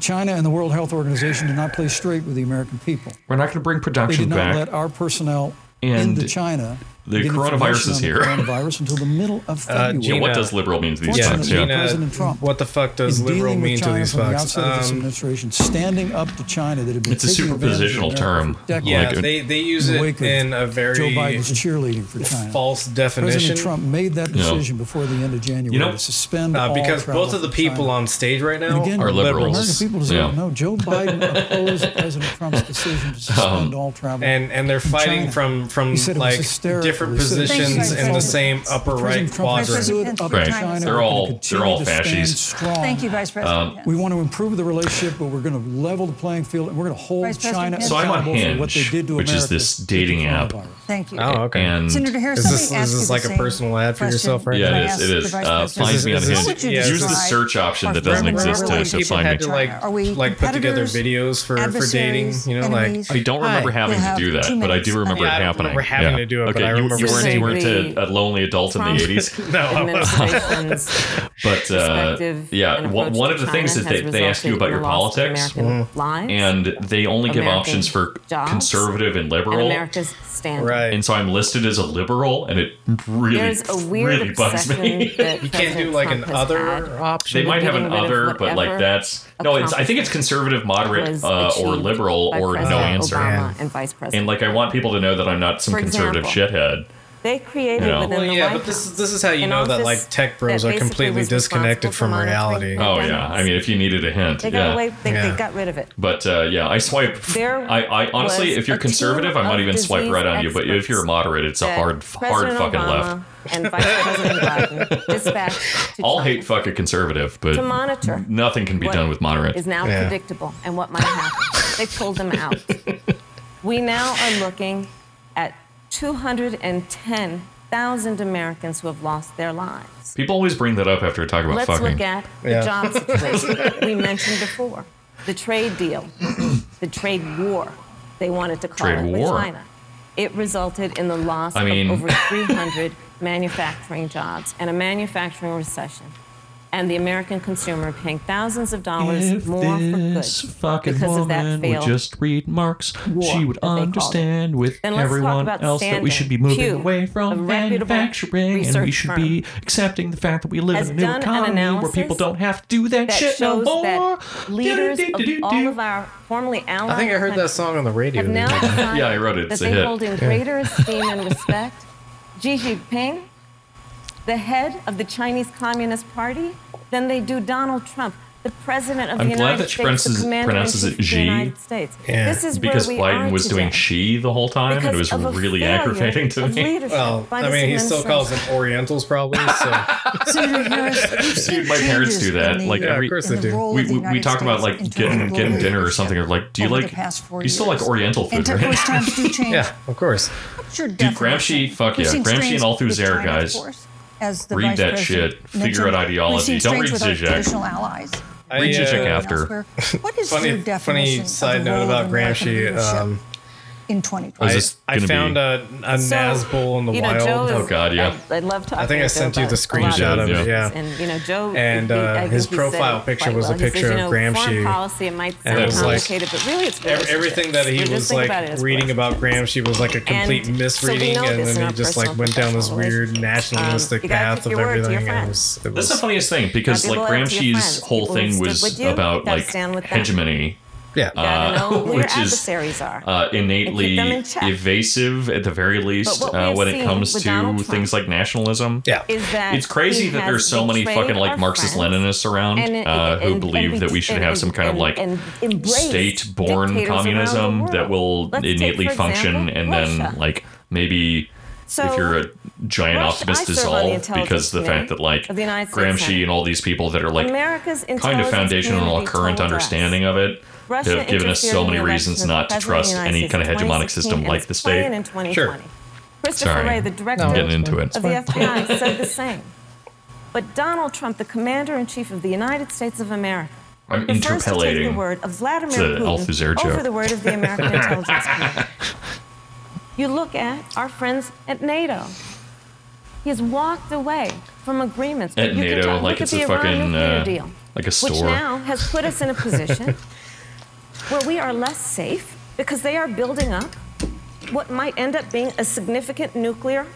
[SPEAKER 7] China and the World Health Organization did not play straight with the American people.
[SPEAKER 3] We're not going to bring
[SPEAKER 7] They did
[SPEAKER 3] production
[SPEAKER 7] not
[SPEAKER 3] back.
[SPEAKER 7] let our personnel
[SPEAKER 3] And
[SPEAKER 7] into China.
[SPEAKER 3] the
[SPEAKER 7] to get
[SPEAKER 3] coronavirus
[SPEAKER 7] information
[SPEAKER 3] is
[SPEAKER 7] on the
[SPEAKER 3] here.
[SPEAKER 7] Coronavirus until the middle of
[SPEAKER 2] Uh,
[SPEAKER 7] February.
[SPEAKER 3] Yeah,
[SPEAKER 2] Gina-
[SPEAKER 3] what does liberal mean to these
[SPEAKER 7] Yeah,
[SPEAKER 2] Yeah,
[SPEAKER 3] fucks? Yeah.
[SPEAKER 7] Gina-
[SPEAKER 2] Gina,
[SPEAKER 7] President Trump
[SPEAKER 2] what the fuck does
[SPEAKER 7] in dealing
[SPEAKER 2] liberal
[SPEAKER 7] with
[SPEAKER 2] mean to
[SPEAKER 7] China
[SPEAKER 2] these
[SPEAKER 7] from the
[SPEAKER 2] fucks?
[SPEAKER 7] outset of this
[SPEAKER 2] Um,
[SPEAKER 7] administration, standing up to China that had been
[SPEAKER 3] It's a
[SPEAKER 7] taking advantage of
[SPEAKER 3] superpositional
[SPEAKER 7] America
[SPEAKER 3] term.
[SPEAKER 7] for decades
[SPEAKER 2] yeah,
[SPEAKER 3] Like, uh,
[SPEAKER 2] they they use
[SPEAKER 7] in the
[SPEAKER 2] it
[SPEAKER 7] wake of
[SPEAKER 2] in a
[SPEAKER 7] Joe
[SPEAKER 2] very
[SPEAKER 7] Biden's cheerleading for China.
[SPEAKER 2] false definition.
[SPEAKER 7] President Trump made that
[SPEAKER 3] No.
[SPEAKER 7] decision before the end of January
[SPEAKER 3] You know,
[SPEAKER 7] to suspend
[SPEAKER 2] Uh,
[SPEAKER 7] all
[SPEAKER 2] because
[SPEAKER 7] travel
[SPEAKER 2] both of the
[SPEAKER 7] from
[SPEAKER 2] people
[SPEAKER 7] China.
[SPEAKER 2] on stage right
[SPEAKER 7] And
[SPEAKER 2] now
[SPEAKER 7] again,
[SPEAKER 2] are
[SPEAKER 3] Are liberals.
[SPEAKER 7] American
[SPEAKER 2] liberals,
[SPEAKER 7] people deserve
[SPEAKER 3] Yeah.
[SPEAKER 7] to know Joe Biden opposed President Trump's decision to
[SPEAKER 3] [LAUGHS] Um,
[SPEAKER 7] suspend all travel.
[SPEAKER 2] and and they're
[SPEAKER 7] from
[SPEAKER 2] fighting
[SPEAKER 7] China.
[SPEAKER 2] from from
[SPEAKER 7] He said it was
[SPEAKER 2] like
[SPEAKER 7] hysterical.
[SPEAKER 2] different
[SPEAKER 7] He said it was
[SPEAKER 2] positions in the
[SPEAKER 7] hysterical.
[SPEAKER 2] same upper right
[SPEAKER 7] President Trump
[SPEAKER 2] quadrant.
[SPEAKER 7] stood up to
[SPEAKER 5] Right.
[SPEAKER 7] China.
[SPEAKER 5] They're
[SPEAKER 7] We're gonna
[SPEAKER 3] all-
[SPEAKER 7] continue
[SPEAKER 3] they're all Um,
[SPEAKER 7] to stand
[SPEAKER 3] fashies.
[SPEAKER 7] strong.
[SPEAKER 5] Thank you, Vice President. Pence.
[SPEAKER 7] We want to improve the relationship, but we're going to level the playing field, and we're going to hold
[SPEAKER 5] Vice President
[SPEAKER 7] China
[SPEAKER 5] Pence. So I'm
[SPEAKER 3] on
[SPEAKER 7] accountable for what they
[SPEAKER 3] Hinge,
[SPEAKER 7] did to
[SPEAKER 3] which
[SPEAKER 7] America.
[SPEAKER 3] is this
[SPEAKER 7] with the
[SPEAKER 3] dating app.
[SPEAKER 7] coronavirus.
[SPEAKER 5] Thank you.
[SPEAKER 2] Oh, okay.
[SPEAKER 3] And
[SPEAKER 5] Senator Harris,
[SPEAKER 2] Is
[SPEAKER 5] let me
[SPEAKER 2] this-
[SPEAKER 5] ask
[SPEAKER 2] is this
[SPEAKER 5] you the
[SPEAKER 2] like a
[SPEAKER 5] same
[SPEAKER 2] personal ad for
[SPEAKER 5] question
[SPEAKER 2] yourself right
[SPEAKER 5] that
[SPEAKER 3] yeah,
[SPEAKER 5] I
[SPEAKER 3] it is.
[SPEAKER 5] asked
[SPEAKER 3] It
[SPEAKER 5] the
[SPEAKER 3] is.
[SPEAKER 5] Vice
[SPEAKER 3] Uh,
[SPEAKER 5] President.
[SPEAKER 3] find me on
[SPEAKER 2] Is this-
[SPEAKER 3] Hinge.
[SPEAKER 5] How would you
[SPEAKER 2] Yeah.
[SPEAKER 3] Use the
[SPEAKER 5] describe
[SPEAKER 3] search option
[SPEAKER 5] our
[SPEAKER 3] that doesn't
[SPEAKER 5] friendly
[SPEAKER 3] exist to, to
[SPEAKER 5] relationship
[SPEAKER 2] people
[SPEAKER 3] find
[SPEAKER 2] had
[SPEAKER 3] me.
[SPEAKER 2] to
[SPEAKER 5] China?
[SPEAKER 2] like
[SPEAKER 5] Are we
[SPEAKER 2] like put together
[SPEAKER 5] competitors,
[SPEAKER 2] videos for for dating.
[SPEAKER 5] adversaries,
[SPEAKER 2] You know, like
[SPEAKER 5] enemies?
[SPEAKER 3] I don't remember
[SPEAKER 2] Hi.
[SPEAKER 3] having
[SPEAKER 5] We'll
[SPEAKER 3] to do
[SPEAKER 5] have
[SPEAKER 3] that,
[SPEAKER 5] two
[SPEAKER 3] but I
[SPEAKER 5] minutes.
[SPEAKER 3] do remember
[SPEAKER 2] Yeah,
[SPEAKER 3] it
[SPEAKER 2] I don't
[SPEAKER 3] happening.
[SPEAKER 2] remember having
[SPEAKER 3] Yeah.
[SPEAKER 2] to do it,
[SPEAKER 3] okay,
[SPEAKER 2] but I
[SPEAKER 3] you you,
[SPEAKER 2] remember
[SPEAKER 3] you weren't, you
[SPEAKER 2] seeing
[SPEAKER 3] weren't
[SPEAKER 6] the-
[SPEAKER 3] a, a lonely adult in
[SPEAKER 6] Trump
[SPEAKER 3] the 80s.
[SPEAKER 2] [LAUGHS]
[SPEAKER 6] [LAUGHS] administration's
[SPEAKER 3] But uh,
[SPEAKER 6] perspective
[SPEAKER 3] yeah,
[SPEAKER 6] and
[SPEAKER 3] one,
[SPEAKER 6] approach
[SPEAKER 3] one
[SPEAKER 6] to
[SPEAKER 3] of the things that
[SPEAKER 6] China
[SPEAKER 3] they,
[SPEAKER 6] has
[SPEAKER 3] they ask you
[SPEAKER 6] resulted in
[SPEAKER 3] about your
[SPEAKER 6] the loss of
[SPEAKER 3] politics,
[SPEAKER 6] American
[SPEAKER 2] Mm.
[SPEAKER 6] lives
[SPEAKER 3] and they only give
[SPEAKER 6] American
[SPEAKER 3] options for
[SPEAKER 6] jobs,
[SPEAKER 3] conservative and
[SPEAKER 6] and
[SPEAKER 3] liberal.
[SPEAKER 6] America's standing.
[SPEAKER 2] Right.
[SPEAKER 3] And so I'm listed as a liberal, and it really,
[SPEAKER 6] There's a weird
[SPEAKER 3] really bugs
[SPEAKER 6] obsession
[SPEAKER 3] me. [LAUGHS]
[SPEAKER 6] that
[SPEAKER 2] [LAUGHS] You can't do
[SPEAKER 6] President
[SPEAKER 2] like
[SPEAKER 6] Trump
[SPEAKER 2] an
[SPEAKER 6] has had.
[SPEAKER 2] other option.
[SPEAKER 3] they might have an
[SPEAKER 6] getting rid of
[SPEAKER 3] other, but like
[SPEAKER 6] whatever
[SPEAKER 3] that's no. It's I think it's conservative, moderate,
[SPEAKER 6] was
[SPEAKER 3] uh, or
[SPEAKER 6] achieved
[SPEAKER 3] liberal,
[SPEAKER 6] by
[SPEAKER 3] or no
[SPEAKER 6] President
[SPEAKER 3] answer.
[SPEAKER 6] Obama and Vice President.
[SPEAKER 3] And like I want people to know that I'm not some
[SPEAKER 6] For
[SPEAKER 3] conservative
[SPEAKER 6] example.
[SPEAKER 3] shithead.
[SPEAKER 6] they created
[SPEAKER 3] you know.
[SPEAKER 6] within
[SPEAKER 3] Well,
[SPEAKER 6] the
[SPEAKER 2] yeah,
[SPEAKER 6] White
[SPEAKER 2] but this
[SPEAKER 6] House
[SPEAKER 2] is this is how you
[SPEAKER 6] an
[SPEAKER 2] know that
[SPEAKER 6] office
[SPEAKER 2] like tech bros
[SPEAKER 6] that
[SPEAKER 2] are
[SPEAKER 6] basically
[SPEAKER 2] completely
[SPEAKER 6] was responsible
[SPEAKER 2] disconnected
[SPEAKER 6] for
[SPEAKER 2] from
[SPEAKER 6] monitoring
[SPEAKER 2] reality.
[SPEAKER 3] Oh
[SPEAKER 6] pandemics.
[SPEAKER 3] yeah, I mean if you needed a hint,
[SPEAKER 6] They got
[SPEAKER 3] yeah.
[SPEAKER 6] away. They,
[SPEAKER 2] Yeah.
[SPEAKER 6] they got rid of it.
[SPEAKER 3] But uh, yeah, I swipe.
[SPEAKER 6] There
[SPEAKER 3] I, I honestly,
[SPEAKER 6] was
[SPEAKER 3] if you're
[SPEAKER 6] a
[SPEAKER 3] conservative, I
[SPEAKER 6] team
[SPEAKER 3] might
[SPEAKER 6] of
[SPEAKER 3] even swipe
[SPEAKER 6] disease
[SPEAKER 3] right on you. But if
[SPEAKER 6] experts
[SPEAKER 3] you're a moderate, it's a
[SPEAKER 6] that
[SPEAKER 3] hard,
[SPEAKER 6] President
[SPEAKER 3] hard fucking
[SPEAKER 6] Obama
[SPEAKER 3] left.
[SPEAKER 6] And Vice
[SPEAKER 3] [LAUGHS]
[SPEAKER 6] President Biden dispatched to
[SPEAKER 3] I'll
[SPEAKER 6] China
[SPEAKER 3] hate fuck a conservative,
[SPEAKER 6] to
[SPEAKER 3] but
[SPEAKER 6] monitor.
[SPEAKER 3] nothing can be
[SPEAKER 6] what
[SPEAKER 3] done with moderate.
[SPEAKER 6] Is now
[SPEAKER 2] Yeah.
[SPEAKER 6] predictable and what might
[SPEAKER 3] [LAUGHS]
[SPEAKER 6] happen. they pulled them out. We now are looking at 210,000 Americans who have lost their lives.
[SPEAKER 3] People always bring that up after I talk about
[SPEAKER 6] Let's
[SPEAKER 3] fucking.
[SPEAKER 6] look at the
[SPEAKER 2] Yeah. [LAUGHS]
[SPEAKER 6] job situation we mentioned before the trade deal, the trade war, they wanted to call
[SPEAKER 3] Trade
[SPEAKER 6] it with
[SPEAKER 3] war.
[SPEAKER 6] China. It resulted in the loss
[SPEAKER 3] I mean-
[SPEAKER 6] of over 300 [LAUGHS] manufacturing jobs and a manufacturing recession. And the American consumer paying thousands of dollars more for goods because of that failed
[SPEAKER 3] read Marx,
[SPEAKER 6] war she would that they called it. understand
[SPEAKER 3] with
[SPEAKER 6] Then let's talk everyone about else that we standing. should be moving Pew, away from a reputable manufacturing, and research we should be
[SPEAKER 3] accepting the fact that we
[SPEAKER 6] in
[SPEAKER 3] live
[SPEAKER 6] a has new done an economy where analysis people don't
[SPEAKER 3] have to do
[SPEAKER 6] that shows that leaders of all of our formerly allied
[SPEAKER 2] I think I heard that
[SPEAKER 6] countries
[SPEAKER 2] song on the radio.
[SPEAKER 6] have now
[SPEAKER 2] the other day.
[SPEAKER 6] decided
[SPEAKER 3] [LAUGHS] Yeah, I wrote it.
[SPEAKER 6] that
[SPEAKER 3] It's a
[SPEAKER 6] they
[SPEAKER 3] hit.
[SPEAKER 6] hold in greater esteem and respect [LAUGHS] Xi Jinping, the head of the Chinese Communist Party, than they do Donald Trump, the president of
[SPEAKER 3] I'm
[SPEAKER 6] the
[SPEAKER 3] glad
[SPEAKER 6] United
[SPEAKER 3] that she
[SPEAKER 6] States,
[SPEAKER 3] pronounces-
[SPEAKER 6] the commander
[SPEAKER 3] pronounces
[SPEAKER 6] in chief of
[SPEAKER 3] it
[SPEAKER 6] the
[SPEAKER 3] Xi.
[SPEAKER 6] United States.
[SPEAKER 2] Yeah.
[SPEAKER 6] This is
[SPEAKER 3] because
[SPEAKER 6] where we
[SPEAKER 3] Biden
[SPEAKER 6] are
[SPEAKER 3] was doing
[SPEAKER 6] today.
[SPEAKER 3] she the whole time, and it
[SPEAKER 6] Because
[SPEAKER 3] was
[SPEAKER 6] of a
[SPEAKER 3] really
[SPEAKER 6] failure
[SPEAKER 3] aggravating to
[SPEAKER 6] of
[SPEAKER 3] me.
[SPEAKER 6] leadership
[SPEAKER 2] Well,
[SPEAKER 6] by
[SPEAKER 2] I
[SPEAKER 6] this
[SPEAKER 2] mean, he still calls
[SPEAKER 6] administration.
[SPEAKER 2] them Orientals, probably. So
[SPEAKER 5] Senator
[SPEAKER 2] [LAUGHS]
[SPEAKER 5] Harris, we've seen
[SPEAKER 3] my parents
[SPEAKER 5] changes
[SPEAKER 3] do that,
[SPEAKER 5] in the-
[SPEAKER 3] like,
[SPEAKER 5] in
[SPEAKER 3] every-
[SPEAKER 5] the
[SPEAKER 2] Yeah, of course they do.
[SPEAKER 5] role of
[SPEAKER 3] We,
[SPEAKER 5] the
[SPEAKER 3] we, we
[SPEAKER 5] United
[SPEAKER 3] talked about
[SPEAKER 5] States in
[SPEAKER 3] like
[SPEAKER 5] terms
[SPEAKER 3] getting
[SPEAKER 5] of
[SPEAKER 3] getting
[SPEAKER 5] global
[SPEAKER 3] dinner or
[SPEAKER 5] leadership.
[SPEAKER 3] something, or like, do you
[SPEAKER 5] over the
[SPEAKER 3] like
[SPEAKER 5] past four
[SPEAKER 3] you still like
[SPEAKER 5] years.
[SPEAKER 3] Oriental
[SPEAKER 5] And
[SPEAKER 3] food?
[SPEAKER 5] of course,
[SPEAKER 3] Right?
[SPEAKER 5] times
[SPEAKER 3] [LAUGHS]
[SPEAKER 5] do change.
[SPEAKER 2] yeah, of course.
[SPEAKER 5] Sure, Dude,
[SPEAKER 3] Gramsci- fuck yeah, Gramsci and all through Zaire, guys.
[SPEAKER 5] As the
[SPEAKER 3] Read
[SPEAKER 5] Vice
[SPEAKER 3] that
[SPEAKER 5] President
[SPEAKER 3] shit. Figure
[SPEAKER 5] mentioned,
[SPEAKER 3] out ideology.
[SPEAKER 5] we've seen
[SPEAKER 3] Don't
[SPEAKER 5] strains
[SPEAKER 3] read
[SPEAKER 5] with our
[SPEAKER 3] Zizek.
[SPEAKER 5] traditional allies.
[SPEAKER 2] I,
[SPEAKER 3] Read Zizek
[SPEAKER 2] uh,
[SPEAKER 5] and
[SPEAKER 3] after.
[SPEAKER 2] [LAUGHS]
[SPEAKER 5] elsewhere. What is your
[SPEAKER 2] Funny,
[SPEAKER 5] definition
[SPEAKER 2] funny
[SPEAKER 5] of the
[SPEAKER 2] side note
[SPEAKER 5] role of
[SPEAKER 2] about
[SPEAKER 5] American
[SPEAKER 2] Gramsci.
[SPEAKER 5] leadership
[SPEAKER 2] Um,
[SPEAKER 5] in 2020?
[SPEAKER 3] Is
[SPEAKER 2] I,
[SPEAKER 3] this
[SPEAKER 2] I
[SPEAKER 3] gonna be-
[SPEAKER 2] found a, a
[SPEAKER 6] So,
[SPEAKER 2] Nazgul in the
[SPEAKER 6] you know,
[SPEAKER 2] wild.
[SPEAKER 6] Joe is,
[SPEAKER 3] Oh, God, yeah.
[SPEAKER 6] I, I love talking.
[SPEAKER 2] I think I
[SPEAKER 6] to Joe
[SPEAKER 2] sent you
[SPEAKER 6] about a
[SPEAKER 2] the
[SPEAKER 6] lot
[SPEAKER 2] screenshot
[SPEAKER 3] of
[SPEAKER 2] of it.
[SPEAKER 3] it,
[SPEAKER 2] Yeah.
[SPEAKER 6] And you know, Joe.
[SPEAKER 2] And,
[SPEAKER 6] he-
[SPEAKER 2] uh,
[SPEAKER 6] I think
[SPEAKER 2] his
[SPEAKER 6] he said
[SPEAKER 2] profile
[SPEAKER 6] it
[SPEAKER 2] picture
[SPEAKER 6] quite
[SPEAKER 2] was a
[SPEAKER 6] well. He says,
[SPEAKER 2] picture
[SPEAKER 6] you
[SPEAKER 2] of
[SPEAKER 6] know,
[SPEAKER 2] Gramsci.
[SPEAKER 6] Foreign policy, it might
[SPEAKER 2] And
[SPEAKER 6] sound
[SPEAKER 2] it was like-
[SPEAKER 6] complicated, but really, it's
[SPEAKER 2] Ev- everything that he
[SPEAKER 6] relationships. We
[SPEAKER 2] was
[SPEAKER 6] just think
[SPEAKER 2] like
[SPEAKER 6] about it as
[SPEAKER 2] reading about
[SPEAKER 6] relationships.
[SPEAKER 2] Gramsci was like a complete
[SPEAKER 6] And
[SPEAKER 2] misreading,
[SPEAKER 6] so we know
[SPEAKER 2] and
[SPEAKER 6] this in
[SPEAKER 2] then
[SPEAKER 6] our
[SPEAKER 2] he just
[SPEAKER 6] personal
[SPEAKER 2] like went down this
[SPEAKER 6] professional
[SPEAKER 2] weird
[SPEAKER 6] relationships. Um,
[SPEAKER 2] nationalistic
[SPEAKER 6] you gotta
[SPEAKER 2] path
[SPEAKER 6] keep
[SPEAKER 2] of
[SPEAKER 6] your word to your
[SPEAKER 2] everything. and It
[SPEAKER 6] friends.
[SPEAKER 2] was, it
[SPEAKER 3] That's
[SPEAKER 2] was
[SPEAKER 3] the funniest thing because
[SPEAKER 6] Gotta be
[SPEAKER 3] like
[SPEAKER 6] loyal to your
[SPEAKER 3] Gramsci's
[SPEAKER 6] friends.
[SPEAKER 3] whole
[SPEAKER 6] People
[SPEAKER 3] thing
[SPEAKER 6] who stood
[SPEAKER 3] was
[SPEAKER 6] with you,
[SPEAKER 3] about
[SPEAKER 6] gotta
[SPEAKER 3] like
[SPEAKER 6] stand with them.
[SPEAKER 3] hegemony, uh,
[SPEAKER 2] yeah.
[SPEAKER 6] You gotta know who your
[SPEAKER 3] which is
[SPEAKER 6] adversaries are.
[SPEAKER 3] uh, innately
[SPEAKER 6] them in check.
[SPEAKER 3] evasive at the very least
[SPEAKER 6] what we
[SPEAKER 3] uh,
[SPEAKER 6] have
[SPEAKER 3] when it
[SPEAKER 6] seen
[SPEAKER 3] comes
[SPEAKER 6] with
[SPEAKER 3] to
[SPEAKER 6] Donald Trump
[SPEAKER 3] things like nationalism.
[SPEAKER 2] yeah.
[SPEAKER 6] is that
[SPEAKER 3] It's crazy
[SPEAKER 6] he
[SPEAKER 3] that
[SPEAKER 6] has
[SPEAKER 3] there's so many
[SPEAKER 6] betrayed
[SPEAKER 3] fucking
[SPEAKER 6] our
[SPEAKER 3] like Marxist
[SPEAKER 6] friends.
[SPEAKER 3] Leninists around
[SPEAKER 6] And- and-
[SPEAKER 3] uh, who
[SPEAKER 6] and-
[SPEAKER 3] believe
[SPEAKER 6] and-
[SPEAKER 3] that we should
[SPEAKER 6] and-
[SPEAKER 3] have some kind
[SPEAKER 6] and-
[SPEAKER 3] of like
[SPEAKER 6] and embrace
[SPEAKER 3] state-born
[SPEAKER 6] dictators around the
[SPEAKER 3] communism
[SPEAKER 6] world.
[SPEAKER 3] that will
[SPEAKER 6] Let's take,
[SPEAKER 3] innately
[SPEAKER 6] for
[SPEAKER 3] function
[SPEAKER 6] example,
[SPEAKER 3] and
[SPEAKER 6] Russia.
[SPEAKER 3] then like maybe
[SPEAKER 6] So,
[SPEAKER 3] if you're a giant
[SPEAKER 6] Russia- I serve
[SPEAKER 3] optimist
[SPEAKER 6] on the
[SPEAKER 3] dissolve
[SPEAKER 6] Intelligence
[SPEAKER 3] because the
[SPEAKER 6] Committee
[SPEAKER 3] fact that like
[SPEAKER 6] of the United States
[SPEAKER 3] Gramsci
[SPEAKER 6] Senate.
[SPEAKER 3] and all these people that are like
[SPEAKER 6] America's
[SPEAKER 3] kind of
[SPEAKER 6] intelligence
[SPEAKER 3] foundational
[SPEAKER 6] community
[SPEAKER 3] current
[SPEAKER 6] told us
[SPEAKER 3] understanding of it
[SPEAKER 6] Russia
[SPEAKER 3] have given us
[SPEAKER 6] interfered
[SPEAKER 3] so
[SPEAKER 6] in the
[SPEAKER 3] many
[SPEAKER 6] election
[SPEAKER 3] reasons
[SPEAKER 6] of the
[SPEAKER 3] not to
[SPEAKER 6] President of
[SPEAKER 3] trust
[SPEAKER 6] the
[SPEAKER 3] any
[SPEAKER 6] United
[SPEAKER 3] kind of
[SPEAKER 6] States in
[SPEAKER 3] hegemonic system
[SPEAKER 6] 2016
[SPEAKER 3] like
[SPEAKER 6] and it's
[SPEAKER 3] the
[SPEAKER 6] planned
[SPEAKER 3] state.
[SPEAKER 6] in 2020.
[SPEAKER 2] Sure.
[SPEAKER 6] Christopher
[SPEAKER 3] Sorry.
[SPEAKER 6] Ray, the director
[SPEAKER 2] No,
[SPEAKER 3] Getting into it.
[SPEAKER 6] of the FBI,
[SPEAKER 2] [LAUGHS]
[SPEAKER 6] said the same. But Donald Trump, the commander in chief of the United States of America,
[SPEAKER 3] I'm
[SPEAKER 6] the first to take the
[SPEAKER 3] interpolating.
[SPEAKER 6] word of Vladimir
[SPEAKER 3] It's a Althusser
[SPEAKER 6] Putin
[SPEAKER 3] joke.
[SPEAKER 6] over the word of the
[SPEAKER 3] [LAUGHS]
[SPEAKER 6] American intelligence community. You look at our friends at NATO. He has walked away from agreements.
[SPEAKER 3] At
[SPEAKER 6] You can
[SPEAKER 3] NATO,
[SPEAKER 6] talk-
[SPEAKER 3] like
[SPEAKER 6] look at
[SPEAKER 3] it's
[SPEAKER 6] the
[SPEAKER 3] a
[SPEAKER 6] Iran
[SPEAKER 3] fucking,
[SPEAKER 6] nuclear
[SPEAKER 3] uh,
[SPEAKER 6] deal,
[SPEAKER 3] like a
[SPEAKER 6] which
[SPEAKER 3] store.
[SPEAKER 6] now has put us in a
[SPEAKER 3] [LAUGHS]
[SPEAKER 6] position where we are less safe because they are building up what might end up being a significant nuclear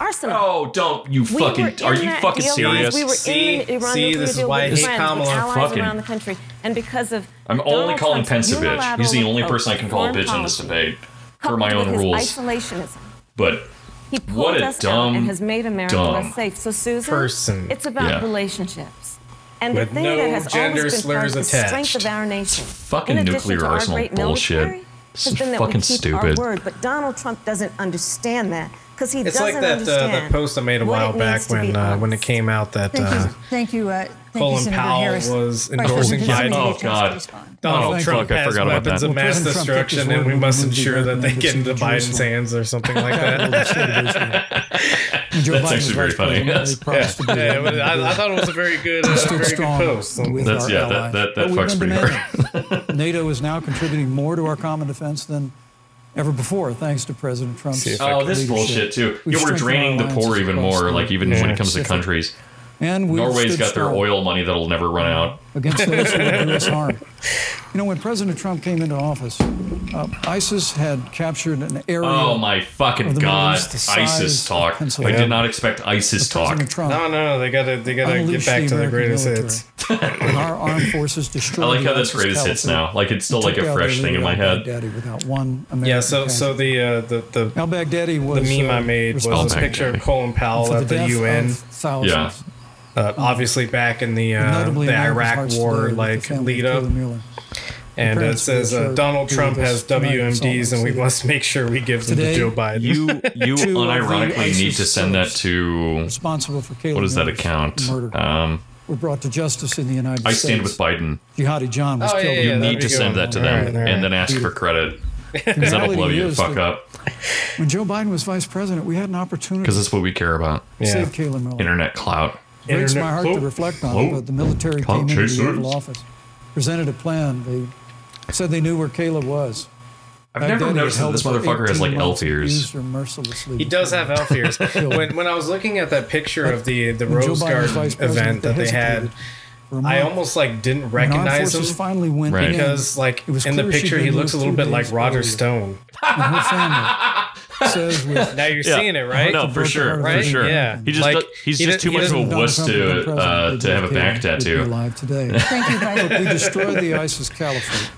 [SPEAKER 6] arsenal.
[SPEAKER 3] Oh, don't you
[SPEAKER 6] We were
[SPEAKER 3] fucking?
[SPEAKER 6] in
[SPEAKER 3] Are you
[SPEAKER 6] that
[SPEAKER 3] fucking
[SPEAKER 6] deal, guys.
[SPEAKER 3] serious?
[SPEAKER 6] We were
[SPEAKER 2] See-
[SPEAKER 6] in the Iran
[SPEAKER 2] see,
[SPEAKER 6] nuclear
[SPEAKER 2] this is
[SPEAKER 6] deal
[SPEAKER 2] why I
[SPEAKER 6] with
[SPEAKER 2] hate
[SPEAKER 6] friends,
[SPEAKER 2] Kamala.
[SPEAKER 6] with allies
[SPEAKER 3] Fucking-
[SPEAKER 6] around the country, and because of
[SPEAKER 3] I'm only
[SPEAKER 6] Donald
[SPEAKER 3] calling
[SPEAKER 6] Trump's
[SPEAKER 3] Pence a bitch. He's the
[SPEAKER 6] unilateral
[SPEAKER 3] only person I
[SPEAKER 6] approach
[SPEAKER 3] can
[SPEAKER 6] to
[SPEAKER 3] call a
[SPEAKER 6] foreign
[SPEAKER 3] bitch in this
[SPEAKER 6] policy,
[SPEAKER 3] debate for
[SPEAKER 6] coupled
[SPEAKER 3] my own
[SPEAKER 6] with his
[SPEAKER 3] rules.
[SPEAKER 6] Isolationism.
[SPEAKER 3] But
[SPEAKER 6] He pulled
[SPEAKER 3] What a
[SPEAKER 6] us out
[SPEAKER 3] dumb,
[SPEAKER 6] and has made America
[SPEAKER 3] dumb
[SPEAKER 6] less safe. So Susan,
[SPEAKER 2] person.
[SPEAKER 6] it's about
[SPEAKER 3] Yeah.
[SPEAKER 6] relationships. And
[SPEAKER 2] With
[SPEAKER 6] the thing
[SPEAKER 2] no
[SPEAKER 6] that has
[SPEAKER 2] gender
[SPEAKER 6] always been part
[SPEAKER 2] slurs
[SPEAKER 6] of the strength
[SPEAKER 2] attached.
[SPEAKER 6] of our nation.
[SPEAKER 3] fucking
[SPEAKER 6] in addition
[SPEAKER 3] nuclear
[SPEAKER 6] to our
[SPEAKER 3] arsenal
[SPEAKER 6] great
[SPEAKER 3] bullshit.
[SPEAKER 6] military,
[SPEAKER 3] This
[SPEAKER 6] has
[SPEAKER 3] is
[SPEAKER 6] been that
[SPEAKER 3] fucking
[SPEAKER 6] we keep
[SPEAKER 3] stupid.
[SPEAKER 6] Our word, but Donald Trump doesn't understand that because he
[SPEAKER 2] It's
[SPEAKER 6] doesn't
[SPEAKER 2] like that uh,
[SPEAKER 6] understand
[SPEAKER 2] that post I made a
[SPEAKER 6] what it
[SPEAKER 2] while back
[SPEAKER 6] means to be
[SPEAKER 2] when uh, when it
[SPEAKER 6] honest.
[SPEAKER 2] came out that
[SPEAKER 5] Thank
[SPEAKER 2] uh,
[SPEAKER 5] you, thank you, uh, thank you,
[SPEAKER 2] Colin
[SPEAKER 5] Senator
[SPEAKER 2] Powell
[SPEAKER 5] Harris.
[SPEAKER 2] was
[SPEAKER 5] Vice President
[SPEAKER 2] endorsing
[SPEAKER 5] Johnson,
[SPEAKER 2] Biden.
[SPEAKER 5] you
[SPEAKER 3] Oh,
[SPEAKER 5] get a chance
[SPEAKER 3] God.
[SPEAKER 5] to respond.
[SPEAKER 2] Donald
[SPEAKER 3] Oh,
[SPEAKER 2] Trump
[SPEAKER 3] fuck, I
[SPEAKER 2] has
[SPEAKER 3] forgot about
[SPEAKER 2] weapons
[SPEAKER 3] that.
[SPEAKER 2] of
[SPEAKER 7] Well,
[SPEAKER 2] mass
[SPEAKER 7] President Trump kicked
[SPEAKER 2] destruction,
[SPEAKER 7] his
[SPEAKER 2] and we
[SPEAKER 7] word
[SPEAKER 2] must
[SPEAKER 7] when he
[SPEAKER 2] ensure
[SPEAKER 7] moved
[SPEAKER 2] that they
[SPEAKER 7] into
[SPEAKER 2] get into
[SPEAKER 7] Jerusalem.
[SPEAKER 2] Biden's hands or something like that.
[SPEAKER 7] the state of Israel. And Joe Biden
[SPEAKER 3] That's
[SPEAKER 7] was
[SPEAKER 3] actually very
[SPEAKER 7] vice
[SPEAKER 3] funny,
[SPEAKER 7] president,
[SPEAKER 3] yes.
[SPEAKER 7] and he
[SPEAKER 2] Yeah,
[SPEAKER 7] promised to do
[SPEAKER 2] yeah,
[SPEAKER 7] it.
[SPEAKER 2] but I, I thought it was a very good, uh,
[SPEAKER 7] stood
[SPEAKER 2] very good
[SPEAKER 7] strong
[SPEAKER 2] post.
[SPEAKER 7] with
[SPEAKER 3] That's-
[SPEAKER 7] our
[SPEAKER 3] yeah, that-
[SPEAKER 7] allies.
[SPEAKER 3] that- that
[SPEAKER 7] But we've
[SPEAKER 3] fucks
[SPEAKER 7] been
[SPEAKER 3] [LAUGHS] pretty
[SPEAKER 7] demanding it. NATO is now contributing more to our common defense than ever before, thanks to President Trump's.
[SPEAKER 2] See if I
[SPEAKER 3] Oh, this
[SPEAKER 7] leadership.
[SPEAKER 3] bullshit too.
[SPEAKER 7] We've
[SPEAKER 3] Yeah, we're
[SPEAKER 7] strengthened
[SPEAKER 3] draining the
[SPEAKER 7] alliances
[SPEAKER 3] poor even
[SPEAKER 7] across the
[SPEAKER 3] more. like even when it comes to
[SPEAKER 7] Pacific.
[SPEAKER 3] countries,
[SPEAKER 7] And we've
[SPEAKER 3] Norway's
[SPEAKER 7] stood
[SPEAKER 3] got their
[SPEAKER 7] strong
[SPEAKER 3] oil money that'll never run out.
[SPEAKER 7] against those who would
[SPEAKER 3] [LAUGHS]
[SPEAKER 7] do us harm. You know, when President Trump came into office, uh, ISIS had captured an area.
[SPEAKER 3] Oh my fucking
[SPEAKER 7] Of the
[SPEAKER 3] god!
[SPEAKER 7] Middle East, the size
[SPEAKER 3] ISIS
[SPEAKER 7] of
[SPEAKER 3] talk. I
[SPEAKER 7] Pennsylvania.
[SPEAKER 3] did not expect ISIS talk.
[SPEAKER 7] President Trump
[SPEAKER 2] No, no, no. They gotta, they gotta get
[SPEAKER 7] unleashed
[SPEAKER 2] back to the
[SPEAKER 7] American
[SPEAKER 2] greatest
[SPEAKER 7] military.
[SPEAKER 2] hits.
[SPEAKER 7] And our armed forces destroyed.
[SPEAKER 3] [LAUGHS] I like how
[SPEAKER 7] the
[SPEAKER 3] that's
[SPEAKER 7] ISIS
[SPEAKER 3] greatest hits
[SPEAKER 7] caliphate
[SPEAKER 3] now. Like it's still
[SPEAKER 7] and
[SPEAKER 3] like
[SPEAKER 7] took
[SPEAKER 3] a
[SPEAKER 7] out
[SPEAKER 3] fresh
[SPEAKER 7] their
[SPEAKER 3] thing
[SPEAKER 7] leader,
[SPEAKER 3] in my head.
[SPEAKER 7] al-Baghdadi, without one American
[SPEAKER 2] Yeah. So, so
[SPEAKER 7] casualty.
[SPEAKER 2] the uh, the the,
[SPEAKER 7] Al Baghdadi
[SPEAKER 2] the
[SPEAKER 7] was
[SPEAKER 2] meme
[SPEAKER 7] uh,
[SPEAKER 2] I made was
[SPEAKER 3] Oh,
[SPEAKER 2] a
[SPEAKER 3] back
[SPEAKER 2] picture
[SPEAKER 3] there.
[SPEAKER 2] of Colin Powell
[SPEAKER 7] for
[SPEAKER 2] at the,
[SPEAKER 7] death
[SPEAKER 2] UN.
[SPEAKER 7] of thousands.
[SPEAKER 3] Yeah.
[SPEAKER 2] uh, obviously, back in the uh,
[SPEAKER 7] Notably,
[SPEAKER 2] the
[SPEAKER 7] America's
[SPEAKER 2] Iraq
[SPEAKER 7] hearts today
[SPEAKER 2] War
[SPEAKER 7] with the
[SPEAKER 2] like
[SPEAKER 7] family of
[SPEAKER 2] lead up,
[SPEAKER 7] Kayla Mueller.
[SPEAKER 2] and uh, it
[SPEAKER 7] parents
[SPEAKER 2] says
[SPEAKER 7] were
[SPEAKER 2] uh,
[SPEAKER 7] sure
[SPEAKER 2] Donald
[SPEAKER 7] to do
[SPEAKER 2] Trump
[SPEAKER 7] this
[SPEAKER 2] has
[SPEAKER 7] tonight,
[SPEAKER 2] WMDs,
[SPEAKER 7] so
[SPEAKER 2] and we
[SPEAKER 7] I'll
[SPEAKER 2] must make sure we give them to
[SPEAKER 7] Today,
[SPEAKER 2] Joe Biden.
[SPEAKER 3] You
[SPEAKER 7] [LAUGHS]
[SPEAKER 3] you
[SPEAKER 7] Two of the
[SPEAKER 3] unironically need to
[SPEAKER 7] ISIS
[SPEAKER 3] send that
[SPEAKER 7] terrorists.
[SPEAKER 3] to
[SPEAKER 7] Responsible for Kayla
[SPEAKER 3] what is that
[SPEAKER 7] Mueller's
[SPEAKER 3] account?
[SPEAKER 7] Murder.
[SPEAKER 3] Um,
[SPEAKER 7] were brought to justice in the United
[SPEAKER 3] I
[SPEAKER 7] States.
[SPEAKER 3] stand with Biden.
[SPEAKER 7] Jihadi John was
[SPEAKER 2] Oh, yeah,
[SPEAKER 7] killed.
[SPEAKER 2] yeah,
[SPEAKER 7] in
[SPEAKER 2] yeah,
[SPEAKER 7] the
[SPEAKER 2] that'd
[SPEAKER 3] Need
[SPEAKER 2] be
[SPEAKER 3] to
[SPEAKER 2] good.
[SPEAKER 3] send that to
[SPEAKER 2] All
[SPEAKER 3] them
[SPEAKER 2] right, all
[SPEAKER 3] and
[SPEAKER 2] right.
[SPEAKER 3] then ask
[SPEAKER 7] [LAUGHS]
[SPEAKER 3] for credit because that'll
[SPEAKER 7] Reality
[SPEAKER 3] blow you the
[SPEAKER 7] is
[SPEAKER 3] fuck
[SPEAKER 7] that-
[SPEAKER 3] up.
[SPEAKER 7] When Joe Biden was vice president, we had an opportunity
[SPEAKER 3] Because
[SPEAKER 7] to
[SPEAKER 3] that's what we care about.
[SPEAKER 2] Yeah.
[SPEAKER 7] save Kayla Miller.
[SPEAKER 3] Internet clout.
[SPEAKER 7] it breaks my
[SPEAKER 2] Internet
[SPEAKER 7] heart to
[SPEAKER 2] cloak.
[SPEAKER 7] reflect on
[SPEAKER 3] Cloak.
[SPEAKER 7] it, but the military
[SPEAKER 3] Cloak
[SPEAKER 7] came into the
[SPEAKER 3] chasers.
[SPEAKER 7] Oval Office, presented a plan. They said they knew where Kayla was.
[SPEAKER 3] I've never
[SPEAKER 7] Baghdadi
[SPEAKER 3] noticed that
[SPEAKER 7] held
[SPEAKER 3] this
[SPEAKER 7] her for
[SPEAKER 3] motherfucker has
[SPEAKER 7] 18
[SPEAKER 3] like elf
[SPEAKER 7] months,
[SPEAKER 3] ears.
[SPEAKER 7] abused her [LAUGHS] mercilessly
[SPEAKER 2] He does have
[SPEAKER 7] [LAUGHS]
[SPEAKER 2] elf ears. when, when I was looking at that picture of the, the
[SPEAKER 7] When Joe
[SPEAKER 2] Rose
[SPEAKER 7] Biden was
[SPEAKER 2] Garden
[SPEAKER 7] vice president,
[SPEAKER 2] event that they had,
[SPEAKER 7] hesitated for a
[SPEAKER 2] I
[SPEAKER 7] month.
[SPEAKER 2] almost like didn't
[SPEAKER 7] When armed
[SPEAKER 2] recognize
[SPEAKER 7] forces
[SPEAKER 2] him
[SPEAKER 7] finally went
[SPEAKER 3] Right.
[SPEAKER 7] in,
[SPEAKER 2] because like
[SPEAKER 7] it was
[SPEAKER 2] in the
[SPEAKER 7] clear she'd
[SPEAKER 2] picture he
[SPEAKER 7] been
[SPEAKER 2] looks a
[SPEAKER 7] moved
[SPEAKER 2] little
[SPEAKER 7] two
[SPEAKER 2] bit like
[SPEAKER 7] days
[SPEAKER 2] Roger
[SPEAKER 7] earlier.
[SPEAKER 2] Stone.
[SPEAKER 7] And her family
[SPEAKER 3] [LAUGHS]
[SPEAKER 7] says with
[SPEAKER 2] Now you're seeing it, right?
[SPEAKER 3] No,
[SPEAKER 7] to
[SPEAKER 3] for
[SPEAKER 7] break the
[SPEAKER 3] sure,
[SPEAKER 7] heart of
[SPEAKER 2] Right?
[SPEAKER 3] for sure.
[SPEAKER 2] Yeah.
[SPEAKER 3] He just
[SPEAKER 2] Like,
[SPEAKER 3] does- he's
[SPEAKER 2] he
[SPEAKER 3] just
[SPEAKER 2] did-
[SPEAKER 3] too
[SPEAKER 2] he
[SPEAKER 3] much of a
[SPEAKER 2] doesn't-
[SPEAKER 3] wuss
[SPEAKER 7] Donald Trump had been
[SPEAKER 3] to
[SPEAKER 7] president,
[SPEAKER 3] uh,
[SPEAKER 7] they'd
[SPEAKER 3] to
[SPEAKER 7] be
[SPEAKER 3] have a
[SPEAKER 7] okay,
[SPEAKER 3] back
[SPEAKER 7] they'd be
[SPEAKER 3] tattoo.
[SPEAKER 7] alive today.
[SPEAKER 5] Thank you,
[SPEAKER 7] we
[SPEAKER 5] guys.
[SPEAKER 7] destroyed the ISIS caliphate.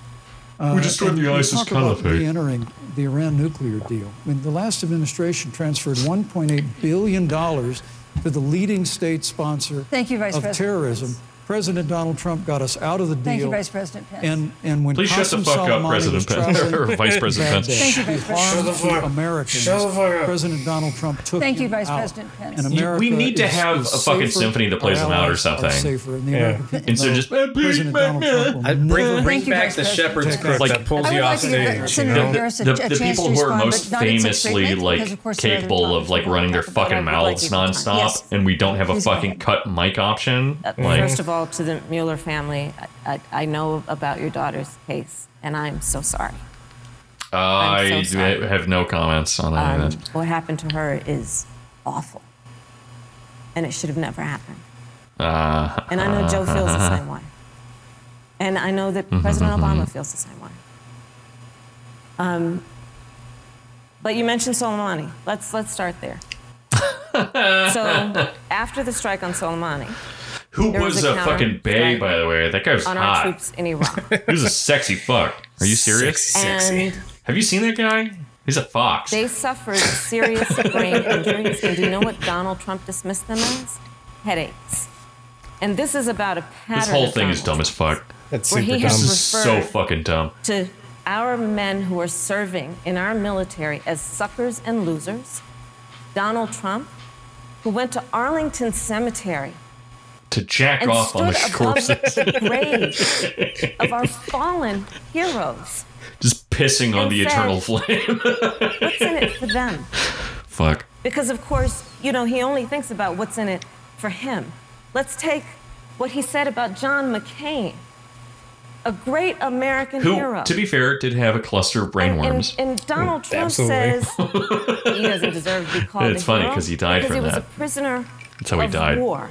[SPEAKER 3] We destroyed
[SPEAKER 7] Uh, And
[SPEAKER 3] the
[SPEAKER 7] you
[SPEAKER 3] ISIS
[SPEAKER 7] talk about
[SPEAKER 3] caliphate.
[SPEAKER 7] Re-entering the Iran nuclear deal. I mean, the last administration transferred 1.8 billion dollars to the leading state sponsor
[SPEAKER 5] Thank you, Vice
[SPEAKER 7] of
[SPEAKER 5] President
[SPEAKER 7] terrorism. President Donald Trump got us out of the deal.
[SPEAKER 5] Thank you, Vice President Pence.
[SPEAKER 7] And and when
[SPEAKER 3] Please shut the
[SPEAKER 7] Qasem
[SPEAKER 3] fuck up,
[SPEAKER 7] Soleimani
[SPEAKER 3] President [LAUGHS]
[SPEAKER 7] was
[SPEAKER 3] Pence
[SPEAKER 7] traveling
[SPEAKER 3] or Vice
[SPEAKER 7] to
[SPEAKER 3] President
[SPEAKER 7] Baghdad,
[SPEAKER 3] Pence.
[SPEAKER 5] Thank you, Vice
[SPEAKER 7] the
[SPEAKER 5] President.
[SPEAKER 7] harm
[SPEAKER 2] Shut the fuck
[SPEAKER 7] to
[SPEAKER 2] up.
[SPEAKER 7] Americans.
[SPEAKER 2] Shut the fuck up.
[SPEAKER 7] President Donald Trump took.
[SPEAKER 5] Thank you,
[SPEAKER 7] him
[SPEAKER 5] Vice
[SPEAKER 7] out.
[SPEAKER 5] President Pence.
[SPEAKER 7] And
[SPEAKER 5] You-
[SPEAKER 7] America
[SPEAKER 3] we need to
[SPEAKER 7] is-
[SPEAKER 3] have
[SPEAKER 7] is
[SPEAKER 3] a fucking
[SPEAKER 7] safer,
[SPEAKER 3] symphony that plays
[SPEAKER 7] our
[SPEAKER 3] them out or
[SPEAKER 7] allies are
[SPEAKER 3] something.
[SPEAKER 7] Safer, and the
[SPEAKER 2] Yeah.
[SPEAKER 7] American people
[SPEAKER 3] Instead of
[SPEAKER 7] know
[SPEAKER 3] just, "Eh, please,
[SPEAKER 7] President Donald
[SPEAKER 3] eh,
[SPEAKER 7] Trump will
[SPEAKER 2] I bring,
[SPEAKER 7] never
[SPEAKER 2] bring
[SPEAKER 5] Thank you,
[SPEAKER 2] back
[SPEAKER 5] Vice
[SPEAKER 2] the
[SPEAKER 5] President.
[SPEAKER 2] shepherd's
[SPEAKER 7] Like,
[SPEAKER 2] crook that
[SPEAKER 3] like-
[SPEAKER 2] pulls
[SPEAKER 5] I
[SPEAKER 2] you
[SPEAKER 5] would
[SPEAKER 2] off
[SPEAKER 5] like to give
[SPEAKER 2] stage. You
[SPEAKER 5] Senator
[SPEAKER 2] know?
[SPEAKER 5] Harris a,
[SPEAKER 3] the,
[SPEAKER 5] a
[SPEAKER 3] the
[SPEAKER 5] chance to
[SPEAKER 3] people who
[SPEAKER 5] respond,
[SPEAKER 3] are most
[SPEAKER 5] but not in such
[SPEAKER 3] famously
[SPEAKER 5] treatment, because,
[SPEAKER 3] like
[SPEAKER 5] of course, there are other
[SPEAKER 3] capable of
[SPEAKER 5] topics
[SPEAKER 3] like
[SPEAKER 5] we wanna
[SPEAKER 3] running their
[SPEAKER 6] talk about.
[SPEAKER 3] fucking
[SPEAKER 6] I'd like
[SPEAKER 3] mouths
[SPEAKER 6] you to talk.
[SPEAKER 3] nonstop,
[SPEAKER 5] Yes.
[SPEAKER 3] and we don't have a
[SPEAKER 5] Please go
[SPEAKER 3] fucking
[SPEAKER 5] ahead.
[SPEAKER 3] cut mic option.
[SPEAKER 6] Uh, First of all, to the Mueller family, I, I, I know about your daughter's case, and I'm so sorry.
[SPEAKER 3] I
[SPEAKER 6] I'm so sorry.
[SPEAKER 3] have no comments on any
[SPEAKER 6] Um,
[SPEAKER 3] of that.
[SPEAKER 6] what happened to her is awful, and it should have never happened. and I know
[SPEAKER 3] Uh-huh,
[SPEAKER 6] Joe feels the same way, and I know
[SPEAKER 3] Mm-hmm,
[SPEAKER 6] that President Obama feels the same way. Um, but you mentioned Soleimani. Let's let's start there.
[SPEAKER 3] [LAUGHS]
[SPEAKER 6] so after the strike on Soleimani,
[SPEAKER 3] Who
[SPEAKER 6] there
[SPEAKER 3] was
[SPEAKER 6] was a
[SPEAKER 3] a
[SPEAKER 6] counter
[SPEAKER 3] fucking bae,
[SPEAKER 6] strike
[SPEAKER 3] by the way? That guy was
[SPEAKER 6] on our
[SPEAKER 3] hot.
[SPEAKER 6] troops in
[SPEAKER 3] [LAUGHS]
[SPEAKER 6] Iraq.
[SPEAKER 3] He was a sexy fuck. Are you serious?
[SPEAKER 2] Sexy.
[SPEAKER 6] And
[SPEAKER 3] Have you seen that guy? He's a fox.
[SPEAKER 6] they suffered serious
[SPEAKER 2] [LAUGHS]
[SPEAKER 6] brain injuries. And do you know what Donald Trump dismissed them as? Headaches. And this is about a pattern.
[SPEAKER 3] this whole
[SPEAKER 6] of
[SPEAKER 3] thing is dumb
[SPEAKER 6] Donald's.
[SPEAKER 3] as fuck.
[SPEAKER 2] That's
[SPEAKER 6] Where
[SPEAKER 2] super
[SPEAKER 6] he
[SPEAKER 2] dumb.
[SPEAKER 6] has
[SPEAKER 3] This is so
[SPEAKER 6] Referred.
[SPEAKER 3] fucking dumb.
[SPEAKER 6] To our men who are serving in our military as suckers and losers, Donald Trump, who went to Arlington Cemetery
[SPEAKER 3] To jack
[SPEAKER 6] and
[SPEAKER 3] off on
[SPEAKER 6] stood
[SPEAKER 3] the
[SPEAKER 6] above
[SPEAKER 3] corpses,
[SPEAKER 6] the
[SPEAKER 3] [LAUGHS]
[SPEAKER 6] graves of our fallen heroes.
[SPEAKER 3] just pissing on
[SPEAKER 6] and
[SPEAKER 3] the
[SPEAKER 6] said-
[SPEAKER 3] eternal flame. [LAUGHS]
[SPEAKER 6] What's in it for them?
[SPEAKER 3] fuck.
[SPEAKER 6] Because, of course, you know, he only thinks about what's in it for him. Let's take what he said about John McCain, a great American
[SPEAKER 3] Who,
[SPEAKER 6] hero.
[SPEAKER 3] to be fair, did have a cluster of
[SPEAKER 6] and,
[SPEAKER 3] brainworms.
[SPEAKER 6] and, and Donald Trump says
[SPEAKER 2] absolutely.
[SPEAKER 3] [LAUGHS]
[SPEAKER 6] he doesn't deserve to be called
[SPEAKER 3] It's
[SPEAKER 6] a
[SPEAKER 3] funny
[SPEAKER 6] hero
[SPEAKER 3] 'cause he died
[SPEAKER 6] because
[SPEAKER 3] from
[SPEAKER 6] he was
[SPEAKER 3] that.
[SPEAKER 6] a prisoner
[SPEAKER 3] That's how he
[SPEAKER 6] of
[SPEAKER 3] died.
[SPEAKER 6] war.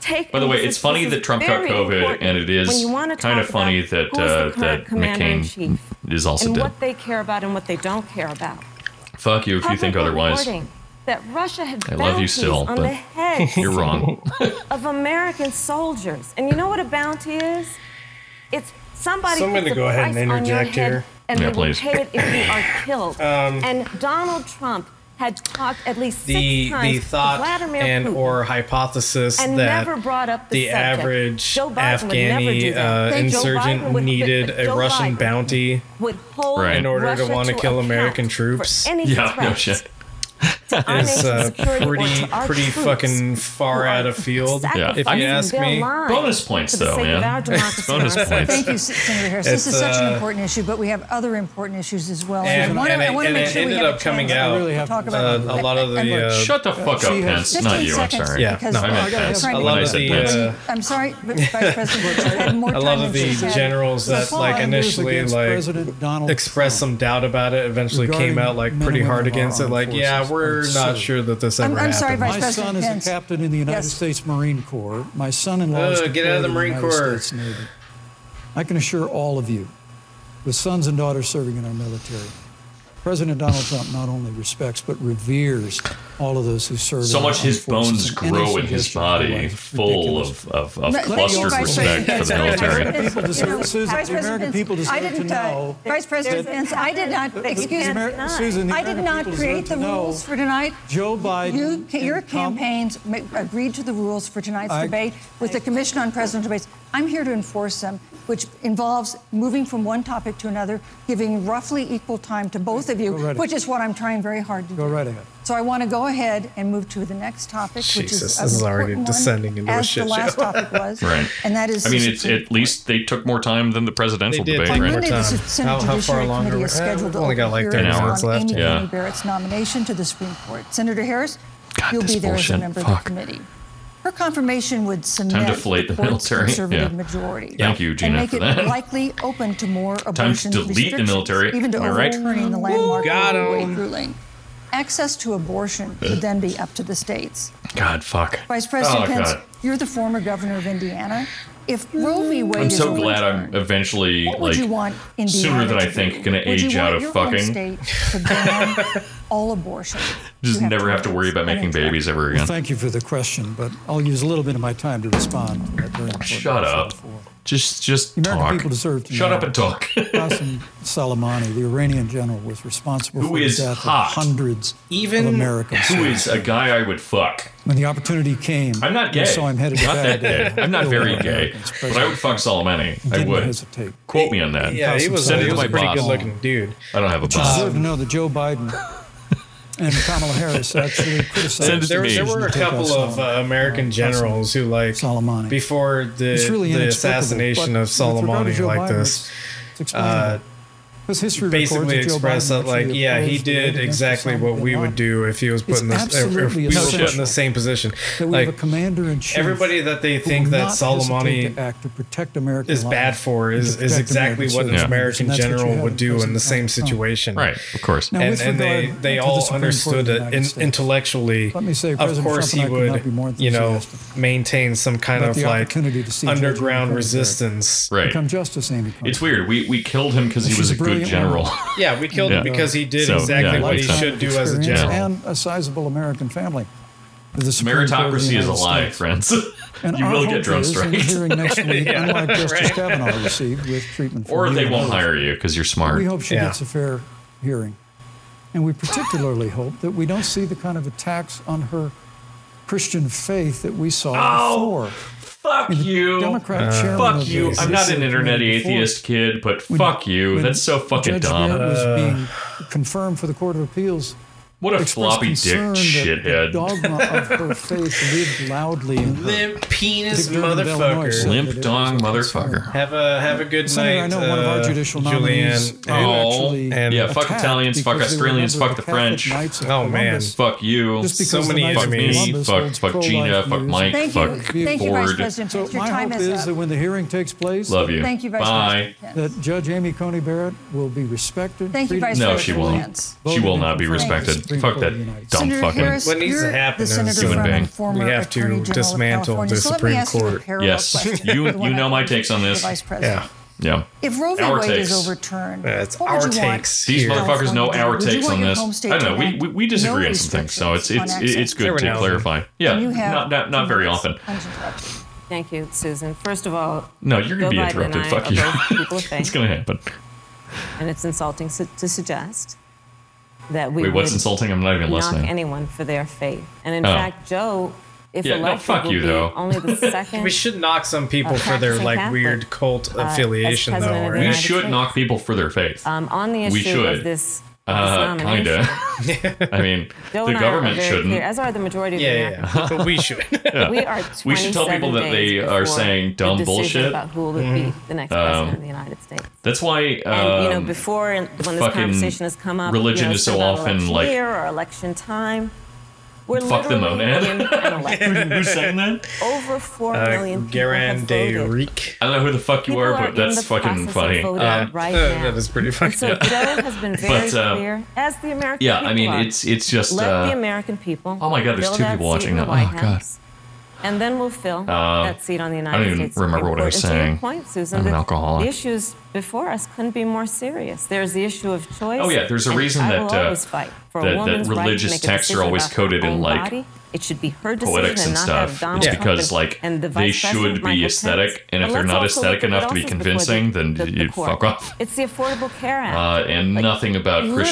[SPEAKER 6] Take,
[SPEAKER 3] By the
[SPEAKER 6] and
[SPEAKER 3] way,
[SPEAKER 6] this
[SPEAKER 3] it's
[SPEAKER 6] is-
[SPEAKER 3] funny
[SPEAKER 6] this
[SPEAKER 3] that
[SPEAKER 6] is
[SPEAKER 3] Trump got
[SPEAKER 6] very
[SPEAKER 3] COVID,
[SPEAKER 6] important
[SPEAKER 3] and it
[SPEAKER 6] when
[SPEAKER 3] is
[SPEAKER 6] you wanna
[SPEAKER 3] kind
[SPEAKER 6] talk
[SPEAKER 3] of funny
[SPEAKER 6] about
[SPEAKER 3] that
[SPEAKER 6] who is the
[SPEAKER 3] uh,
[SPEAKER 6] current
[SPEAKER 3] that McCain
[SPEAKER 6] commander-in-chief,
[SPEAKER 3] is also
[SPEAKER 6] and
[SPEAKER 3] dead.
[SPEAKER 6] what they care about and what they don't care about.
[SPEAKER 3] Fuck you if you think
[SPEAKER 6] Public
[SPEAKER 3] otherwise.
[SPEAKER 6] reporting That Russia had
[SPEAKER 3] I love you
[SPEAKER 6] bounties
[SPEAKER 3] still,
[SPEAKER 6] on
[SPEAKER 3] but-
[SPEAKER 6] the heads
[SPEAKER 3] [LAUGHS] You're wrong.
[SPEAKER 2] [LAUGHS]
[SPEAKER 6] of American soldiers. And you know what a bounty is? It's somebody.
[SPEAKER 2] Somebody
[SPEAKER 6] puts a
[SPEAKER 2] go ahead and
[SPEAKER 6] price on your
[SPEAKER 2] interject
[SPEAKER 6] head
[SPEAKER 2] here. Um,
[SPEAKER 6] And
[SPEAKER 3] Yeah,
[SPEAKER 6] they will
[SPEAKER 3] please.
[SPEAKER 6] pay it if you
[SPEAKER 3] [LAUGHS]
[SPEAKER 6] are killed. and Donald Trump had talked at least six
[SPEAKER 2] the
[SPEAKER 6] times
[SPEAKER 2] the thought
[SPEAKER 6] to Vladimir
[SPEAKER 2] and
[SPEAKER 6] Putin
[SPEAKER 2] or hypothesis
[SPEAKER 6] and
[SPEAKER 2] that
[SPEAKER 6] never brought up the,
[SPEAKER 2] the
[SPEAKER 6] subject.
[SPEAKER 2] average
[SPEAKER 6] Joe Biden would never do
[SPEAKER 2] Afghani
[SPEAKER 6] that.
[SPEAKER 2] uh,
[SPEAKER 6] Joe Biden
[SPEAKER 2] insurgent
[SPEAKER 6] would-
[SPEAKER 2] needed a
[SPEAKER 6] Joe
[SPEAKER 2] Russian
[SPEAKER 6] Biden
[SPEAKER 2] bounty.
[SPEAKER 6] would hold
[SPEAKER 3] Right. In
[SPEAKER 2] order to
[SPEAKER 6] Russia
[SPEAKER 2] wanna kill
[SPEAKER 6] account
[SPEAKER 2] American
[SPEAKER 6] for
[SPEAKER 2] troops.
[SPEAKER 6] any
[SPEAKER 2] [LAUGHS]
[SPEAKER 3] yeah, no
[SPEAKER 6] threat.
[SPEAKER 3] shit.
[SPEAKER 6] to our
[SPEAKER 2] is
[SPEAKER 6] nation's
[SPEAKER 2] uh,
[SPEAKER 6] security or
[SPEAKER 2] pretty
[SPEAKER 6] to our
[SPEAKER 2] pretty
[SPEAKER 6] troops
[SPEAKER 2] fucking
[SPEAKER 6] who
[SPEAKER 2] far
[SPEAKER 6] are
[SPEAKER 2] out of field.
[SPEAKER 6] sacrificing
[SPEAKER 2] If you ask
[SPEAKER 6] their
[SPEAKER 2] me,
[SPEAKER 6] lives
[SPEAKER 3] Bonus points,
[SPEAKER 6] for the
[SPEAKER 3] though,
[SPEAKER 6] sake of
[SPEAKER 3] man.
[SPEAKER 6] our democracy and
[SPEAKER 3] [LAUGHS] Bonus
[SPEAKER 6] our
[SPEAKER 3] points.
[SPEAKER 5] Thank you, S- Senator Harris. This
[SPEAKER 2] It's,
[SPEAKER 5] is such an
[SPEAKER 2] uh,
[SPEAKER 5] important issue, but we have other important issues as well.
[SPEAKER 2] and,
[SPEAKER 5] I wanna-
[SPEAKER 2] and
[SPEAKER 5] I
[SPEAKER 2] it,
[SPEAKER 5] wanna
[SPEAKER 2] and
[SPEAKER 5] make
[SPEAKER 2] it
[SPEAKER 5] sure we
[SPEAKER 2] ended
[SPEAKER 5] have
[SPEAKER 2] up
[SPEAKER 5] a
[SPEAKER 2] coming
[SPEAKER 5] chance
[SPEAKER 2] out
[SPEAKER 7] really have
[SPEAKER 5] to talk
[SPEAKER 7] to-
[SPEAKER 5] about
[SPEAKER 2] uh,
[SPEAKER 5] it.
[SPEAKER 2] a lot of the,
[SPEAKER 5] Edward,
[SPEAKER 2] uh,
[SPEAKER 3] Shut the fuck up,
[SPEAKER 7] she has-
[SPEAKER 3] Pence. Not
[SPEAKER 5] 15
[SPEAKER 3] you. I'm
[SPEAKER 5] seconds,
[SPEAKER 3] sorry.
[SPEAKER 2] Yeah,
[SPEAKER 5] because
[SPEAKER 2] no,
[SPEAKER 3] I meant
[SPEAKER 5] we're
[SPEAKER 3] Pence.
[SPEAKER 5] trying
[SPEAKER 2] A
[SPEAKER 5] to
[SPEAKER 2] lot
[SPEAKER 5] get
[SPEAKER 2] of
[SPEAKER 5] to
[SPEAKER 2] the
[SPEAKER 5] the
[SPEAKER 3] Pence.
[SPEAKER 2] uh,
[SPEAKER 5] point. I'm sorry, but Vice President, Bush, you've had more
[SPEAKER 2] a
[SPEAKER 5] time
[SPEAKER 2] lot of
[SPEAKER 5] than
[SPEAKER 2] the
[SPEAKER 5] she's had.
[SPEAKER 2] generals that
[SPEAKER 5] flaw
[SPEAKER 2] like
[SPEAKER 5] in this
[SPEAKER 2] initially
[SPEAKER 7] against
[SPEAKER 2] like
[SPEAKER 7] President Donald
[SPEAKER 2] expressed some
[SPEAKER 7] Trump.
[SPEAKER 2] doubt about it eventually came
[SPEAKER 7] Regarding
[SPEAKER 2] out like
[SPEAKER 7] men
[SPEAKER 2] pretty
[SPEAKER 7] and women
[SPEAKER 2] hard
[SPEAKER 7] of our
[SPEAKER 2] against it
[SPEAKER 7] armed
[SPEAKER 2] like yeah
[SPEAKER 7] forces
[SPEAKER 2] we're
[SPEAKER 7] are
[SPEAKER 2] not
[SPEAKER 7] so-
[SPEAKER 2] sure that this
[SPEAKER 5] I'm-
[SPEAKER 2] ever
[SPEAKER 5] I'm sorry,
[SPEAKER 2] happened.
[SPEAKER 5] Vice
[SPEAKER 7] My
[SPEAKER 5] President
[SPEAKER 7] son is
[SPEAKER 5] Pence.
[SPEAKER 7] a captain in the United
[SPEAKER 5] Yes.
[SPEAKER 7] States Marine Corps. My son-in-law is
[SPEAKER 2] Ugh, Uh, get out
[SPEAKER 7] deployed
[SPEAKER 2] of the
[SPEAKER 7] in
[SPEAKER 2] Marine
[SPEAKER 7] United
[SPEAKER 2] Corps.
[SPEAKER 7] States Navy. I can assure all of you, with sons and daughters serving in our military, President Donald Trump not only respects but reveres all of those who serve.
[SPEAKER 3] So
[SPEAKER 7] in our
[SPEAKER 3] much his
[SPEAKER 7] armed forces,
[SPEAKER 3] bones
[SPEAKER 7] and any
[SPEAKER 3] grow in his
[SPEAKER 7] suggestion
[SPEAKER 3] body,
[SPEAKER 7] otherwise is
[SPEAKER 3] full
[SPEAKER 7] ridiculous.
[SPEAKER 3] of, of, of
[SPEAKER 5] But-
[SPEAKER 3] clustered
[SPEAKER 5] Vice President
[SPEAKER 3] respect for the
[SPEAKER 5] Pence,
[SPEAKER 3] military.
[SPEAKER 5] Vice
[SPEAKER 7] people
[SPEAKER 5] President-
[SPEAKER 7] deserve-
[SPEAKER 5] you know,
[SPEAKER 7] Susan,
[SPEAKER 5] Vice
[SPEAKER 7] the American
[SPEAKER 5] President
[SPEAKER 7] people
[SPEAKER 5] Pence,
[SPEAKER 7] deserve
[SPEAKER 5] I didn't,
[SPEAKER 7] to
[SPEAKER 5] uh,
[SPEAKER 7] know
[SPEAKER 5] Vice President
[SPEAKER 6] that-
[SPEAKER 5] Pence, I did not,
[SPEAKER 6] There's
[SPEAKER 5] excuse
[SPEAKER 6] a-
[SPEAKER 5] me,
[SPEAKER 6] Ameri-
[SPEAKER 7] Ameri- Susan, the
[SPEAKER 5] I did
[SPEAKER 7] American
[SPEAKER 5] not
[SPEAKER 7] people
[SPEAKER 5] create the
[SPEAKER 7] deserve to know
[SPEAKER 5] rules for tonight.
[SPEAKER 7] Joe Biden
[SPEAKER 5] You, your
[SPEAKER 7] and Trump-
[SPEAKER 5] campaigns ma- agreed to the rules for tonight's
[SPEAKER 7] I-
[SPEAKER 5] debate with the Commission on Presidential Debates. I'm here to enforce them, which involves moving from one topic to another, giving roughly equal time to both of you,
[SPEAKER 7] Go right ahead.
[SPEAKER 5] which is what I'm trying very hard to do.
[SPEAKER 7] Go right ahead.
[SPEAKER 5] So I want to go ahead and move to the next topic, which is
[SPEAKER 2] Jesus,
[SPEAKER 5] an
[SPEAKER 2] this is already
[SPEAKER 5] important one,
[SPEAKER 2] descending into a
[SPEAKER 5] as
[SPEAKER 2] shit
[SPEAKER 5] the
[SPEAKER 2] show.
[SPEAKER 5] last topic was,
[SPEAKER 3] [LAUGHS] Right.
[SPEAKER 5] and that is.
[SPEAKER 3] I mean,
[SPEAKER 5] the
[SPEAKER 3] it's
[SPEAKER 5] Supreme
[SPEAKER 3] at least they took more time than the presidential
[SPEAKER 2] They did
[SPEAKER 3] debate,
[SPEAKER 2] take
[SPEAKER 5] on
[SPEAKER 2] more
[SPEAKER 3] right?
[SPEAKER 5] Monday, the
[SPEAKER 2] time.
[SPEAKER 5] Senate
[SPEAKER 2] How- how far
[SPEAKER 5] Judiciary
[SPEAKER 2] along are
[SPEAKER 5] Committee
[SPEAKER 2] we?
[SPEAKER 5] is
[SPEAKER 2] Eh, we've
[SPEAKER 5] scheduled to
[SPEAKER 2] only got
[SPEAKER 5] open
[SPEAKER 2] like
[SPEAKER 5] hearings
[SPEAKER 3] 10 hours
[SPEAKER 5] on
[SPEAKER 2] left.
[SPEAKER 5] Amy
[SPEAKER 3] Yeah.
[SPEAKER 5] Coney Barrett's nomination to the Supreme Court. Senator Harris,
[SPEAKER 3] God,
[SPEAKER 5] you'll
[SPEAKER 3] this
[SPEAKER 5] be there as a
[SPEAKER 3] bullshit.
[SPEAKER 5] member
[SPEAKER 3] Fuck.
[SPEAKER 5] of the committee. Her confirmation would cement
[SPEAKER 3] deflate the
[SPEAKER 5] court's
[SPEAKER 3] military.
[SPEAKER 5] conservative
[SPEAKER 3] Yeah.
[SPEAKER 5] majority.
[SPEAKER 3] Thank you, Gina,
[SPEAKER 5] and make
[SPEAKER 3] for
[SPEAKER 5] it
[SPEAKER 3] that.
[SPEAKER 5] likely open to
[SPEAKER 3] [LAUGHS]
[SPEAKER 5] more abortion
[SPEAKER 3] delete the
[SPEAKER 5] restrictions,
[SPEAKER 3] military.
[SPEAKER 5] even to
[SPEAKER 3] Am I right?
[SPEAKER 5] overturning the landmark
[SPEAKER 2] got
[SPEAKER 5] Roe v. Wade
[SPEAKER 2] 'em.
[SPEAKER 5] ruling. Access to abortion would then be up to the states.
[SPEAKER 3] God, fuck.
[SPEAKER 5] Vice President
[SPEAKER 3] oh,
[SPEAKER 5] Pence,
[SPEAKER 3] God.
[SPEAKER 5] you're the former governor of Indiana. If Roe v. Wade
[SPEAKER 3] I'm
[SPEAKER 5] is
[SPEAKER 3] so glad I'm
[SPEAKER 5] overturned-
[SPEAKER 3] eventually
[SPEAKER 5] what would
[SPEAKER 3] like
[SPEAKER 5] you want Indiana
[SPEAKER 3] sooner than
[SPEAKER 5] to
[SPEAKER 3] I
[SPEAKER 5] do?
[SPEAKER 3] think gonna
[SPEAKER 5] Would you
[SPEAKER 3] age out
[SPEAKER 5] want
[SPEAKER 3] of
[SPEAKER 5] your home
[SPEAKER 3] fucking.
[SPEAKER 5] state to ban [LAUGHS] all abortion.
[SPEAKER 3] Just
[SPEAKER 5] You have
[SPEAKER 3] never have to worry about making
[SPEAKER 5] uninterrupted.
[SPEAKER 3] babies ever again.
[SPEAKER 7] Thank you for the question, but I'll use a little bit of my time to respond to that very important
[SPEAKER 3] Shut up.
[SPEAKER 7] issue for
[SPEAKER 3] Just just
[SPEAKER 7] American
[SPEAKER 3] talk.
[SPEAKER 7] people deserve to
[SPEAKER 3] Shut
[SPEAKER 7] know.
[SPEAKER 3] up and talk. [LAUGHS]
[SPEAKER 7] Qasem Soleimani, the Iranian general, was responsible
[SPEAKER 3] Who
[SPEAKER 7] for the
[SPEAKER 3] is
[SPEAKER 7] death
[SPEAKER 3] hot?
[SPEAKER 7] of hundreds
[SPEAKER 2] Even-
[SPEAKER 7] of Americans.
[SPEAKER 3] Who is a guy I would fuck?
[SPEAKER 7] When the opportunity came,
[SPEAKER 3] I'm not gay.
[SPEAKER 7] I saw him headed
[SPEAKER 3] not
[SPEAKER 7] to
[SPEAKER 3] that
[SPEAKER 7] Baghdad.
[SPEAKER 3] gay. I'm not
[SPEAKER 7] Real
[SPEAKER 3] very
[SPEAKER 7] American
[SPEAKER 3] gay,
[SPEAKER 7] Americans.
[SPEAKER 3] but I
[SPEAKER 7] President
[SPEAKER 3] would fuck Soleimani. I
[SPEAKER 7] didn't
[SPEAKER 3] would.
[SPEAKER 7] hesitate.
[SPEAKER 3] Quote me on that.
[SPEAKER 2] Yeah, he was,
[SPEAKER 3] Send it
[SPEAKER 2] he
[SPEAKER 3] to
[SPEAKER 2] was
[SPEAKER 3] my
[SPEAKER 2] a pretty
[SPEAKER 3] boss.
[SPEAKER 2] good looking dude.
[SPEAKER 3] I don't have a
[SPEAKER 7] I deserve
[SPEAKER 3] boss.
[SPEAKER 7] to know that Joe Biden and Kamala Harris
[SPEAKER 3] [LAUGHS]
[SPEAKER 7] actually
[SPEAKER 3] Send it
[SPEAKER 7] criticized
[SPEAKER 3] to
[SPEAKER 2] There,
[SPEAKER 3] me.
[SPEAKER 2] there
[SPEAKER 3] Amazing.
[SPEAKER 2] were a
[SPEAKER 7] Take out
[SPEAKER 2] couple of uh,
[SPEAKER 7] Soleimani.
[SPEAKER 2] American generals who, like,
[SPEAKER 7] Soleimani.
[SPEAKER 2] before the,
[SPEAKER 7] It's really
[SPEAKER 2] the
[SPEAKER 7] inexplicable,
[SPEAKER 2] assassination
[SPEAKER 7] but
[SPEAKER 2] of
[SPEAKER 7] with regard to
[SPEAKER 2] Soleimani,
[SPEAKER 7] Joe
[SPEAKER 2] like
[SPEAKER 7] Biden,
[SPEAKER 2] this, uh,
[SPEAKER 7] It's, it's explainable. 'Cause history records
[SPEAKER 2] basically
[SPEAKER 7] that Joe
[SPEAKER 2] expressed
[SPEAKER 7] Biden
[SPEAKER 2] that, like,
[SPEAKER 7] actually
[SPEAKER 2] yeah, he
[SPEAKER 7] opposed the raid
[SPEAKER 2] did
[SPEAKER 7] against
[SPEAKER 2] exactly
[SPEAKER 7] Osama
[SPEAKER 2] what
[SPEAKER 7] bin
[SPEAKER 2] we
[SPEAKER 7] Laden.
[SPEAKER 2] would do if he was put
[SPEAKER 7] It's
[SPEAKER 2] in this, if- if
[SPEAKER 7] absolutely
[SPEAKER 2] we were put in
[SPEAKER 7] essential
[SPEAKER 2] the same position.
[SPEAKER 7] That we have
[SPEAKER 2] Like,
[SPEAKER 7] a commander in chief.
[SPEAKER 2] everybody that they
[SPEAKER 7] who
[SPEAKER 2] think
[SPEAKER 7] will
[SPEAKER 2] that
[SPEAKER 7] not hesitate
[SPEAKER 2] Soleimani
[SPEAKER 7] to act to protect American
[SPEAKER 2] is
[SPEAKER 7] lives
[SPEAKER 2] bad for
[SPEAKER 7] and to
[SPEAKER 2] is, is
[SPEAKER 7] protect
[SPEAKER 2] exactly
[SPEAKER 7] American
[SPEAKER 2] what an
[SPEAKER 7] citizens.
[SPEAKER 2] American
[SPEAKER 7] And that's what you
[SPEAKER 2] general
[SPEAKER 7] have
[SPEAKER 2] would do in
[SPEAKER 7] President
[SPEAKER 2] the same
[SPEAKER 7] Donald Trump.
[SPEAKER 2] situation.
[SPEAKER 3] Right, of course.
[SPEAKER 7] Now,
[SPEAKER 2] and,
[SPEAKER 7] with
[SPEAKER 2] and they,
[SPEAKER 7] regard
[SPEAKER 2] they
[SPEAKER 7] to the
[SPEAKER 2] all
[SPEAKER 7] Supreme Court of
[SPEAKER 2] understood
[SPEAKER 7] the
[SPEAKER 2] that
[SPEAKER 7] United
[SPEAKER 2] in,
[SPEAKER 7] States,
[SPEAKER 2] intellectually,
[SPEAKER 7] let me say
[SPEAKER 2] of
[SPEAKER 7] President
[SPEAKER 2] course,
[SPEAKER 7] Trump
[SPEAKER 2] he
[SPEAKER 7] and I could
[SPEAKER 2] would,
[SPEAKER 7] not be more
[SPEAKER 2] you know,
[SPEAKER 7] enthusiastic
[SPEAKER 2] maintain some kind
[SPEAKER 7] about
[SPEAKER 2] of
[SPEAKER 7] the
[SPEAKER 2] like
[SPEAKER 7] opportunity to see Judge
[SPEAKER 2] underground
[SPEAKER 7] Ginsburg.
[SPEAKER 2] resistance.
[SPEAKER 3] Right.
[SPEAKER 7] Become justice, Amy. Coney.
[SPEAKER 3] It's weird. We we killed him because he
[SPEAKER 7] She's
[SPEAKER 3] was
[SPEAKER 7] a
[SPEAKER 3] a good
[SPEAKER 7] brilliant
[SPEAKER 3] general.
[SPEAKER 7] woman.
[SPEAKER 2] [LAUGHS] Yeah, we killed
[SPEAKER 3] Yeah.
[SPEAKER 2] him because he did
[SPEAKER 3] So,
[SPEAKER 2] exactly
[SPEAKER 3] yeah,
[SPEAKER 2] what he
[SPEAKER 3] lifetime
[SPEAKER 2] should do as a
[SPEAKER 7] Experience
[SPEAKER 2] general.
[SPEAKER 7] and a sizable American family. The Supreme Court of the
[SPEAKER 3] Meritocracy is a
[SPEAKER 7] United
[SPEAKER 3] lie,
[SPEAKER 7] States.
[SPEAKER 3] friends.
[SPEAKER 7] And
[SPEAKER 3] [LAUGHS] you
[SPEAKER 7] our
[SPEAKER 3] will
[SPEAKER 7] hope
[SPEAKER 3] get drone
[SPEAKER 7] is in the
[SPEAKER 3] strikes,
[SPEAKER 7] hearing
[SPEAKER 3] [LAUGHS]
[SPEAKER 7] next week, unlike Justice Kavanaugh received with treatment for
[SPEAKER 3] or they
[SPEAKER 7] you.
[SPEAKER 3] won't hire you because you're smart.
[SPEAKER 7] We hope she
[SPEAKER 2] Yeah.
[SPEAKER 7] gets a fair hearing. And we particularly hope that we don't see the kind of attacks on her Christian faith that we saw
[SPEAKER 3] Oh,
[SPEAKER 7] before.
[SPEAKER 3] Fuck you.
[SPEAKER 7] Democrat chairman
[SPEAKER 3] Fuck
[SPEAKER 7] of the
[SPEAKER 3] you. I'm not an
[SPEAKER 7] Senate
[SPEAKER 3] internet
[SPEAKER 7] committee before,
[SPEAKER 3] atheist kid, but
[SPEAKER 7] when-
[SPEAKER 3] fuck you.
[SPEAKER 7] when
[SPEAKER 3] That's so fucking
[SPEAKER 7] Judge Barrett
[SPEAKER 3] dumb.
[SPEAKER 7] was being confirmed for the Court of Appeals.
[SPEAKER 3] What a
[SPEAKER 7] expressed
[SPEAKER 3] floppy dick
[SPEAKER 7] concern that the
[SPEAKER 3] shithead.
[SPEAKER 7] dogma of
[SPEAKER 3] [LAUGHS]
[SPEAKER 7] her faith lived loudly in her.
[SPEAKER 2] Limp penis
[SPEAKER 7] Dick Durbin of Illinois said
[SPEAKER 2] motherfucker.
[SPEAKER 3] Limp
[SPEAKER 7] that it was
[SPEAKER 3] dong
[SPEAKER 7] a concern.
[SPEAKER 3] motherfucker.
[SPEAKER 2] Have a have a good
[SPEAKER 7] Senator,
[SPEAKER 2] night.
[SPEAKER 7] I know one of our
[SPEAKER 2] uh,
[SPEAKER 7] judicial nominees
[SPEAKER 2] Julianne.
[SPEAKER 7] who
[SPEAKER 3] Oh,
[SPEAKER 7] actually
[SPEAKER 2] and- Yeah,
[SPEAKER 3] fuck
[SPEAKER 7] attacked
[SPEAKER 3] Italians, fuck
[SPEAKER 7] because they were
[SPEAKER 3] Australians,
[SPEAKER 7] members
[SPEAKER 3] fuck
[SPEAKER 7] of
[SPEAKER 3] the
[SPEAKER 7] Catholic
[SPEAKER 3] French.
[SPEAKER 7] Knights of
[SPEAKER 2] Oh, man.
[SPEAKER 7] Columbus.
[SPEAKER 3] Fuck you.
[SPEAKER 7] Just because
[SPEAKER 2] So
[SPEAKER 7] the
[SPEAKER 2] many
[SPEAKER 7] Knights of
[SPEAKER 2] enemies.
[SPEAKER 3] me.
[SPEAKER 7] Columbus
[SPEAKER 3] Fuck,
[SPEAKER 7] holds
[SPEAKER 3] fuck
[SPEAKER 7] pro-life
[SPEAKER 3] Gina. Fuck
[SPEAKER 7] views.
[SPEAKER 3] Mike.
[SPEAKER 5] Thank you,
[SPEAKER 3] fuck
[SPEAKER 5] thank you, Vice
[SPEAKER 3] Ford.
[SPEAKER 5] President
[SPEAKER 7] So
[SPEAKER 5] Pence. Your
[SPEAKER 7] my
[SPEAKER 5] time
[SPEAKER 7] hope
[SPEAKER 5] is,
[SPEAKER 7] is
[SPEAKER 5] up.
[SPEAKER 7] that when the hearing takes place,
[SPEAKER 3] Love you.
[SPEAKER 5] Thank you, Vice
[SPEAKER 3] Bye.
[SPEAKER 5] President Pence.
[SPEAKER 7] that Judge Amy Coney Barrett will be respected.
[SPEAKER 5] Thank you, Vice
[SPEAKER 7] treated
[SPEAKER 3] No,
[SPEAKER 5] President
[SPEAKER 3] she
[SPEAKER 5] Pence.
[SPEAKER 3] won't. She
[SPEAKER 7] Voted
[SPEAKER 3] will
[SPEAKER 7] in
[SPEAKER 3] not be
[SPEAKER 7] favor of the
[SPEAKER 3] respected.
[SPEAKER 7] Supreme
[SPEAKER 3] Fuck
[SPEAKER 7] Court
[SPEAKER 3] that
[SPEAKER 7] of the United
[SPEAKER 3] dumb
[SPEAKER 5] Senator
[SPEAKER 3] fucking.
[SPEAKER 5] Harris,
[SPEAKER 2] What needs to
[SPEAKER 5] you're
[SPEAKER 2] happen
[SPEAKER 5] the
[SPEAKER 2] is-
[SPEAKER 5] senator
[SPEAKER 2] Human
[SPEAKER 5] from
[SPEAKER 3] being.
[SPEAKER 5] former
[SPEAKER 2] We have to
[SPEAKER 5] Attorney General of
[SPEAKER 2] dismantle
[SPEAKER 5] California.
[SPEAKER 2] the
[SPEAKER 5] So let me
[SPEAKER 2] Supreme
[SPEAKER 5] ask you a
[SPEAKER 2] Court.
[SPEAKER 5] parallel
[SPEAKER 3] Yes.
[SPEAKER 5] question
[SPEAKER 3] You-
[SPEAKER 5] to the one
[SPEAKER 3] you
[SPEAKER 5] I
[SPEAKER 3] know my
[SPEAKER 5] posed to
[SPEAKER 3] takes on
[SPEAKER 5] the
[SPEAKER 3] this.
[SPEAKER 5] Vice President.
[SPEAKER 2] Yeah.
[SPEAKER 3] Yeah.
[SPEAKER 5] If Roe v.
[SPEAKER 3] Our
[SPEAKER 5] Wade
[SPEAKER 3] takes.
[SPEAKER 5] is overturned,
[SPEAKER 2] Yeah, it's
[SPEAKER 5] what would
[SPEAKER 2] our
[SPEAKER 5] you want
[SPEAKER 2] takes.
[SPEAKER 3] These
[SPEAKER 2] Here.
[SPEAKER 3] motherfuckers know
[SPEAKER 5] California
[SPEAKER 3] our
[SPEAKER 5] to do? Would you
[SPEAKER 3] takes
[SPEAKER 5] want
[SPEAKER 3] on
[SPEAKER 5] your
[SPEAKER 3] this.
[SPEAKER 5] home state
[SPEAKER 3] I don't know.
[SPEAKER 5] to
[SPEAKER 3] We,
[SPEAKER 5] enact
[SPEAKER 3] we, we disagree
[SPEAKER 5] no
[SPEAKER 3] on some things, so it's
[SPEAKER 5] restrictions
[SPEAKER 3] it's
[SPEAKER 5] on
[SPEAKER 3] it's
[SPEAKER 5] access?
[SPEAKER 3] good
[SPEAKER 2] Every now
[SPEAKER 3] to
[SPEAKER 2] and
[SPEAKER 3] clarify. Yeah,
[SPEAKER 5] And you have
[SPEAKER 3] not not not very
[SPEAKER 5] two minutes
[SPEAKER 3] often.
[SPEAKER 5] uninterrupted.
[SPEAKER 6] Thank you, Susan. First of all,
[SPEAKER 3] No, you're
[SPEAKER 6] Joe
[SPEAKER 3] gonna be
[SPEAKER 6] Biden and
[SPEAKER 3] interrupted.
[SPEAKER 6] I
[SPEAKER 3] Fuck
[SPEAKER 6] are
[SPEAKER 3] you.
[SPEAKER 6] both
[SPEAKER 3] [LAUGHS]
[SPEAKER 6] people of
[SPEAKER 3] It's
[SPEAKER 6] faith,
[SPEAKER 3] gonna happen.
[SPEAKER 6] and it's insulting su- to suggest that we
[SPEAKER 3] Wait, what's
[SPEAKER 6] would
[SPEAKER 3] insulting? I'm not even
[SPEAKER 6] knock
[SPEAKER 3] listening.
[SPEAKER 6] anyone for their faith. And in
[SPEAKER 3] Oh.
[SPEAKER 6] fact, Joe, if
[SPEAKER 3] Yeah, no,
[SPEAKER 6] elected,
[SPEAKER 3] fuck
[SPEAKER 6] will
[SPEAKER 3] you,
[SPEAKER 6] be
[SPEAKER 3] though.
[SPEAKER 6] only
[SPEAKER 3] [LAUGHS]
[SPEAKER 6] the second.
[SPEAKER 2] We should knock some people
[SPEAKER 6] Uh,
[SPEAKER 2] for their
[SPEAKER 6] practicing
[SPEAKER 2] like
[SPEAKER 6] Catholic,
[SPEAKER 2] weird cult
[SPEAKER 6] uh, as
[SPEAKER 2] affiliation,
[SPEAKER 6] president
[SPEAKER 2] though.
[SPEAKER 6] of the
[SPEAKER 2] right?
[SPEAKER 3] we
[SPEAKER 6] United
[SPEAKER 3] should
[SPEAKER 6] States.
[SPEAKER 3] knock people for their faith.
[SPEAKER 6] um, on the
[SPEAKER 3] We
[SPEAKER 6] issue
[SPEAKER 3] should.
[SPEAKER 6] of this
[SPEAKER 3] Uh,
[SPEAKER 6] This
[SPEAKER 3] kinda.
[SPEAKER 2] [LAUGHS]
[SPEAKER 3] I mean,
[SPEAKER 6] Joe
[SPEAKER 3] the
[SPEAKER 6] and I are
[SPEAKER 3] government
[SPEAKER 6] very
[SPEAKER 3] shouldn't.
[SPEAKER 6] clear, as are the majority of
[SPEAKER 2] Yeah,
[SPEAKER 6] the
[SPEAKER 2] yeah,
[SPEAKER 6] Americans.
[SPEAKER 2] yeah. [LAUGHS]
[SPEAKER 6] [LAUGHS]
[SPEAKER 2] but we should.
[SPEAKER 6] We are.
[SPEAKER 3] We should tell people
[SPEAKER 6] 27
[SPEAKER 3] that they
[SPEAKER 6] days
[SPEAKER 3] are
[SPEAKER 6] before
[SPEAKER 3] saying
[SPEAKER 6] the
[SPEAKER 3] dumb
[SPEAKER 6] decision
[SPEAKER 3] bullshit.
[SPEAKER 6] about who would be
[SPEAKER 3] Mm-hmm.
[SPEAKER 6] the next president of the United States.
[SPEAKER 3] Um, That's why. Um,
[SPEAKER 6] And you know, before in- when this
[SPEAKER 3] fucking
[SPEAKER 6] conversation has come up,
[SPEAKER 3] religion
[SPEAKER 6] you know,
[SPEAKER 3] is so
[SPEAKER 6] it's about
[SPEAKER 3] often,
[SPEAKER 6] election
[SPEAKER 3] like,
[SPEAKER 6] year or election time. We're
[SPEAKER 3] fuck the
[SPEAKER 6] literally
[SPEAKER 3] monad.
[SPEAKER 6] in an election.
[SPEAKER 3] who's saying that?
[SPEAKER 6] Over four
[SPEAKER 2] Uh,
[SPEAKER 6] million people
[SPEAKER 2] Garan
[SPEAKER 6] have
[SPEAKER 2] de
[SPEAKER 6] voted.
[SPEAKER 2] Reek.
[SPEAKER 3] I don't know who the fuck you
[SPEAKER 6] People
[SPEAKER 3] are,
[SPEAKER 6] are
[SPEAKER 3] but
[SPEAKER 6] in
[SPEAKER 3] that's
[SPEAKER 6] the
[SPEAKER 3] fucking
[SPEAKER 6] process of
[SPEAKER 3] funny.
[SPEAKER 6] voting.
[SPEAKER 3] Uh,
[SPEAKER 6] Yeah, right
[SPEAKER 2] Uh,
[SPEAKER 6] now.
[SPEAKER 2] that is pretty fucking.
[SPEAKER 6] So Joe has been very
[SPEAKER 3] [LAUGHS] But, uh,
[SPEAKER 6] clear, as the American
[SPEAKER 3] yeah,
[SPEAKER 6] people
[SPEAKER 3] I mean,
[SPEAKER 6] are.
[SPEAKER 3] it's it's just.
[SPEAKER 6] Let the
[SPEAKER 3] Uh,
[SPEAKER 6] American people.
[SPEAKER 3] oh my God, there's
[SPEAKER 6] fill
[SPEAKER 3] two
[SPEAKER 6] that
[SPEAKER 3] people
[SPEAKER 6] seat
[SPEAKER 3] watching
[SPEAKER 6] in the
[SPEAKER 3] now.
[SPEAKER 6] White
[SPEAKER 3] Oh,
[SPEAKER 6] House, And then we'll fill that seat on the United
[SPEAKER 3] even
[SPEAKER 6] States.
[SPEAKER 3] remember
[SPEAKER 6] Supreme
[SPEAKER 3] what I was
[SPEAKER 6] Court. And to your
[SPEAKER 3] saying.
[SPEAKER 6] point, Susan,
[SPEAKER 3] I'm an
[SPEAKER 6] the-
[SPEAKER 3] alcoholic.
[SPEAKER 6] The issues before us couldn't be more serious. There's the issue of choice.
[SPEAKER 3] Oh, yeah, there's a
[SPEAKER 6] and
[SPEAKER 3] reason
[SPEAKER 6] I will
[SPEAKER 3] that, uh,
[SPEAKER 6] always fight for a
[SPEAKER 3] that- that
[SPEAKER 6] woman's right to
[SPEAKER 3] religious
[SPEAKER 6] make a
[SPEAKER 3] texts are
[SPEAKER 6] decision
[SPEAKER 3] always
[SPEAKER 6] about
[SPEAKER 3] coded
[SPEAKER 6] her
[SPEAKER 3] in,
[SPEAKER 6] own
[SPEAKER 3] like,
[SPEAKER 6] body. It should be her decision
[SPEAKER 3] poetics and
[SPEAKER 6] not
[SPEAKER 3] stuff.
[SPEAKER 6] have Donald
[SPEAKER 3] It's
[SPEAKER 6] Trump
[SPEAKER 3] because
[SPEAKER 6] and-
[SPEAKER 3] like
[SPEAKER 6] and the
[SPEAKER 3] they
[SPEAKER 6] Vice President
[SPEAKER 3] should be
[SPEAKER 6] Michael
[SPEAKER 3] aesthetic,
[SPEAKER 6] Pence.
[SPEAKER 3] and if
[SPEAKER 6] But
[SPEAKER 3] they're
[SPEAKER 6] let's
[SPEAKER 3] not
[SPEAKER 6] also
[SPEAKER 3] aesthetic
[SPEAKER 6] look at what
[SPEAKER 3] enough to
[SPEAKER 6] else
[SPEAKER 3] be
[SPEAKER 6] is before
[SPEAKER 3] convincing,
[SPEAKER 6] the-
[SPEAKER 3] then
[SPEAKER 6] the- the
[SPEAKER 3] you
[SPEAKER 6] court.
[SPEAKER 3] fuck off.
[SPEAKER 6] It's the Affordable Care Act.
[SPEAKER 3] Uh, and
[SPEAKER 6] Like,
[SPEAKER 3] nothing about
[SPEAKER 6] literally in the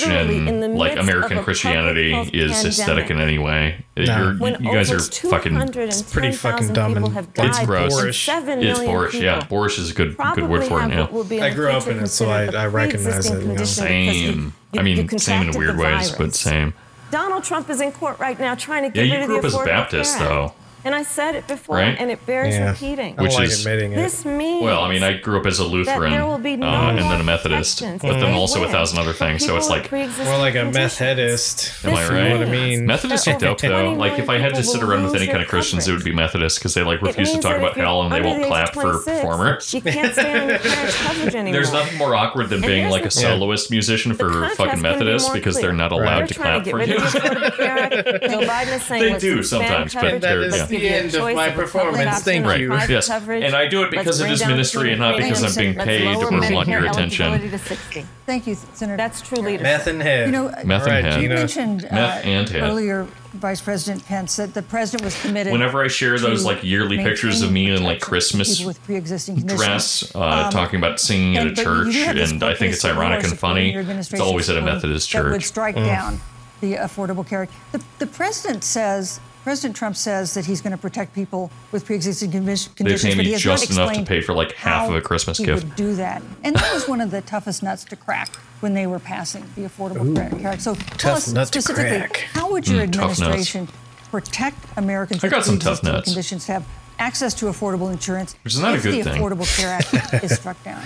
[SPEAKER 3] Christian, like
[SPEAKER 6] midst of
[SPEAKER 3] American
[SPEAKER 6] a
[SPEAKER 3] Christianity,
[SPEAKER 6] public health
[SPEAKER 3] is aesthetic
[SPEAKER 6] pandemic.
[SPEAKER 3] in any way. Uh,
[SPEAKER 2] No.
[SPEAKER 3] You're-
[SPEAKER 6] when
[SPEAKER 3] you guys
[SPEAKER 6] over
[SPEAKER 3] are fucking.
[SPEAKER 6] 210,000
[SPEAKER 2] It's pretty fucking dumb
[SPEAKER 6] people
[SPEAKER 2] and
[SPEAKER 6] have died,
[SPEAKER 2] it's
[SPEAKER 3] gross.
[SPEAKER 6] and
[SPEAKER 2] boorish.
[SPEAKER 6] seven
[SPEAKER 3] It's
[SPEAKER 6] million
[SPEAKER 3] Borish, yeah.
[SPEAKER 6] people
[SPEAKER 3] Borish is a good
[SPEAKER 6] probably
[SPEAKER 3] good word for it
[SPEAKER 6] have
[SPEAKER 3] now.
[SPEAKER 6] what will be in
[SPEAKER 2] I
[SPEAKER 6] the
[SPEAKER 2] grew up
[SPEAKER 6] future
[SPEAKER 2] in it, so
[SPEAKER 6] considered a
[SPEAKER 2] I- I recognize
[SPEAKER 6] pre-existing
[SPEAKER 2] it, you know.
[SPEAKER 6] condition because you-
[SPEAKER 3] Same.
[SPEAKER 6] you-
[SPEAKER 3] I
[SPEAKER 6] you
[SPEAKER 3] mean, same in
[SPEAKER 6] contracted
[SPEAKER 3] a
[SPEAKER 6] the
[SPEAKER 3] weird ways, but
[SPEAKER 6] virus.
[SPEAKER 3] same.
[SPEAKER 6] Donald Trump is in court right now trying to
[SPEAKER 3] Yeah,
[SPEAKER 6] get
[SPEAKER 3] you
[SPEAKER 6] rid of
[SPEAKER 3] grew up
[SPEAKER 6] the
[SPEAKER 3] as a
[SPEAKER 6] Affordable
[SPEAKER 3] Baptist,
[SPEAKER 6] Care Act.
[SPEAKER 3] though.
[SPEAKER 6] And I said it before,
[SPEAKER 3] Right?
[SPEAKER 6] and it bears
[SPEAKER 2] Yeah.
[SPEAKER 6] repeating.
[SPEAKER 2] I don't
[SPEAKER 3] Which
[SPEAKER 2] like
[SPEAKER 3] is-
[SPEAKER 2] admitting it.
[SPEAKER 6] this means
[SPEAKER 3] Well, I mean, I grew up as a Lutheran
[SPEAKER 6] there will be no
[SPEAKER 3] uh, and
[SPEAKER 6] more
[SPEAKER 3] then a Methodist,
[SPEAKER 6] protections
[SPEAKER 3] but then
[SPEAKER 6] for
[SPEAKER 3] also a
[SPEAKER 6] women,
[SPEAKER 3] thousand other
[SPEAKER 6] for
[SPEAKER 3] things. So
[SPEAKER 6] people
[SPEAKER 3] it's
[SPEAKER 6] with
[SPEAKER 3] like,
[SPEAKER 6] pre-existing
[SPEAKER 2] More like a meth
[SPEAKER 6] conditions.
[SPEAKER 2] headist.
[SPEAKER 3] Am I
[SPEAKER 6] This
[SPEAKER 3] right?
[SPEAKER 2] You know what I
[SPEAKER 6] means
[SPEAKER 2] mean?
[SPEAKER 3] Methodists
[SPEAKER 6] that
[SPEAKER 3] are dope
[SPEAKER 6] over
[SPEAKER 3] though.
[SPEAKER 6] 20
[SPEAKER 3] Like if I
[SPEAKER 6] million
[SPEAKER 3] had to
[SPEAKER 6] people
[SPEAKER 3] sit
[SPEAKER 6] will
[SPEAKER 3] around with
[SPEAKER 6] lose
[SPEAKER 3] any kind
[SPEAKER 6] their
[SPEAKER 3] of Christians, it would
[SPEAKER 6] coverage.
[SPEAKER 3] be Methodists because they like
[SPEAKER 6] It
[SPEAKER 3] refuse to
[SPEAKER 6] means
[SPEAKER 3] talk
[SPEAKER 6] that
[SPEAKER 3] about
[SPEAKER 6] if you're
[SPEAKER 3] hell and they
[SPEAKER 6] under
[SPEAKER 3] won't
[SPEAKER 6] the age
[SPEAKER 3] clap
[SPEAKER 6] of
[SPEAKER 3] for
[SPEAKER 6] 26,
[SPEAKER 3] performers.
[SPEAKER 6] You can't stand
[SPEAKER 3] [LAUGHS]
[SPEAKER 6] in your parents' coverage anymore.
[SPEAKER 3] There's nothing more awkward than being
[SPEAKER 6] here's
[SPEAKER 3] like
[SPEAKER 6] the
[SPEAKER 3] a
[SPEAKER 6] thing.
[SPEAKER 3] soloist musician
[SPEAKER 6] The
[SPEAKER 3] for
[SPEAKER 6] contrast
[SPEAKER 3] fucking
[SPEAKER 6] couldn't be
[SPEAKER 3] Methodists
[SPEAKER 6] more
[SPEAKER 3] because
[SPEAKER 6] clear.
[SPEAKER 3] they're not allowed
[SPEAKER 6] They're
[SPEAKER 3] to
[SPEAKER 6] trying to
[SPEAKER 3] clap
[SPEAKER 6] get
[SPEAKER 3] for
[SPEAKER 6] rid
[SPEAKER 3] you.
[SPEAKER 6] of the Affordable Care Act. Joe Biden is saying,
[SPEAKER 3] They
[SPEAKER 6] let's
[SPEAKER 3] do
[SPEAKER 6] expand
[SPEAKER 3] sometimes, but
[SPEAKER 6] coverage.
[SPEAKER 3] they're-
[SPEAKER 6] Let's
[SPEAKER 3] yeah.
[SPEAKER 6] give you a
[SPEAKER 2] That is the
[SPEAKER 6] choice
[SPEAKER 2] end of my
[SPEAKER 6] of public
[SPEAKER 2] performance.
[SPEAKER 6] option
[SPEAKER 2] Thank
[SPEAKER 6] or
[SPEAKER 2] you.
[SPEAKER 6] private
[SPEAKER 3] Yes.
[SPEAKER 6] coverage.
[SPEAKER 3] And I do it
[SPEAKER 6] Let's
[SPEAKER 3] because it
[SPEAKER 6] bring
[SPEAKER 3] is
[SPEAKER 6] down
[SPEAKER 3] ministry and
[SPEAKER 6] student
[SPEAKER 3] not because
[SPEAKER 6] rating.
[SPEAKER 3] I'm being
[SPEAKER 6] Let's
[SPEAKER 3] paid
[SPEAKER 6] lower
[SPEAKER 3] or want
[SPEAKER 6] Medicare
[SPEAKER 3] your attention.
[SPEAKER 6] eligibility to 60.
[SPEAKER 5] Thank you, Senator.
[SPEAKER 6] That's true
[SPEAKER 2] Meth
[SPEAKER 6] leadership.
[SPEAKER 2] and head.
[SPEAKER 5] You know,
[SPEAKER 3] Meth
[SPEAKER 2] All right,
[SPEAKER 3] and head.
[SPEAKER 5] You
[SPEAKER 2] Gina.
[SPEAKER 5] mentioned uh,
[SPEAKER 3] Meth and head.
[SPEAKER 5] earlier, Vice President Pence, that the president was committed.
[SPEAKER 3] Whenever I share those
[SPEAKER 5] to
[SPEAKER 3] like yearly pictures of me in
[SPEAKER 5] maintaining protection
[SPEAKER 3] like
[SPEAKER 5] for
[SPEAKER 3] Christmas
[SPEAKER 5] people with pre-existing conditions. um,
[SPEAKER 3] dress, uh, talking about singing at
[SPEAKER 5] And-
[SPEAKER 3] a
[SPEAKER 5] but you do
[SPEAKER 3] church,
[SPEAKER 5] have this
[SPEAKER 3] and I think it's
[SPEAKER 5] corporate
[SPEAKER 3] ironic and
[SPEAKER 5] support
[SPEAKER 3] funny.
[SPEAKER 5] your
[SPEAKER 3] It's
[SPEAKER 5] administration's
[SPEAKER 3] always at a
[SPEAKER 5] bill
[SPEAKER 3] Methodist
[SPEAKER 5] That would
[SPEAKER 3] church. Mm.
[SPEAKER 5] strike
[SPEAKER 7] Mm.
[SPEAKER 5] down the Affordable Care Act. The, the president says, President Trump says that he's going to protect people with pre-existing convi- conditions.
[SPEAKER 3] pay me
[SPEAKER 5] but he has not
[SPEAKER 3] just enough to
[SPEAKER 5] explained
[SPEAKER 3] pay for, like, half
[SPEAKER 5] how
[SPEAKER 3] of a Christmas
[SPEAKER 5] he
[SPEAKER 3] gift.
[SPEAKER 5] Would do that, and that was one of the toughest nuts to crack when they were passing the Affordable Care Act. So tell
[SPEAKER 2] Tough
[SPEAKER 5] us
[SPEAKER 2] nut to
[SPEAKER 5] specifically,
[SPEAKER 2] crack.
[SPEAKER 5] how would your
[SPEAKER 3] Mm, tough nuts.
[SPEAKER 5] administration protect Americans
[SPEAKER 3] I
[SPEAKER 5] with
[SPEAKER 3] got some tough
[SPEAKER 5] pre-existing
[SPEAKER 3] nuts.
[SPEAKER 5] conditions to have access to affordable insurance
[SPEAKER 3] Which is not a
[SPEAKER 5] if
[SPEAKER 3] good
[SPEAKER 5] the
[SPEAKER 3] thing.
[SPEAKER 5] Affordable Care Act is struck down?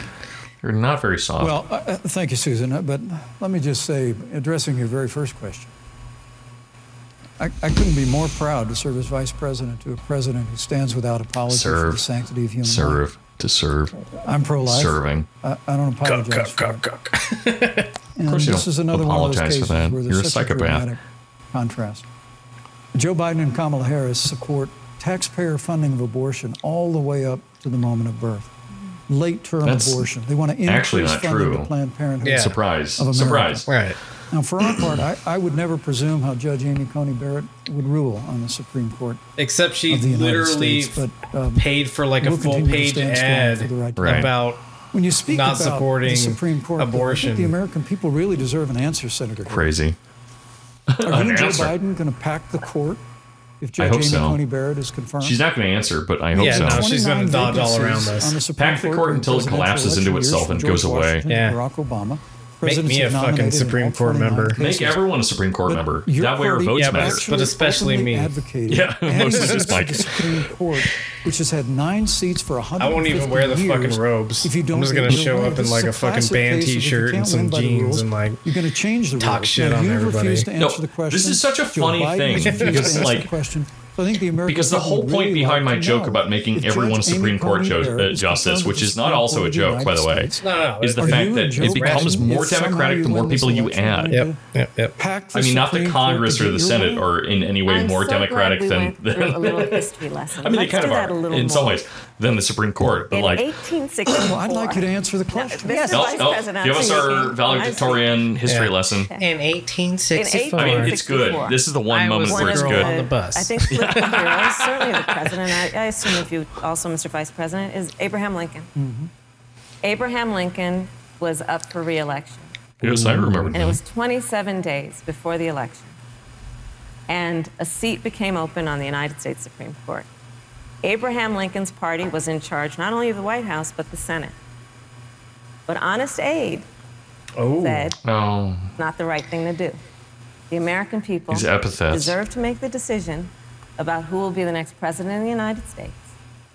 [SPEAKER 3] You're not very soft.
[SPEAKER 7] Well, uh, uh, thank you, Susan. uh, But let me just say, addressing your very first question, I, I couldn't be more proud to serve as vice president to a president who stands without apology for the
[SPEAKER 3] Serve.
[SPEAKER 7] sanctity of human
[SPEAKER 3] serve to serve,
[SPEAKER 7] life. I'm pro-life.
[SPEAKER 3] serving.
[SPEAKER 7] I, I don't apologize.
[SPEAKER 2] Cuck, cuck,
[SPEAKER 7] for it.
[SPEAKER 2] cuck, cuck.
[SPEAKER 3] [LAUGHS]
[SPEAKER 7] And
[SPEAKER 3] course you
[SPEAKER 7] this
[SPEAKER 3] don't
[SPEAKER 7] is another one of those
[SPEAKER 3] apologize for
[SPEAKER 7] cases
[SPEAKER 3] that.
[SPEAKER 7] where there's
[SPEAKER 3] You're a
[SPEAKER 7] such
[SPEAKER 3] psychopath.
[SPEAKER 7] dramatic contrast. Joe Biden and Kamala Harris support taxpayer funding of abortion all the way up to the moment of birth. Late term
[SPEAKER 3] That's
[SPEAKER 7] abortion. They want to increase
[SPEAKER 3] actually not
[SPEAKER 7] funding
[SPEAKER 3] true.
[SPEAKER 7] to Planned Parenthood.
[SPEAKER 2] Yeah.
[SPEAKER 3] Surprise.
[SPEAKER 7] Of America.
[SPEAKER 3] Surprise.
[SPEAKER 2] Right.
[SPEAKER 7] Now, for our part, I, I would never presume how Judge Amy Coney Barrett would rule on the Supreme Court.
[SPEAKER 2] Except she
[SPEAKER 7] Of the United
[SPEAKER 2] literally
[SPEAKER 7] States, but, um,
[SPEAKER 2] paid for like a
[SPEAKER 7] we'll
[SPEAKER 2] full
[SPEAKER 7] continue to
[SPEAKER 2] page
[SPEAKER 7] stand strong
[SPEAKER 2] ad
[SPEAKER 7] for the right to
[SPEAKER 3] Right.
[SPEAKER 2] about
[SPEAKER 7] When you speak
[SPEAKER 2] Not
[SPEAKER 7] about
[SPEAKER 2] supporting
[SPEAKER 7] the Supreme Court, though, I
[SPEAKER 2] abortion.
[SPEAKER 7] think the American people really deserve an answer, Senator. Craig.
[SPEAKER 3] Crazy.
[SPEAKER 7] Are you
[SPEAKER 3] An
[SPEAKER 7] and Joe
[SPEAKER 3] answer.
[SPEAKER 7] Biden going to pack the court if Judge
[SPEAKER 3] hope
[SPEAKER 7] Amy
[SPEAKER 3] so.
[SPEAKER 7] Coney Barrett is confirmed?
[SPEAKER 3] She's not going to answer, but I hope
[SPEAKER 2] Yeah,
[SPEAKER 3] so.
[SPEAKER 2] no, she's gonna
[SPEAKER 7] 29
[SPEAKER 2] dodge all around
[SPEAKER 7] vacancies
[SPEAKER 2] this.
[SPEAKER 7] on Supreme
[SPEAKER 3] Pack the court
[SPEAKER 7] during
[SPEAKER 3] until it
[SPEAKER 7] presidential
[SPEAKER 3] collapses into
[SPEAKER 7] election
[SPEAKER 3] itself
[SPEAKER 7] years
[SPEAKER 3] and
[SPEAKER 7] from George
[SPEAKER 3] goes away.
[SPEAKER 7] Washington and
[SPEAKER 2] Yeah.
[SPEAKER 7] Barack Obama.
[SPEAKER 2] Make
[SPEAKER 7] Presidents
[SPEAKER 2] me a
[SPEAKER 7] have nominated
[SPEAKER 2] fucking
[SPEAKER 7] in all
[SPEAKER 2] Supreme Court
[SPEAKER 7] 29
[SPEAKER 2] member.
[SPEAKER 7] cases.
[SPEAKER 3] Make everyone a Supreme Court
[SPEAKER 7] But
[SPEAKER 3] member.
[SPEAKER 7] your
[SPEAKER 3] That way our
[SPEAKER 7] party
[SPEAKER 3] votes
[SPEAKER 2] Yeah, but-
[SPEAKER 3] matter.
[SPEAKER 7] actually
[SPEAKER 2] but especially
[SPEAKER 7] openly
[SPEAKER 2] me.
[SPEAKER 7] advocated [LAUGHS]
[SPEAKER 3] Yeah, [LAUGHS]
[SPEAKER 7] adding
[SPEAKER 3] mostly
[SPEAKER 7] seats
[SPEAKER 3] just
[SPEAKER 7] to
[SPEAKER 3] Mike.
[SPEAKER 7] the Supreme Court, which has had nine seats for 100
[SPEAKER 2] I won't even wear the fucking robes.
[SPEAKER 7] If you don't
[SPEAKER 2] I'm just gonna
[SPEAKER 7] get your
[SPEAKER 2] show
[SPEAKER 7] way.
[SPEAKER 2] up in
[SPEAKER 7] This is
[SPEAKER 2] like a fucking
[SPEAKER 7] classic
[SPEAKER 2] band
[SPEAKER 7] case of if you
[SPEAKER 2] t-shirt and
[SPEAKER 7] can't
[SPEAKER 2] some
[SPEAKER 7] win by the
[SPEAKER 2] jeans
[SPEAKER 7] rules,
[SPEAKER 2] and, like,
[SPEAKER 7] you're going to change the
[SPEAKER 2] talk
[SPEAKER 7] rules.
[SPEAKER 2] shit
[SPEAKER 7] Now,
[SPEAKER 2] on
[SPEAKER 7] you
[SPEAKER 2] everybody.
[SPEAKER 7] refused to
[SPEAKER 2] No,
[SPEAKER 7] answer the
[SPEAKER 3] this
[SPEAKER 7] question.
[SPEAKER 3] is such a
[SPEAKER 7] Joe
[SPEAKER 3] funny
[SPEAKER 7] Biden
[SPEAKER 3] thing,
[SPEAKER 7] refused to
[SPEAKER 3] because,
[SPEAKER 7] answer the
[SPEAKER 3] like-
[SPEAKER 7] question. So I think the American
[SPEAKER 3] Because the
[SPEAKER 7] people
[SPEAKER 3] whole point
[SPEAKER 7] really
[SPEAKER 3] behind
[SPEAKER 7] like
[SPEAKER 3] my
[SPEAKER 7] to
[SPEAKER 3] joke
[SPEAKER 7] know
[SPEAKER 3] about
[SPEAKER 7] if
[SPEAKER 3] making
[SPEAKER 7] Judge
[SPEAKER 3] everyone a
[SPEAKER 7] Amy
[SPEAKER 3] Supreme Court
[SPEAKER 7] Coney
[SPEAKER 3] ju-
[SPEAKER 7] Barrett
[SPEAKER 3] uh,
[SPEAKER 7] is
[SPEAKER 3] justice,
[SPEAKER 7] confirmed
[SPEAKER 3] which
[SPEAKER 7] as
[SPEAKER 3] is not
[SPEAKER 7] the
[SPEAKER 3] also a
[SPEAKER 7] Supreme Court
[SPEAKER 3] joke,
[SPEAKER 7] of
[SPEAKER 3] by the
[SPEAKER 7] United
[SPEAKER 3] way,
[SPEAKER 7] States.
[SPEAKER 2] No, no,
[SPEAKER 3] is the
[SPEAKER 2] are
[SPEAKER 3] fact
[SPEAKER 7] you
[SPEAKER 3] that
[SPEAKER 7] and Joe
[SPEAKER 3] it becomes
[SPEAKER 7] Biden,
[SPEAKER 3] more
[SPEAKER 7] if somehow
[SPEAKER 3] democratic
[SPEAKER 7] you
[SPEAKER 3] the more
[SPEAKER 7] win this
[SPEAKER 3] people you
[SPEAKER 7] election,
[SPEAKER 3] add.
[SPEAKER 7] Biden,
[SPEAKER 2] Yep, yep, yep.
[SPEAKER 7] pack the
[SPEAKER 3] I mean, not the
[SPEAKER 7] Supreme Court
[SPEAKER 3] Congress
[SPEAKER 7] to
[SPEAKER 3] or
[SPEAKER 7] get
[SPEAKER 3] the
[SPEAKER 7] your
[SPEAKER 3] Senate
[SPEAKER 7] way.
[SPEAKER 3] are in any way
[SPEAKER 6] I'm
[SPEAKER 3] more
[SPEAKER 6] so glad
[SPEAKER 3] democratic
[SPEAKER 6] we
[SPEAKER 3] than.
[SPEAKER 6] went through
[SPEAKER 3] than
[SPEAKER 6] a little history lesson.
[SPEAKER 3] I mean,
[SPEAKER 6] Let's
[SPEAKER 3] they kind
[SPEAKER 6] do
[SPEAKER 3] of
[SPEAKER 6] that
[SPEAKER 3] are
[SPEAKER 6] a little
[SPEAKER 3] in some
[SPEAKER 6] more.
[SPEAKER 3] ways than the Supreme Court, but
[SPEAKER 6] In
[SPEAKER 3] like.
[SPEAKER 6] 1864.
[SPEAKER 7] Well, I'd like you to answer the question.
[SPEAKER 6] this
[SPEAKER 5] Yes.
[SPEAKER 6] is
[SPEAKER 5] No,
[SPEAKER 3] Nope,
[SPEAKER 6] Vice
[SPEAKER 3] nope.
[SPEAKER 6] President.
[SPEAKER 3] Give us our valedictorian history
[SPEAKER 2] Yeah.
[SPEAKER 3] lesson.
[SPEAKER 2] In 1864.
[SPEAKER 3] I mean, it's
[SPEAKER 6] 1964.
[SPEAKER 3] good. This is the one
[SPEAKER 2] I
[SPEAKER 3] moment
[SPEAKER 2] was
[SPEAKER 3] where it's
[SPEAKER 2] the
[SPEAKER 3] good.
[SPEAKER 2] girl on the bus.
[SPEAKER 6] I think with the
[SPEAKER 2] [LAUGHS]
[SPEAKER 6] heroes, certainly the president, I, I assume of you also, Mr. Vice President, is Abraham Lincoln.
[SPEAKER 2] Mm-hmm.
[SPEAKER 6] Abraham Lincoln was up for reelection,
[SPEAKER 3] Yes, I remember.
[SPEAKER 6] and it was 27 days before the election. And a seat became open on the United States Supreme Court. Abraham Lincoln's party was in charge not only of the White House, but the Senate. But Honest Aid
[SPEAKER 2] Oh.
[SPEAKER 6] said,
[SPEAKER 3] Oh,
[SPEAKER 6] not the right thing to do. The American people
[SPEAKER 3] These epithets.
[SPEAKER 6] deserve to make the decision about who will be the next president of the United States.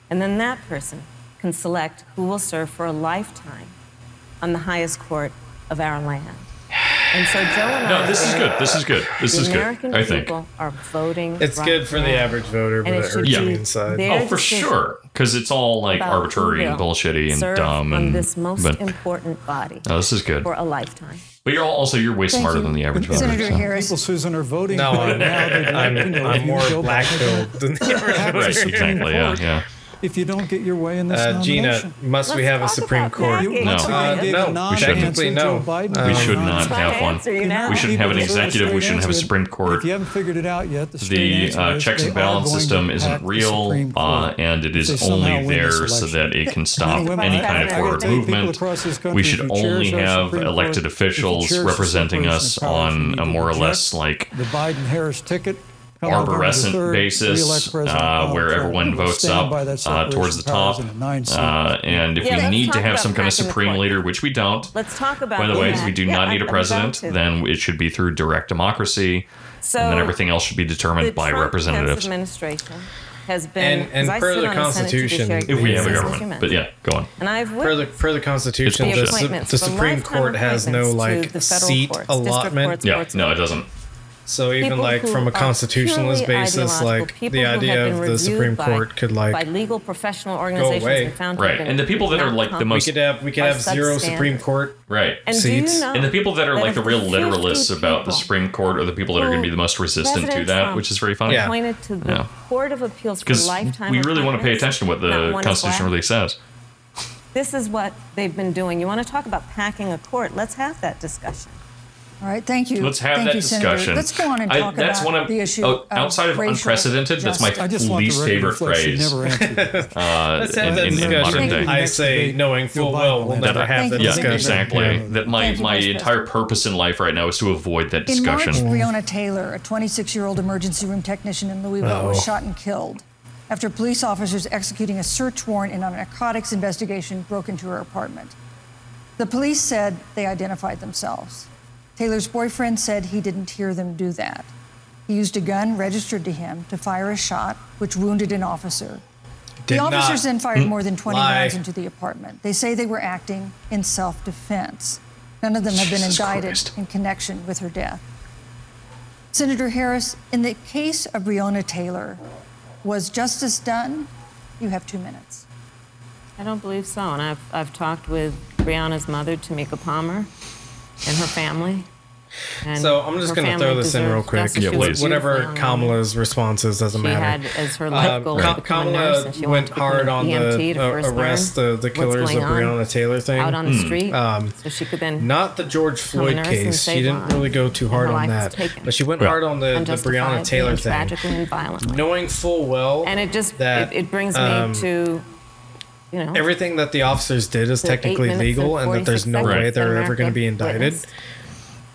[SPEAKER 6] And then that person can select who will serve for a lifetime on the highest court of our land. And so Joe and I
[SPEAKER 3] no, this is
[SPEAKER 6] think
[SPEAKER 3] good. This is good. This
[SPEAKER 6] the
[SPEAKER 3] is good.
[SPEAKER 6] American
[SPEAKER 3] I think.
[SPEAKER 6] people are voting.
[SPEAKER 2] It's
[SPEAKER 6] right
[SPEAKER 2] good for the
[SPEAKER 6] now.
[SPEAKER 2] average voter, but
[SPEAKER 6] And
[SPEAKER 2] it
[SPEAKER 6] it should
[SPEAKER 2] hurts
[SPEAKER 3] Yeah.
[SPEAKER 2] me
[SPEAKER 6] be
[SPEAKER 2] inside.
[SPEAKER 6] their
[SPEAKER 3] Oh, for
[SPEAKER 6] decision
[SPEAKER 3] sure, because it's all like
[SPEAKER 6] about who
[SPEAKER 3] arbitrary and
[SPEAKER 6] will
[SPEAKER 3] bullshitty and
[SPEAKER 6] serve
[SPEAKER 3] dumb
[SPEAKER 6] on
[SPEAKER 3] and.
[SPEAKER 6] this most
[SPEAKER 3] but
[SPEAKER 6] important body
[SPEAKER 3] no, this is good.
[SPEAKER 6] for a lifetime.
[SPEAKER 3] But you're all- also you're way smarter
[SPEAKER 5] you.
[SPEAKER 3] than the average voter.
[SPEAKER 5] Senator
[SPEAKER 3] so.
[SPEAKER 5] Harris,
[SPEAKER 7] People, Susan, are voting
[SPEAKER 2] No,
[SPEAKER 7] right
[SPEAKER 2] I'm,
[SPEAKER 7] now. They'd like
[SPEAKER 2] [LAUGHS] I'm,
[SPEAKER 7] to know if
[SPEAKER 2] I'm
[SPEAKER 7] you
[SPEAKER 2] more
[SPEAKER 7] Joe Biden.
[SPEAKER 2] black
[SPEAKER 7] [LAUGHS]
[SPEAKER 2] pilled than
[SPEAKER 6] [LAUGHS]
[SPEAKER 2] the average voter.
[SPEAKER 3] Right, exactly. Yeah, yeah.
[SPEAKER 7] If you don't get your way in this
[SPEAKER 2] Uh, Gina,
[SPEAKER 7] nomination,
[SPEAKER 2] must we
[SPEAKER 6] Let's
[SPEAKER 2] have a
[SPEAKER 6] talk
[SPEAKER 2] Supreme
[SPEAKER 6] about
[SPEAKER 2] Court?
[SPEAKER 6] that.
[SPEAKER 7] you
[SPEAKER 6] No.
[SPEAKER 7] once again
[SPEAKER 2] Uh,
[SPEAKER 7] gave
[SPEAKER 2] no,
[SPEAKER 7] a
[SPEAKER 2] we
[SPEAKER 7] non-answer
[SPEAKER 2] technically
[SPEAKER 7] to
[SPEAKER 2] no.
[SPEAKER 7] Joe Biden.
[SPEAKER 2] We
[SPEAKER 7] and a
[SPEAKER 3] should not
[SPEAKER 7] non-answer-
[SPEAKER 6] Try
[SPEAKER 3] have
[SPEAKER 6] to
[SPEAKER 3] one.
[SPEAKER 6] answer, you
[SPEAKER 7] You
[SPEAKER 6] know?
[SPEAKER 7] know,
[SPEAKER 3] We shouldn't have an
[SPEAKER 7] people deserve a
[SPEAKER 3] executive. We
[SPEAKER 7] straight
[SPEAKER 3] shouldn't have a
[SPEAKER 7] answer.
[SPEAKER 3] Supreme Court.
[SPEAKER 7] If you haven't figured it out yet, the, straight
[SPEAKER 3] the
[SPEAKER 7] answer
[SPEAKER 3] uh,
[SPEAKER 7] is
[SPEAKER 3] checks
[SPEAKER 7] they
[SPEAKER 3] and
[SPEAKER 7] are
[SPEAKER 3] balance
[SPEAKER 7] going to
[SPEAKER 3] system
[SPEAKER 7] pack
[SPEAKER 3] isn't
[SPEAKER 7] the
[SPEAKER 3] real,
[SPEAKER 7] Supreme
[SPEAKER 3] uh,
[SPEAKER 7] Court.
[SPEAKER 3] and it
[SPEAKER 7] If they
[SPEAKER 3] is
[SPEAKER 7] somehow
[SPEAKER 3] only
[SPEAKER 7] win this
[SPEAKER 3] there so
[SPEAKER 7] election.
[SPEAKER 3] that
[SPEAKER 7] [LAUGHS]
[SPEAKER 3] it can stop
[SPEAKER 7] And women,
[SPEAKER 3] any
[SPEAKER 7] I-
[SPEAKER 3] kind of
[SPEAKER 7] I gotta
[SPEAKER 3] forward
[SPEAKER 7] tell you, people
[SPEAKER 3] movement.
[SPEAKER 7] across this country,
[SPEAKER 3] We
[SPEAKER 7] if
[SPEAKER 3] should
[SPEAKER 7] you cherish
[SPEAKER 3] only
[SPEAKER 7] our
[SPEAKER 3] have
[SPEAKER 7] Supreme
[SPEAKER 3] elected
[SPEAKER 7] Court, if you
[SPEAKER 3] officials
[SPEAKER 7] cherish the
[SPEAKER 3] representing
[SPEAKER 7] separation
[SPEAKER 3] us
[SPEAKER 7] of powers, you
[SPEAKER 3] on
[SPEAKER 7] need
[SPEAKER 3] a
[SPEAKER 7] to
[SPEAKER 3] more or
[SPEAKER 7] reject
[SPEAKER 3] less like
[SPEAKER 7] the Biden-Harris ticket. come November the
[SPEAKER 3] arborescent
[SPEAKER 7] 3rd,
[SPEAKER 3] basis,
[SPEAKER 7] re-elect President
[SPEAKER 3] uh,
[SPEAKER 7] Donald
[SPEAKER 3] where
[SPEAKER 7] Trump.
[SPEAKER 3] everyone
[SPEAKER 7] We will
[SPEAKER 3] votes
[SPEAKER 7] stand
[SPEAKER 3] up
[SPEAKER 7] by that
[SPEAKER 3] uh,
[SPEAKER 7] separation
[SPEAKER 3] towards the
[SPEAKER 7] of powers
[SPEAKER 3] top.
[SPEAKER 7] in a nine-seat.
[SPEAKER 3] Uh, and if
[SPEAKER 6] Yeah,
[SPEAKER 3] we
[SPEAKER 6] let's
[SPEAKER 3] need to
[SPEAKER 6] talk
[SPEAKER 3] have
[SPEAKER 6] about
[SPEAKER 3] some kind of
[SPEAKER 6] packing the
[SPEAKER 3] supreme
[SPEAKER 6] court.
[SPEAKER 3] leader, which we don't.
[SPEAKER 6] Let's talk about
[SPEAKER 3] By the way, if
[SPEAKER 6] that.
[SPEAKER 3] we do
[SPEAKER 6] Yeah,
[SPEAKER 3] not
[SPEAKER 6] I-
[SPEAKER 3] need a
[SPEAKER 6] I'm about
[SPEAKER 3] president,
[SPEAKER 6] to.
[SPEAKER 3] then it should be through direct democracy.
[SPEAKER 6] So
[SPEAKER 3] and then everything else should be
[SPEAKER 6] the
[SPEAKER 3] determined by
[SPEAKER 6] Trump
[SPEAKER 3] representatives.
[SPEAKER 6] administration has been
[SPEAKER 2] And- and
[SPEAKER 6] as I
[SPEAKER 2] per
[SPEAKER 6] sit
[SPEAKER 2] the
[SPEAKER 6] on Senate
[SPEAKER 2] Constitution,
[SPEAKER 6] Judiciary
[SPEAKER 3] If we have a
[SPEAKER 6] Committee since
[SPEAKER 3] government. But
[SPEAKER 6] 2000.
[SPEAKER 3] yeah, go on.
[SPEAKER 6] and I've
[SPEAKER 2] Per the,
[SPEAKER 6] witnessed
[SPEAKER 2] per the Constitution,
[SPEAKER 3] It's
[SPEAKER 2] the,
[SPEAKER 3] bullshit.
[SPEAKER 2] Su-
[SPEAKER 6] appointments
[SPEAKER 2] the
[SPEAKER 6] from
[SPEAKER 2] Supreme
[SPEAKER 6] lifetime
[SPEAKER 2] Court has no
[SPEAKER 6] appointments to
[SPEAKER 2] like
[SPEAKER 6] the federal
[SPEAKER 2] seat
[SPEAKER 6] courts, district
[SPEAKER 2] allotment.
[SPEAKER 6] courts,
[SPEAKER 3] Yeah,
[SPEAKER 6] Sports
[SPEAKER 3] no, it
[SPEAKER 6] men.
[SPEAKER 3] doesn't.
[SPEAKER 2] So even
[SPEAKER 6] people
[SPEAKER 2] like
[SPEAKER 6] who
[SPEAKER 2] from a
[SPEAKER 6] are
[SPEAKER 2] constitutionalist
[SPEAKER 6] purely
[SPEAKER 2] basis,
[SPEAKER 6] ideological,
[SPEAKER 2] like
[SPEAKER 6] people
[SPEAKER 2] the
[SPEAKER 6] who have
[SPEAKER 2] idea
[SPEAKER 6] been
[SPEAKER 2] of the
[SPEAKER 6] reviewed
[SPEAKER 2] Supreme
[SPEAKER 6] by-
[SPEAKER 2] Court could
[SPEAKER 6] by
[SPEAKER 2] like
[SPEAKER 6] legal professional organizations
[SPEAKER 2] away.
[SPEAKER 6] and found to
[SPEAKER 3] Right,
[SPEAKER 6] have been
[SPEAKER 3] and the people that are,
[SPEAKER 6] not
[SPEAKER 3] like, the
[SPEAKER 6] competent
[SPEAKER 2] we
[SPEAKER 3] most-
[SPEAKER 2] could have we could
[SPEAKER 6] are
[SPEAKER 2] have zero
[SPEAKER 6] substandard.
[SPEAKER 2] Supreme Court.
[SPEAKER 3] Right.
[SPEAKER 6] And do
[SPEAKER 2] seats.
[SPEAKER 6] you know
[SPEAKER 3] And the people that are like
[SPEAKER 6] of
[SPEAKER 3] the real
[SPEAKER 6] 50
[SPEAKER 3] literalists about the
[SPEAKER 6] people
[SPEAKER 3] Supreme Court are the people that are going to be the most resistant to
[SPEAKER 6] President
[SPEAKER 3] that,
[SPEAKER 6] Trump
[SPEAKER 3] which is very funny.
[SPEAKER 2] Yeah.
[SPEAKER 6] Appointed to the
[SPEAKER 3] Yeah.
[SPEAKER 6] Court of Appeals for
[SPEAKER 3] Because
[SPEAKER 6] lifetime.
[SPEAKER 3] we really want to pay
[SPEAKER 6] appointments,
[SPEAKER 3] attention to what
[SPEAKER 6] not
[SPEAKER 3] the
[SPEAKER 6] one is
[SPEAKER 3] Constitution
[SPEAKER 6] black.
[SPEAKER 3] really says.
[SPEAKER 6] This is what they've been doing. You want to talk about packing a court? Let's have that discussion.
[SPEAKER 5] all right, thank you.
[SPEAKER 3] Let's have
[SPEAKER 5] thank
[SPEAKER 3] that
[SPEAKER 5] you, Senator.
[SPEAKER 3] discussion.
[SPEAKER 5] Let's go on and
[SPEAKER 3] I-
[SPEAKER 5] talk
[SPEAKER 3] that's
[SPEAKER 5] about
[SPEAKER 3] one of-
[SPEAKER 5] the issue.
[SPEAKER 3] oh, outside of
[SPEAKER 5] racial
[SPEAKER 3] unprecedented, that's my-
[SPEAKER 5] justice.
[SPEAKER 7] I just want the
[SPEAKER 3] least
[SPEAKER 7] record
[SPEAKER 3] favorite
[SPEAKER 7] to reflect she
[SPEAKER 3] phrase.
[SPEAKER 7] Never answered.
[SPEAKER 3] Uh,
[SPEAKER 2] Let's have
[SPEAKER 3] in,
[SPEAKER 2] that
[SPEAKER 3] in, in modern
[SPEAKER 2] discussion.
[SPEAKER 5] Thank you.
[SPEAKER 3] day.
[SPEAKER 2] I say, knowing full well, we'll
[SPEAKER 7] That
[SPEAKER 2] never
[SPEAKER 3] I-
[SPEAKER 2] have that
[SPEAKER 5] Thank you.
[SPEAKER 3] Yeah,
[SPEAKER 5] Discussion.
[SPEAKER 3] exactly. That my,
[SPEAKER 5] Thank you,
[SPEAKER 3] my
[SPEAKER 5] Vice
[SPEAKER 3] entire purpose in life right now is to avoid that
[SPEAKER 5] In March,
[SPEAKER 3] discussion.
[SPEAKER 5] Breonna Taylor, a 26 year old emergency room technician in Louisville,
[SPEAKER 2] Oh.
[SPEAKER 5] was shot and killed after police officers executing a search warrant in a narcotics investigation broke into her apartment. The police said they identified themselves. Taylor's boyfriend said he didn't hear them do that. He used a gun registered to him to fire a shot, which wounded an officer.
[SPEAKER 2] Did
[SPEAKER 5] the
[SPEAKER 2] not Hmm.
[SPEAKER 5] officers then fired more than 20
[SPEAKER 2] lie.
[SPEAKER 5] rounds into the apartment. They say they were acting in self defense. None of them have been
[SPEAKER 3] Jesus
[SPEAKER 5] indicted
[SPEAKER 3] Christ.
[SPEAKER 5] in connection with her death. Senator Harris, in the case of Breonna Taylor, was justice done? You have two minutes.
[SPEAKER 6] I don't believe so. And I've, I've talked with Brianna's mother, Tamika Palmer, and her family. And
[SPEAKER 2] So I'm just
[SPEAKER 6] her
[SPEAKER 2] going to
[SPEAKER 6] family
[SPEAKER 2] throw this in
[SPEAKER 6] deserves
[SPEAKER 2] real quick.
[SPEAKER 6] justice. She
[SPEAKER 3] Yeah,
[SPEAKER 6] was
[SPEAKER 3] please.
[SPEAKER 6] beautiful
[SPEAKER 2] Whatever
[SPEAKER 6] young woman.
[SPEAKER 2] Kamala's response is doesn't
[SPEAKER 6] she
[SPEAKER 2] matter.
[SPEAKER 6] had as her
[SPEAKER 2] Uh,
[SPEAKER 6] life goal
[SPEAKER 2] Ka-
[SPEAKER 6] to become a nurse,
[SPEAKER 2] Kamala
[SPEAKER 6] and she
[SPEAKER 2] went
[SPEAKER 6] went
[SPEAKER 2] hard on the uh, arrest the, the killers of Breonna Taylor thing. Hmm. Um,
[SPEAKER 6] out on the street, so she could then
[SPEAKER 2] Not the George Floyd
[SPEAKER 6] nurse and
[SPEAKER 2] case. She
[SPEAKER 6] save
[SPEAKER 2] didn't
[SPEAKER 6] lives.
[SPEAKER 2] really go too hard
[SPEAKER 6] Her life
[SPEAKER 2] on
[SPEAKER 6] was
[SPEAKER 2] that,
[SPEAKER 6] taken.
[SPEAKER 2] but she went
[SPEAKER 3] Yeah.
[SPEAKER 2] hard on the, the
[SPEAKER 6] unjustifiably
[SPEAKER 2] Breonna Taylor
[SPEAKER 6] and
[SPEAKER 2] thing,
[SPEAKER 6] tragically and violently.
[SPEAKER 2] knowing full well
[SPEAKER 6] and it just
[SPEAKER 2] that
[SPEAKER 6] it, it brings
[SPEAKER 2] um,
[SPEAKER 6] me to you know
[SPEAKER 2] everything that the officers did is
[SPEAKER 6] the Oh. eight
[SPEAKER 2] technically
[SPEAKER 6] minutes
[SPEAKER 2] legal, and that there's
[SPEAKER 6] 46
[SPEAKER 2] no
[SPEAKER 6] seconds
[SPEAKER 2] way they're
[SPEAKER 6] that
[SPEAKER 2] ever going to be
[SPEAKER 6] America
[SPEAKER 2] indicted.
[SPEAKER 6] witnessed.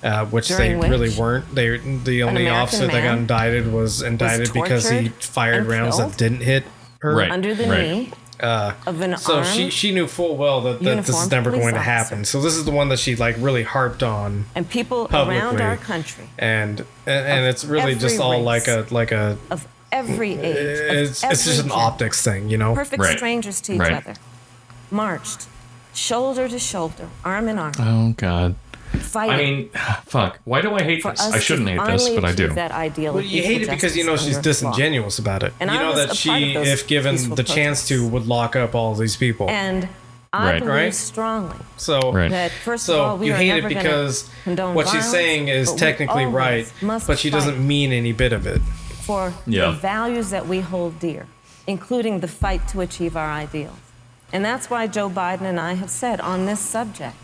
[SPEAKER 2] uh, which they
[SPEAKER 6] During which
[SPEAKER 2] really weren't. They the only
[SPEAKER 6] American
[SPEAKER 2] officer that got
[SPEAKER 6] man
[SPEAKER 2] indicted was indicted because he
[SPEAKER 6] tortured
[SPEAKER 2] fired
[SPEAKER 6] and
[SPEAKER 2] rounds that
[SPEAKER 6] killed.
[SPEAKER 2] didn't hit her. Uh,
[SPEAKER 3] Right.
[SPEAKER 6] under the
[SPEAKER 3] right.
[SPEAKER 6] knee of an
[SPEAKER 2] So
[SPEAKER 6] armed
[SPEAKER 2] she she knew full well that, that this is
[SPEAKER 6] uniformed
[SPEAKER 2] never
[SPEAKER 6] police
[SPEAKER 2] going to
[SPEAKER 6] officer.
[SPEAKER 2] happen. So this is the one that she like really harped on,
[SPEAKER 6] and people around
[SPEAKER 2] publicly.
[SPEAKER 6] our country
[SPEAKER 2] and and, and
[SPEAKER 6] Of
[SPEAKER 2] it's really
[SPEAKER 6] every
[SPEAKER 2] just all like
[SPEAKER 6] race.
[SPEAKER 2] a like a
[SPEAKER 6] of every age, of
[SPEAKER 2] it's it's just
[SPEAKER 6] every
[SPEAKER 2] an
[SPEAKER 6] gender,
[SPEAKER 2] optics thing, you know.
[SPEAKER 6] perfect
[SPEAKER 3] Right.
[SPEAKER 6] strangers to each
[SPEAKER 3] Right.
[SPEAKER 6] other, marched shoulder to shoulder, arm in arm,
[SPEAKER 3] Oh, God.
[SPEAKER 6] fighting.
[SPEAKER 3] I mean, fuck. Why do I hate
[SPEAKER 6] for
[SPEAKER 3] this?
[SPEAKER 6] us
[SPEAKER 3] I shouldn't
[SPEAKER 6] to
[SPEAKER 3] hate this,
[SPEAKER 6] finally
[SPEAKER 3] but I
[SPEAKER 6] achieve
[SPEAKER 3] do.
[SPEAKER 6] That ideal
[SPEAKER 2] Well,
[SPEAKER 6] of
[SPEAKER 2] you hate it
[SPEAKER 6] equal
[SPEAKER 2] because you know
[SPEAKER 6] justice
[SPEAKER 2] she's
[SPEAKER 6] under law.
[SPEAKER 2] disingenuous about it.
[SPEAKER 6] And
[SPEAKER 2] you
[SPEAKER 6] I
[SPEAKER 2] know
[SPEAKER 6] was
[SPEAKER 2] that
[SPEAKER 6] a part of
[SPEAKER 2] she,
[SPEAKER 6] those
[SPEAKER 2] if given the
[SPEAKER 6] peaceful
[SPEAKER 2] chance to,
[SPEAKER 6] protests.
[SPEAKER 2] would lock up all these people.
[SPEAKER 6] And I
[SPEAKER 3] Right.
[SPEAKER 6] believe
[SPEAKER 2] Right.
[SPEAKER 6] strongly
[SPEAKER 2] So
[SPEAKER 3] Right.
[SPEAKER 6] that first
[SPEAKER 2] So
[SPEAKER 6] of all, we
[SPEAKER 2] you
[SPEAKER 6] are
[SPEAKER 2] hate it
[SPEAKER 6] never gonna
[SPEAKER 2] because
[SPEAKER 6] condone
[SPEAKER 2] what she's
[SPEAKER 6] violence,
[SPEAKER 2] saying is
[SPEAKER 6] but we
[SPEAKER 2] technically
[SPEAKER 6] always
[SPEAKER 2] right,
[SPEAKER 6] must
[SPEAKER 2] but she
[SPEAKER 6] fight
[SPEAKER 2] doesn't mean any bit of it.
[SPEAKER 6] for
[SPEAKER 3] Yeah.
[SPEAKER 6] the values that we hold dear, including the fight to achieve our ideals. And that's why Joe Biden and I have said on this subject.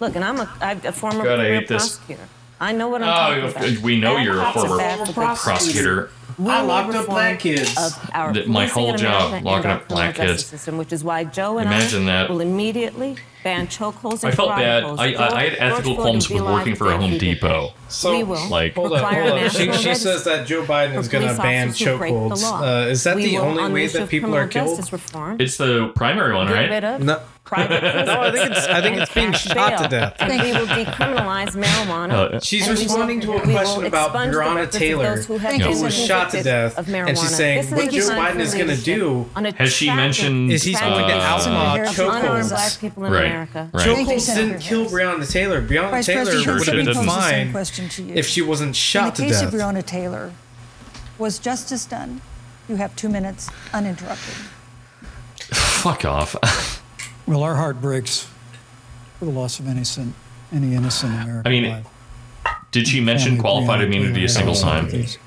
[SPEAKER 6] Look, and I'm a, I'm a former
[SPEAKER 3] God, I
[SPEAKER 6] career
[SPEAKER 3] hate this.
[SPEAKER 6] prosecutor. I know what I'm
[SPEAKER 3] Oh,
[SPEAKER 6] talking about.
[SPEAKER 3] we know
[SPEAKER 6] And
[SPEAKER 3] you're a
[SPEAKER 6] that's
[SPEAKER 3] former
[SPEAKER 6] bad for the
[SPEAKER 3] prosecutor.
[SPEAKER 6] We
[SPEAKER 2] I
[SPEAKER 6] need
[SPEAKER 2] locked up
[SPEAKER 6] reform
[SPEAKER 2] black kids.
[SPEAKER 6] Of our
[SPEAKER 3] Th- my
[SPEAKER 6] policing
[SPEAKER 3] whole
[SPEAKER 6] in
[SPEAKER 3] job,
[SPEAKER 6] America and
[SPEAKER 3] locking
[SPEAKER 6] our
[SPEAKER 3] up black
[SPEAKER 6] criminal justice
[SPEAKER 3] kids.
[SPEAKER 6] System, which is why Joe and
[SPEAKER 3] Imagine
[SPEAKER 6] I
[SPEAKER 3] that.
[SPEAKER 6] will immediately ban chokeholds and
[SPEAKER 3] I felt
[SPEAKER 6] throttle
[SPEAKER 3] bad.
[SPEAKER 6] holes.
[SPEAKER 3] I, I, I had
[SPEAKER 6] George
[SPEAKER 3] ethical
[SPEAKER 6] Floyd
[SPEAKER 3] qualms
[SPEAKER 6] will be
[SPEAKER 3] with
[SPEAKER 6] alive
[SPEAKER 3] working for
[SPEAKER 6] if
[SPEAKER 3] Home
[SPEAKER 6] he did.
[SPEAKER 3] Depot.
[SPEAKER 2] So
[SPEAKER 6] we will.
[SPEAKER 3] like-
[SPEAKER 2] hold up,
[SPEAKER 6] require
[SPEAKER 2] hold up. She,
[SPEAKER 6] national
[SPEAKER 2] she
[SPEAKER 6] registry
[SPEAKER 2] says that Joe Biden
[SPEAKER 6] for
[SPEAKER 2] is going to
[SPEAKER 6] police
[SPEAKER 2] ban
[SPEAKER 6] officers who break the
[SPEAKER 2] chokeholds.
[SPEAKER 6] law.
[SPEAKER 2] Uh, is that
[SPEAKER 6] We
[SPEAKER 2] the
[SPEAKER 6] will,
[SPEAKER 2] only
[SPEAKER 6] on
[SPEAKER 2] way
[SPEAKER 6] issue
[SPEAKER 2] that
[SPEAKER 6] of
[SPEAKER 2] people are
[SPEAKER 6] criminal
[SPEAKER 2] killed?
[SPEAKER 6] justice reform,
[SPEAKER 3] It's the primary one,
[SPEAKER 6] get
[SPEAKER 3] right?
[SPEAKER 6] rid of
[SPEAKER 2] No.
[SPEAKER 6] private prisons.
[SPEAKER 2] No, I think it's I think
[SPEAKER 6] and
[SPEAKER 2] it's being
[SPEAKER 6] cash
[SPEAKER 2] shot
[SPEAKER 6] bail.
[SPEAKER 2] to death.
[SPEAKER 6] And we will decriminalize marijuana.
[SPEAKER 3] Uh,
[SPEAKER 2] She's
[SPEAKER 6] and we will-
[SPEAKER 2] responding to a
[SPEAKER 6] we will
[SPEAKER 2] question about
[SPEAKER 6] expunge the
[SPEAKER 2] Breonna
[SPEAKER 6] records of
[SPEAKER 2] Taylor,
[SPEAKER 6] those who have
[SPEAKER 5] Thank
[SPEAKER 2] who
[SPEAKER 5] you.
[SPEAKER 6] been
[SPEAKER 2] was shot to
[SPEAKER 6] convicted
[SPEAKER 2] death,
[SPEAKER 6] of
[SPEAKER 2] and she's
[SPEAKER 6] marijuana.
[SPEAKER 2] saying
[SPEAKER 6] This is
[SPEAKER 2] what
[SPEAKER 6] a
[SPEAKER 2] Joe Biden is going to
[SPEAKER 6] confirmation
[SPEAKER 2] do
[SPEAKER 6] on a
[SPEAKER 3] Has she
[SPEAKER 6] tragic
[SPEAKER 3] mentioned?
[SPEAKER 2] is he's going to
[SPEAKER 3] uh,
[SPEAKER 2] outlaw
[SPEAKER 5] Here's
[SPEAKER 6] of unarmed
[SPEAKER 2] chokeholds.
[SPEAKER 6] black people in
[SPEAKER 3] Right.
[SPEAKER 6] America.
[SPEAKER 5] Thank
[SPEAKER 2] Chokeholds
[SPEAKER 5] you,
[SPEAKER 2] didn't
[SPEAKER 5] Senator
[SPEAKER 2] kill
[SPEAKER 5] Harris.
[SPEAKER 2] Breonna Taylor. Breonna
[SPEAKER 5] Vice President,
[SPEAKER 2] Taylor
[SPEAKER 3] Sure,
[SPEAKER 2] would
[SPEAKER 5] Johnson,
[SPEAKER 3] it
[SPEAKER 2] have been
[SPEAKER 3] doesn't.
[SPEAKER 5] poses the same
[SPEAKER 2] fine
[SPEAKER 5] question to you.
[SPEAKER 2] if she wasn't
[SPEAKER 5] In the
[SPEAKER 2] shot to
[SPEAKER 5] case of
[SPEAKER 2] death.
[SPEAKER 5] Breonna Taylor, was justice done? You have two minutes uninterrupted.
[SPEAKER 3] Fuck off.
[SPEAKER 7] Well, our heart breaks for the loss of innocent, any innocent American
[SPEAKER 3] mean,
[SPEAKER 7] life.
[SPEAKER 3] Did she mention
[SPEAKER 7] Family,
[SPEAKER 3] qualified
[SPEAKER 7] Breonna
[SPEAKER 3] immunity
[SPEAKER 7] Taylor,
[SPEAKER 3] a single
[SPEAKER 7] all
[SPEAKER 3] time?
[SPEAKER 7] these.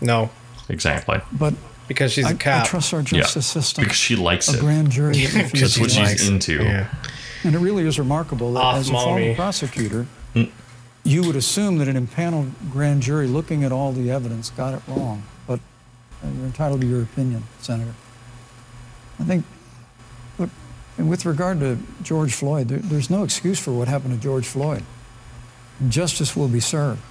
[SPEAKER 2] No,
[SPEAKER 3] Exactly.
[SPEAKER 7] But
[SPEAKER 2] because she's
[SPEAKER 7] I,
[SPEAKER 2] a
[SPEAKER 7] I
[SPEAKER 2] cop.
[SPEAKER 7] trusts our
[SPEAKER 3] Yeah.
[SPEAKER 7] justice system.
[SPEAKER 3] Because she likes
[SPEAKER 7] a
[SPEAKER 3] it.
[SPEAKER 7] grand jury. [LAUGHS]
[SPEAKER 3] That's what she's
[SPEAKER 2] She likes it.
[SPEAKER 3] into.
[SPEAKER 2] Yeah.
[SPEAKER 7] And it really is remarkable that
[SPEAKER 2] Off
[SPEAKER 7] as a
[SPEAKER 2] mommy.
[SPEAKER 7] former prosecutor,
[SPEAKER 3] Hmm.
[SPEAKER 7] you would assume that an impaneled grand jury looking at all the evidence got it wrong. But uh, you're entitled to your opinion, Senator. I think, look, and with regard to George Floyd, there, there's no excuse for what happened to George Floyd. Justice will be served.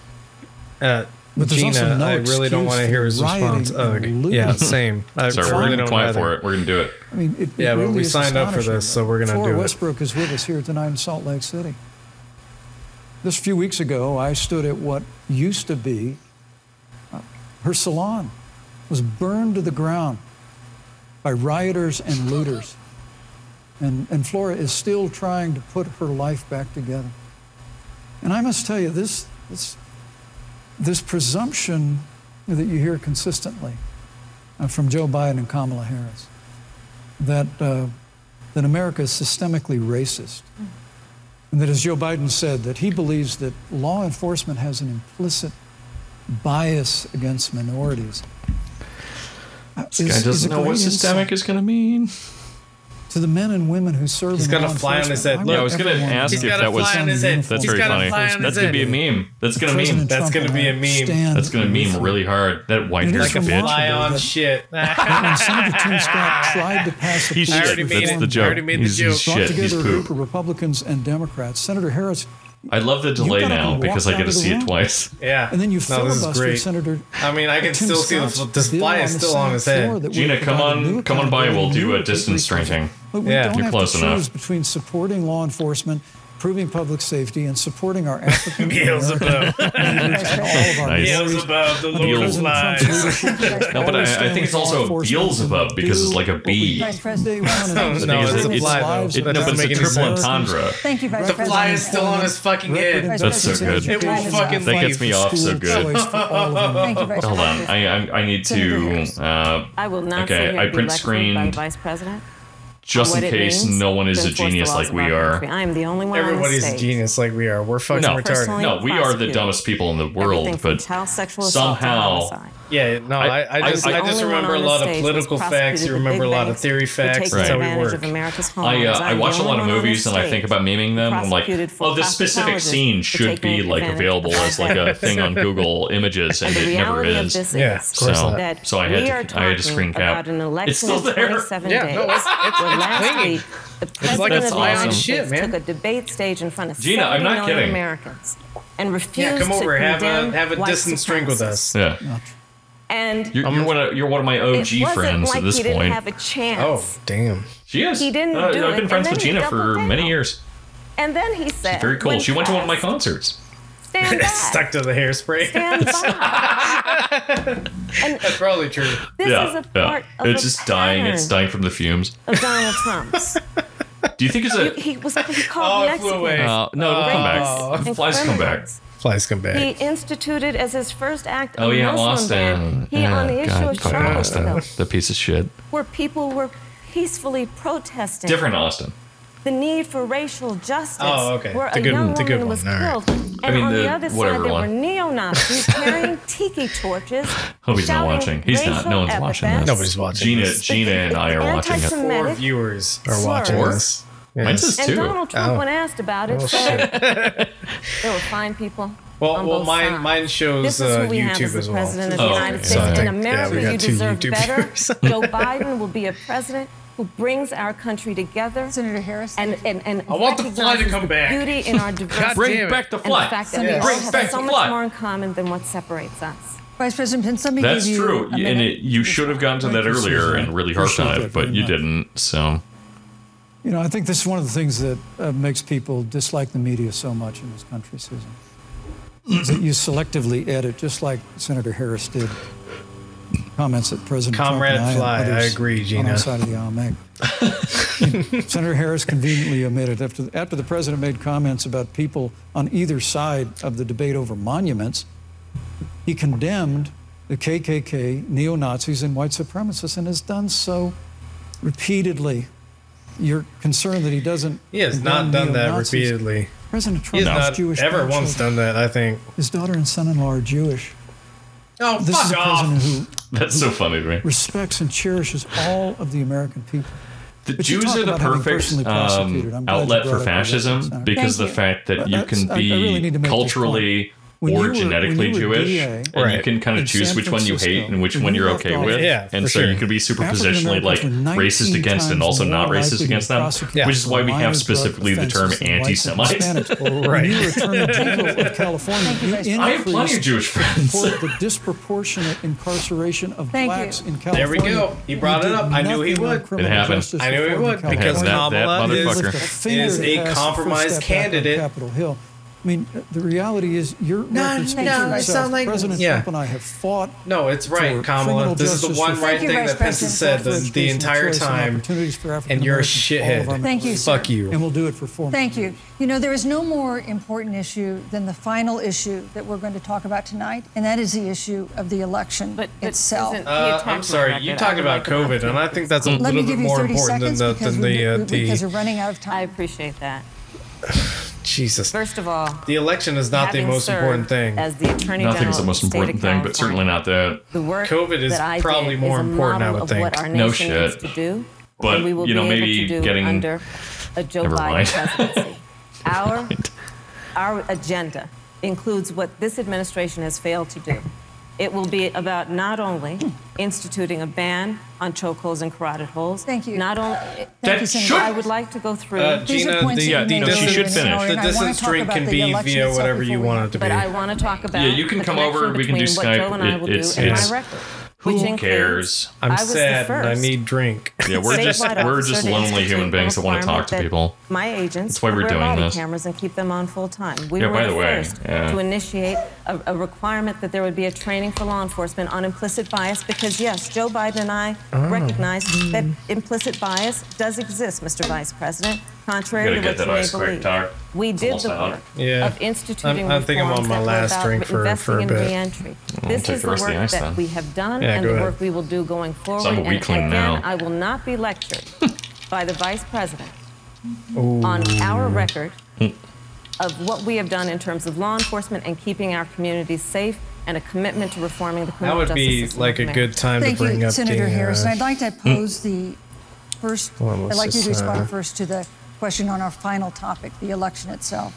[SPEAKER 2] Uh,
[SPEAKER 7] But there's also
[SPEAKER 2] Gina,
[SPEAKER 7] no
[SPEAKER 2] I really
[SPEAKER 7] excuse
[SPEAKER 2] don't want to
[SPEAKER 7] for
[SPEAKER 2] hear his
[SPEAKER 7] rioting
[SPEAKER 2] response.
[SPEAKER 7] and
[SPEAKER 2] Ugh.
[SPEAKER 7] looting.
[SPEAKER 2] yeah, same. I
[SPEAKER 3] So we're
[SPEAKER 2] really
[SPEAKER 3] gonna
[SPEAKER 2] don't
[SPEAKER 3] apply
[SPEAKER 2] either.
[SPEAKER 3] for it. We're gonna do it.
[SPEAKER 7] I mean, it,
[SPEAKER 2] Yeah,
[SPEAKER 7] it
[SPEAKER 2] but
[SPEAKER 7] really
[SPEAKER 2] we
[SPEAKER 7] is
[SPEAKER 2] signed up for
[SPEAKER 7] astonishing.
[SPEAKER 2] this, so we're gonna
[SPEAKER 7] Flora
[SPEAKER 2] do it.
[SPEAKER 7] Westbrook is with us here tonight in Salt Lake City. Just a few weeks ago, I stood at what used to be uh, her salon, was burned to the ground by rioters and looters, and and Flora is still trying to put her life back together. And I must tell you, this this this presumption that you hear consistently uh, from Joe Biden and Kamala Harris that, uh, that America is systemically racist.
[SPEAKER 2] Mm.
[SPEAKER 7] And that, as Joe Biden said, that he believes that law enforcement has an implicit bias against minorities. Uh, This
[SPEAKER 3] Guy doesn't know what systemic is gonna mean.
[SPEAKER 7] to the men and women who serve.
[SPEAKER 2] He's
[SPEAKER 7] in
[SPEAKER 2] got a
[SPEAKER 7] law
[SPEAKER 2] fly on his
[SPEAKER 7] enforcement.
[SPEAKER 2] head.
[SPEAKER 7] want
[SPEAKER 3] Yeah, I was gonna
[SPEAKER 7] everyone
[SPEAKER 3] ask
[SPEAKER 2] He's
[SPEAKER 3] if
[SPEAKER 2] got a
[SPEAKER 3] that was.
[SPEAKER 2] fly on his head.
[SPEAKER 3] That's
[SPEAKER 2] He's
[SPEAKER 3] very
[SPEAKER 2] got a
[SPEAKER 3] funny.
[SPEAKER 2] fly on
[SPEAKER 3] That's
[SPEAKER 2] his
[SPEAKER 3] gonna be a
[SPEAKER 2] head.
[SPEAKER 3] meme. That's gonna
[SPEAKER 7] President
[SPEAKER 3] meme.
[SPEAKER 2] That's
[SPEAKER 7] Trump
[SPEAKER 2] gonna
[SPEAKER 7] and
[SPEAKER 2] be a
[SPEAKER 7] I
[SPEAKER 2] meme.
[SPEAKER 7] stand
[SPEAKER 3] That's gonna meme
[SPEAKER 7] with
[SPEAKER 3] really hard. That white
[SPEAKER 7] It is
[SPEAKER 3] dick
[SPEAKER 7] from
[SPEAKER 3] bitch.
[SPEAKER 7] Washington.
[SPEAKER 2] Fly on
[SPEAKER 7] that- [LAUGHS]
[SPEAKER 2] shit.
[SPEAKER 7] you. When Senator Tim
[SPEAKER 2] [LAUGHS]
[SPEAKER 7] Scott tried to pass a
[SPEAKER 3] He's
[SPEAKER 7] police
[SPEAKER 2] I
[SPEAKER 3] shit.
[SPEAKER 2] already made
[SPEAKER 3] That's
[SPEAKER 2] it.
[SPEAKER 7] reform bill,
[SPEAKER 3] the
[SPEAKER 2] I
[SPEAKER 3] joke.
[SPEAKER 2] already made the
[SPEAKER 3] He's, he's
[SPEAKER 2] joke.
[SPEAKER 7] brought
[SPEAKER 3] shit. He's
[SPEAKER 7] together a group
[SPEAKER 3] poop.
[SPEAKER 7] of Republicans and Democrats. Senator Harris,
[SPEAKER 3] I love the delay
[SPEAKER 7] got up
[SPEAKER 3] now
[SPEAKER 7] and
[SPEAKER 3] because I
[SPEAKER 7] walked
[SPEAKER 3] get
[SPEAKER 7] out of
[SPEAKER 3] to
[SPEAKER 7] the
[SPEAKER 3] see it
[SPEAKER 7] room.
[SPEAKER 3] twice.
[SPEAKER 2] Yeah.
[SPEAKER 7] and then you
[SPEAKER 2] no, this is
[SPEAKER 7] filibustered
[SPEAKER 2] great.
[SPEAKER 7] Senator.
[SPEAKER 2] I mean, I
[SPEAKER 7] Tim
[SPEAKER 2] can still see the,
[SPEAKER 7] Scott's
[SPEAKER 2] the
[SPEAKER 7] bill
[SPEAKER 2] fly is
[SPEAKER 7] on the
[SPEAKER 2] still on
[SPEAKER 7] Senate
[SPEAKER 2] his
[SPEAKER 7] floor
[SPEAKER 2] head.
[SPEAKER 7] that would
[SPEAKER 3] Gina, come
[SPEAKER 7] provide a new
[SPEAKER 3] on, come on by.
[SPEAKER 7] accountability
[SPEAKER 3] We'll do a
[SPEAKER 7] unit to
[SPEAKER 3] distance
[SPEAKER 7] police
[SPEAKER 3] drinking.
[SPEAKER 7] But we
[SPEAKER 2] Yeah.
[SPEAKER 7] don't
[SPEAKER 2] You're
[SPEAKER 7] have
[SPEAKER 3] close
[SPEAKER 7] to
[SPEAKER 3] enough.
[SPEAKER 7] choose between supporting law enforcement, improving public safety, and supporting
[SPEAKER 2] [LAUGHS]
[SPEAKER 7] our African [LAUGHS] American
[SPEAKER 2] Beelzebub.
[SPEAKER 3] [LAUGHS] Nice.
[SPEAKER 2] Beelzebub, the Lord of
[SPEAKER 3] Beelzebub.
[SPEAKER 2] lies. [LAUGHS]
[SPEAKER 3] No, but I, I think it's also a Beelzebub because it's like a bee.
[SPEAKER 5] Vice President.
[SPEAKER 2] [LAUGHS] No, it's a fly, though.
[SPEAKER 3] It, no, but it's
[SPEAKER 2] doesn't
[SPEAKER 3] a
[SPEAKER 2] make any
[SPEAKER 3] triple
[SPEAKER 2] sense.
[SPEAKER 3] entendre.
[SPEAKER 5] Thank you, Vice
[SPEAKER 2] The
[SPEAKER 5] President.
[SPEAKER 2] fly is still on his fucking head.
[SPEAKER 5] That's so
[SPEAKER 3] good.
[SPEAKER 2] It will fucking
[SPEAKER 3] That gets me off so good.
[SPEAKER 5] Thank you, Vice
[SPEAKER 3] Hold
[SPEAKER 5] President.
[SPEAKER 3] on, I I, I need to uh,
[SPEAKER 6] I will not
[SPEAKER 3] Okay,
[SPEAKER 6] sit here
[SPEAKER 3] I
[SPEAKER 6] and be
[SPEAKER 3] print
[SPEAKER 6] lectured
[SPEAKER 3] screened
[SPEAKER 6] by a vice president.
[SPEAKER 3] just
[SPEAKER 6] on
[SPEAKER 3] in
[SPEAKER 6] what it
[SPEAKER 3] case
[SPEAKER 6] means
[SPEAKER 3] no one
[SPEAKER 6] to
[SPEAKER 3] is a
[SPEAKER 6] enforce the
[SPEAKER 3] genius
[SPEAKER 6] laws
[SPEAKER 3] like
[SPEAKER 6] of
[SPEAKER 3] we
[SPEAKER 6] our
[SPEAKER 3] are.
[SPEAKER 6] country. I am the only one.
[SPEAKER 2] Everybody's
[SPEAKER 6] on
[SPEAKER 2] a
[SPEAKER 6] the stage.
[SPEAKER 2] genius like we are. We're fucking
[SPEAKER 3] No,
[SPEAKER 2] retarded.
[SPEAKER 6] Personally-
[SPEAKER 3] no, we are the
[SPEAKER 6] prosecuted.
[SPEAKER 3] dumbest people in the
[SPEAKER 6] Everything
[SPEAKER 3] world,
[SPEAKER 6] from
[SPEAKER 3] but
[SPEAKER 6] child sexual assault to
[SPEAKER 3] somehow
[SPEAKER 6] homicide.
[SPEAKER 2] Yeah, no,
[SPEAKER 3] I-
[SPEAKER 2] I, I just
[SPEAKER 3] I-
[SPEAKER 2] I,
[SPEAKER 3] I-
[SPEAKER 6] Only
[SPEAKER 2] just
[SPEAKER 6] one
[SPEAKER 2] remember a
[SPEAKER 6] on the
[SPEAKER 2] lot of
[SPEAKER 6] stage
[SPEAKER 2] political
[SPEAKER 6] was
[SPEAKER 2] facts.
[SPEAKER 6] prosecuted
[SPEAKER 2] You
[SPEAKER 6] with
[SPEAKER 2] remember a
[SPEAKER 6] big
[SPEAKER 2] lot of
[SPEAKER 6] banks
[SPEAKER 2] theory
[SPEAKER 6] for
[SPEAKER 2] facts.
[SPEAKER 6] taking
[SPEAKER 2] That's how we
[SPEAKER 6] advantage
[SPEAKER 2] work.
[SPEAKER 6] Of America's
[SPEAKER 3] I,
[SPEAKER 6] homelands.
[SPEAKER 3] uh, I
[SPEAKER 6] I'm
[SPEAKER 3] watch
[SPEAKER 6] the
[SPEAKER 3] a lot
[SPEAKER 6] only
[SPEAKER 3] of
[SPEAKER 6] one on
[SPEAKER 3] movies
[SPEAKER 6] this
[SPEAKER 3] and I
[SPEAKER 6] stage
[SPEAKER 3] think about memeing them. I'm like,
[SPEAKER 6] prosecuted for
[SPEAKER 3] oh, this specific
[SPEAKER 6] toxicologists
[SPEAKER 3] scene
[SPEAKER 6] for
[SPEAKER 3] should be
[SPEAKER 6] taking
[SPEAKER 3] like
[SPEAKER 6] advantage
[SPEAKER 3] available
[SPEAKER 6] of
[SPEAKER 3] as like
[SPEAKER 6] [LAUGHS]
[SPEAKER 3] a
[SPEAKER 6] adults.
[SPEAKER 3] thing on Google Images, and
[SPEAKER 6] The
[SPEAKER 3] it never
[SPEAKER 6] reality
[SPEAKER 3] is.
[SPEAKER 6] of this
[SPEAKER 2] Yeah,
[SPEAKER 6] is
[SPEAKER 2] of course
[SPEAKER 3] So,
[SPEAKER 2] not.
[SPEAKER 6] that
[SPEAKER 3] so I
[SPEAKER 6] we are
[SPEAKER 3] had to,
[SPEAKER 6] talking
[SPEAKER 3] I had to screen cap.
[SPEAKER 6] about an election
[SPEAKER 3] It's still
[SPEAKER 6] in
[SPEAKER 3] there.
[SPEAKER 6] 27
[SPEAKER 2] Yeah,
[SPEAKER 6] days.
[SPEAKER 2] no, it's- it's-
[SPEAKER 6] where
[SPEAKER 2] it's
[SPEAKER 6] last
[SPEAKER 2] clinging.
[SPEAKER 6] week, the
[SPEAKER 2] like
[SPEAKER 6] president
[SPEAKER 2] it's
[SPEAKER 6] of the
[SPEAKER 2] lying
[SPEAKER 6] United
[SPEAKER 2] shit,
[SPEAKER 6] States
[SPEAKER 2] man.
[SPEAKER 6] took a debate stage in front of
[SPEAKER 3] Gina, I'm
[SPEAKER 6] 70
[SPEAKER 3] not
[SPEAKER 6] million
[SPEAKER 3] kidding.
[SPEAKER 6] Americans and refused
[SPEAKER 2] Yeah, come over.
[SPEAKER 6] to
[SPEAKER 2] Have a
[SPEAKER 6] condemn
[SPEAKER 2] have a
[SPEAKER 6] white
[SPEAKER 2] distance drink with us.
[SPEAKER 6] supremacists.
[SPEAKER 3] Yeah,
[SPEAKER 6] And
[SPEAKER 3] you're,
[SPEAKER 2] Um,
[SPEAKER 3] you're one of you're one of my
[SPEAKER 6] it
[SPEAKER 3] OG
[SPEAKER 6] wasn't
[SPEAKER 3] friends
[SPEAKER 6] like
[SPEAKER 3] at this
[SPEAKER 6] he didn't
[SPEAKER 3] point.
[SPEAKER 6] have a chance.
[SPEAKER 2] Oh damn!
[SPEAKER 3] she is.
[SPEAKER 6] he didn't
[SPEAKER 3] Uh,
[SPEAKER 6] do
[SPEAKER 3] I've
[SPEAKER 6] it,
[SPEAKER 3] been
[SPEAKER 6] and
[SPEAKER 3] friends
[SPEAKER 6] then
[SPEAKER 3] with
[SPEAKER 6] he
[SPEAKER 3] Gina for
[SPEAKER 6] doubled down.
[SPEAKER 3] many years.
[SPEAKER 6] And then he said,
[SPEAKER 3] Very cool.
[SPEAKER 6] Uh, when
[SPEAKER 3] She went to one of my
[SPEAKER 6] pressed,
[SPEAKER 3] concerts. [LAUGHS]
[SPEAKER 6] Stand back.
[SPEAKER 2] Stuck to the hairspray.
[SPEAKER 6] Stand back.
[SPEAKER 2] That's probably true.
[SPEAKER 6] This
[SPEAKER 3] yeah,
[SPEAKER 6] is a part
[SPEAKER 3] yeah.
[SPEAKER 6] of
[SPEAKER 3] it's
[SPEAKER 6] a
[SPEAKER 3] just dying. It's
[SPEAKER 6] pattern
[SPEAKER 3] dying from the fumes.
[SPEAKER 6] of Donald Trump's.
[SPEAKER 3] [LAUGHS] Do you think it's [LAUGHS] a?
[SPEAKER 6] He was he
[SPEAKER 2] Oh,
[SPEAKER 6] called
[SPEAKER 2] it flew
[SPEAKER 6] Mexico.
[SPEAKER 2] away.
[SPEAKER 3] Uh, no, it'll come
[SPEAKER 6] rapists
[SPEAKER 3] back.
[SPEAKER 6] and
[SPEAKER 3] Flies come back.
[SPEAKER 6] criminals.
[SPEAKER 2] Flies come
[SPEAKER 6] He
[SPEAKER 2] back.
[SPEAKER 6] instituted as his first act
[SPEAKER 3] Oh
[SPEAKER 6] a
[SPEAKER 3] yeah,
[SPEAKER 6] Muslim
[SPEAKER 3] Austin.
[SPEAKER 6] ban. He
[SPEAKER 3] yeah,
[SPEAKER 6] on the issue
[SPEAKER 3] God,
[SPEAKER 6] of
[SPEAKER 3] fucking
[SPEAKER 6] Charlottesville,
[SPEAKER 3] Austin. The piece of shit.
[SPEAKER 6] where people were peacefully protesting
[SPEAKER 3] Different Austin.
[SPEAKER 6] the need for racial justice.
[SPEAKER 2] Oh, okay.
[SPEAKER 6] Where
[SPEAKER 2] The
[SPEAKER 6] a
[SPEAKER 2] good
[SPEAKER 6] young
[SPEAKER 2] one, the
[SPEAKER 6] woman
[SPEAKER 2] good
[SPEAKER 6] was
[SPEAKER 2] one, all right.
[SPEAKER 6] killed, and
[SPEAKER 3] mean,
[SPEAKER 6] on the,
[SPEAKER 3] the-
[SPEAKER 6] other side
[SPEAKER 3] whatever
[SPEAKER 6] there
[SPEAKER 3] one.
[SPEAKER 6] were
[SPEAKER 3] [LAUGHS]
[SPEAKER 6] neo-Nazis carrying tiki torches.
[SPEAKER 3] Hope he's not
[SPEAKER 6] shouting
[SPEAKER 3] watching. He's not. No one's
[SPEAKER 6] racial
[SPEAKER 3] watching
[SPEAKER 6] epithets.
[SPEAKER 3] this.
[SPEAKER 2] Nobody's watching.
[SPEAKER 3] Gina,
[SPEAKER 2] this.
[SPEAKER 3] Gina, and I are watching it.
[SPEAKER 6] Anti-Semitic.
[SPEAKER 2] four viewers are
[SPEAKER 6] slurs.
[SPEAKER 2] watching
[SPEAKER 6] Four?
[SPEAKER 2] this.
[SPEAKER 3] Mine
[SPEAKER 2] Yes.
[SPEAKER 3] says
[SPEAKER 6] And
[SPEAKER 3] two.
[SPEAKER 6] Donald Trump,
[SPEAKER 2] Oh.
[SPEAKER 6] when asked about it,
[SPEAKER 2] Oh,
[SPEAKER 6] said [LAUGHS] there were fine people.
[SPEAKER 2] Well,
[SPEAKER 6] on
[SPEAKER 2] well,
[SPEAKER 6] both
[SPEAKER 2] mine
[SPEAKER 6] sides.
[SPEAKER 2] mine shows
[SPEAKER 6] This is
[SPEAKER 2] uh,
[SPEAKER 6] who we have as
[SPEAKER 2] YouTube
[SPEAKER 6] the
[SPEAKER 2] as well.
[SPEAKER 6] president of
[SPEAKER 3] Oh,
[SPEAKER 6] the
[SPEAKER 3] okay.
[SPEAKER 6] United
[SPEAKER 2] So I
[SPEAKER 6] States.
[SPEAKER 2] think-
[SPEAKER 6] In
[SPEAKER 2] yeah,
[SPEAKER 6] America,
[SPEAKER 2] we got
[SPEAKER 6] you
[SPEAKER 2] two
[SPEAKER 6] deserve
[SPEAKER 3] [LAUGHS]
[SPEAKER 2] YouTube
[SPEAKER 6] better.
[SPEAKER 2] [LAUGHS] viewers.
[SPEAKER 6] Joe Biden will be a president who brings our country together
[SPEAKER 5] Senator Harris.
[SPEAKER 6] and and and
[SPEAKER 2] I want the fly to
[SPEAKER 6] recognizes
[SPEAKER 2] come
[SPEAKER 6] the
[SPEAKER 2] back.
[SPEAKER 6] beauty in
[SPEAKER 3] [LAUGHS]
[SPEAKER 6] our diversity
[SPEAKER 2] Bring
[SPEAKER 3] Bring
[SPEAKER 2] Damn it.
[SPEAKER 3] back the
[SPEAKER 6] and the
[SPEAKER 3] fly.
[SPEAKER 6] fact that we
[SPEAKER 2] Yes.
[SPEAKER 6] all
[SPEAKER 3] Bring back
[SPEAKER 6] have
[SPEAKER 3] the
[SPEAKER 6] so
[SPEAKER 3] fly.
[SPEAKER 6] much more in common than what separates us.
[SPEAKER 5] Vice President, can somebody
[SPEAKER 3] That's
[SPEAKER 5] give you
[SPEAKER 3] true.
[SPEAKER 5] a
[SPEAKER 3] And
[SPEAKER 5] minute?
[SPEAKER 3] it, you should have gotten to that
[SPEAKER 7] Thank you,
[SPEAKER 3] earlier
[SPEAKER 7] Susan.
[SPEAKER 3] and really harped on
[SPEAKER 7] Appreciate that
[SPEAKER 3] it, but
[SPEAKER 7] very
[SPEAKER 3] you
[SPEAKER 7] much.
[SPEAKER 3] didn't. So
[SPEAKER 7] You know, I think this is one of the things that uh, makes people dislike the media so much in this country, Susan. is that you selectively edit, just like Senator Harris did. Comments that President
[SPEAKER 2] Comrade
[SPEAKER 7] Trump and
[SPEAKER 2] Fly,
[SPEAKER 7] I, and others
[SPEAKER 2] I agree,
[SPEAKER 7] on
[SPEAKER 2] Gina.
[SPEAKER 7] our side of the aisle make. [LAUGHS] Senator Harris conveniently omitted after after the president made comments about people on either side of the debate over monuments. He condemned the KKK, neo Nazis, and white supremacists, and has done so repeatedly. You're concerned that he doesn't.
[SPEAKER 2] He has not
[SPEAKER 7] condemn
[SPEAKER 2] done that
[SPEAKER 7] neo-Nazis.
[SPEAKER 2] repeatedly.
[SPEAKER 7] President
[SPEAKER 2] He
[SPEAKER 7] Trump
[SPEAKER 2] has
[SPEAKER 7] has
[SPEAKER 2] not
[SPEAKER 7] Jewish
[SPEAKER 2] ever
[SPEAKER 7] grandchildren.
[SPEAKER 2] once done that. I think.
[SPEAKER 7] His daughter and son-in-law are Jewish.
[SPEAKER 2] Oh,
[SPEAKER 7] This is a president who
[SPEAKER 3] That's so funny to me.
[SPEAKER 7] respects and cherishes all of the American people.
[SPEAKER 3] The
[SPEAKER 7] But you
[SPEAKER 3] Jews
[SPEAKER 7] talk
[SPEAKER 3] are the
[SPEAKER 7] about having
[SPEAKER 3] perfect
[SPEAKER 7] personally prosecuted. I'm
[SPEAKER 3] um,
[SPEAKER 7] glad you
[SPEAKER 3] outlet
[SPEAKER 7] brought
[SPEAKER 3] for
[SPEAKER 7] up that,
[SPEAKER 3] fascism
[SPEAKER 7] Senator.
[SPEAKER 3] because the
[SPEAKER 6] Thank you.
[SPEAKER 3] fact that you
[SPEAKER 7] That's-
[SPEAKER 3] can
[SPEAKER 7] I- I really
[SPEAKER 3] be
[SPEAKER 7] need to make this
[SPEAKER 3] culturally
[SPEAKER 7] When you
[SPEAKER 3] or
[SPEAKER 7] were-
[SPEAKER 3] genetically
[SPEAKER 7] when you were
[SPEAKER 3] Jewish,
[SPEAKER 7] DA
[SPEAKER 3] and you
[SPEAKER 2] Right.
[SPEAKER 3] can kind of
[SPEAKER 7] in
[SPEAKER 3] choose
[SPEAKER 7] San
[SPEAKER 3] which one you hate
[SPEAKER 7] Francisco,
[SPEAKER 3] and which
[SPEAKER 7] when
[SPEAKER 3] one
[SPEAKER 7] you
[SPEAKER 3] you're
[SPEAKER 7] left
[SPEAKER 3] okay
[SPEAKER 7] office,
[SPEAKER 3] with.
[SPEAKER 2] Yeah,
[SPEAKER 3] and
[SPEAKER 2] for
[SPEAKER 3] so
[SPEAKER 2] sure.
[SPEAKER 3] you can be super positionally like
[SPEAKER 7] African Americans were
[SPEAKER 3] racist
[SPEAKER 7] 19
[SPEAKER 3] against and
[SPEAKER 7] times
[SPEAKER 3] also not
[SPEAKER 7] more likely to
[SPEAKER 3] racist
[SPEAKER 7] be
[SPEAKER 3] against them,
[SPEAKER 7] prosecuted
[SPEAKER 3] which is
[SPEAKER 7] for
[SPEAKER 3] why we
[SPEAKER 7] minor drug
[SPEAKER 3] have specifically the
[SPEAKER 7] offenses
[SPEAKER 3] term
[SPEAKER 7] than whites and
[SPEAKER 3] anti-Semites. [LAUGHS]
[SPEAKER 7] Hispanics. Or When you were Attorney General of California,
[SPEAKER 5] Thank you,
[SPEAKER 7] you
[SPEAKER 5] guys.
[SPEAKER 7] increased
[SPEAKER 3] I have plenty of Jewish friends.
[SPEAKER 7] support the disproportionate incarceration of
[SPEAKER 5] Thank you.
[SPEAKER 7] blacks in
[SPEAKER 2] There
[SPEAKER 7] California.
[SPEAKER 2] we go. He brought
[SPEAKER 7] You
[SPEAKER 2] it
[SPEAKER 7] did
[SPEAKER 2] up. I knew he
[SPEAKER 7] nothing on
[SPEAKER 2] would. It
[SPEAKER 7] criminal
[SPEAKER 3] happened.
[SPEAKER 7] justice
[SPEAKER 2] I knew it
[SPEAKER 7] reform in
[SPEAKER 2] would
[SPEAKER 7] California.
[SPEAKER 3] Because that, that
[SPEAKER 2] Kamala is-
[SPEAKER 3] motherfucker.
[SPEAKER 7] lift a finger
[SPEAKER 2] is
[SPEAKER 7] to
[SPEAKER 2] a
[SPEAKER 7] pass the first
[SPEAKER 2] compromised
[SPEAKER 7] step back on
[SPEAKER 2] candidate.
[SPEAKER 7] Capitol Hill. I mean, uh, the reality is, your record speaks
[SPEAKER 2] no,
[SPEAKER 7] for
[SPEAKER 2] it
[SPEAKER 7] itself.
[SPEAKER 2] sounds like-
[SPEAKER 7] President
[SPEAKER 2] Yeah.
[SPEAKER 7] Trump and I have fought.
[SPEAKER 2] No, it's right,
[SPEAKER 7] for
[SPEAKER 2] Kamala.
[SPEAKER 7] criminal
[SPEAKER 2] This is the
[SPEAKER 7] justice
[SPEAKER 2] one
[SPEAKER 7] reform.
[SPEAKER 2] right
[SPEAKER 5] Thank you,
[SPEAKER 2] thing
[SPEAKER 5] Vice
[SPEAKER 2] that Pence has said
[SPEAKER 5] President.
[SPEAKER 2] the, the entire
[SPEAKER 7] Choice and
[SPEAKER 2] time,
[SPEAKER 7] opportunities for African
[SPEAKER 2] and you're a
[SPEAKER 7] Americans, all of our
[SPEAKER 2] shithead.
[SPEAKER 5] Thank you, sir.
[SPEAKER 2] Fuck you.
[SPEAKER 7] and we'll do it for four.
[SPEAKER 5] Thank you. You know, there is no more important issue than the final issue that we're going to talk about tonight, and that is the issue of the election
[SPEAKER 6] But, but
[SPEAKER 5] itself.
[SPEAKER 6] isn't the
[SPEAKER 2] Uh,
[SPEAKER 6] attack
[SPEAKER 2] I'm sorry,
[SPEAKER 6] record-
[SPEAKER 2] you
[SPEAKER 6] I
[SPEAKER 2] talking
[SPEAKER 6] would
[SPEAKER 2] about
[SPEAKER 6] like to-
[SPEAKER 2] COVID, and I think that's a
[SPEAKER 5] Let me
[SPEAKER 2] little bit
[SPEAKER 5] give you
[SPEAKER 2] more
[SPEAKER 5] 30
[SPEAKER 2] important than
[SPEAKER 5] seconds
[SPEAKER 2] the
[SPEAKER 5] because,
[SPEAKER 2] than
[SPEAKER 5] we,
[SPEAKER 2] the uh,
[SPEAKER 5] we- because we're
[SPEAKER 2] the
[SPEAKER 5] running out of
[SPEAKER 6] I
[SPEAKER 5] time.
[SPEAKER 6] appreciate that.
[SPEAKER 2] Jesus.
[SPEAKER 6] First of all,
[SPEAKER 2] The election is not the
[SPEAKER 6] having
[SPEAKER 2] most
[SPEAKER 6] served
[SPEAKER 2] important thing. Uh,
[SPEAKER 6] As the attorney
[SPEAKER 3] Nothing's
[SPEAKER 6] General
[SPEAKER 3] the
[SPEAKER 6] of
[SPEAKER 3] most
[SPEAKER 6] the state of
[SPEAKER 3] important thing, but certainly
[SPEAKER 6] California,
[SPEAKER 3] not that.
[SPEAKER 6] The work
[SPEAKER 2] COVID is
[SPEAKER 6] that I did
[SPEAKER 2] probably more
[SPEAKER 6] is a
[SPEAKER 2] important, I
[SPEAKER 6] model
[SPEAKER 2] would
[SPEAKER 6] of
[SPEAKER 2] think.
[SPEAKER 6] What our
[SPEAKER 3] No
[SPEAKER 6] nation needs
[SPEAKER 3] shit.
[SPEAKER 6] to do,
[SPEAKER 3] But,
[SPEAKER 6] and we will
[SPEAKER 3] you know,
[SPEAKER 6] be
[SPEAKER 3] maybe
[SPEAKER 6] able to do
[SPEAKER 3] getting-
[SPEAKER 6] under a Joe
[SPEAKER 3] Never
[SPEAKER 6] Biden
[SPEAKER 3] mind. [LAUGHS]
[SPEAKER 6] presidency. Our our agenda includes what this administration has failed to do. It will be about not only instituting a ban on chokeholds and carotid hool's.
[SPEAKER 5] Thank you.
[SPEAKER 6] Not only
[SPEAKER 3] That
[SPEAKER 5] you, Senator.
[SPEAKER 3] should.
[SPEAKER 6] I would like to go through,
[SPEAKER 2] Uh,
[SPEAKER 5] These are
[SPEAKER 2] Gina,
[SPEAKER 5] points
[SPEAKER 2] the,
[SPEAKER 5] that you made
[SPEAKER 3] Yeah, no,
[SPEAKER 5] earlier
[SPEAKER 3] she
[SPEAKER 5] in
[SPEAKER 3] should
[SPEAKER 5] the
[SPEAKER 3] finish.
[SPEAKER 5] hour, and
[SPEAKER 2] The
[SPEAKER 5] I wanna
[SPEAKER 2] distance
[SPEAKER 5] talk
[SPEAKER 2] drink
[SPEAKER 5] about
[SPEAKER 2] can
[SPEAKER 5] the
[SPEAKER 2] be
[SPEAKER 5] election
[SPEAKER 2] via
[SPEAKER 5] itself
[SPEAKER 2] whatever
[SPEAKER 5] before
[SPEAKER 2] you
[SPEAKER 5] we
[SPEAKER 2] want
[SPEAKER 5] end.
[SPEAKER 2] it to be.
[SPEAKER 6] but I want to talk about.
[SPEAKER 3] Yeah, you can
[SPEAKER 6] the
[SPEAKER 3] come over,
[SPEAKER 6] connection
[SPEAKER 3] we can do
[SPEAKER 6] between what Joe
[SPEAKER 3] Skype.
[SPEAKER 6] and I
[SPEAKER 3] It-
[SPEAKER 6] will do
[SPEAKER 3] it's-
[SPEAKER 6] and
[SPEAKER 3] it's-
[SPEAKER 6] my record.
[SPEAKER 3] Who
[SPEAKER 6] which includes-
[SPEAKER 3] cares?
[SPEAKER 2] I'm
[SPEAKER 6] I was the
[SPEAKER 2] sad and I
[SPEAKER 6] first
[SPEAKER 2] need drink.
[SPEAKER 3] Yeah, we're
[SPEAKER 6] state
[SPEAKER 3] just
[SPEAKER 6] white
[SPEAKER 3] we're
[SPEAKER 6] officer
[SPEAKER 3] just
[SPEAKER 6] to
[SPEAKER 3] lonely
[SPEAKER 6] institute
[SPEAKER 3] human
[SPEAKER 6] the
[SPEAKER 3] beings that want to talk
[SPEAKER 6] requirement
[SPEAKER 3] to
[SPEAKER 6] that
[SPEAKER 3] people.
[SPEAKER 6] My agents
[SPEAKER 3] That's why we're
[SPEAKER 6] wear
[SPEAKER 3] doing
[SPEAKER 6] body
[SPEAKER 3] this.
[SPEAKER 6] cameras and keep them on full time. We
[SPEAKER 3] Yeah,
[SPEAKER 6] were
[SPEAKER 3] by
[SPEAKER 6] the
[SPEAKER 3] the way,
[SPEAKER 6] first
[SPEAKER 3] yeah.
[SPEAKER 6] to initiate a, a requirement that there would be a training for law enforcement on implicit bias because yes, Joe Biden and I
[SPEAKER 2] Oh.
[SPEAKER 6] recognize that implicit bias does exist, Mr. Vice President, contrary to
[SPEAKER 3] Gotta get
[SPEAKER 6] what you
[SPEAKER 3] that
[SPEAKER 6] may
[SPEAKER 3] ice quick,
[SPEAKER 6] believe.
[SPEAKER 3] Tar.
[SPEAKER 6] We
[SPEAKER 3] It's
[SPEAKER 6] did
[SPEAKER 3] almost
[SPEAKER 6] the
[SPEAKER 3] out.
[SPEAKER 6] work
[SPEAKER 2] Yeah.
[SPEAKER 6] of instituting
[SPEAKER 2] I'm- I think I'm on
[SPEAKER 6] reforms
[SPEAKER 2] my
[SPEAKER 6] that were
[SPEAKER 2] last
[SPEAKER 6] about
[SPEAKER 2] drink for-
[SPEAKER 6] investing
[SPEAKER 2] for a
[SPEAKER 6] in
[SPEAKER 2] bit.
[SPEAKER 6] reentry. This
[SPEAKER 3] take
[SPEAKER 6] is
[SPEAKER 3] the
[SPEAKER 6] the
[SPEAKER 3] rest of the
[SPEAKER 6] work
[SPEAKER 3] ice
[SPEAKER 6] that
[SPEAKER 3] then.
[SPEAKER 6] we have done
[SPEAKER 2] Yeah,
[SPEAKER 6] and
[SPEAKER 2] go
[SPEAKER 6] the
[SPEAKER 2] ahead.
[SPEAKER 6] work we will do going forward.
[SPEAKER 3] I'm a
[SPEAKER 6] and
[SPEAKER 3] weakling
[SPEAKER 6] again,
[SPEAKER 3] now.
[SPEAKER 6] I will not be
[SPEAKER 3] [LAUGHS]
[SPEAKER 6] lectured by the vice president on our record
[SPEAKER 3] Mm.
[SPEAKER 6] of what we have done in terms of law enforcement and keeping our communities safe and a commitment to reforming the
[SPEAKER 2] That
[SPEAKER 6] criminal
[SPEAKER 2] would
[SPEAKER 6] justice
[SPEAKER 2] be
[SPEAKER 6] system
[SPEAKER 2] like
[SPEAKER 6] of
[SPEAKER 2] a
[SPEAKER 6] America.
[SPEAKER 2] good time to
[SPEAKER 5] Thank
[SPEAKER 2] bring
[SPEAKER 5] you,
[SPEAKER 2] up
[SPEAKER 5] Senator
[SPEAKER 2] the,
[SPEAKER 5] Harris.
[SPEAKER 2] uh,
[SPEAKER 5] And I'd like to pose the first,
[SPEAKER 2] Hold on,
[SPEAKER 5] I'd
[SPEAKER 2] let's
[SPEAKER 5] like you
[SPEAKER 2] just,
[SPEAKER 5] to respond
[SPEAKER 2] uh,
[SPEAKER 5] first to the question on our final topic, the election itself.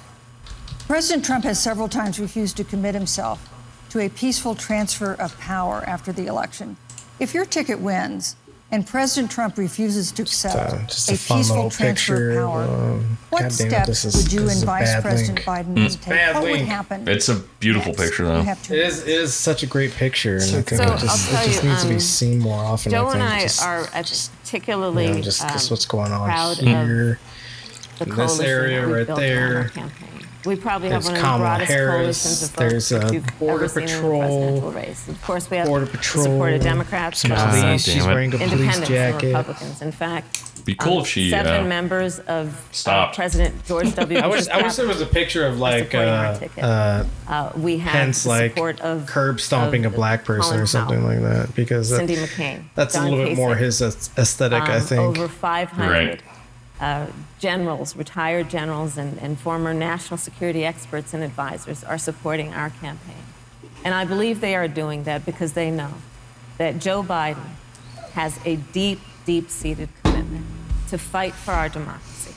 [SPEAKER 5] President Trump has several times refused to commit himself to a peaceful transfer of power after the election. If your ticket wins and President Trump refuses to accept
[SPEAKER 2] uh, just a fun
[SPEAKER 5] peaceful
[SPEAKER 2] little
[SPEAKER 5] transfer
[SPEAKER 2] picture.
[SPEAKER 5] of power,
[SPEAKER 2] Um,
[SPEAKER 5] what
[SPEAKER 2] goddamn it,
[SPEAKER 5] steps
[SPEAKER 2] this is-
[SPEAKER 5] would you
[SPEAKER 2] this
[SPEAKER 5] and
[SPEAKER 2] is a
[SPEAKER 5] Vice
[SPEAKER 2] bad
[SPEAKER 5] President
[SPEAKER 2] link.
[SPEAKER 5] Biden
[SPEAKER 3] Mm.
[SPEAKER 5] take?
[SPEAKER 2] bad
[SPEAKER 5] what would
[SPEAKER 2] link.
[SPEAKER 5] happen?
[SPEAKER 3] It's a beautiful
[SPEAKER 5] next?
[SPEAKER 3] picture, though.
[SPEAKER 5] You have two
[SPEAKER 2] It is, it is such a great picture, and I think
[SPEAKER 6] So,
[SPEAKER 2] it just,
[SPEAKER 6] I'll
[SPEAKER 2] it just
[SPEAKER 6] tell you,
[SPEAKER 2] needs to
[SPEAKER 6] um,
[SPEAKER 2] be seen more often.
[SPEAKER 6] Joe
[SPEAKER 2] I
[SPEAKER 6] and
[SPEAKER 2] think.
[SPEAKER 6] I
[SPEAKER 2] just,
[SPEAKER 6] are particularly
[SPEAKER 2] you know, just 'cause
[SPEAKER 6] um,
[SPEAKER 2] what's going on
[SPEAKER 6] proud of
[SPEAKER 2] here.
[SPEAKER 6] the
[SPEAKER 2] In this
[SPEAKER 6] coalition
[SPEAKER 2] area
[SPEAKER 6] that we
[SPEAKER 2] right
[SPEAKER 6] built on
[SPEAKER 2] there.
[SPEAKER 6] our campaign. We probably have one
[SPEAKER 2] There's
[SPEAKER 6] of
[SPEAKER 2] Kamala
[SPEAKER 6] the broadest
[SPEAKER 2] Harris.
[SPEAKER 6] coalitions of
[SPEAKER 2] There's,
[SPEAKER 6] folks
[SPEAKER 2] uh,
[SPEAKER 6] that you've
[SPEAKER 2] Border
[SPEAKER 6] ever seen
[SPEAKER 2] Patrol.
[SPEAKER 6] in the presidential race. Of course, we have
[SPEAKER 2] Border
[SPEAKER 6] the
[SPEAKER 2] Patrol,
[SPEAKER 6] support of Democrats,
[SPEAKER 2] some
[SPEAKER 6] but also
[SPEAKER 2] police.
[SPEAKER 3] damn
[SPEAKER 2] She's
[SPEAKER 3] it.
[SPEAKER 2] wearing a police
[SPEAKER 6] independents and
[SPEAKER 2] jacket.
[SPEAKER 6] Republicans. In fact, um,
[SPEAKER 3] Be cool if she,
[SPEAKER 6] seven
[SPEAKER 3] uh,
[SPEAKER 6] members of uh,
[SPEAKER 3] stopped.
[SPEAKER 6] President George W.
[SPEAKER 2] [LAUGHS] I wish,
[SPEAKER 6] Bush's
[SPEAKER 2] I wish there
[SPEAKER 6] cabinet
[SPEAKER 2] was a picture of
[SPEAKER 6] are
[SPEAKER 2] like
[SPEAKER 6] supporting our
[SPEAKER 2] uh,
[SPEAKER 6] ticket.
[SPEAKER 2] uh,
[SPEAKER 6] Uh, we have
[SPEAKER 2] Pence
[SPEAKER 6] the
[SPEAKER 2] like
[SPEAKER 6] support of
[SPEAKER 2] curb stomping a
[SPEAKER 6] of
[SPEAKER 2] black person
[SPEAKER 6] Colin
[SPEAKER 2] or something
[SPEAKER 6] Powell.
[SPEAKER 2] like that because that-
[SPEAKER 6] Cindy McCain,
[SPEAKER 2] That's
[SPEAKER 6] John
[SPEAKER 2] a little bit more
[SPEAKER 6] Kasich.
[SPEAKER 2] his aes- aesthetic, I
[SPEAKER 6] um,
[SPEAKER 2] think.
[SPEAKER 6] Over 500
[SPEAKER 3] Right.
[SPEAKER 6] uh, generals, retired generals, and, and former national security experts and advisors are supporting our campaign. And I believe they are doing that because they know that Joe Biden has a deep, deep seated commitment to fight for our democracy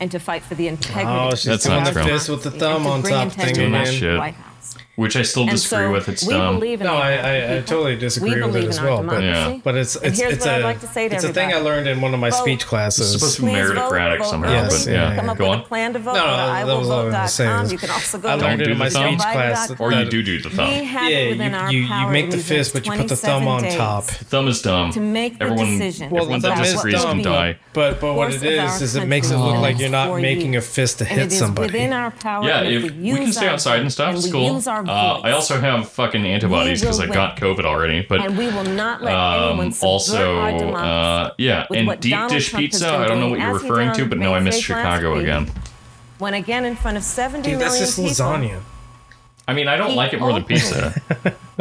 [SPEAKER 6] and to fight for the integrity
[SPEAKER 2] Oh,
[SPEAKER 6] of
[SPEAKER 2] she's
[SPEAKER 3] That's
[SPEAKER 2] doing
[SPEAKER 3] not
[SPEAKER 2] the
[SPEAKER 3] Trump.
[SPEAKER 2] fist with the
[SPEAKER 6] democracy and
[SPEAKER 2] thumb
[SPEAKER 6] to
[SPEAKER 2] on
[SPEAKER 6] bring
[SPEAKER 2] top thing,
[SPEAKER 6] integrity
[SPEAKER 3] Doing that
[SPEAKER 6] back to
[SPEAKER 2] man.
[SPEAKER 6] the
[SPEAKER 3] shit.
[SPEAKER 6] White House.
[SPEAKER 3] which I still
[SPEAKER 6] And
[SPEAKER 3] disagree
[SPEAKER 6] so
[SPEAKER 3] with. It's
[SPEAKER 6] we
[SPEAKER 3] dumb.
[SPEAKER 6] believe in
[SPEAKER 2] No,
[SPEAKER 6] our
[SPEAKER 2] I,
[SPEAKER 6] people.
[SPEAKER 2] I, I totally disagree
[SPEAKER 6] we
[SPEAKER 2] with it
[SPEAKER 6] believe
[SPEAKER 2] as
[SPEAKER 6] in our
[SPEAKER 2] well. But,
[SPEAKER 3] Yeah.
[SPEAKER 6] democracy.
[SPEAKER 2] but it's
[SPEAKER 6] and
[SPEAKER 2] it's
[SPEAKER 6] here's
[SPEAKER 2] it's
[SPEAKER 6] what I'd
[SPEAKER 2] a
[SPEAKER 6] like to say to
[SPEAKER 2] it's a
[SPEAKER 6] everybody.
[SPEAKER 2] thing I learned in one of my
[SPEAKER 6] Vote.
[SPEAKER 2] speech
[SPEAKER 3] It's supposed
[SPEAKER 2] classes.
[SPEAKER 3] to be
[SPEAKER 6] Please vote,
[SPEAKER 3] meritocratic
[SPEAKER 6] vote,
[SPEAKER 3] somehow,
[SPEAKER 6] vote.
[SPEAKER 2] Yes,
[SPEAKER 6] Please
[SPEAKER 2] yeah.
[SPEAKER 6] Come up
[SPEAKER 3] Go
[SPEAKER 6] with
[SPEAKER 3] on.
[SPEAKER 6] a plan to vote.
[SPEAKER 2] No,
[SPEAKER 6] No,
[SPEAKER 2] no,
[SPEAKER 6] I
[SPEAKER 2] that
[SPEAKER 6] will
[SPEAKER 2] was all I was gonna say
[SPEAKER 6] vote.com.
[SPEAKER 2] is
[SPEAKER 6] You can also go
[SPEAKER 2] I
[SPEAKER 6] to
[SPEAKER 2] learned it
[SPEAKER 3] do
[SPEAKER 2] in my
[SPEAKER 3] the thumb.
[SPEAKER 2] speech class.
[SPEAKER 6] Divided.com.
[SPEAKER 3] or you
[SPEAKER 2] that-
[SPEAKER 3] do do the thumb.
[SPEAKER 6] We have
[SPEAKER 2] Yeah,
[SPEAKER 6] it within our
[SPEAKER 2] you, you,
[SPEAKER 6] power
[SPEAKER 2] you make
[SPEAKER 6] to
[SPEAKER 2] the
[SPEAKER 6] move
[SPEAKER 2] fist,
[SPEAKER 6] things
[SPEAKER 2] but you put the thumb
[SPEAKER 6] 27
[SPEAKER 2] on
[SPEAKER 6] days.
[SPEAKER 2] top.
[SPEAKER 3] Thumb is dumb.
[SPEAKER 6] To make the
[SPEAKER 3] everyone,
[SPEAKER 6] decision
[SPEAKER 2] Well,
[SPEAKER 3] everyone
[SPEAKER 2] the
[SPEAKER 3] that
[SPEAKER 2] thumb is
[SPEAKER 3] disagrees
[SPEAKER 2] dumb,
[SPEAKER 3] can die.
[SPEAKER 2] But but what
[SPEAKER 6] course
[SPEAKER 2] it
[SPEAKER 6] of our
[SPEAKER 2] is is it makes it
[SPEAKER 6] country
[SPEAKER 2] look like
[SPEAKER 6] in
[SPEAKER 2] you're
[SPEAKER 6] the
[SPEAKER 2] not
[SPEAKER 6] next
[SPEAKER 2] making
[SPEAKER 6] four
[SPEAKER 2] a fist to
[SPEAKER 6] And
[SPEAKER 2] hit
[SPEAKER 6] it is
[SPEAKER 2] somebody.
[SPEAKER 6] within our power.
[SPEAKER 3] Yeah,
[SPEAKER 6] and if,
[SPEAKER 3] if
[SPEAKER 6] we,
[SPEAKER 3] we can
[SPEAKER 6] use
[SPEAKER 3] stay
[SPEAKER 6] our
[SPEAKER 3] outside and
[SPEAKER 6] vote
[SPEAKER 3] stuff,
[SPEAKER 6] and
[SPEAKER 3] it's
[SPEAKER 6] we
[SPEAKER 3] cool.
[SPEAKER 6] use our
[SPEAKER 3] Uh, I
[SPEAKER 6] voice,
[SPEAKER 3] also have fucking antibodies because
[SPEAKER 6] will
[SPEAKER 3] I got COVID already. But
[SPEAKER 6] and we will not let anyone
[SPEAKER 3] um,
[SPEAKER 6] subvert
[SPEAKER 3] also,
[SPEAKER 6] our democracy.
[SPEAKER 3] uh, yeah,
[SPEAKER 6] with
[SPEAKER 3] and
[SPEAKER 6] what
[SPEAKER 3] deep
[SPEAKER 6] Donald
[SPEAKER 3] dish
[SPEAKER 6] Trump has
[SPEAKER 3] pizza.
[SPEAKER 6] been
[SPEAKER 3] I don't know
[SPEAKER 6] doing.
[SPEAKER 3] what you're
[SPEAKER 6] Ask me
[SPEAKER 3] referring
[SPEAKER 6] down
[SPEAKER 3] to, but now I
[SPEAKER 6] Main
[SPEAKER 3] miss
[SPEAKER 6] Street last
[SPEAKER 3] Chicago
[SPEAKER 6] week,
[SPEAKER 3] again.
[SPEAKER 6] when again in front of 70
[SPEAKER 2] Dude,
[SPEAKER 6] million
[SPEAKER 2] that's just
[SPEAKER 6] people,
[SPEAKER 2] lasagna.
[SPEAKER 3] I mean, I don't
[SPEAKER 6] He
[SPEAKER 3] like it more than
[SPEAKER 6] openly
[SPEAKER 3] pizza.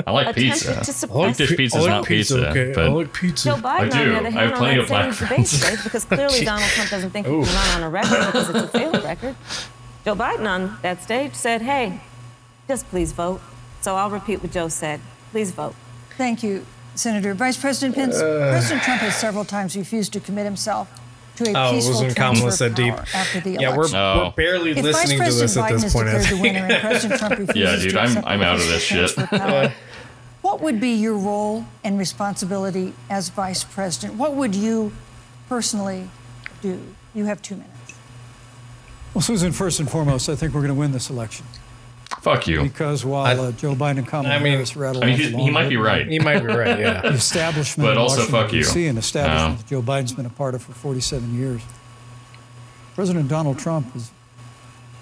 [SPEAKER 3] I like
[SPEAKER 6] Attempted to
[SPEAKER 3] pizza.
[SPEAKER 2] I like
[SPEAKER 6] suppress
[SPEAKER 3] dish
[SPEAKER 2] pi-
[SPEAKER 3] pizza's
[SPEAKER 2] I like
[SPEAKER 3] not pizza,
[SPEAKER 2] Okay, I
[SPEAKER 3] but-
[SPEAKER 2] like pizza.
[SPEAKER 6] Joe Biden, on
[SPEAKER 3] do.
[SPEAKER 6] the
[SPEAKER 3] I
[SPEAKER 6] other
[SPEAKER 3] have
[SPEAKER 6] hand, I'm
[SPEAKER 3] plenty
[SPEAKER 6] not
[SPEAKER 3] of black
[SPEAKER 6] saying it's debate today
[SPEAKER 3] [LAUGHS]
[SPEAKER 6] because clearly Donald Trump doesn't think he can run on a record because
[SPEAKER 2] [LAUGHS]
[SPEAKER 6] it's a failed record. Joe Biden on that stage said, hey, just please vote. So I'll repeat what Joe said. Please vote.
[SPEAKER 5] Thank you, Senator. Vice President Pence,
[SPEAKER 2] Uh.
[SPEAKER 5] President Trump has several times refused to commit himself to a
[SPEAKER 2] Oh, it was
[SPEAKER 5] peaceful
[SPEAKER 2] when
[SPEAKER 5] transfer
[SPEAKER 2] Kamala
[SPEAKER 5] of
[SPEAKER 2] said deep.
[SPEAKER 5] power after the
[SPEAKER 2] Yeah, we're,
[SPEAKER 5] election.
[SPEAKER 3] Oh.
[SPEAKER 2] we're barely
[SPEAKER 5] if Vice
[SPEAKER 2] listening to
[SPEAKER 5] President
[SPEAKER 2] this at
[SPEAKER 5] Biden
[SPEAKER 2] this
[SPEAKER 5] is
[SPEAKER 2] point. I
[SPEAKER 5] declared the
[SPEAKER 2] think.
[SPEAKER 5] winner and President
[SPEAKER 2] [LAUGHS]
[SPEAKER 5] Trump refuses
[SPEAKER 3] Yeah, dude,
[SPEAKER 5] to
[SPEAKER 3] I'm-
[SPEAKER 5] accept
[SPEAKER 3] I'm
[SPEAKER 5] the
[SPEAKER 3] out of this
[SPEAKER 5] official
[SPEAKER 3] shit.
[SPEAKER 5] transfer of power, what would be your role and responsibility as vice president? What would you personally do? You have two minutes.
[SPEAKER 7] Well, Susan, first and foremost, I think we're going to win this election
[SPEAKER 3] Fuck you.
[SPEAKER 7] because while uh, Joe Biden and Kamala
[SPEAKER 2] I mean-
[SPEAKER 7] Harris rattle
[SPEAKER 3] I mean,
[SPEAKER 7] off
[SPEAKER 3] he,
[SPEAKER 7] a
[SPEAKER 3] he
[SPEAKER 7] long
[SPEAKER 3] might be
[SPEAKER 7] litany
[SPEAKER 3] right.
[SPEAKER 2] You might be right.
[SPEAKER 7] [LAUGHS] the
[SPEAKER 2] Yeah.
[SPEAKER 7] establishment
[SPEAKER 3] But
[SPEAKER 7] in
[SPEAKER 3] also,
[SPEAKER 7] Washington,
[SPEAKER 3] fuck you.
[SPEAKER 7] D.C., an establishment
[SPEAKER 3] Um,
[SPEAKER 7] that Joe Biden's been a part of for 47 years. President Donald Trump has,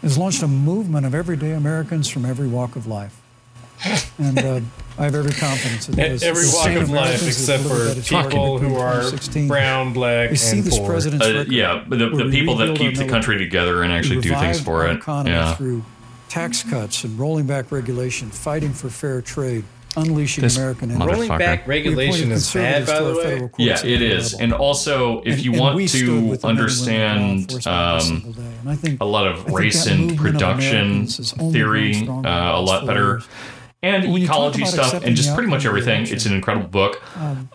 [SPEAKER 7] has launched a movement of everyday Americans from every walk of
[SPEAKER 3] [LAUGHS]
[SPEAKER 7] life. And uh, I have every confidence in this.
[SPEAKER 2] E-, Every
[SPEAKER 7] The
[SPEAKER 2] walk
[SPEAKER 7] same
[SPEAKER 2] of life
[SPEAKER 7] Americans
[SPEAKER 2] except
[SPEAKER 7] that delivered
[SPEAKER 2] for
[SPEAKER 7] that historic
[SPEAKER 2] people
[SPEAKER 7] victory
[SPEAKER 2] who
[SPEAKER 7] in
[SPEAKER 2] are
[SPEAKER 7] 2016.
[SPEAKER 2] brown, black,
[SPEAKER 7] We see
[SPEAKER 2] and
[SPEAKER 7] this
[SPEAKER 2] poor.
[SPEAKER 7] president's
[SPEAKER 3] Uh,
[SPEAKER 7] record.
[SPEAKER 3] yeah, but the,
[SPEAKER 7] We're
[SPEAKER 3] the people that
[SPEAKER 7] rebuild
[SPEAKER 3] keep
[SPEAKER 7] our
[SPEAKER 3] the country together and actually do
[SPEAKER 7] revive
[SPEAKER 3] things for
[SPEAKER 7] our
[SPEAKER 3] it.
[SPEAKER 7] economy
[SPEAKER 3] Yeah.
[SPEAKER 7] through tax cuts and rolling back regulation, fighting for fair trade, unleashing
[SPEAKER 3] This
[SPEAKER 7] American
[SPEAKER 3] mother-
[SPEAKER 7] energy.
[SPEAKER 2] Rolling back
[SPEAKER 3] Motherfucker.
[SPEAKER 7] We appointed
[SPEAKER 2] regulation is bad,
[SPEAKER 7] conservatives
[SPEAKER 2] by
[SPEAKER 7] to
[SPEAKER 2] the
[SPEAKER 7] our federal
[SPEAKER 2] way.
[SPEAKER 7] courts
[SPEAKER 3] Yeah,
[SPEAKER 7] at
[SPEAKER 3] it
[SPEAKER 7] every
[SPEAKER 3] is.
[SPEAKER 7] level.
[SPEAKER 3] And also, if
[SPEAKER 7] And-
[SPEAKER 3] you
[SPEAKER 7] and we
[SPEAKER 3] want
[SPEAKER 7] stood with the
[SPEAKER 3] to
[SPEAKER 7] men and women of law
[SPEAKER 3] understand
[SPEAKER 7] enforcement every
[SPEAKER 3] um,
[SPEAKER 7] single day. And I think
[SPEAKER 3] a lot of
[SPEAKER 7] I think
[SPEAKER 3] race
[SPEAKER 7] that
[SPEAKER 3] and
[SPEAKER 7] movement of
[SPEAKER 3] production
[SPEAKER 7] Americans has only grown
[SPEAKER 3] theory,
[SPEAKER 7] stronger in the
[SPEAKER 3] uh, a
[SPEAKER 7] last
[SPEAKER 3] lot
[SPEAKER 7] four
[SPEAKER 3] better,
[SPEAKER 7] years.
[SPEAKER 3] and
[SPEAKER 7] When you talk
[SPEAKER 3] ecology
[SPEAKER 7] about
[SPEAKER 3] stuff,
[SPEAKER 7] accepting um,
[SPEAKER 3] and just
[SPEAKER 7] the
[SPEAKER 3] pretty much
[SPEAKER 7] outcome of the
[SPEAKER 3] everything.
[SPEAKER 7] election,
[SPEAKER 3] It's an incredible book.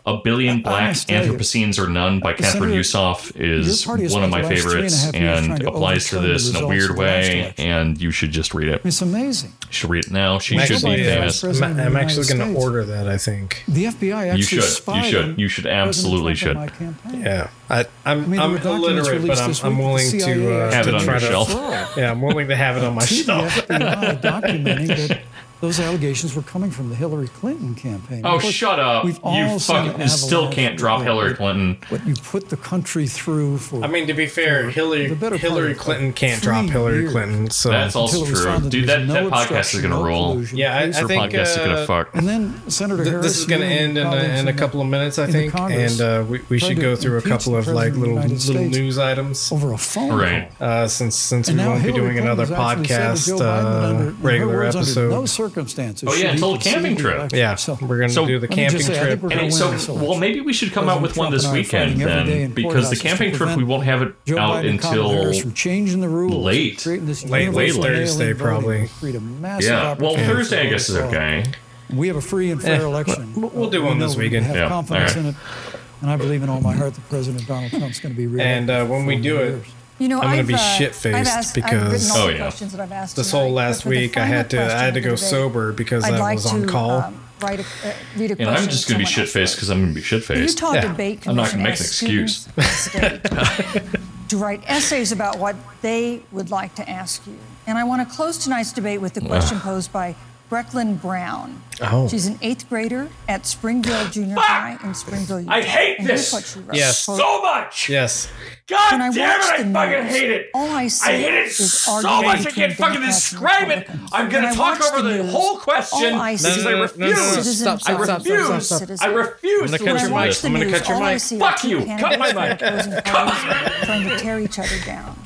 [SPEAKER 3] a Billion
[SPEAKER 7] I
[SPEAKER 3] Black
[SPEAKER 7] must tell you,
[SPEAKER 3] Anthropocene or None by
[SPEAKER 7] the
[SPEAKER 3] Catherine
[SPEAKER 7] Senator-
[SPEAKER 3] Yusof is
[SPEAKER 7] your party has
[SPEAKER 3] one of my
[SPEAKER 7] spent the last three and a
[SPEAKER 3] favorites
[SPEAKER 7] half years
[SPEAKER 3] and
[SPEAKER 7] trying to
[SPEAKER 3] applies to
[SPEAKER 7] overturn the
[SPEAKER 3] this in a
[SPEAKER 7] results
[SPEAKER 3] weird
[SPEAKER 7] of the last
[SPEAKER 3] way,
[SPEAKER 7] election.
[SPEAKER 3] and you should just read it. You
[SPEAKER 7] it's amazing.
[SPEAKER 3] should read it now. She
[SPEAKER 7] When
[SPEAKER 3] should be
[SPEAKER 7] somebody is
[SPEAKER 3] famous.
[SPEAKER 7] president of
[SPEAKER 2] I'm,
[SPEAKER 7] the
[SPEAKER 2] I'm
[SPEAKER 7] United
[SPEAKER 2] actually going to
[SPEAKER 7] States.
[SPEAKER 2] order that. I think.
[SPEAKER 7] The FBI actually
[SPEAKER 3] You should. You
[SPEAKER 7] spied on
[SPEAKER 3] should. You should
[SPEAKER 7] President
[SPEAKER 3] absolutely
[SPEAKER 7] Trump
[SPEAKER 3] should.
[SPEAKER 7] and my campaign.
[SPEAKER 2] Yeah, I, I'm I
[SPEAKER 7] mean, there
[SPEAKER 2] am
[SPEAKER 7] were documents
[SPEAKER 2] illiterate, but
[SPEAKER 7] released
[SPEAKER 2] I'm,
[SPEAKER 7] this
[SPEAKER 2] I'm
[SPEAKER 7] week that the
[SPEAKER 2] willing to
[SPEAKER 7] CIA
[SPEAKER 2] uh,
[SPEAKER 3] Have it
[SPEAKER 2] to
[SPEAKER 3] on
[SPEAKER 2] try
[SPEAKER 3] your
[SPEAKER 2] to-
[SPEAKER 3] shelf.
[SPEAKER 2] [LAUGHS] Yeah, I'm willing to have it on my
[SPEAKER 7] to the
[SPEAKER 2] shelf. [LAUGHS]
[SPEAKER 7] FBI documenting that those allegations were coming from the Hillary Clinton campaign.
[SPEAKER 3] Oh,
[SPEAKER 7] Of course,
[SPEAKER 3] shut up!
[SPEAKER 7] We've all
[SPEAKER 3] You
[SPEAKER 7] seen
[SPEAKER 3] fucking
[SPEAKER 7] an
[SPEAKER 3] still
[SPEAKER 7] avalanche
[SPEAKER 3] can't drop
[SPEAKER 7] of
[SPEAKER 3] Hillary
[SPEAKER 7] what-
[SPEAKER 3] Clinton.
[SPEAKER 7] What you put the country through for.
[SPEAKER 2] I mean, to be fair, Hillary
[SPEAKER 7] the better part
[SPEAKER 2] Hillary
[SPEAKER 7] of
[SPEAKER 2] Clinton can't
[SPEAKER 7] three
[SPEAKER 2] drop Hillary
[SPEAKER 7] years.
[SPEAKER 2] Clinton. So
[SPEAKER 3] That's also
[SPEAKER 7] until it was
[SPEAKER 3] true,
[SPEAKER 7] found that
[SPEAKER 3] dude.
[SPEAKER 7] there was
[SPEAKER 3] That,
[SPEAKER 7] no
[SPEAKER 3] that podcast is
[SPEAKER 7] obstruction,
[SPEAKER 3] gonna
[SPEAKER 7] no
[SPEAKER 3] roll.
[SPEAKER 7] collusion,
[SPEAKER 2] yeah, I, I
[SPEAKER 7] police-
[SPEAKER 3] Her
[SPEAKER 2] think
[SPEAKER 3] podcast is gonna
[SPEAKER 2] uh,
[SPEAKER 3] fuck.
[SPEAKER 7] And then Senator
[SPEAKER 2] th-
[SPEAKER 7] Harris.
[SPEAKER 2] this is going to
[SPEAKER 7] you and
[SPEAKER 2] end in a,
[SPEAKER 7] colleagues
[SPEAKER 2] in a
[SPEAKER 7] the-
[SPEAKER 2] couple of minutes, I
[SPEAKER 7] in the
[SPEAKER 2] think,
[SPEAKER 7] Congress
[SPEAKER 2] and uh, we, we
[SPEAKER 7] tried
[SPEAKER 2] should
[SPEAKER 7] to
[SPEAKER 2] go through a
[SPEAKER 7] impeach
[SPEAKER 2] couple
[SPEAKER 7] the
[SPEAKER 2] of like
[SPEAKER 7] President of the
[SPEAKER 2] little little
[SPEAKER 7] United States
[SPEAKER 2] news items.
[SPEAKER 7] over a phone
[SPEAKER 3] Right.
[SPEAKER 7] call.
[SPEAKER 2] Uh, since since
[SPEAKER 7] And
[SPEAKER 2] we
[SPEAKER 7] now
[SPEAKER 2] won't be
[SPEAKER 7] Hillary
[SPEAKER 2] doing another
[SPEAKER 7] Clinton's actually said to Joe
[SPEAKER 2] podcast,
[SPEAKER 7] Biden
[SPEAKER 2] uh,
[SPEAKER 7] under, in her
[SPEAKER 2] regular
[SPEAKER 7] words, under
[SPEAKER 2] episode.
[SPEAKER 7] No circumstances.
[SPEAKER 3] Oh, yeah,
[SPEAKER 7] should he
[SPEAKER 3] until a camping
[SPEAKER 7] concede the
[SPEAKER 3] trip.
[SPEAKER 7] election.
[SPEAKER 2] yeah,
[SPEAKER 7] So-
[SPEAKER 2] we're going to
[SPEAKER 3] So-
[SPEAKER 2] do the
[SPEAKER 7] Let me
[SPEAKER 2] camping
[SPEAKER 7] just say, I
[SPEAKER 2] trip.
[SPEAKER 7] think we're
[SPEAKER 3] And
[SPEAKER 7] gonna
[SPEAKER 3] it,
[SPEAKER 7] win
[SPEAKER 3] so,
[SPEAKER 7] this election.
[SPEAKER 3] well, maybe we should come out with one
[SPEAKER 7] President
[SPEAKER 3] this
[SPEAKER 7] Trump and I are
[SPEAKER 3] weekend
[SPEAKER 7] fighting every day
[SPEAKER 3] then,
[SPEAKER 7] in
[SPEAKER 3] because the
[SPEAKER 7] courthouses to
[SPEAKER 3] camping trip
[SPEAKER 7] prevent
[SPEAKER 3] we won't have it
[SPEAKER 7] Joe
[SPEAKER 3] out
[SPEAKER 7] Biden and Kamala
[SPEAKER 3] until.
[SPEAKER 7] Harris from changing the rules, and
[SPEAKER 3] late.
[SPEAKER 7] creating this
[SPEAKER 2] Late, late
[SPEAKER 7] universal alien
[SPEAKER 2] Thursday,
[SPEAKER 7] voting
[SPEAKER 2] probably.
[SPEAKER 7] that create a massive
[SPEAKER 3] Yeah, well,
[SPEAKER 7] opportunity for
[SPEAKER 3] Thursday I guess is
[SPEAKER 7] all.
[SPEAKER 3] okay.
[SPEAKER 7] We have a free and fair
[SPEAKER 2] Eh,
[SPEAKER 7] election.
[SPEAKER 2] we'll- we'll do
[SPEAKER 7] We
[SPEAKER 2] one
[SPEAKER 7] know
[SPEAKER 2] this
[SPEAKER 7] we
[SPEAKER 2] weekend.
[SPEAKER 7] Have
[SPEAKER 3] Yeah,
[SPEAKER 7] confidence
[SPEAKER 3] all right.
[SPEAKER 7] in it, and I believe in all my heart that President Donald Trump's going to be real.
[SPEAKER 2] And uh, when we do it,
[SPEAKER 5] You know,
[SPEAKER 2] I'm gonna
[SPEAKER 5] I've,
[SPEAKER 2] be
[SPEAKER 5] uh,
[SPEAKER 2] shit-faced
[SPEAKER 5] I've asked- I've written
[SPEAKER 2] because-
[SPEAKER 5] all
[SPEAKER 3] Oh,
[SPEAKER 5] the
[SPEAKER 3] yeah.
[SPEAKER 5] questions that I've asked
[SPEAKER 2] this
[SPEAKER 5] tonight,
[SPEAKER 2] whole
[SPEAKER 5] but
[SPEAKER 2] last
[SPEAKER 5] for the
[SPEAKER 2] week I
[SPEAKER 5] final
[SPEAKER 2] had to I
[SPEAKER 5] question
[SPEAKER 2] had to
[SPEAKER 5] of the
[SPEAKER 2] go
[SPEAKER 5] debate,
[SPEAKER 2] sober because
[SPEAKER 5] I'd
[SPEAKER 2] I
[SPEAKER 5] like
[SPEAKER 2] was on
[SPEAKER 5] to,
[SPEAKER 2] call.
[SPEAKER 5] um, write a, uh, read a
[SPEAKER 3] And I'm just gonna be shit faced because I'm gonna be shit
[SPEAKER 5] The
[SPEAKER 3] faced.
[SPEAKER 5] Utah
[SPEAKER 2] Yeah.
[SPEAKER 5] debate
[SPEAKER 3] I'm not
[SPEAKER 5] Commission
[SPEAKER 3] gonna make an
[SPEAKER 5] asked
[SPEAKER 3] excuse. [LAUGHS]
[SPEAKER 5] students of the
[SPEAKER 8] [LAUGHS]
[SPEAKER 5] state to write essays about what they would like to ask you. And I want to close tonight's debate with the question posed by Brecklyn Brown.
[SPEAKER 2] Oh.
[SPEAKER 5] She's an eighth grader
[SPEAKER 8] [GASPS]
[SPEAKER 5] at Springville Junior High in Springville, Utah.
[SPEAKER 8] I hate
[SPEAKER 5] and here's
[SPEAKER 8] this.
[SPEAKER 5] what she wrote.
[SPEAKER 2] Yes.
[SPEAKER 5] Quote,
[SPEAKER 8] so much.
[SPEAKER 2] Yes,
[SPEAKER 8] God
[SPEAKER 5] When I
[SPEAKER 8] damn it! I
[SPEAKER 5] watch the
[SPEAKER 8] fucking
[SPEAKER 5] news,
[SPEAKER 8] hate it.
[SPEAKER 5] all I see
[SPEAKER 8] I hate it
[SPEAKER 5] is
[SPEAKER 8] so much.
[SPEAKER 5] arguing
[SPEAKER 8] I
[SPEAKER 5] between
[SPEAKER 8] can't fucking
[SPEAKER 5] Democrats and
[SPEAKER 8] describe it.
[SPEAKER 5] Republicans.
[SPEAKER 8] I'm
[SPEAKER 5] When
[SPEAKER 8] gonna
[SPEAKER 5] I
[SPEAKER 8] talk
[SPEAKER 5] watch
[SPEAKER 8] over
[SPEAKER 5] the
[SPEAKER 8] the
[SPEAKER 5] news,
[SPEAKER 8] whole question
[SPEAKER 5] all I see
[SPEAKER 8] because I
[SPEAKER 2] No, no, no, no, no, no,
[SPEAKER 8] refuse.
[SPEAKER 5] Citizens
[SPEAKER 2] Stop,
[SPEAKER 8] I
[SPEAKER 2] stop, stop, stop,
[SPEAKER 8] refuse.
[SPEAKER 2] stop,
[SPEAKER 5] stop.
[SPEAKER 8] I refuse.
[SPEAKER 2] I'm gonna
[SPEAKER 8] to
[SPEAKER 5] When
[SPEAKER 2] cut your
[SPEAKER 5] I
[SPEAKER 8] listen.
[SPEAKER 2] mic.
[SPEAKER 5] watch the
[SPEAKER 2] I'm gonna
[SPEAKER 5] news,
[SPEAKER 2] cut your
[SPEAKER 5] all I
[SPEAKER 2] mic.
[SPEAKER 5] see are
[SPEAKER 8] Fuck
[SPEAKER 5] two
[SPEAKER 8] you. Cut
[SPEAKER 5] candidates
[SPEAKER 8] my mic.
[SPEAKER 5] with opposing parties trying to tear each other down.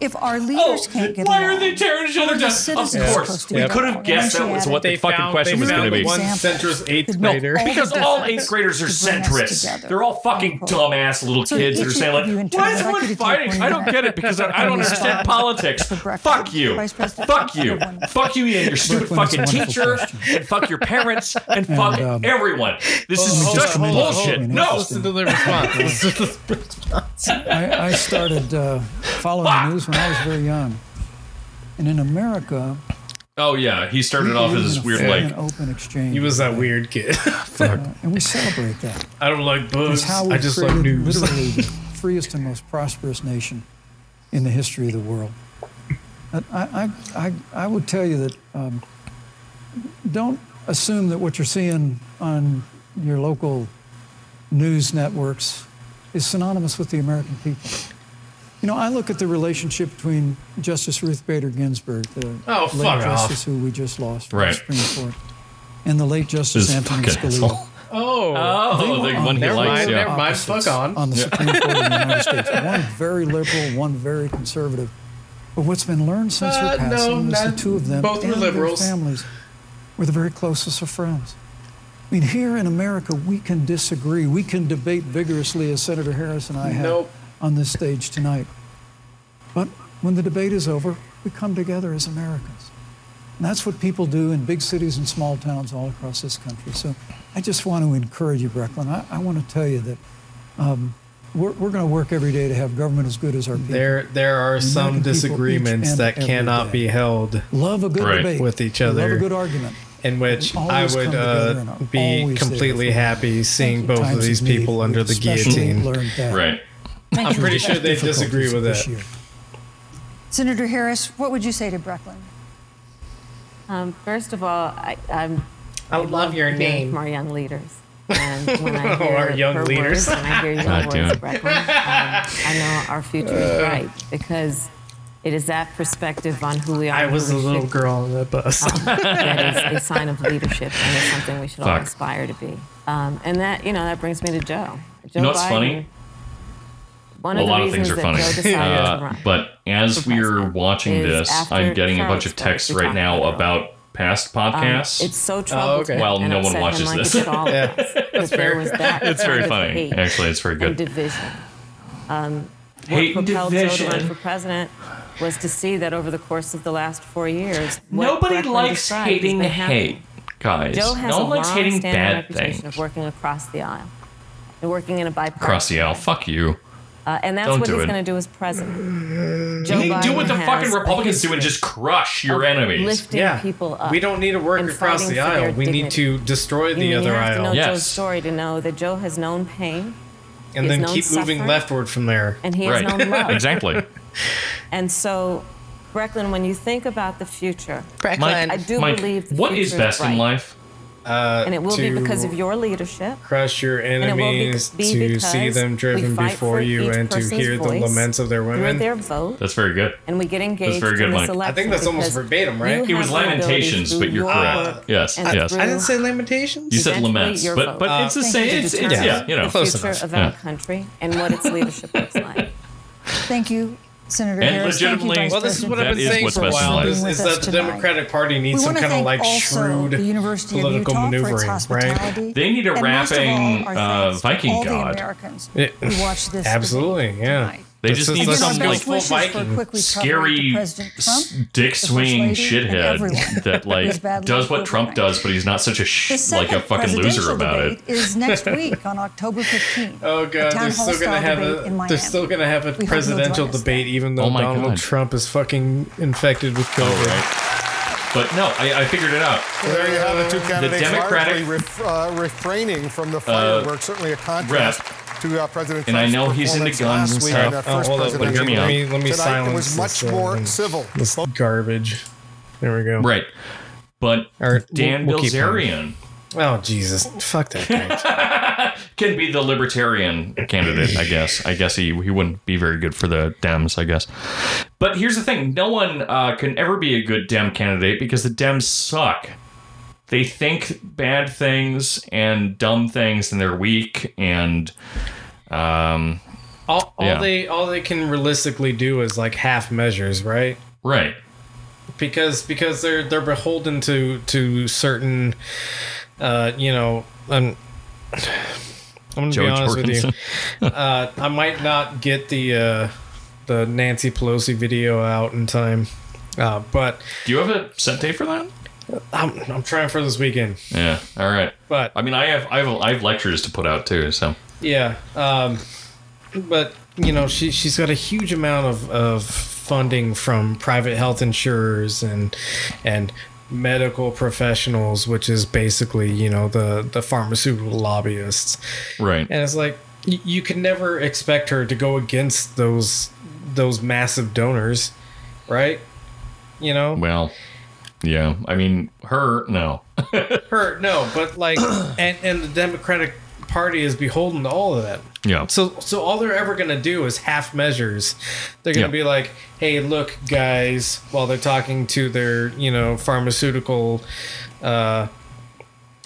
[SPEAKER 5] If our leaders can't get
[SPEAKER 8] Oh, why
[SPEAKER 5] along,
[SPEAKER 8] are they tearing each
[SPEAKER 5] how
[SPEAKER 8] other
[SPEAKER 5] are the
[SPEAKER 8] down? Oh, Of
[SPEAKER 5] citizens
[SPEAKER 8] course.
[SPEAKER 5] supposed to
[SPEAKER 8] We
[SPEAKER 5] get
[SPEAKER 8] could've
[SPEAKER 5] along?
[SPEAKER 8] guessed
[SPEAKER 5] And
[SPEAKER 8] that
[SPEAKER 5] she
[SPEAKER 8] was
[SPEAKER 5] added,
[SPEAKER 8] what the
[SPEAKER 2] They
[SPEAKER 8] fucking
[SPEAKER 2] found-
[SPEAKER 8] question
[SPEAKER 2] they
[SPEAKER 8] was gonna
[SPEAKER 2] found
[SPEAKER 8] be.
[SPEAKER 2] One
[SPEAKER 5] Example.
[SPEAKER 2] centrist eighth
[SPEAKER 5] No,
[SPEAKER 2] grader.
[SPEAKER 5] all the
[SPEAKER 8] Because all
[SPEAKER 5] difference
[SPEAKER 8] eighth graders are
[SPEAKER 5] to bring us
[SPEAKER 8] centrists.
[SPEAKER 5] together.
[SPEAKER 8] They're all fucking
[SPEAKER 5] Unquote.
[SPEAKER 8] dumbass little
[SPEAKER 5] So
[SPEAKER 8] kids that
[SPEAKER 5] each
[SPEAKER 8] are
[SPEAKER 5] of
[SPEAKER 8] saying
[SPEAKER 5] you
[SPEAKER 8] like,
[SPEAKER 5] in
[SPEAKER 8] "Why
[SPEAKER 5] turn,
[SPEAKER 8] is
[SPEAKER 5] I'd like
[SPEAKER 8] everyone
[SPEAKER 5] you to take
[SPEAKER 7] [LAUGHS]
[SPEAKER 8] fighting?
[SPEAKER 5] one
[SPEAKER 8] I don't
[SPEAKER 5] minute
[SPEAKER 8] get it because I, I
[SPEAKER 5] and
[SPEAKER 8] don't understand
[SPEAKER 5] respond
[SPEAKER 8] politics."
[SPEAKER 5] to Breckland,
[SPEAKER 8] Fuck you,
[SPEAKER 5] Vice President
[SPEAKER 8] fuck you,
[SPEAKER 5] Breckland.
[SPEAKER 8] fuck you, and your stupid
[SPEAKER 7] Breckland is a
[SPEAKER 8] fucking
[SPEAKER 7] wonderful
[SPEAKER 8] teacher,
[SPEAKER 7] question.
[SPEAKER 8] and fuck your parents, and fuck
[SPEAKER 7] um, Oh,
[SPEAKER 8] everyone. This is
[SPEAKER 7] hold
[SPEAKER 8] such
[SPEAKER 7] on, hold on, hold
[SPEAKER 8] bullshit.
[SPEAKER 7] on.
[SPEAKER 8] No,
[SPEAKER 7] Listen
[SPEAKER 2] to the
[SPEAKER 7] [LAUGHS]
[SPEAKER 2] response.
[SPEAKER 7] I, I started uh, following the news when I was very young, and in America,
[SPEAKER 3] Oh yeah, he started off
[SPEAKER 7] believe
[SPEAKER 3] as
[SPEAKER 7] in
[SPEAKER 3] this
[SPEAKER 7] a
[SPEAKER 3] weird
[SPEAKER 7] free
[SPEAKER 3] like
[SPEAKER 7] and open exchange.
[SPEAKER 2] He was that weird kid. Fuck.
[SPEAKER 7] Uh, and we celebrate that.
[SPEAKER 2] [LAUGHS] I don't like
[SPEAKER 7] It's
[SPEAKER 2] books.
[SPEAKER 7] how we
[SPEAKER 2] I just like
[SPEAKER 7] created
[SPEAKER 2] news. [LAUGHS]
[SPEAKER 7] literally the freest and most prosperous nation in the history of the world. But I, I, I, I would tell you that um, don't assume that what you're seeing on your local news networks is synonymous with the American people. You know, I look at the relationship between Justice Ruth Bader Ginsburg, the
[SPEAKER 2] Oh,
[SPEAKER 7] late
[SPEAKER 2] fuck off.
[SPEAKER 7] justice who we just lost from
[SPEAKER 3] Right.
[SPEAKER 7] the Supreme Court, and the late Justice
[SPEAKER 3] This
[SPEAKER 7] Anthony
[SPEAKER 3] fucking
[SPEAKER 2] [LAUGHS]
[SPEAKER 7] Scalia
[SPEAKER 3] asshole.
[SPEAKER 2] Oh,
[SPEAKER 3] oh the one he
[SPEAKER 2] never
[SPEAKER 3] likes.
[SPEAKER 2] mind.
[SPEAKER 3] yeah.
[SPEAKER 2] Never mind.
[SPEAKER 7] opposites
[SPEAKER 2] Fuck on.
[SPEAKER 7] the Supreme Court of the
[SPEAKER 2] [LAUGHS]
[SPEAKER 7] United States. One very liberal, one very conservative. But what's been learned since
[SPEAKER 2] Uh,
[SPEAKER 7] her
[SPEAKER 2] no,
[SPEAKER 7] passing is the
[SPEAKER 2] not-
[SPEAKER 7] two of them
[SPEAKER 2] both were
[SPEAKER 7] and their
[SPEAKER 2] liberals.
[SPEAKER 7] families were the very closest of friends. I mean, here in America, we can disagree. We can debate vigorously, as Senator Harris and I have
[SPEAKER 2] Nope.
[SPEAKER 7] on this stage tonight. But when the debate is over, we come together as Americans. And that's what people do in big cities and small towns all across this country. So I just want to encourage you, Brecklin. I, I want to tell you that um, we're, we're going to work every day to have government as good as our people.
[SPEAKER 2] There, there are some
[SPEAKER 7] American people each
[SPEAKER 2] disagreements
[SPEAKER 7] and
[SPEAKER 2] that
[SPEAKER 7] every
[SPEAKER 2] cannot
[SPEAKER 7] day.
[SPEAKER 2] be held,
[SPEAKER 7] Love a good
[SPEAKER 3] Right.
[SPEAKER 7] debate
[SPEAKER 2] With each
[SPEAKER 7] Love
[SPEAKER 2] other.
[SPEAKER 7] a good argument.
[SPEAKER 2] in which
[SPEAKER 7] We
[SPEAKER 2] I
[SPEAKER 7] always
[SPEAKER 2] would
[SPEAKER 7] come together and
[SPEAKER 2] uh,
[SPEAKER 7] are
[SPEAKER 2] be
[SPEAKER 7] always there
[SPEAKER 2] completely
[SPEAKER 7] for one
[SPEAKER 2] happy seeing both of
[SPEAKER 7] Times
[SPEAKER 2] these
[SPEAKER 7] need,
[SPEAKER 2] people under
[SPEAKER 7] we've
[SPEAKER 2] the
[SPEAKER 7] especially
[SPEAKER 2] guillotine.
[SPEAKER 7] learned that.
[SPEAKER 3] Right.
[SPEAKER 2] I'm pretty sure they
[SPEAKER 7] Difficulties
[SPEAKER 2] disagree with
[SPEAKER 7] this
[SPEAKER 2] that.
[SPEAKER 7] year.
[SPEAKER 5] Senator Harris, what would you say to Brecklin?
[SPEAKER 6] Um, first of all, I, I'm
[SPEAKER 2] I love your
[SPEAKER 6] hearing from our young leaders. And when I
[SPEAKER 2] Oh,
[SPEAKER 6] hear
[SPEAKER 2] [LAUGHS] our young
[SPEAKER 6] her
[SPEAKER 2] leaders.
[SPEAKER 6] Words, and I
[SPEAKER 3] [LAUGHS]
[SPEAKER 6] hear your
[SPEAKER 3] God damn
[SPEAKER 6] words,
[SPEAKER 3] it.
[SPEAKER 6] Brecklin, um, I know our future
[SPEAKER 2] Uh,
[SPEAKER 6] is bright because it is that perspective on who we are.
[SPEAKER 2] I
[SPEAKER 6] and
[SPEAKER 2] was a
[SPEAKER 6] who we
[SPEAKER 2] little
[SPEAKER 6] should
[SPEAKER 2] girl on that bus. [LAUGHS]
[SPEAKER 3] [LAUGHS]
[SPEAKER 6] that is a sign of leadership and it's something we should all
[SPEAKER 3] Fuck.
[SPEAKER 6] aspire to be. Um, and that, you know, that brings me to Joe. Joe
[SPEAKER 3] You know what's
[SPEAKER 6] Biden,
[SPEAKER 3] funny?
[SPEAKER 6] One
[SPEAKER 3] A
[SPEAKER 6] of the
[SPEAKER 3] lot of
[SPEAKER 6] reasons
[SPEAKER 3] things are
[SPEAKER 6] that
[SPEAKER 3] funny.
[SPEAKER 6] Joe decided to
[SPEAKER 3] Uh,
[SPEAKER 6] run.
[SPEAKER 3] but as
[SPEAKER 6] for
[SPEAKER 3] we're
[SPEAKER 6] president
[SPEAKER 3] watching
[SPEAKER 6] is
[SPEAKER 3] this,
[SPEAKER 6] after
[SPEAKER 3] I'm getting a bunch of
[SPEAKER 6] Trump's wife
[SPEAKER 3] texts
[SPEAKER 6] we
[SPEAKER 3] right
[SPEAKER 6] talked
[SPEAKER 3] now
[SPEAKER 6] about
[SPEAKER 3] about past podcasts.
[SPEAKER 6] Um, it's so troubling.
[SPEAKER 2] Oh, okay.
[SPEAKER 3] Well, no one watches this.
[SPEAKER 6] Oh, [LAUGHS]
[SPEAKER 2] [LAUGHS]
[SPEAKER 6] yeah. It's
[SPEAKER 2] fair.
[SPEAKER 6] [LAUGHS]
[SPEAKER 3] It's very funny. Actually, it's very
[SPEAKER 6] And
[SPEAKER 3] good.
[SPEAKER 6] division.
[SPEAKER 8] Hate and
[SPEAKER 6] Um, propelled Joe to run for
[SPEAKER 8] division.
[SPEAKER 6] president was to see that over the course of the last four years, what
[SPEAKER 8] Nobody
[SPEAKER 6] Brecklin
[SPEAKER 8] likes
[SPEAKER 6] described has
[SPEAKER 8] hating
[SPEAKER 6] been happening.
[SPEAKER 8] hate, guys.
[SPEAKER 6] Joe has
[SPEAKER 8] No
[SPEAKER 6] a
[SPEAKER 8] one likes hating
[SPEAKER 6] long-standing
[SPEAKER 8] bad
[SPEAKER 6] reputation
[SPEAKER 8] things.
[SPEAKER 6] of working across the aisle and working in a bipartisan
[SPEAKER 3] Across the aisle.
[SPEAKER 6] way.
[SPEAKER 3] Fuck you.
[SPEAKER 6] Uh, and that's
[SPEAKER 3] Don't
[SPEAKER 6] what
[SPEAKER 3] do
[SPEAKER 6] he's
[SPEAKER 3] it.
[SPEAKER 6] going to do as president. Joe
[SPEAKER 8] They do
[SPEAKER 6] Biden
[SPEAKER 8] what the
[SPEAKER 6] has
[SPEAKER 8] fucking
[SPEAKER 6] a
[SPEAKER 8] Republicans do and
[SPEAKER 6] history
[SPEAKER 8] just crush your
[SPEAKER 6] of
[SPEAKER 8] enemies.
[SPEAKER 6] Lifting people up.
[SPEAKER 2] we don't need to work
[SPEAKER 6] and
[SPEAKER 2] across
[SPEAKER 6] fighting
[SPEAKER 2] the
[SPEAKER 6] for their
[SPEAKER 2] aisle. We need
[SPEAKER 6] dignity.
[SPEAKER 2] to destroy
[SPEAKER 6] You
[SPEAKER 2] the
[SPEAKER 6] mean,
[SPEAKER 2] other
[SPEAKER 6] you have to know
[SPEAKER 2] aisle
[SPEAKER 3] Yeah.
[SPEAKER 6] Joe's
[SPEAKER 3] Yes.
[SPEAKER 6] story to know that Joe has known pain
[SPEAKER 2] and
[SPEAKER 6] is
[SPEAKER 2] then
[SPEAKER 6] known
[SPEAKER 2] keep moving
[SPEAKER 6] suffering.
[SPEAKER 2] leftward from there.
[SPEAKER 6] and he has
[SPEAKER 3] Right.
[SPEAKER 6] known love.
[SPEAKER 3] Exactly.
[SPEAKER 6] [LAUGHS] And so, Brecklin, when you think about the future,
[SPEAKER 3] Mike,
[SPEAKER 6] I do
[SPEAKER 3] Mike,
[SPEAKER 6] believe the
[SPEAKER 3] what is
[SPEAKER 6] future is
[SPEAKER 3] best in
[SPEAKER 6] bright.
[SPEAKER 3] life?
[SPEAKER 6] and it will be
[SPEAKER 2] Uh, to-
[SPEAKER 6] because of your leadership.
[SPEAKER 2] Crush your
[SPEAKER 6] And it will be,
[SPEAKER 2] enemies
[SPEAKER 6] be
[SPEAKER 2] to
[SPEAKER 6] because
[SPEAKER 2] see them driven
[SPEAKER 6] we fight for
[SPEAKER 2] before you
[SPEAKER 6] each
[SPEAKER 2] and to
[SPEAKER 6] person's
[SPEAKER 2] hear the
[SPEAKER 6] voice
[SPEAKER 2] laments of their
[SPEAKER 6] through
[SPEAKER 2] women.
[SPEAKER 6] their vote,
[SPEAKER 3] That's very good.
[SPEAKER 6] and we get engaged
[SPEAKER 3] very good,
[SPEAKER 6] in
[SPEAKER 3] Mike.
[SPEAKER 6] this
[SPEAKER 3] I
[SPEAKER 6] election.
[SPEAKER 2] think that's almost
[SPEAKER 6] because
[SPEAKER 2] verbatim, right?
[SPEAKER 6] you
[SPEAKER 2] It
[SPEAKER 3] It
[SPEAKER 6] have
[SPEAKER 3] was
[SPEAKER 6] the ability
[SPEAKER 3] Lamentations,
[SPEAKER 6] through
[SPEAKER 3] but you're
[SPEAKER 6] your
[SPEAKER 3] correct.
[SPEAKER 6] work
[SPEAKER 3] Yes,
[SPEAKER 6] and
[SPEAKER 3] yes.
[SPEAKER 6] through
[SPEAKER 2] I didn't say lamentations.
[SPEAKER 3] You said
[SPEAKER 6] eventually
[SPEAKER 3] laments,
[SPEAKER 6] your
[SPEAKER 3] but
[SPEAKER 6] vote.
[SPEAKER 3] but it's the
[SPEAKER 5] thank
[SPEAKER 3] same.
[SPEAKER 5] you.
[SPEAKER 3] It's, it's
[SPEAKER 2] Yeah.
[SPEAKER 3] yeah, you know.
[SPEAKER 6] the
[SPEAKER 2] Close
[SPEAKER 6] future
[SPEAKER 2] enough.
[SPEAKER 6] of our
[SPEAKER 3] Yeah.
[SPEAKER 6] country and what its leadership looks
[SPEAKER 3] [LAUGHS]
[SPEAKER 6] like.
[SPEAKER 5] Thank you, Senator
[SPEAKER 3] And
[SPEAKER 5] Harris. Thank you,
[SPEAKER 3] legitimately-
[SPEAKER 5] Vice
[SPEAKER 2] Well, this is
[SPEAKER 5] President
[SPEAKER 2] what I've
[SPEAKER 3] That
[SPEAKER 2] been
[SPEAKER 3] is
[SPEAKER 2] saying
[SPEAKER 3] what's
[SPEAKER 2] for a
[SPEAKER 3] best in
[SPEAKER 2] while.
[SPEAKER 3] life.
[SPEAKER 2] Is, is
[SPEAKER 5] Being with
[SPEAKER 2] that
[SPEAKER 5] us
[SPEAKER 2] the
[SPEAKER 5] tonight.
[SPEAKER 2] Democratic Party
[SPEAKER 5] We
[SPEAKER 2] needs some
[SPEAKER 5] want to
[SPEAKER 2] kind of
[SPEAKER 5] thank
[SPEAKER 2] like
[SPEAKER 5] also
[SPEAKER 2] shrewd
[SPEAKER 5] the University of
[SPEAKER 2] political
[SPEAKER 5] Utah for its
[SPEAKER 2] maneuvering, right?
[SPEAKER 5] hospitality.
[SPEAKER 3] They need a
[SPEAKER 5] And most of all,
[SPEAKER 3] rapping,
[SPEAKER 5] our
[SPEAKER 3] uh,
[SPEAKER 5] thanks to
[SPEAKER 3] Viking
[SPEAKER 5] all
[SPEAKER 3] god.
[SPEAKER 5] The Americans
[SPEAKER 2] Yeah.
[SPEAKER 5] who watched this
[SPEAKER 2] Absolutely,
[SPEAKER 5] debate
[SPEAKER 2] yeah.
[SPEAKER 5] tonight.
[SPEAKER 3] They
[SPEAKER 2] This
[SPEAKER 3] just
[SPEAKER 2] is
[SPEAKER 3] need
[SPEAKER 5] Again,
[SPEAKER 2] like
[SPEAKER 5] our
[SPEAKER 3] some
[SPEAKER 5] best
[SPEAKER 3] like
[SPEAKER 5] wishes for
[SPEAKER 2] Viking.
[SPEAKER 5] a quick recovery to
[SPEAKER 3] scary
[SPEAKER 5] President Trump,
[SPEAKER 3] s- dick
[SPEAKER 5] the First Lady,
[SPEAKER 3] swinging
[SPEAKER 5] and
[SPEAKER 3] shithead
[SPEAKER 5] everyone
[SPEAKER 3] [LAUGHS] that
[SPEAKER 5] who's
[SPEAKER 3] like
[SPEAKER 5] badly
[SPEAKER 3] does what
[SPEAKER 5] overrun.
[SPEAKER 3] Trump does, but he's not such a sh-
[SPEAKER 5] The
[SPEAKER 3] like
[SPEAKER 5] second
[SPEAKER 3] a fucking loser
[SPEAKER 5] presidential
[SPEAKER 3] about
[SPEAKER 5] debate
[SPEAKER 3] it.
[SPEAKER 5] is
[SPEAKER 3] [LAUGHS]
[SPEAKER 5] next week on October 15th.
[SPEAKER 2] Oh
[SPEAKER 5] a town
[SPEAKER 2] god, they're
[SPEAKER 5] hall
[SPEAKER 2] still gonna
[SPEAKER 5] style
[SPEAKER 2] have
[SPEAKER 5] debate in
[SPEAKER 2] a
[SPEAKER 5] Miami.
[SPEAKER 2] they're still gonna have a
[SPEAKER 5] We hope you'll
[SPEAKER 2] presidential
[SPEAKER 5] join us
[SPEAKER 2] debate, even though
[SPEAKER 3] Oh my
[SPEAKER 2] Donald
[SPEAKER 3] God.
[SPEAKER 2] Trump is fucking infected with COVID.
[SPEAKER 3] Oh right. But no, I, I figured it out.
[SPEAKER 9] There you have it. Two candidates
[SPEAKER 3] Democratic-
[SPEAKER 9] largely
[SPEAKER 3] Uh,
[SPEAKER 9] ref, uh, refraining from the fireworks, certainly a contrast to uh, President
[SPEAKER 3] and I
[SPEAKER 9] Trump's
[SPEAKER 3] know he's into
[SPEAKER 9] performance last
[SPEAKER 3] guns and
[SPEAKER 9] week in
[SPEAKER 3] stuff.
[SPEAKER 9] that
[SPEAKER 2] Oh,
[SPEAKER 9] first
[SPEAKER 2] hold on,
[SPEAKER 9] presidential
[SPEAKER 2] let me,
[SPEAKER 3] out.
[SPEAKER 2] let me,
[SPEAKER 9] debate.
[SPEAKER 2] let me
[SPEAKER 9] Tonight,
[SPEAKER 2] silence
[SPEAKER 9] It was much
[SPEAKER 2] this, uh,
[SPEAKER 9] more
[SPEAKER 2] this-
[SPEAKER 9] civil.
[SPEAKER 2] This garbage. There we go.
[SPEAKER 3] Right. But
[SPEAKER 2] All right,
[SPEAKER 3] Dan
[SPEAKER 2] we'll- we'll keep
[SPEAKER 3] Bilzerian
[SPEAKER 2] Oh Jesus, fuck that [LAUGHS] guy.
[SPEAKER 3] can be the libertarian candidate, I guess. I guess he, he wouldn't be very good for the Dems, I guess. But here's the thing no one uh, can ever be a good Dem candidate because the Dems suck. They think bad things and dumb things, and they're weak. And um,
[SPEAKER 2] all all
[SPEAKER 3] Yeah.
[SPEAKER 2] they all they can realistically do is like half measures, right?
[SPEAKER 3] right,
[SPEAKER 2] because because they're they're beholden to to certain uh you know I'm I'm gonna
[SPEAKER 3] Joe
[SPEAKER 2] be honest
[SPEAKER 3] Jorgensen.
[SPEAKER 2] with you [LAUGHS] uh I might not get the uh the Nancy Pelosi video out in time uh but
[SPEAKER 3] Do you have a set date for that?
[SPEAKER 2] I'm I'm trying for this weekend
[SPEAKER 3] Yeah. All right.
[SPEAKER 2] but
[SPEAKER 3] I mean, I have I have I have lectures to put out too. So
[SPEAKER 2] yeah um but you know she she's got a huge amount of of funding from private health insurers and and medical professionals, which is basically you know the the pharmaceutical lobbyists,
[SPEAKER 3] Right.
[SPEAKER 2] and it's like y- you can never expect her to go against those those massive donors, right? You know,
[SPEAKER 3] Well, yeah. I mean, her, no.
[SPEAKER 2] her no, but like, and and the Democratic Party is beholden to all of that.
[SPEAKER 3] Yeah.
[SPEAKER 2] So so all they're ever gonna do is half measures. They're gonna
[SPEAKER 3] Yeah.
[SPEAKER 2] be like, hey, look, guys, while they're talking to their you know pharmaceutical uh,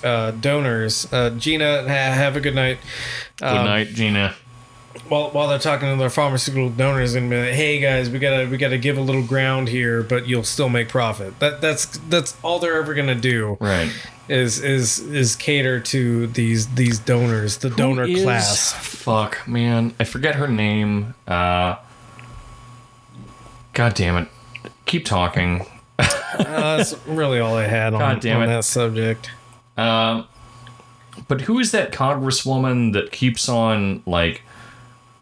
[SPEAKER 2] uh, donors, uh, Gina, ha- have a good night. Um,
[SPEAKER 3] Good night, Gina.
[SPEAKER 2] While while they're talking to their pharmaceutical donors and be like, hey guys, we gotta we gotta give a little ground here, but you'll still make profit. That that's that's all they're ever gonna do
[SPEAKER 3] Right.
[SPEAKER 2] is is is cater to these these donors, the donor
[SPEAKER 3] Who is-
[SPEAKER 2] class.
[SPEAKER 3] Fuck, man. I forget her name. Uh, God damn it. Keep talking.
[SPEAKER 2] Uh, that's really all I had on,
[SPEAKER 3] God damn
[SPEAKER 2] on
[SPEAKER 3] it.
[SPEAKER 2] that subject.
[SPEAKER 3] Uh, But who is that congresswoman that keeps on like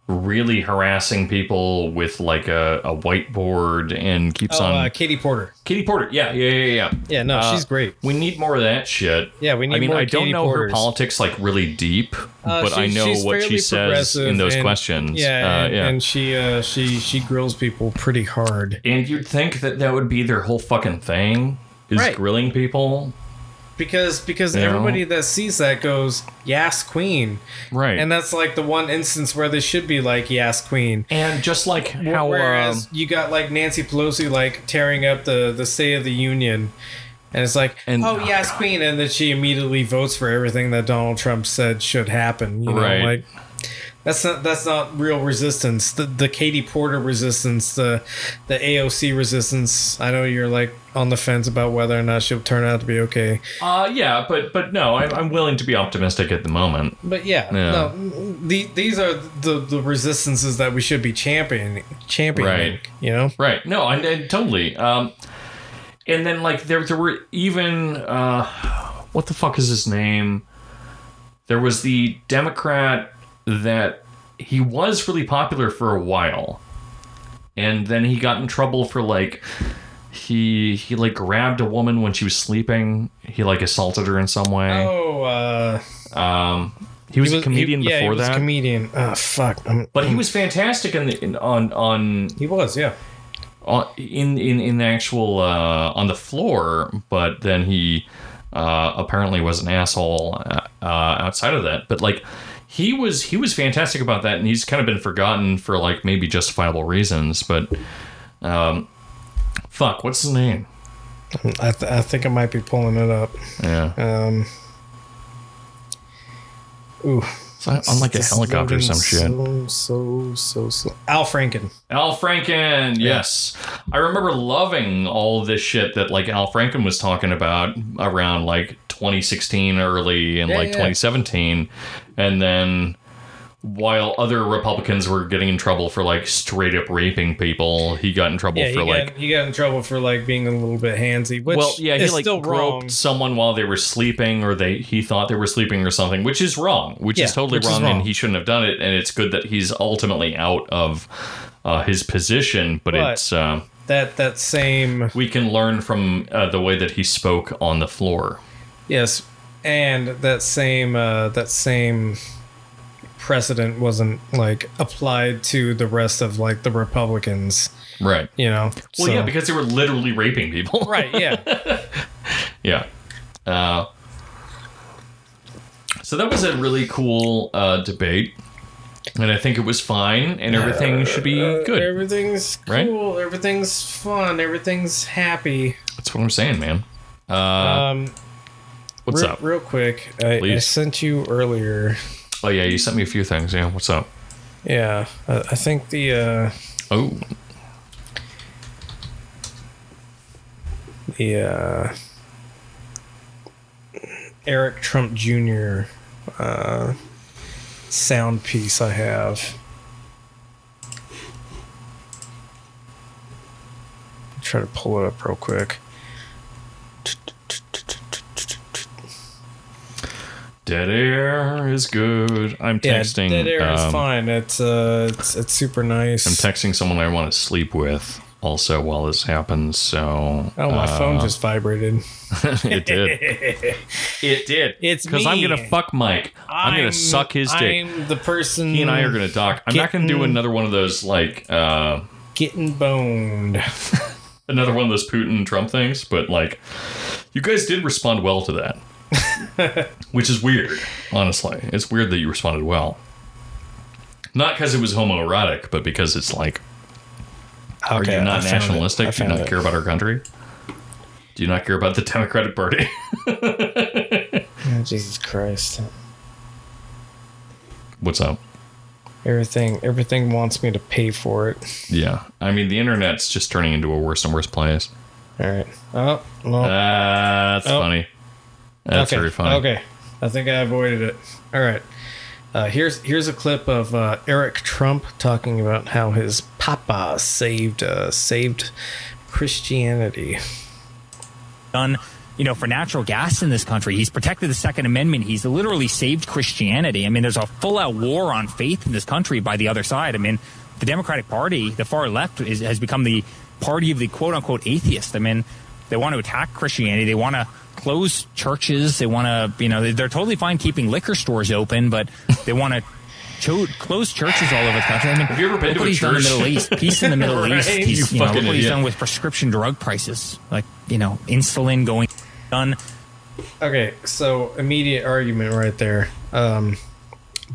[SPEAKER 3] really harassing people with like a, a whiteboard and keeps
[SPEAKER 2] Oh,
[SPEAKER 3] on
[SPEAKER 2] uh, Katie Porter.
[SPEAKER 3] Katie Porter? Yeah, yeah, yeah, yeah.
[SPEAKER 2] Yeah, no,
[SPEAKER 3] Uh,
[SPEAKER 2] she's great.
[SPEAKER 3] We need more of that shit.
[SPEAKER 2] Yeah, we need
[SPEAKER 3] I mean,
[SPEAKER 2] more
[SPEAKER 3] I don't
[SPEAKER 2] Katie
[SPEAKER 3] know
[SPEAKER 2] Porters.
[SPEAKER 3] her politics like really deep,
[SPEAKER 2] Uh,
[SPEAKER 3] but
[SPEAKER 2] she-
[SPEAKER 3] I know
[SPEAKER 2] she's
[SPEAKER 3] what
[SPEAKER 2] fairly
[SPEAKER 3] she says in
[SPEAKER 2] progressive
[SPEAKER 3] those
[SPEAKER 2] and-
[SPEAKER 3] questions.
[SPEAKER 2] Yeah,
[SPEAKER 3] Uh,
[SPEAKER 2] and,
[SPEAKER 3] yeah.
[SPEAKER 2] and she uh, she she grills people pretty hard
[SPEAKER 3] And you'd think that that would be their whole fucking thing is
[SPEAKER 2] Right.
[SPEAKER 3] grilling people,
[SPEAKER 2] because because
[SPEAKER 3] You know?
[SPEAKER 2] everybody that sees that goes yes queen,
[SPEAKER 3] right?
[SPEAKER 2] and that's like the one instance where they should be like yes queen.
[SPEAKER 3] and just like how
[SPEAKER 2] Whereas
[SPEAKER 3] um,
[SPEAKER 2] you got like Nancy Pelosi like tearing up the the State of the Union, and it's like,
[SPEAKER 3] And-
[SPEAKER 2] oh
[SPEAKER 3] oh,
[SPEAKER 2] yes, Queen, and then she immediately votes for everything that Donald Trump said should happen. You know,
[SPEAKER 3] Right.
[SPEAKER 2] like that's not that's not real resistance. The the Katie Porter resistance, the the AOC resistance. I know you're like on the fence about whether or not she'll turn out to be okay,
[SPEAKER 3] uh, yeah, but but no, I'm, I'm willing to be optimistic at the moment.
[SPEAKER 2] but yeah,
[SPEAKER 3] Yeah.
[SPEAKER 2] no, the, these are the the resistances that we should be championing, championing.
[SPEAKER 3] Right.
[SPEAKER 2] You know,
[SPEAKER 3] Right. No, I, I totally. Um, and then like there, there were even uh, what the fuck is his name? There was the Democrat that he was really popular for a while, and then he got in trouble for like he he like grabbed a woman when she was sleeping. He like assaulted her in some way. Um,
[SPEAKER 2] oh. uh
[SPEAKER 3] he, was
[SPEAKER 2] He
[SPEAKER 3] a comedian
[SPEAKER 2] he- yeah,
[SPEAKER 3] before
[SPEAKER 2] he was
[SPEAKER 3] that,
[SPEAKER 2] A comedian. Ah, fuck. I'm-
[SPEAKER 3] but he was fantastic in the in, on on
[SPEAKER 2] he was. Yeah.
[SPEAKER 3] on- in in in the actual uh, on the floor, but then he uh, apparently was an asshole uh, uh, outside of that. But like he was he was fantastic about that, and he's kind of been forgotten for like maybe justifiable reasons. But um, fuck, what's his name?
[SPEAKER 2] I, th- I think I might be pulling it up.
[SPEAKER 3] Yeah,
[SPEAKER 2] Um. Ooh,
[SPEAKER 3] it's on on, like a
[SPEAKER 2] It's
[SPEAKER 3] helicopter or
[SPEAKER 2] loading
[SPEAKER 3] some shit.
[SPEAKER 2] So so so slow. Al Franken.
[SPEAKER 3] Al Franken, yes. I remember loving all this shit that like Al Franken was talking about around like 2016 early and like
[SPEAKER 2] yeah.
[SPEAKER 3] 2017 and then while other Republicans were getting in trouble for like straight up raping people, he got in trouble
[SPEAKER 2] Yeah, he
[SPEAKER 3] for
[SPEAKER 2] got,
[SPEAKER 3] like
[SPEAKER 2] he got in trouble for like being a little bit handsy, which
[SPEAKER 3] well, yeah, he
[SPEAKER 2] is
[SPEAKER 3] like
[SPEAKER 2] still
[SPEAKER 3] groped
[SPEAKER 2] wrong.
[SPEAKER 3] someone while they were sleeping, or they he thought they were sleeping or something, which is wrong, which
[SPEAKER 2] Yeah,
[SPEAKER 3] is totally
[SPEAKER 2] which is
[SPEAKER 3] wrong,
[SPEAKER 2] wrong.
[SPEAKER 3] and he shouldn't have done it. And it's good that he's ultimately out of uh, his position, but,
[SPEAKER 2] But-
[SPEAKER 3] it's uh,
[SPEAKER 2] That that same
[SPEAKER 3] we can learn from uh, the way that he spoke on the floor.
[SPEAKER 2] yes, and that same uh, that same precedent wasn't like applied to the rest of like the Republicans.
[SPEAKER 3] Right.
[SPEAKER 2] You know.
[SPEAKER 3] Well,
[SPEAKER 2] So-
[SPEAKER 3] yeah, because they were literally raping people.
[SPEAKER 2] right. Yeah.
[SPEAKER 3] [LAUGHS] Yeah. Uh, so that was a really cool uh, debate, and I think it was fine, and everything should be good.
[SPEAKER 2] Uh, Everything's
[SPEAKER 3] Right?
[SPEAKER 2] cool. Everything's fun. Everything's happy.
[SPEAKER 3] That's what I'm saying, man. Uh,
[SPEAKER 2] Um,
[SPEAKER 3] What's
[SPEAKER 2] re-
[SPEAKER 3] up?
[SPEAKER 2] Real quick, I, I
[SPEAKER 3] Please.
[SPEAKER 2] sent you earlier.
[SPEAKER 3] Oh yeah, you sent me a few things. Yeah, what's up?
[SPEAKER 2] Yeah, I, I think the uh,
[SPEAKER 3] Oh,
[SPEAKER 2] the uh, Eric Trump Jr. Uh, sound piece I have. Try to pull it up real quick.
[SPEAKER 3] dead air is good. I'm texting.
[SPEAKER 2] Yeah, dead air is
[SPEAKER 3] um,
[SPEAKER 2] fine. It's uh, it's, it's super nice.
[SPEAKER 3] I'm texting someone I want to sleep with. also while this happens. So
[SPEAKER 2] Oh, my
[SPEAKER 3] uh,
[SPEAKER 2] phone just vibrated.
[SPEAKER 3] [LAUGHS]
[SPEAKER 2] [LAUGHS]
[SPEAKER 3] it did. It did.
[SPEAKER 2] It's
[SPEAKER 3] because I'm
[SPEAKER 2] me.
[SPEAKER 3] gonna fuck Mike. I'm, gonna suck his dick.
[SPEAKER 2] I'm the person.
[SPEAKER 3] he and I are gonna dock. I'm not gonna do
[SPEAKER 2] Kitten.
[SPEAKER 3] another one of those like uh,
[SPEAKER 2] getting boned.
[SPEAKER 3] [LAUGHS] another one of those Putin Trump things, but like you guys did respond well to that,
[SPEAKER 2] [LAUGHS]
[SPEAKER 3] which is weird. Honestly, it's weird that you responded well. Not because it was homoerotic, but because it's like, are
[SPEAKER 2] Okay,
[SPEAKER 3] you
[SPEAKER 2] I
[SPEAKER 3] not
[SPEAKER 2] found it. I
[SPEAKER 3] nationalistic? Do you
[SPEAKER 2] found
[SPEAKER 3] not
[SPEAKER 2] it.
[SPEAKER 3] care about our country? Do you not care about the Democratic Party? [LAUGHS]
[SPEAKER 2] Oh, Jesus Christ.
[SPEAKER 3] What's up?
[SPEAKER 2] Everything everything wants me to pay for it.
[SPEAKER 3] Yeah, I mean the internet's just turning into a worse and worse place.
[SPEAKER 2] All right. Oh, well.
[SPEAKER 3] Uh, That's
[SPEAKER 2] Oh.
[SPEAKER 3] funny. That's
[SPEAKER 2] okay.
[SPEAKER 3] very funny.
[SPEAKER 2] Okay, I think I avoided it. All right. Uh, here's here's a clip of uh, Eric Trump talking about how his papa saved uh, saved Christianity.
[SPEAKER 10] done, you know, for natural gas in this country. He's protected the Second Amendment. He's literally saved Christianity. I mean, there's a full out war on faith in this country by the other side. I mean, the Democratic Party, the far left, is, has become the party of the quote unquote atheist. I mean, they want to attack Christianity. They want to close churches. They want to, you know, they- they're totally fine keeping liquor stores open, but they want to. Cho- close churches all over the country. I mean, have
[SPEAKER 3] you ever been to a
[SPEAKER 10] in the
[SPEAKER 3] church?
[SPEAKER 10] Middle East? Peace
[SPEAKER 3] [LAUGHS]
[SPEAKER 10] in the Middle
[SPEAKER 3] Right,
[SPEAKER 10] East. He's,
[SPEAKER 3] you
[SPEAKER 10] you know,
[SPEAKER 3] fucking
[SPEAKER 10] look what he's
[SPEAKER 3] idiot.
[SPEAKER 10] done with prescription drug prices, like you know, insulin going done.
[SPEAKER 2] Okay, so immediate argument right there. Um,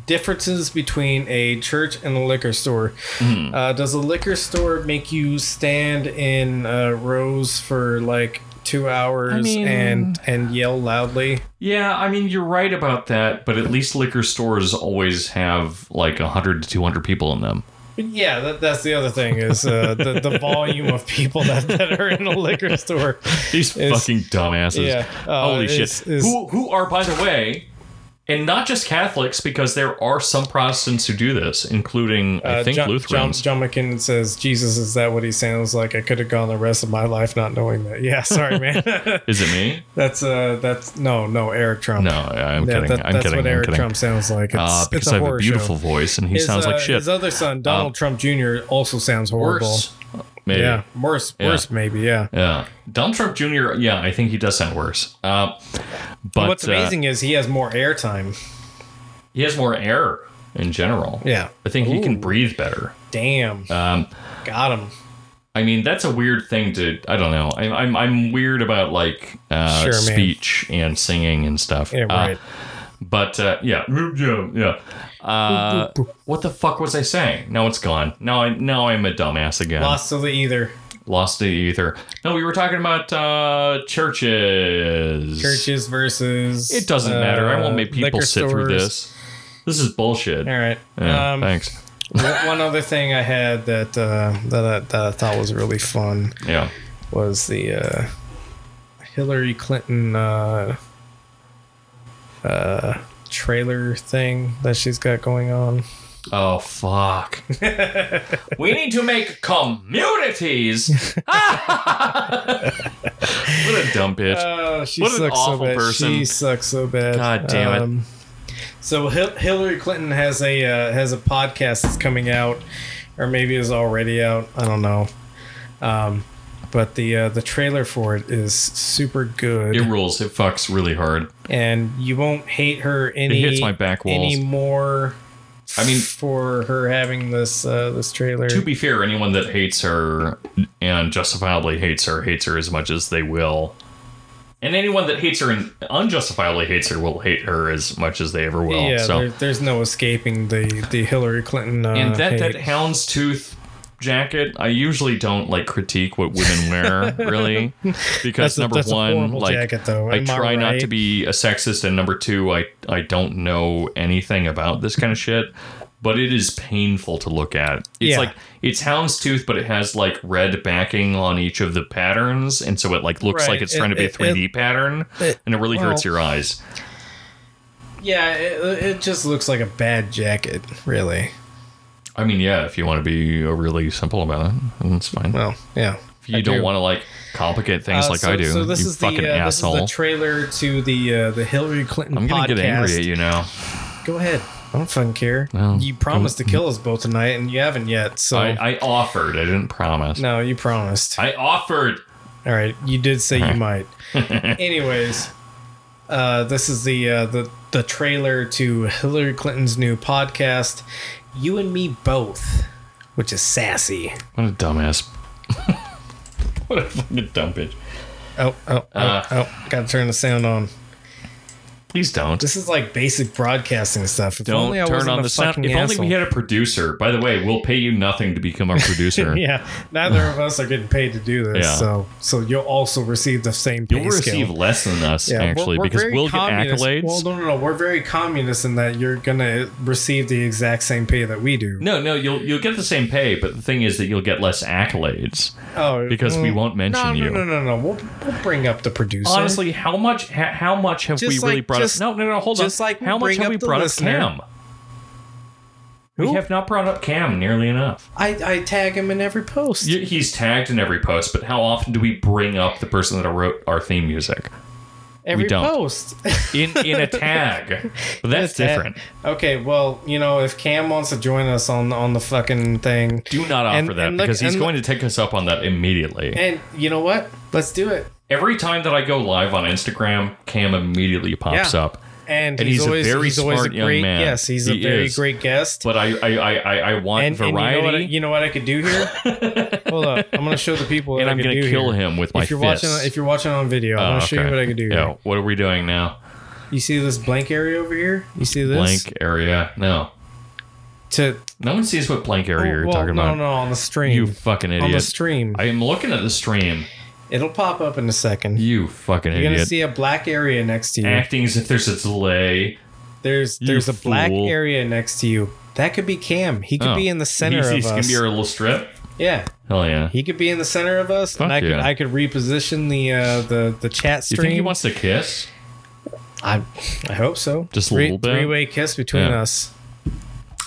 [SPEAKER 2] differences between a church and a liquor store.
[SPEAKER 3] Hmm.
[SPEAKER 2] Uh, does a liquor store make you stand in uh, rows for like two hours
[SPEAKER 3] mean-
[SPEAKER 2] and and yell loudly?
[SPEAKER 3] Yeah, I mean you're right about that, but at least liquor stores always have like 100 to 200 people in them. [LAUGHS]
[SPEAKER 2] Yeah, that, that's the other thing is uh, the the volume of people that, that are in a liquor store.
[SPEAKER 3] These
[SPEAKER 2] It's-
[SPEAKER 3] fucking dumbasses.
[SPEAKER 2] yeah, uh,
[SPEAKER 3] Holy
[SPEAKER 2] it's-
[SPEAKER 3] shit.
[SPEAKER 2] it's-
[SPEAKER 3] who who are by the way and not just Catholics because there are some Protestants who do this, including I
[SPEAKER 2] Uh,
[SPEAKER 3] think
[SPEAKER 2] John, John,
[SPEAKER 3] Lutherans.
[SPEAKER 2] John McKinnon says, "Jesus, is that what he sounds like?" I could have gone the rest of my life not knowing that. Yeah, sorry, man.
[SPEAKER 3] [LAUGHS] Is it me?
[SPEAKER 2] that's uh, that's no, no, Eric Trump.
[SPEAKER 3] No, I'm
[SPEAKER 2] Yeah,
[SPEAKER 3] kidding.
[SPEAKER 2] that-
[SPEAKER 3] I'm
[SPEAKER 2] that's
[SPEAKER 3] kidding.
[SPEAKER 2] what
[SPEAKER 3] I'm
[SPEAKER 2] Eric
[SPEAKER 3] kidding.
[SPEAKER 2] Trump sounds like. It's,
[SPEAKER 3] uh,
[SPEAKER 2] it's
[SPEAKER 3] because
[SPEAKER 2] a
[SPEAKER 3] I have a
[SPEAKER 2] horror
[SPEAKER 3] beautiful
[SPEAKER 2] show.
[SPEAKER 3] voice and he
[SPEAKER 2] His,
[SPEAKER 3] sounds
[SPEAKER 2] uh,
[SPEAKER 3] like shit.
[SPEAKER 2] His other son, Donald Trump Jr., also sounds horrible.
[SPEAKER 3] worse. Maybe.
[SPEAKER 2] Yeah, worse,
[SPEAKER 3] Yeah.
[SPEAKER 2] worse, maybe. Yeah.
[SPEAKER 3] Yeah. Donald Trump Jr. Yeah, I think he does sound worse. Uh, but
[SPEAKER 2] What's
[SPEAKER 3] uh,
[SPEAKER 2] amazing is he has more airtime.
[SPEAKER 3] he has more air in general.
[SPEAKER 2] Yeah.
[SPEAKER 3] I think he can breathe better.
[SPEAKER 2] Damn.
[SPEAKER 3] Um,
[SPEAKER 2] Got him.
[SPEAKER 3] I mean, that's a weird thing to. I don't know. I, I'm I'm weird about like uh,
[SPEAKER 2] Sure, man.
[SPEAKER 3] speech and singing and stuff.
[SPEAKER 2] Yeah,
[SPEAKER 3] Uh,
[SPEAKER 2] right.
[SPEAKER 3] but uh, yeah, yeah, yeah. Uh, what the fuck was I saying? Now it's gone. Now I now I'm a dumbass again.
[SPEAKER 2] Lost to the either.
[SPEAKER 3] Lost the ether. No, we were talking about uh, churches.
[SPEAKER 2] Churches versus.
[SPEAKER 3] It doesn't matter. I won't make people
[SPEAKER 2] Uh, liquor
[SPEAKER 3] sit through
[SPEAKER 2] stores.
[SPEAKER 3] this. This is bullshit.
[SPEAKER 2] All right.
[SPEAKER 3] Yeah,
[SPEAKER 2] um,
[SPEAKER 3] thanks.
[SPEAKER 2] one one other thing I had that, uh, that I- that I thought was really fun
[SPEAKER 3] Yeah.
[SPEAKER 2] was the uh, Hillary Clinton uh, uh, trailer thing that she's got going on.
[SPEAKER 3] Oh fuck. [LAUGHS] we need to make communities. [LAUGHS] what a dumb bitch.
[SPEAKER 2] Oh, she
[SPEAKER 3] What an
[SPEAKER 2] sucks
[SPEAKER 3] awful
[SPEAKER 2] so bad.
[SPEAKER 3] person.
[SPEAKER 2] She sucks so bad. Um,
[SPEAKER 3] God damn it.
[SPEAKER 2] so Hil- Hillary Clinton has a uh, has a podcast that's coming out, or maybe is already out. I don't know. Um, but the uh, the trailer for it is super good,
[SPEAKER 3] it rules. It fucks really hard.
[SPEAKER 2] and you won't hate her any
[SPEAKER 3] hits my back walls.
[SPEAKER 2] anymore.
[SPEAKER 3] I mean-
[SPEAKER 2] for her having this uh, this trailer.
[SPEAKER 3] To be fair, anyone that hates her and justifiably hates her hates her as much as they will. And anyone that hates her and unjustifiably hates her will hate her as much as they ever will.
[SPEAKER 2] yeah,
[SPEAKER 3] so
[SPEAKER 2] there- there's no escaping the the Hillary Clinton. Uh,
[SPEAKER 3] and that that
[SPEAKER 2] hate.
[SPEAKER 3] houndstooth jacket i usually don't like critique what
[SPEAKER 2] [LAUGHS]
[SPEAKER 3] women wear really because
[SPEAKER 2] That's a-
[SPEAKER 3] number
[SPEAKER 2] that's a
[SPEAKER 3] one
[SPEAKER 2] horrible
[SPEAKER 3] like
[SPEAKER 2] jacket, though.
[SPEAKER 3] i
[SPEAKER 2] Am I
[SPEAKER 3] try not to
[SPEAKER 2] right?
[SPEAKER 3] be a sexist and number two i i don't know anything about this kind of shit but it is painful to look at it's
[SPEAKER 2] Yeah.
[SPEAKER 3] like it's houndstooth but it has like red backing on each of the patterns and so it like looks
[SPEAKER 2] Right,
[SPEAKER 3] like it's
[SPEAKER 2] it-
[SPEAKER 3] trying to be a
[SPEAKER 2] it-
[SPEAKER 3] 3d pattern
[SPEAKER 2] it-
[SPEAKER 3] and it really
[SPEAKER 2] well-
[SPEAKER 3] hurts your eyes
[SPEAKER 2] Yeah, it, it just looks like a bad jacket, really.
[SPEAKER 3] i mean yeah if you want to be overly simple about it it's fine
[SPEAKER 2] Well, yeah.
[SPEAKER 3] If you don't want to like complicate things
[SPEAKER 2] Uh,
[SPEAKER 3] like
[SPEAKER 2] so-
[SPEAKER 3] I do,
[SPEAKER 2] So this
[SPEAKER 3] you
[SPEAKER 2] is
[SPEAKER 3] fucking
[SPEAKER 2] the uh, this is
[SPEAKER 3] asshole.
[SPEAKER 2] the trailer to the uh, the Hillary Clinton.
[SPEAKER 3] I'm gonna
[SPEAKER 2] podcast.
[SPEAKER 3] get angry at you now.
[SPEAKER 2] Go ahead. I don't fucking care.
[SPEAKER 3] Well,
[SPEAKER 2] you promised to kill us both tonight, and you haven't yet. So
[SPEAKER 3] I, I offered. I didn't promise.
[SPEAKER 2] no, you promised.
[SPEAKER 3] I offered.
[SPEAKER 2] All right, you did say
[SPEAKER 3] [LAUGHS]
[SPEAKER 2] you might. Anyways, uh, this is the uh, the the trailer to Hillary Clinton's new podcast, "You and Me Both," which is sassy.
[SPEAKER 3] What a dumbass. what a fucking dumb bitch.
[SPEAKER 2] Oh oh oh,
[SPEAKER 3] Uh.
[SPEAKER 2] oh! Got to turn the sound on.
[SPEAKER 3] Please don't.
[SPEAKER 2] This is like basic broadcasting stuff. If
[SPEAKER 3] Don't
[SPEAKER 2] only I
[SPEAKER 3] turn
[SPEAKER 2] wasn't
[SPEAKER 3] on
[SPEAKER 2] a
[SPEAKER 3] the sound.
[SPEAKER 2] fucking
[SPEAKER 3] If only
[SPEAKER 2] asshole.
[SPEAKER 3] we had a producer. By the way, we'll pay you nothing to become
[SPEAKER 2] [LAUGHS]
[SPEAKER 3] our producer.
[SPEAKER 2] Yeah, neither of us are getting paid to do this,
[SPEAKER 3] Yeah.
[SPEAKER 2] so so you'll also receive the same. Pay
[SPEAKER 3] You'll receive
[SPEAKER 2] scale.
[SPEAKER 3] less than us,
[SPEAKER 2] Yeah, we're-
[SPEAKER 3] actually,
[SPEAKER 2] we're
[SPEAKER 3] because
[SPEAKER 2] very
[SPEAKER 3] we'll get
[SPEAKER 2] communist.
[SPEAKER 3] accolades.
[SPEAKER 2] Well, no, no, no. We're very communist in that you're gonna receive the exact same pay that we do.
[SPEAKER 3] no, no, you'll you'll get the same pay, but the thing is that you'll get less accolades.
[SPEAKER 2] Oh,
[SPEAKER 3] Because we
[SPEAKER 2] mm,
[SPEAKER 3] won't mention
[SPEAKER 2] no,
[SPEAKER 3] you.
[SPEAKER 2] No, no, no, no. We'll, we'll bring up the producer.
[SPEAKER 3] Honestly, how much ha- how much have we
[SPEAKER 2] Just
[SPEAKER 3] really
[SPEAKER 2] like-
[SPEAKER 3] brought
[SPEAKER 2] just-
[SPEAKER 3] up? No, no, no. Hold
[SPEAKER 2] just
[SPEAKER 3] on.
[SPEAKER 2] like we
[SPEAKER 3] how much
[SPEAKER 2] bring
[SPEAKER 3] have
[SPEAKER 2] up
[SPEAKER 3] we
[SPEAKER 2] the
[SPEAKER 3] brought
[SPEAKER 2] listener.
[SPEAKER 3] up Cam? We have not brought up Cam nearly enough.
[SPEAKER 2] I, I tag him in every post.
[SPEAKER 3] Y- He's tagged in every post, but how often do we bring up the person that wrote our theme music
[SPEAKER 2] every
[SPEAKER 3] don't.
[SPEAKER 2] post.
[SPEAKER 3] in in
[SPEAKER 2] [LAUGHS]
[SPEAKER 3] a tag? But that's different.
[SPEAKER 2] Okay, well, you know, if Cam wants to join us on on the fucking thing,
[SPEAKER 3] Do not offer
[SPEAKER 2] And-
[SPEAKER 3] that
[SPEAKER 2] and look-
[SPEAKER 3] because he's
[SPEAKER 2] and-
[SPEAKER 3] going to take us up on that immediately.
[SPEAKER 2] and you know what? Let's do it.
[SPEAKER 3] Every time that I go live on Instagram, Cam immediately pops
[SPEAKER 2] Yeah.
[SPEAKER 3] up.
[SPEAKER 2] And,
[SPEAKER 3] And
[SPEAKER 2] he's,
[SPEAKER 3] he's a
[SPEAKER 2] always,
[SPEAKER 3] very
[SPEAKER 2] he's always
[SPEAKER 3] smart
[SPEAKER 2] a
[SPEAKER 3] young
[SPEAKER 2] great,
[SPEAKER 3] man.
[SPEAKER 2] Yes, he's a
[SPEAKER 3] He
[SPEAKER 2] very
[SPEAKER 3] is.
[SPEAKER 2] great guest.
[SPEAKER 3] But I I, I, I, I want
[SPEAKER 2] and, and
[SPEAKER 3] variety,
[SPEAKER 2] you
[SPEAKER 3] and,
[SPEAKER 2] know what? I, you know what I could do
[SPEAKER 3] [LAUGHS]
[SPEAKER 2] here? Hold up, I'm gonna show the people. what I
[SPEAKER 3] I'm
[SPEAKER 2] could
[SPEAKER 3] going
[SPEAKER 2] do
[SPEAKER 3] to kill
[SPEAKER 2] here.
[SPEAKER 3] him with my
[SPEAKER 2] if you're
[SPEAKER 3] fists.
[SPEAKER 2] watching, if you're watching on video, I'm
[SPEAKER 3] Oh,
[SPEAKER 2] gonna show you
[SPEAKER 3] okay.
[SPEAKER 2] what I could do.
[SPEAKER 3] Yeah,
[SPEAKER 2] Here.
[SPEAKER 3] what are we doing now?
[SPEAKER 2] You see this blank area over here? You see this
[SPEAKER 3] Blank area. No.
[SPEAKER 2] to Oh,
[SPEAKER 3] No one sees what blank area you're
[SPEAKER 2] well,
[SPEAKER 3] talking
[SPEAKER 2] no,
[SPEAKER 3] about.
[SPEAKER 2] No, no, on the stream.
[SPEAKER 3] You fucking idiot.
[SPEAKER 2] on the stream.
[SPEAKER 3] I am looking at the stream.
[SPEAKER 2] It'll pop up in a second.
[SPEAKER 3] You fucking
[SPEAKER 2] You're gonna
[SPEAKER 3] idiot.
[SPEAKER 2] see a black area next to you.
[SPEAKER 3] Acting as if there's a delay.
[SPEAKER 2] there's
[SPEAKER 3] you
[SPEAKER 2] there's a black
[SPEAKER 3] fool.
[SPEAKER 2] area next to you. That could be Cam. He could
[SPEAKER 3] Oh.
[SPEAKER 2] be in the center
[SPEAKER 3] he's,
[SPEAKER 2] of
[SPEAKER 3] he's
[SPEAKER 2] us.
[SPEAKER 3] gonna be our little strip.
[SPEAKER 2] yeah,
[SPEAKER 3] Hell yeah.
[SPEAKER 2] he could be in the center of us,
[SPEAKER 3] Fuck
[SPEAKER 2] and I could
[SPEAKER 3] yeah.
[SPEAKER 2] I could reposition the uh, the the chat
[SPEAKER 3] you
[SPEAKER 2] stream.
[SPEAKER 3] think he wants to kiss?
[SPEAKER 2] I I hope so.
[SPEAKER 3] Just a
[SPEAKER 2] Three-
[SPEAKER 3] little bit?
[SPEAKER 2] three-way kiss between
[SPEAKER 3] Yeah.
[SPEAKER 2] us.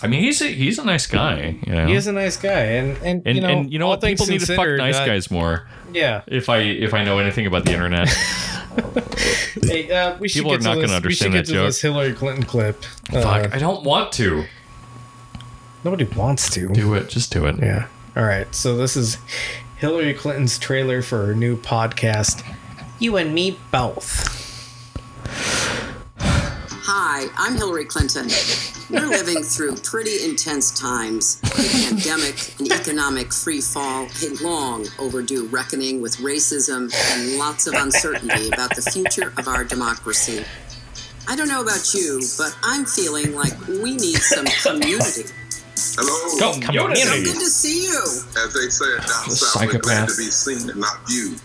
[SPEAKER 3] I mean, he's a, he's a nice guy. You know?
[SPEAKER 2] He is a nice guy, and and,
[SPEAKER 3] and
[SPEAKER 2] you know,
[SPEAKER 3] and you know
[SPEAKER 2] all
[SPEAKER 3] what?
[SPEAKER 2] things
[SPEAKER 3] People need to fuck
[SPEAKER 2] considered,
[SPEAKER 3] nice
[SPEAKER 2] uh,
[SPEAKER 3] guys more.
[SPEAKER 2] Yeah,
[SPEAKER 3] If I if I know anything about the internet,
[SPEAKER 2] [LAUGHS] Hey, uh, we should
[SPEAKER 3] People are
[SPEAKER 2] get
[SPEAKER 3] not
[SPEAKER 2] to
[SPEAKER 3] gonna
[SPEAKER 2] this,
[SPEAKER 3] understand
[SPEAKER 2] we should get
[SPEAKER 3] that
[SPEAKER 2] to
[SPEAKER 3] joke.
[SPEAKER 2] this Hillary Clinton clip.
[SPEAKER 3] fuck.
[SPEAKER 2] Uh,
[SPEAKER 3] I don't want to
[SPEAKER 2] nobody wants to.
[SPEAKER 3] do it. Just do it.
[SPEAKER 2] Yeah. All right. So this is Hillary Clinton's trailer for her new podcast. You and me both.
[SPEAKER 11] Hi, I'm Hillary Clinton. We're living through pretty intense times a pandemic, an economic free fall, a long overdue reckoning with racism, and lots of uncertainty about the future of our democracy. I don't know about you, but I'm feeling like we need some community.
[SPEAKER 1] Hello.
[SPEAKER 3] Go
[SPEAKER 11] So
[SPEAKER 3] community.
[SPEAKER 11] good to see you.
[SPEAKER 1] As they say it down
[SPEAKER 3] The
[SPEAKER 1] south, we're glad
[SPEAKER 3] psychopath.
[SPEAKER 1] to be seen and not viewed.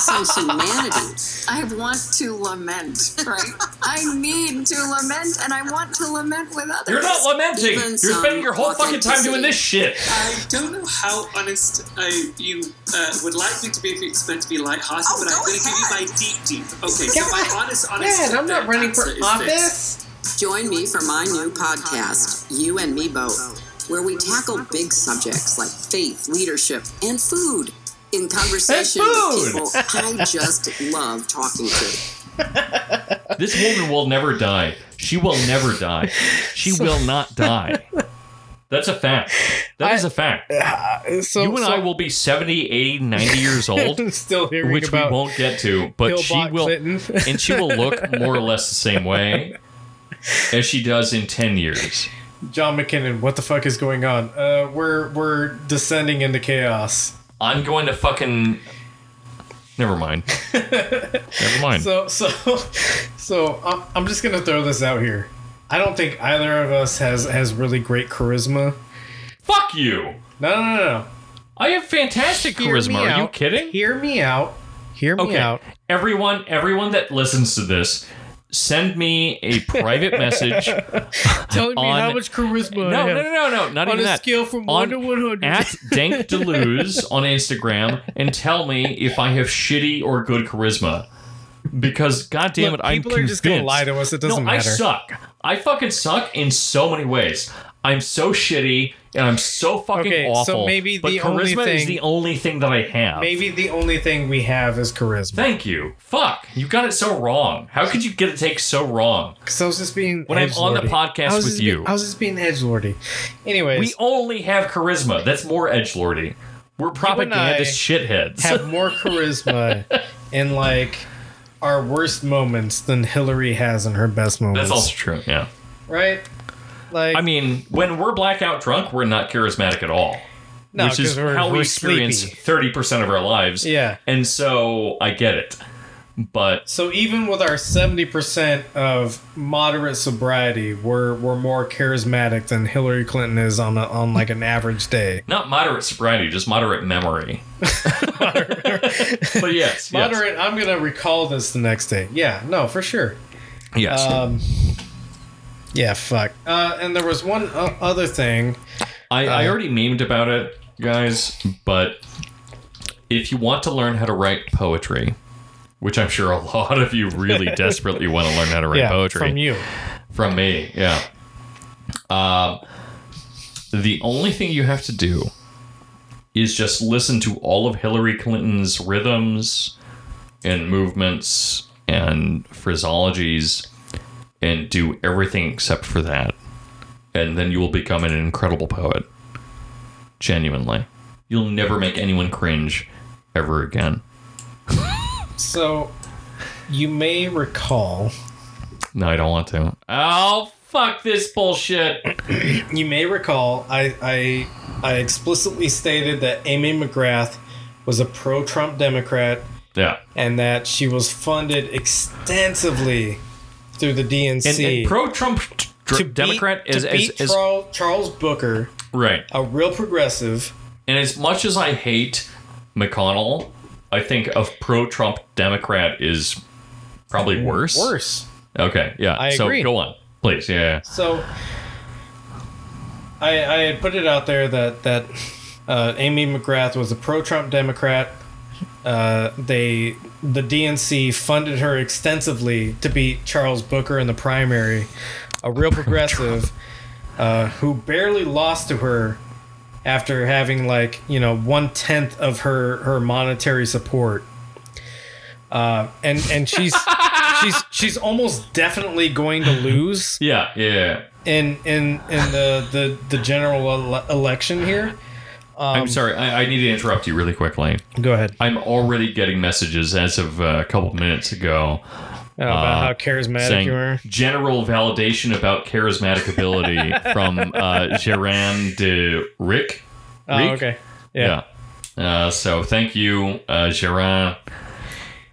[SPEAKER 11] Some humanity.
[SPEAKER 12] I want to lament, right? I need to lament, and I want to lament with others.
[SPEAKER 3] You're not lamenting.
[SPEAKER 11] Even
[SPEAKER 3] You're
[SPEAKER 11] some
[SPEAKER 3] spending your whole fucking time doing this shit.
[SPEAKER 10] I don't know how honest I, you uh, would like me to be if it's meant to be lighthearted,
[SPEAKER 11] Oh,
[SPEAKER 10] but
[SPEAKER 11] go
[SPEAKER 10] I'm going to give you my deep, deep. Okay, so my honest, honest.
[SPEAKER 2] Man, I'm not
[SPEAKER 10] uh,
[SPEAKER 2] running for
[SPEAKER 10] answer is this.
[SPEAKER 2] office.
[SPEAKER 11] Join me for my new podcast, You and Me Both, where we tackle big subjects like faith, leadership, and food in conversation with
[SPEAKER 3] food!
[SPEAKER 11] people I just love talking to.
[SPEAKER 3] This woman will never die. She will never die. She will not die. That's a fact. That is a fact.
[SPEAKER 2] Uh, So
[SPEAKER 3] you and I will be 70, 80, 90
[SPEAKER 2] [LAUGHS]
[SPEAKER 3] years old,
[SPEAKER 2] still hearing
[SPEAKER 3] which we
[SPEAKER 2] about
[SPEAKER 3] won't get to, but she
[SPEAKER 2] Hillbot
[SPEAKER 3] will
[SPEAKER 2] Clinton.
[SPEAKER 3] and she will look
[SPEAKER 2] [LAUGHS]
[SPEAKER 3] more or less the same way as she does in 10 years.
[SPEAKER 2] John McKinnon. What the fuck is going on? Uh, we're we're descending into chaos.
[SPEAKER 3] I'm going to fucking never mind.
[SPEAKER 2] [LAUGHS]
[SPEAKER 3] never mind.
[SPEAKER 2] So so [LAUGHS] so I'm, I'm just gonna throw this out here. I don't think either of us has has really great charisma.
[SPEAKER 3] Fuck you.
[SPEAKER 2] No no no no.
[SPEAKER 3] I have fantastic
[SPEAKER 2] Hear me
[SPEAKER 3] charisma. Are you
[SPEAKER 2] out.
[SPEAKER 3] kidding?
[SPEAKER 2] Hear me out. Hear me
[SPEAKER 3] Okay.
[SPEAKER 2] out.
[SPEAKER 3] Everyone, everyone that listens to this, send me a
[SPEAKER 2] [LAUGHS]
[SPEAKER 3] private message.
[SPEAKER 2] Telling me
[SPEAKER 3] On-
[SPEAKER 2] how much charisma I
[SPEAKER 3] No,
[SPEAKER 2] have.
[SPEAKER 3] no, no, no, no, not
[SPEAKER 2] On
[SPEAKER 3] even
[SPEAKER 2] a
[SPEAKER 3] that.
[SPEAKER 2] scale from one to 100.
[SPEAKER 3] At Dank Deleuze on Instagram and tell me if I have shitty or good charisma. Because goddamn
[SPEAKER 2] Look,
[SPEAKER 3] it, I'm
[SPEAKER 2] people are just gonna
[SPEAKER 3] convinced-
[SPEAKER 2] lie to us, it doesn't
[SPEAKER 3] no, I
[SPEAKER 2] matter.
[SPEAKER 3] suck. I fucking suck in so many ways. I'm so shitty and I'm so fucking
[SPEAKER 2] Okay, so
[SPEAKER 3] awful.
[SPEAKER 2] maybe
[SPEAKER 3] but
[SPEAKER 2] the
[SPEAKER 3] charisma
[SPEAKER 2] only
[SPEAKER 3] is
[SPEAKER 2] thing-
[SPEAKER 3] the only thing that I have.
[SPEAKER 2] Maybe the only thing we have is charisma.
[SPEAKER 3] Thank you. Fuck, you got it so wrong. How could you get it take so wrong?
[SPEAKER 2] Because I was just being
[SPEAKER 3] when I'm on the
[SPEAKER 2] edgelordy.
[SPEAKER 3] podcast
[SPEAKER 2] I was
[SPEAKER 3] with
[SPEAKER 2] just
[SPEAKER 3] you.
[SPEAKER 2] being- I was just being edgelordy. Anyways,
[SPEAKER 3] we only have charisma. That's more edge lordy. We're propagandist
[SPEAKER 2] I
[SPEAKER 3] shitheads. [LAUGHS]
[SPEAKER 2] have more charisma in like our worst moments than Hillary has in her best moments.
[SPEAKER 3] That's also true. Yeah.
[SPEAKER 2] right? Like
[SPEAKER 3] I mean, when we're blackout drunk, we're not charismatic at all.
[SPEAKER 2] No,
[SPEAKER 3] which is
[SPEAKER 2] 'cause we're-
[SPEAKER 3] how we
[SPEAKER 2] we're
[SPEAKER 3] experience
[SPEAKER 2] sleepy.
[SPEAKER 3] thirty percent of our lives.
[SPEAKER 2] Yeah.
[SPEAKER 3] and so I get it. But
[SPEAKER 2] So even with our seventy percent of moderate sobriety, we're we're more charismatic than Hillary Clinton is on a, on like an average day.
[SPEAKER 3] not moderate sobriety, just moderate memory.
[SPEAKER 2] [LAUGHS]
[SPEAKER 3] [LAUGHS] but yes, yes.
[SPEAKER 2] Moderate. I'm gonna recall this the next day. Yeah, no, for sure.
[SPEAKER 3] Yes.
[SPEAKER 2] Um, yeah, fuck. Uh, and there was one o- other thing.
[SPEAKER 3] I, I
[SPEAKER 2] Uh,
[SPEAKER 3] already memed about it, guys, but if you want to learn how to write poetry, which I'm sure a [LAUGHS] lot of you really desperately want to learn how to write
[SPEAKER 2] [LAUGHS] Yeah,
[SPEAKER 3] poetry.
[SPEAKER 2] from you.
[SPEAKER 3] From me, yeah. Um, the only thing you have to do is just listen to all of Hillary Clinton's rhythms and movements and phraseologies and do everything except for that. And then you will become an incredible poet. Genuinely. You'll never make anyone cringe ever again.
[SPEAKER 2] So you may recall.
[SPEAKER 3] No, I don't want to. Oh, fuck this bullshit.
[SPEAKER 2] [CLEARS THROAT] you may recall I, I I explicitly stated that Amy McGrath was a pro-Trump Democrat
[SPEAKER 3] Yeah.
[SPEAKER 2] and that she was funded extensively through the
[SPEAKER 3] And,
[SPEAKER 2] DNC.
[SPEAKER 3] and pro Trump Democrat
[SPEAKER 2] to
[SPEAKER 3] is, is,
[SPEAKER 2] beat
[SPEAKER 3] is
[SPEAKER 2] Charles, Charles Booker,
[SPEAKER 3] right.
[SPEAKER 2] a real progressive.
[SPEAKER 3] And as much as I hate McConnell, I think of pro Trump Democrat is probably worse.
[SPEAKER 2] Worse.
[SPEAKER 3] Okay, yeah.
[SPEAKER 2] I
[SPEAKER 3] so
[SPEAKER 2] agree.
[SPEAKER 3] go on, please. Yeah, yeah.
[SPEAKER 2] So I I had put it out there that that uh, Amy McGrath was a pro-Trump Democrat. Uh, they the DNC funded her extensively to beat Charles Booker in the primary,
[SPEAKER 3] [LAUGHS]
[SPEAKER 2] a real progressive uh, who barely lost to her after having like you know one tenth of her her monetary support. Uh, and and she's she's she's almost definitely going to lose
[SPEAKER 3] [LAUGHS] Yeah, yeah.
[SPEAKER 2] in in in the the the general ele- election here. Um,
[SPEAKER 3] I'm sorry. I, I need to interrupt you really quickly.
[SPEAKER 2] Go ahead.
[SPEAKER 3] I'm already getting messages as of uh, a couple minutes ago.
[SPEAKER 2] Oh, about
[SPEAKER 3] uh,
[SPEAKER 2] how charismatic
[SPEAKER 3] saying,
[SPEAKER 2] you are.
[SPEAKER 3] General validation about charismatic
[SPEAKER 2] [LAUGHS]
[SPEAKER 3] ability from uh, Jerome de Rick.
[SPEAKER 2] Oh,
[SPEAKER 3] Rick?
[SPEAKER 2] okay. Yeah.
[SPEAKER 3] Yeah. Uh, so thank you, uh, Jerome.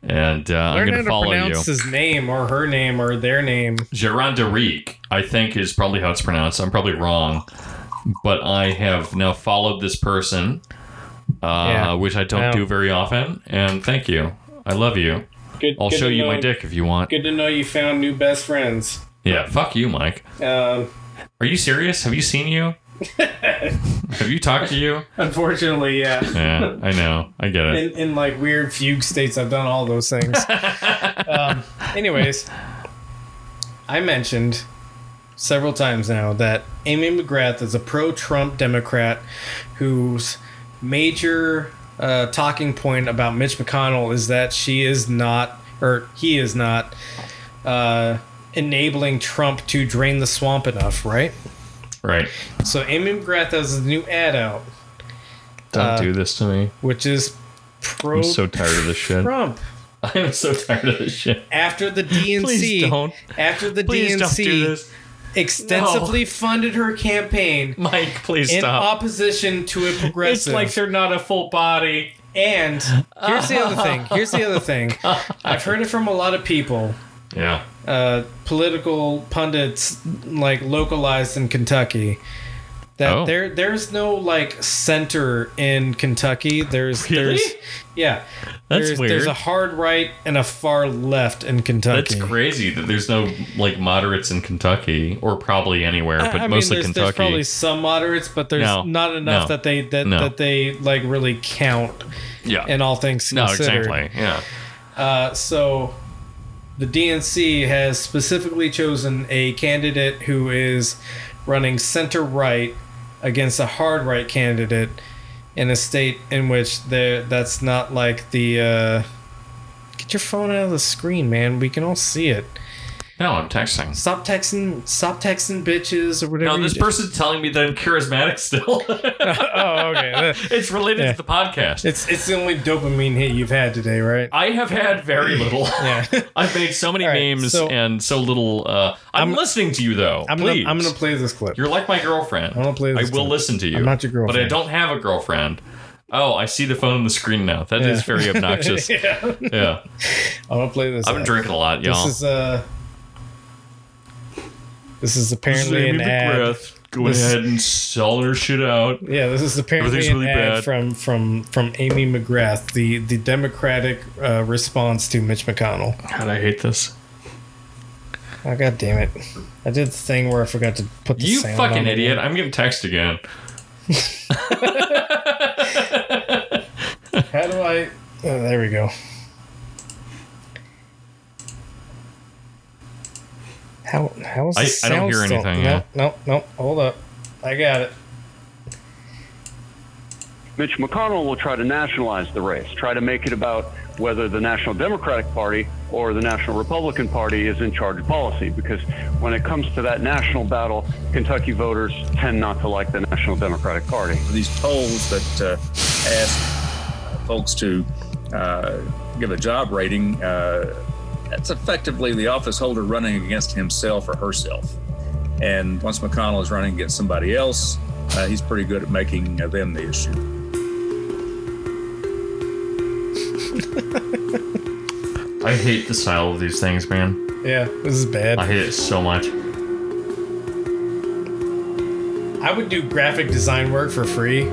[SPEAKER 3] And uh, I'm
[SPEAKER 2] Learn
[SPEAKER 3] going
[SPEAKER 2] how
[SPEAKER 3] to
[SPEAKER 2] to
[SPEAKER 3] follow you.
[SPEAKER 2] pronounce his name or her name or their name.
[SPEAKER 3] Gerard de Riek, I think is probably how it's pronounced. I'm probably wrong, but I have now followed this person, uh,
[SPEAKER 2] Yeah.
[SPEAKER 3] which I don't
[SPEAKER 2] Wow.
[SPEAKER 3] do very often. And thank you. I love you.
[SPEAKER 2] Good-
[SPEAKER 3] I'll
[SPEAKER 2] good
[SPEAKER 3] show
[SPEAKER 2] to
[SPEAKER 3] you
[SPEAKER 2] know.
[SPEAKER 3] my dick if you want.
[SPEAKER 2] Good to know you found new best friends.
[SPEAKER 3] Yeah, fuck you, Mike.
[SPEAKER 2] Um,
[SPEAKER 3] Are you serious? Have you seen
[SPEAKER 2] [LAUGHS]
[SPEAKER 3] you? have you talked to you?
[SPEAKER 2] unfortunately, yeah.
[SPEAKER 3] Yeah, I know. I get it.
[SPEAKER 2] In, in like weird fugue states, I've done all those things. um, anyways, I mentioned several times now that Amy McGrath is a pro Trump Democrat whose major uh, talking point about Mitch McConnell is that she is not, or he is not, uh, enabling Trump to drain the swamp enough, right?
[SPEAKER 3] Right.
[SPEAKER 2] So Amy McGrath has a new ad out,
[SPEAKER 3] Don't
[SPEAKER 2] Uh,
[SPEAKER 3] do this to me.
[SPEAKER 2] which is pro
[SPEAKER 3] I'm so tired of this shit. [LAUGHS]
[SPEAKER 2] Trump.
[SPEAKER 3] I am so tired of this shit.
[SPEAKER 2] after the DNC
[SPEAKER 3] Please don't.
[SPEAKER 2] after the
[SPEAKER 3] Please
[SPEAKER 2] DNC
[SPEAKER 3] don't do this.
[SPEAKER 2] extensively funded her campaign
[SPEAKER 3] Mike, please
[SPEAKER 2] in
[SPEAKER 3] stop.
[SPEAKER 2] opposition to a
[SPEAKER 3] It's
[SPEAKER 2] progressive.
[SPEAKER 3] like they're not a full body.
[SPEAKER 2] and here's the other thing. Here's the
[SPEAKER 3] [LAUGHS]
[SPEAKER 2] other thing. I've heard it from a lot of people,
[SPEAKER 3] Yeah.
[SPEAKER 2] uh, political pundits, like localized in Kentucky. That
[SPEAKER 3] Oh.
[SPEAKER 2] there, there's no like center in Kentucky. There's,
[SPEAKER 3] Really?
[SPEAKER 2] there's, yeah.
[SPEAKER 3] That's
[SPEAKER 2] there's, There's
[SPEAKER 3] weird.
[SPEAKER 2] a hard right and a far left in [LAUGHS] Kentucky.
[SPEAKER 3] That's crazy that there's no like moderates in Kentucky or probably anywhere,
[SPEAKER 2] I-
[SPEAKER 3] but
[SPEAKER 2] I mean,
[SPEAKER 3] mostly
[SPEAKER 2] there's, There's
[SPEAKER 3] Kentucky.
[SPEAKER 2] probably some moderates, but there's
[SPEAKER 3] No.
[SPEAKER 2] not enough
[SPEAKER 3] No.
[SPEAKER 2] that they that,
[SPEAKER 3] No.
[SPEAKER 2] that they like really count
[SPEAKER 3] yeah.
[SPEAKER 2] in all things
[SPEAKER 3] no,
[SPEAKER 2] considered.
[SPEAKER 3] exactly. Yeah.
[SPEAKER 2] Uh, so the DNC has specifically chosen a candidate who is running center right against a hard right candidate in a state in which there that's not like the uh, get your phone out of the screen, man. We can all see it.
[SPEAKER 3] No, I'm texting.
[SPEAKER 2] Stop texting, stop texting, bitches or whatever.
[SPEAKER 3] No, this
[SPEAKER 2] you do.
[SPEAKER 3] person's telling me that I'm charismatic still. [LAUGHS]
[SPEAKER 2] [LAUGHS] oh, okay.
[SPEAKER 3] it's related
[SPEAKER 2] Yeah.
[SPEAKER 3] to the podcast.
[SPEAKER 2] It's it's the only dopamine hit you've had today, right?
[SPEAKER 3] I have had
[SPEAKER 2] [LAUGHS]
[SPEAKER 3] very little.
[SPEAKER 2] Yeah.
[SPEAKER 3] I've made so many
[SPEAKER 2] All right,
[SPEAKER 3] memes
[SPEAKER 2] so-
[SPEAKER 3] and so little. Uh, I'm,
[SPEAKER 2] I'm-
[SPEAKER 3] listening to you though.
[SPEAKER 2] I'm gonna,
[SPEAKER 3] please.
[SPEAKER 2] I'm gonna play this clip.
[SPEAKER 3] You're like my girlfriend.
[SPEAKER 2] I'm gonna play
[SPEAKER 3] I
[SPEAKER 2] this
[SPEAKER 3] will
[SPEAKER 2] clip.
[SPEAKER 3] listen to you.
[SPEAKER 2] I'm not your
[SPEAKER 3] But I
[SPEAKER 2] girlfriend.
[SPEAKER 3] don't have a girlfriend. Oh, I see the phone on the screen now. That is
[SPEAKER 2] [LAUGHS] Yeah.
[SPEAKER 3] very obnoxious.
[SPEAKER 2] Yeah.
[SPEAKER 3] Yeah.
[SPEAKER 2] I'm gonna play this.
[SPEAKER 3] I've been
[SPEAKER 2] ad.
[SPEAKER 3] drinking a lot, y'all.
[SPEAKER 2] This is uh, this is apparently an
[SPEAKER 3] Amy
[SPEAKER 2] ad.
[SPEAKER 3] McGrath. Go
[SPEAKER 2] This-
[SPEAKER 3] ahead and sell her shit out.
[SPEAKER 2] Yeah, this is apparently
[SPEAKER 3] Everything's
[SPEAKER 2] an
[SPEAKER 3] really
[SPEAKER 2] ad
[SPEAKER 3] bad.
[SPEAKER 2] from from from Amy McGrath, the the Democratic uh, response to Mitch McConnell.
[SPEAKER 3] God, I hate this.
[SPEAKER 2] Oh god damn it! I did the thing where I forgot to put the
[SPEAKER 3] You
[SPEAKER 2] sound
[SPEAKER 3] fucking
[SPEAKER 2] on.
[SPEAKER 3] idiot. I'm getting text again.
[SPEAKER 2] How do I? Oh, there we go. How how is
[SPEAKER 3] I-
[SPEAKER 2] this
[SPEAKER 3] I don't
[SPEAKER 2] sound
[SPEAKER 3] hear
[SPEAKER 2] still-
[SPEAKER 3] anything,
[SPEAKER 2] No,
[SPEAKER 3] yeah.
[SPEAKER 2] no, no. Hold up. I got it.
[SPEAKER 12] Mitch McConnell will try to nationalize the race, try to make it about whether the National Democratic Party or the National Republican Party is in charge of policy. Because when it comes to that national battle, Kentucky voters tend not to like the National Democratic Party.
[SPEAKER 13] These polls that uh, ask uh, folks to uh, give a job rating, uh, that's effectively the office holder running against himself or herself. And once McConnell is running against somebody else, uh, he's pretty good at making uh, them the issue.
[SPEAKER 3] I hate the style of these things, man.
[SPEAKER 2] Yeah, this is bad.
[SPEAKER 3] I hate it so much.
[SPEAKER 2] I would do graphic design work for free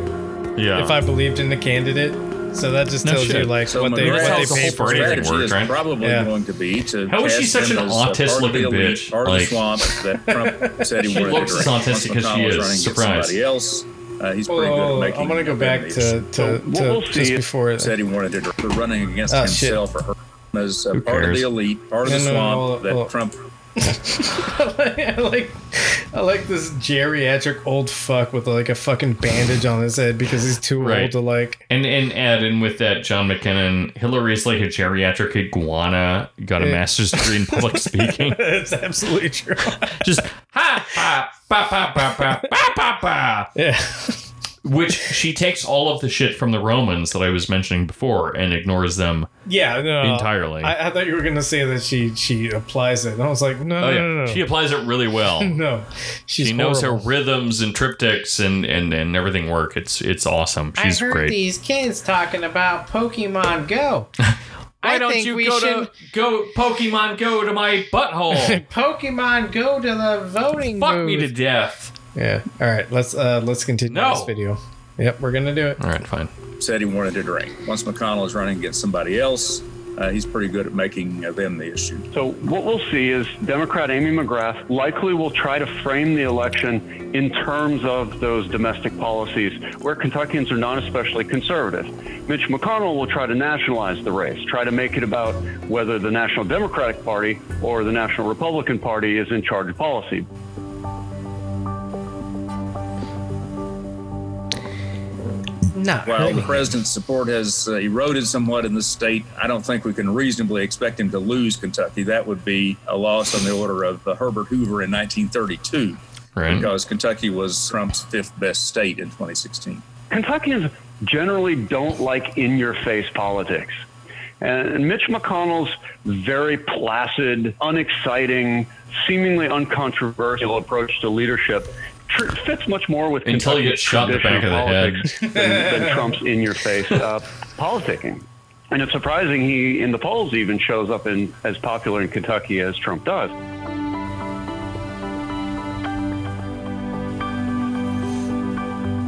[SPEAKER 3] Yeah.
[SPEAKER 2] if I believed in the candidate. So that just tells you like what they what they pay for.
[SPEAKER 13] Strategy is Probably going to be to
[SPEAKER 3] How is she
[SPEAKER 13] cast
[SPEAKER 3] such
[SPEAKER 13] him
[SPEAKER 3] an
[SPEAKER 13] as a part of the
[SPEAKER 3] autistic-looking
[SPEAKER 13] elite,
[SPEAKER 3] bitch?
[SPEAKER 13] Part of the
[SPEAKER 3] Like-
[SPEAKER 13] swamp that
[SPEAKER 2] [LAUGHS]
[SPEAKER 13] Trump said he
[SPEAKER 3] She
[SPEAKER 13] wanted
[SPEAKER 3] looks
[SPEAKER 13] to
[SPEAKER 3] as
[SPEAKER 13] direct. Once
[SPEAKER 3] autistic as she
[SPEAKER 13] McConnell's
[SPEAKER 3] is.
[SPEAKER 13] running against
[SPEAKER 3] Surprised.
[SPEAKER 13] Somebody else, uh, he's pretty good
[SPEAKER 2] Oh,
[SPEAKER 13] at making.
[SPEAKER 2] I'm gonna go back to to,
[SPEAKER 13] what
[SPEAKER 2] to
[SPEAKER 13] we'll see
[SPEAKER 2] just
[SPEAKER 13] is-
[SPEAKER 2] before it.
[SPEAKER 13] said he wanted to direct. running against
[SPEAKER 2] Ah, shit.
[SPEAKER 13] himself or her as a
[SPEAKER 2] Who
[SPEAKER 13] part of
[SPEAKER 2] cares?
[SPEAKER 13] the elite, part of the
[SPEAKER 2] No, no, no,
[SPEAKER 13] swamp
[SPEAKER 2] hold up,
[SPEAKER 13] that
[SPEAKER 2] hold up.
[SPEAKER 13] Trump
[SPEAKER 2] I like I like this geriatric old fuck with like a fucking bandage on his head because he's too old
[SPEAKER 3] Right. [LAUGHS]
[SPEAKER 2] to like.
[SPEAKER 3] And and add in with that John McKinnon, Hillary's like a geriatric iguana, got a
[SPEAKER 2] Yeah.
[SPEAKER 3] master's degree in public
[SPEAKER 2] [LAUGHS]
[SPEAKER 3] speaking.
[SPEAKER 2] That's absolutely true.
[SPEAKER 3] Just ha ha ba ba ba ba ba ba ba.
[SPEAKER 2] Yeah.
[SPEAKER 3] Which she takes all of the shit from the Romans that I was mentioning before and ignores them.
[SPEAKER 2] Yeah, no, no.
[SPEAKER 3] Entirely.
[SPEAKER 2] I, I thought you were gonna say that she she applies it, and I was like, no,
[SPEAKER 3] oh
[SPEAKER 2] no,
[SPEAKER 3] yeah,
[SPEAKER 2] no, no.
[SPEAKER 3] she applies it really well.
[SPEAKER 2] [LAUGHS] no, she's
[SPEAKER 3] she knows
[SPEAKER 2] horrible.
[SPEAKER 3] how rhythms and triptychs and, and, and everything work. It's it's awesome. She's great.
[SPEAKER 2] these kids talking about
[SPEAKER 3] [LAUGHS]
[SPEAKER 2] Pokemon Go.
[SPEAKER 3] Why don't you go to go Pokemon Go to my butthole?
[SPEAKER 2] [LAUGHS] Pokemon Go to the voting
[SPEAKER 3] Fuck me to death.
[SPEAKER 2] Yeah. All right. Let's uh let's continue
[SPEAKER 13] No.
[SPEAKER 2] this video. Yep, we're gonna do it.
[SPEAKER 3] All right, fine.
[SPEAKER 13] said he wanted to drink. Once McConnell is running against somebody else, uh, he's pretty good at making uh, them the issue.
[SPEAKER 12] So what we'll see is Democrat Amy McGrath likely will try to frame the election in terms of those domestic policies where Kentuckians are not especially conservative. Mitch McConnell will try to nationalize the race, try to make it about whether the National Democratic Party or the National Republican Party is in charge of policy.
[SPEAKER 2] No.
[SPEAKER 13] While the president's support has uh, eroded somewhat in this state, I don't think we can reasonably expect him to lose Kentucky. That would be a loss on the order of uh, Herbert Hoover in 1932,
[SPEAKER 3] Right.
[SPEAKER 13] because Kentucky was Trump's fifth best state in 2016.
[SPEAKER 12] Kentuckians generally don't like in your face politics. And Mitch McConnell's very placid, unexciting, seemingly uncontroversial approach to leadership tr- fits much more with
[SPEAKER 3] Until
[SPEAKER 12] Kentucky's
[SPEAKER 3] you get shot in the back of
[SPEAKER 12] traditional
[SPEAKER 3] the head.
[SPEAKER 12] politics than, than Trump's in your face uh, politicking. And it's surprising he, in the polls, even shows up in as popular in Kentucky as Trump does.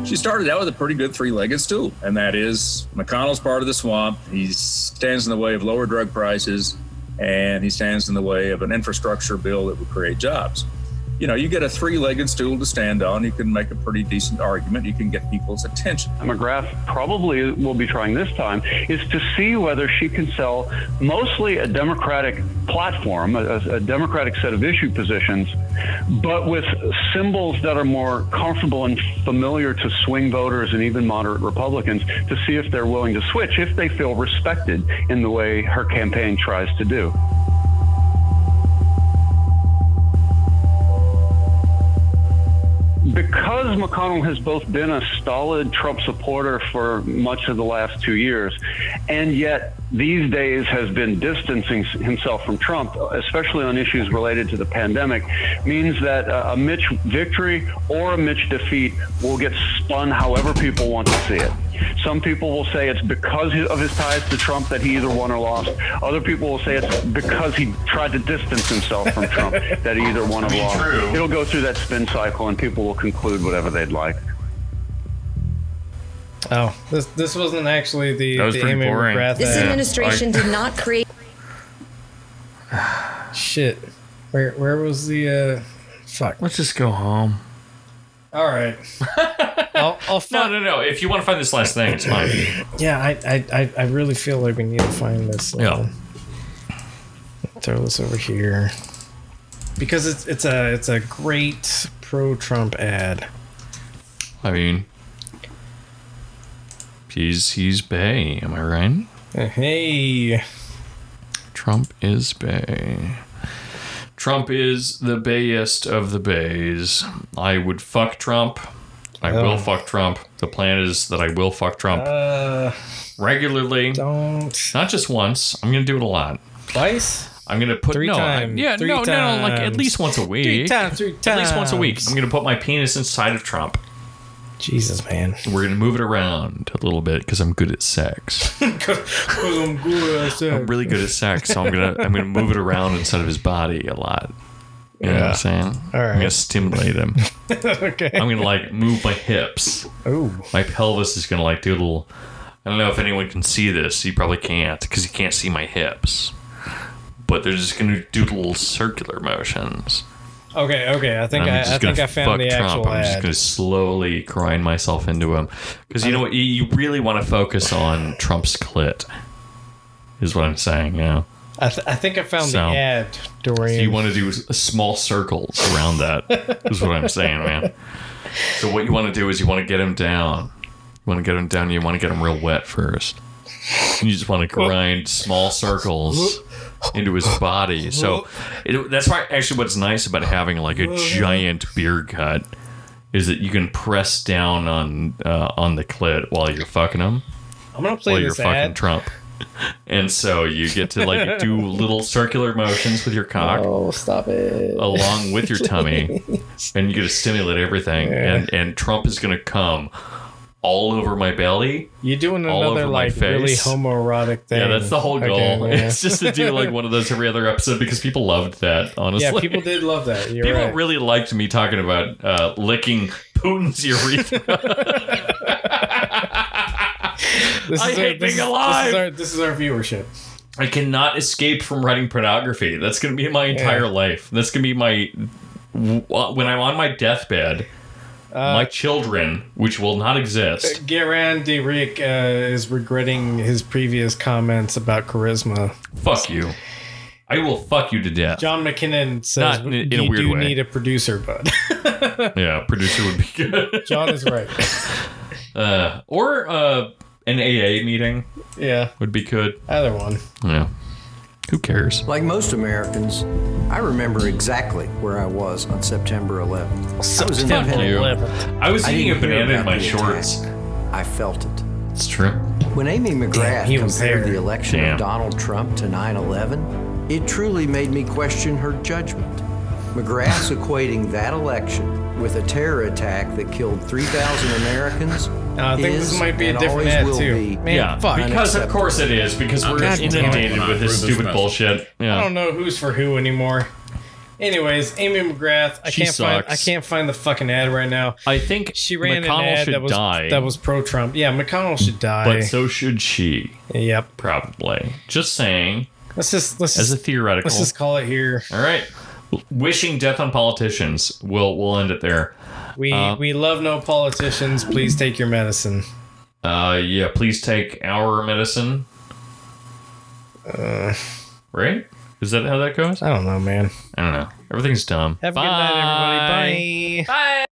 [SPEAKER 13] She started out with a pretty good three legged stool, and that is McConnell's part of the swamp. He stands in the way of lower drug prices, and he stands in the way of an infrastructure bill that would create jobs. you know, you get a three-legged stool to stand on. You can make a pretty decent argument. You can get people's attention.
[SPEAKER 12] McGrath probably will be trying this time is to see whether she can sell mostly a Democratic platform, a, a Democratic set of issue positions, but with symbols that are more comfortable and familiar to swing voters and even moderate Republicans to see if they're willing to switch if they feel respected in the way her campaign tries to do. because McConnell has both been a stolid Trump supporter for much of the last two years, and yet these days has been distancing himself from Trump, especially on issues related to the pandemic, means that uh, a Mitch victory or a Mitch defeat will get spun however people want to see it. Some people will say it's because of his ties to Trump that he either won or lost. Other people will say it's because he tried to distance himself from Trump that he either won or lost.
[SPEAKER 14] true.
[SPEAKER 12] It'll go through that spin cycle, and people will conclude whatever they'd like.
[SPEAKER 2] Oh, this this wasn't actually the,
[SPEAKER 14] That was
[SPEAKER 2] the
[SPEAKER 14] pretty
[SPEAKER 2] Amy
[SPEAKER 14] boring.
[SPEAKER 2] McGrath
[SPEAKER 11] This
[SPEAKER 2] ad.
[SPEAKER 11] administration did not create.
[SPEAKER 2] Shit. Where where was the uh fuck?
[SPEAKER 3] Let's just go home.
[SPEAKER 2] All right. [LAUGHS] I'll, I'll
[SPEAKER 3] No, no, no. If you want to find this last thing, it's fine.
[SPEAKER 2] Yeah, I, I I I really feel like we need to find this. uh,
[SPEAKER 3] Yeah.
[SPEAKER 2] Throw this over here. Because it's it's a it's a great pro Trump ad.
[SPEAKER 3] I mean, he's he's Bay. Am I right?
[SPEAKER 2] Uh-huh. Hey.
[SPEAKER 3] Trump is Bay. Trump is the bayest of the bays. I would fuck Trump. I
[SPEAKER 2] Oh.
[SPEAKER 3] will fuck Trump. The plan is that I will fuck Trump
[SPEAKER 2] Uh
[SPEAKER 3] regularly.
[SPEAKER 2] Don't.
[SPEAKER 3] Not just once. I'm gonna do it a lot.
[SPEAKER 2] Twice.
[SPEAKER 3] I'm gonna put
[SPEAKER 2] Three
[SPEAKER 3] no, I-
[SPEAKER 2] times.
[SPEAKER 3] yeah,
[SPEAKER 2] Three
[SPEAKER 3] no, no, no, like at
[SPEAKER 2] times.
[SPEAKER 3] least once a week.
[SPEAKER 2] Three times, three
[SPEAKER 3] At least once a week.
[SPEAKER 2] times.
[SPEAKER 3] I'm gonna put my penis inside of Trump.
[SPEAKER 2] Jesus, man.
[SPEAKER 3] We're gonna move it around a little bit because I'm good at sex.
[SPEAKER 2] I'm good at
[SPEAKER 3] I'm really good at sex, so I'm gonna I'm gonna move it around inside of his body a lot. You know what
[SPEAKER 2] Yeah.
[SPEAKER 3] I'm saying?
[SPEAKER 2] All right.
[SPEAKER 3] I'm gonna stimulate him.
[SPEAKER 2] [LAUGHS] okay.
[SPEAKER 3] I'm gonna like move my hips.
[SPEAKER 2] Ooh.
[SPEAKER 3] My pelvis is gonna like do a little. I don't know if anyone can see this. You probably can't because you can't see my hips. But they're just gonna do little circular motions.
[SPEAKER 2] Okay, okay. I think
[SPEAKER 3] And I'm
[SPEAKER 2] I,
[SPEAKER 3] just
[SPEAKER 2] I think
[SPEAKER 3] gonna
[SPEAKER 2] I found
[SPEAKER 3] fuck
[SPEAKER 2] the actual
[SPEAKER 3] I'm just
[SPEAKER 2] ad.
[SPEAKER 3] gonna slowly grind myself into him because you know what? You- You really want to focus on Trump's clit, is what I'm saying. Yeah.
[SPEAKER 2] I, th- I think I found
[SPEAKER 3] So-
[SPEAKER 2] the ad, Dorian.
[SPEAKER 3] So you want to do s- small circles around that, is what I'm saying, man. So what you want to do is you want to get him down. You want to get him down. You want to get him real wet first. And you just want to grind small circles into his body. So it, that's why actually what's nice about having like a giant beer gut is that you can press down on uh, on the clit while you're fucking him.
[SPEAKER 2] I'm gonna play
[SPEAKER 3] while you're
[SPEAKER 2] this
[SPEAKER 3] fucking
[SPEAKER 2] ad. [LAUGHS]
[SPEAKER 3] Trump. And so you get to like do little circular motions with your cock.
[SPEAKER 2] Oh, stop it.
[SPEAKER 3] Along with your
[SPEAKER 2] [LAUGHS]
[SPEAKER 3] tummy. and you're gonna stimulate everything.
[SPEAKER 2] Yeah.
[SPEAKER 3] And and Trump is gonna come all over my belly.
[SPEAKER 2] You're doing
[SPEAKER 3] all
[SPEAKER 2] another
[SPEAKER 3] over my
[SPEAKER 2] like really
[SPEAKER 3] face.
[SPEAKER 2] homoerotic thing.
[SPEAKER 3] Yeah, that's the whole goal.
[SPEAKER 2] Okay, yeah.
[SPEAKER 3] [LAUGHS] It's just to do like one of those every other episode because people loved that, honestly.
[SPEAKER 2] yeah, people did love that. You're
[SPEAKER 3] People
[SPEAKER 2] right.
[SPEAKER 3] really liked me talking about uh, licking Putin's
[SPEAKER 2] [LAUGHS]
[SPEAKER 3] urethra.
[SPEAKER 2] This
[SPEAKER 3] I
[SPEAKER 2] is
[SPEAKER 3] hate
[SPEAKER 2] our,
[SPEAKER 3] being
[SPEAKER 2] this, is-
[SPEAKER 3] alive.
[SPEAKER 2] This is, our, this is our viewership.
[SPEAKER 3] I cannot escape from writing pornography. That's going to be my entire life. That's going to be my uh, when I'm on my deathbed. my children, which will not
[SPEAKER 2] Uh,
[SPEAKER 3] exist.
[SPEAKER 2] Garan de Rick uh, is regretting his previous comments
[SPEAKER 3] [LAUGHS]
[SPEAKER 2] about charisma.
[SPEAKER 3] Fuck you. I will fuck you to death.
[SPEAKER 2] John McKinnon says
[SPEAKER 3] Not in- in a
[SPEAKER 2] you
[SPEAKER 3] weird
[SPEAKER 2] do
[SPEAKER 3] way.
[SPEAKER 2] need a producer, bud. [LAUGHS]
[SPEAKER 3] yeah, producer would be good.
[SPEAKER 2] John is right.
[SPEAKER 3] Uh, or uh, an AA meeting
[SPEAKER 2] Yeah,
[SPEAKER 3] would be good.
[SPEAKER 2] either one.
[SPEAKER 3] Yeah. Who cares?
[SPEAKER 15] Like most Americans, I remember exactly where I was on September 11th.
[SPEAKER 3] Fuck
[SPEAKER 15] I was,
[SPEAKER 3] you. I was eating a
[SPEAKER 15] didn't hear
[SPEAKER 3] banana in
[SPEAKER 15] about
[SPEAKER 3] my
[SPEAKER 15] the attack.
[SPEAKER 3] shorts.
[SPEAKER 15] I felt it.
[SPEAKER 3] It's true.
[SPEAKER 2] Uh,
[SPEAKER 15] When Amy McGrath
[SPEAKER 3] Damn, he was
[SPEAKER 15] compared
[SPEAKER 3] there.
[SPEAKER 15] the election
[SPEAKER 3] Damn.
[SPEAKER 15] of Donald Trump to 9 11, it truly made me question her judgment.
[SPEAKER 3] [LAUGHS]
[SPEAKER 15] McGrath's equating that election with a terror attack that killed 3,000 Americans.
[SPEAKER 2] I think this
[SPEAKER 15] is
[SPEAKER 2] might be a
[SPEAKER 15] and
[SPEAKER 2] different
[SPEAKER 15] always
[SPEAKER 2] ad,
[SPEAKER 15] will
[SPEAKER 2] too.
[SPEAKER 15] be
[SPEAKER 2] Man, Yeah, fuck.
[SPEAKER 3] Because of course it is. Because we're
[SPEAKER 2] God damn it.
[SPEAKER 3] inundated with this stupid bullshit.
[SPEAKER 2] I
[SPEAKER 3] Yeah.
[SPEAKER 2] don't know who's for who anymore. Anyways, Amy McGrath, I
[SPEAKER 3] She
[SPEAKER 2] can't find I
[SPEAKER 3] sucks.
[SPEAKER 2] can't find the fucking ad right now.
[SPEAKER 3] I think
[SPEAKER 2] she ran an
[SPEAKER 3] McConnell
[SPEAKER 2] ad
[SPEAKER 3] should
[SPEAKER 2] that was
[SPEAKER 3] die.
[SPEAKER 2] that was pro Trump. Yeah, McConnell should die.
[SPEAKER 3] But so should she.
[SPEAKER 2] Yep.
[SPEAKER 3] Probably. Just saying.
[SPEAKER 2] let's just let's
[SPEAKER 3] as
[SPEAKER 2] just,
[SPEAKER 3] a theoretical.
[SPEAKER 2] let's just call it here.
[SPEAKER 3] All right. wishing death on politicians. We'll we'll end it there.
[SPEAKER 7] We
[SPEAKER 3] Uh,
[SPEAKER 7] we love no politicians. Please take your medicine.
[SPEAKER 3] Uh, yeah. Please take our medicine. Uh, right? Is that how that goes?
[SPEAKER 7] I don't know, man.
[SPEAKER 3] I don't know. Everything's dumb.
[SPEAKER 7] Have a good night, everybody. Bye.
[SPEAKER 3] Bye.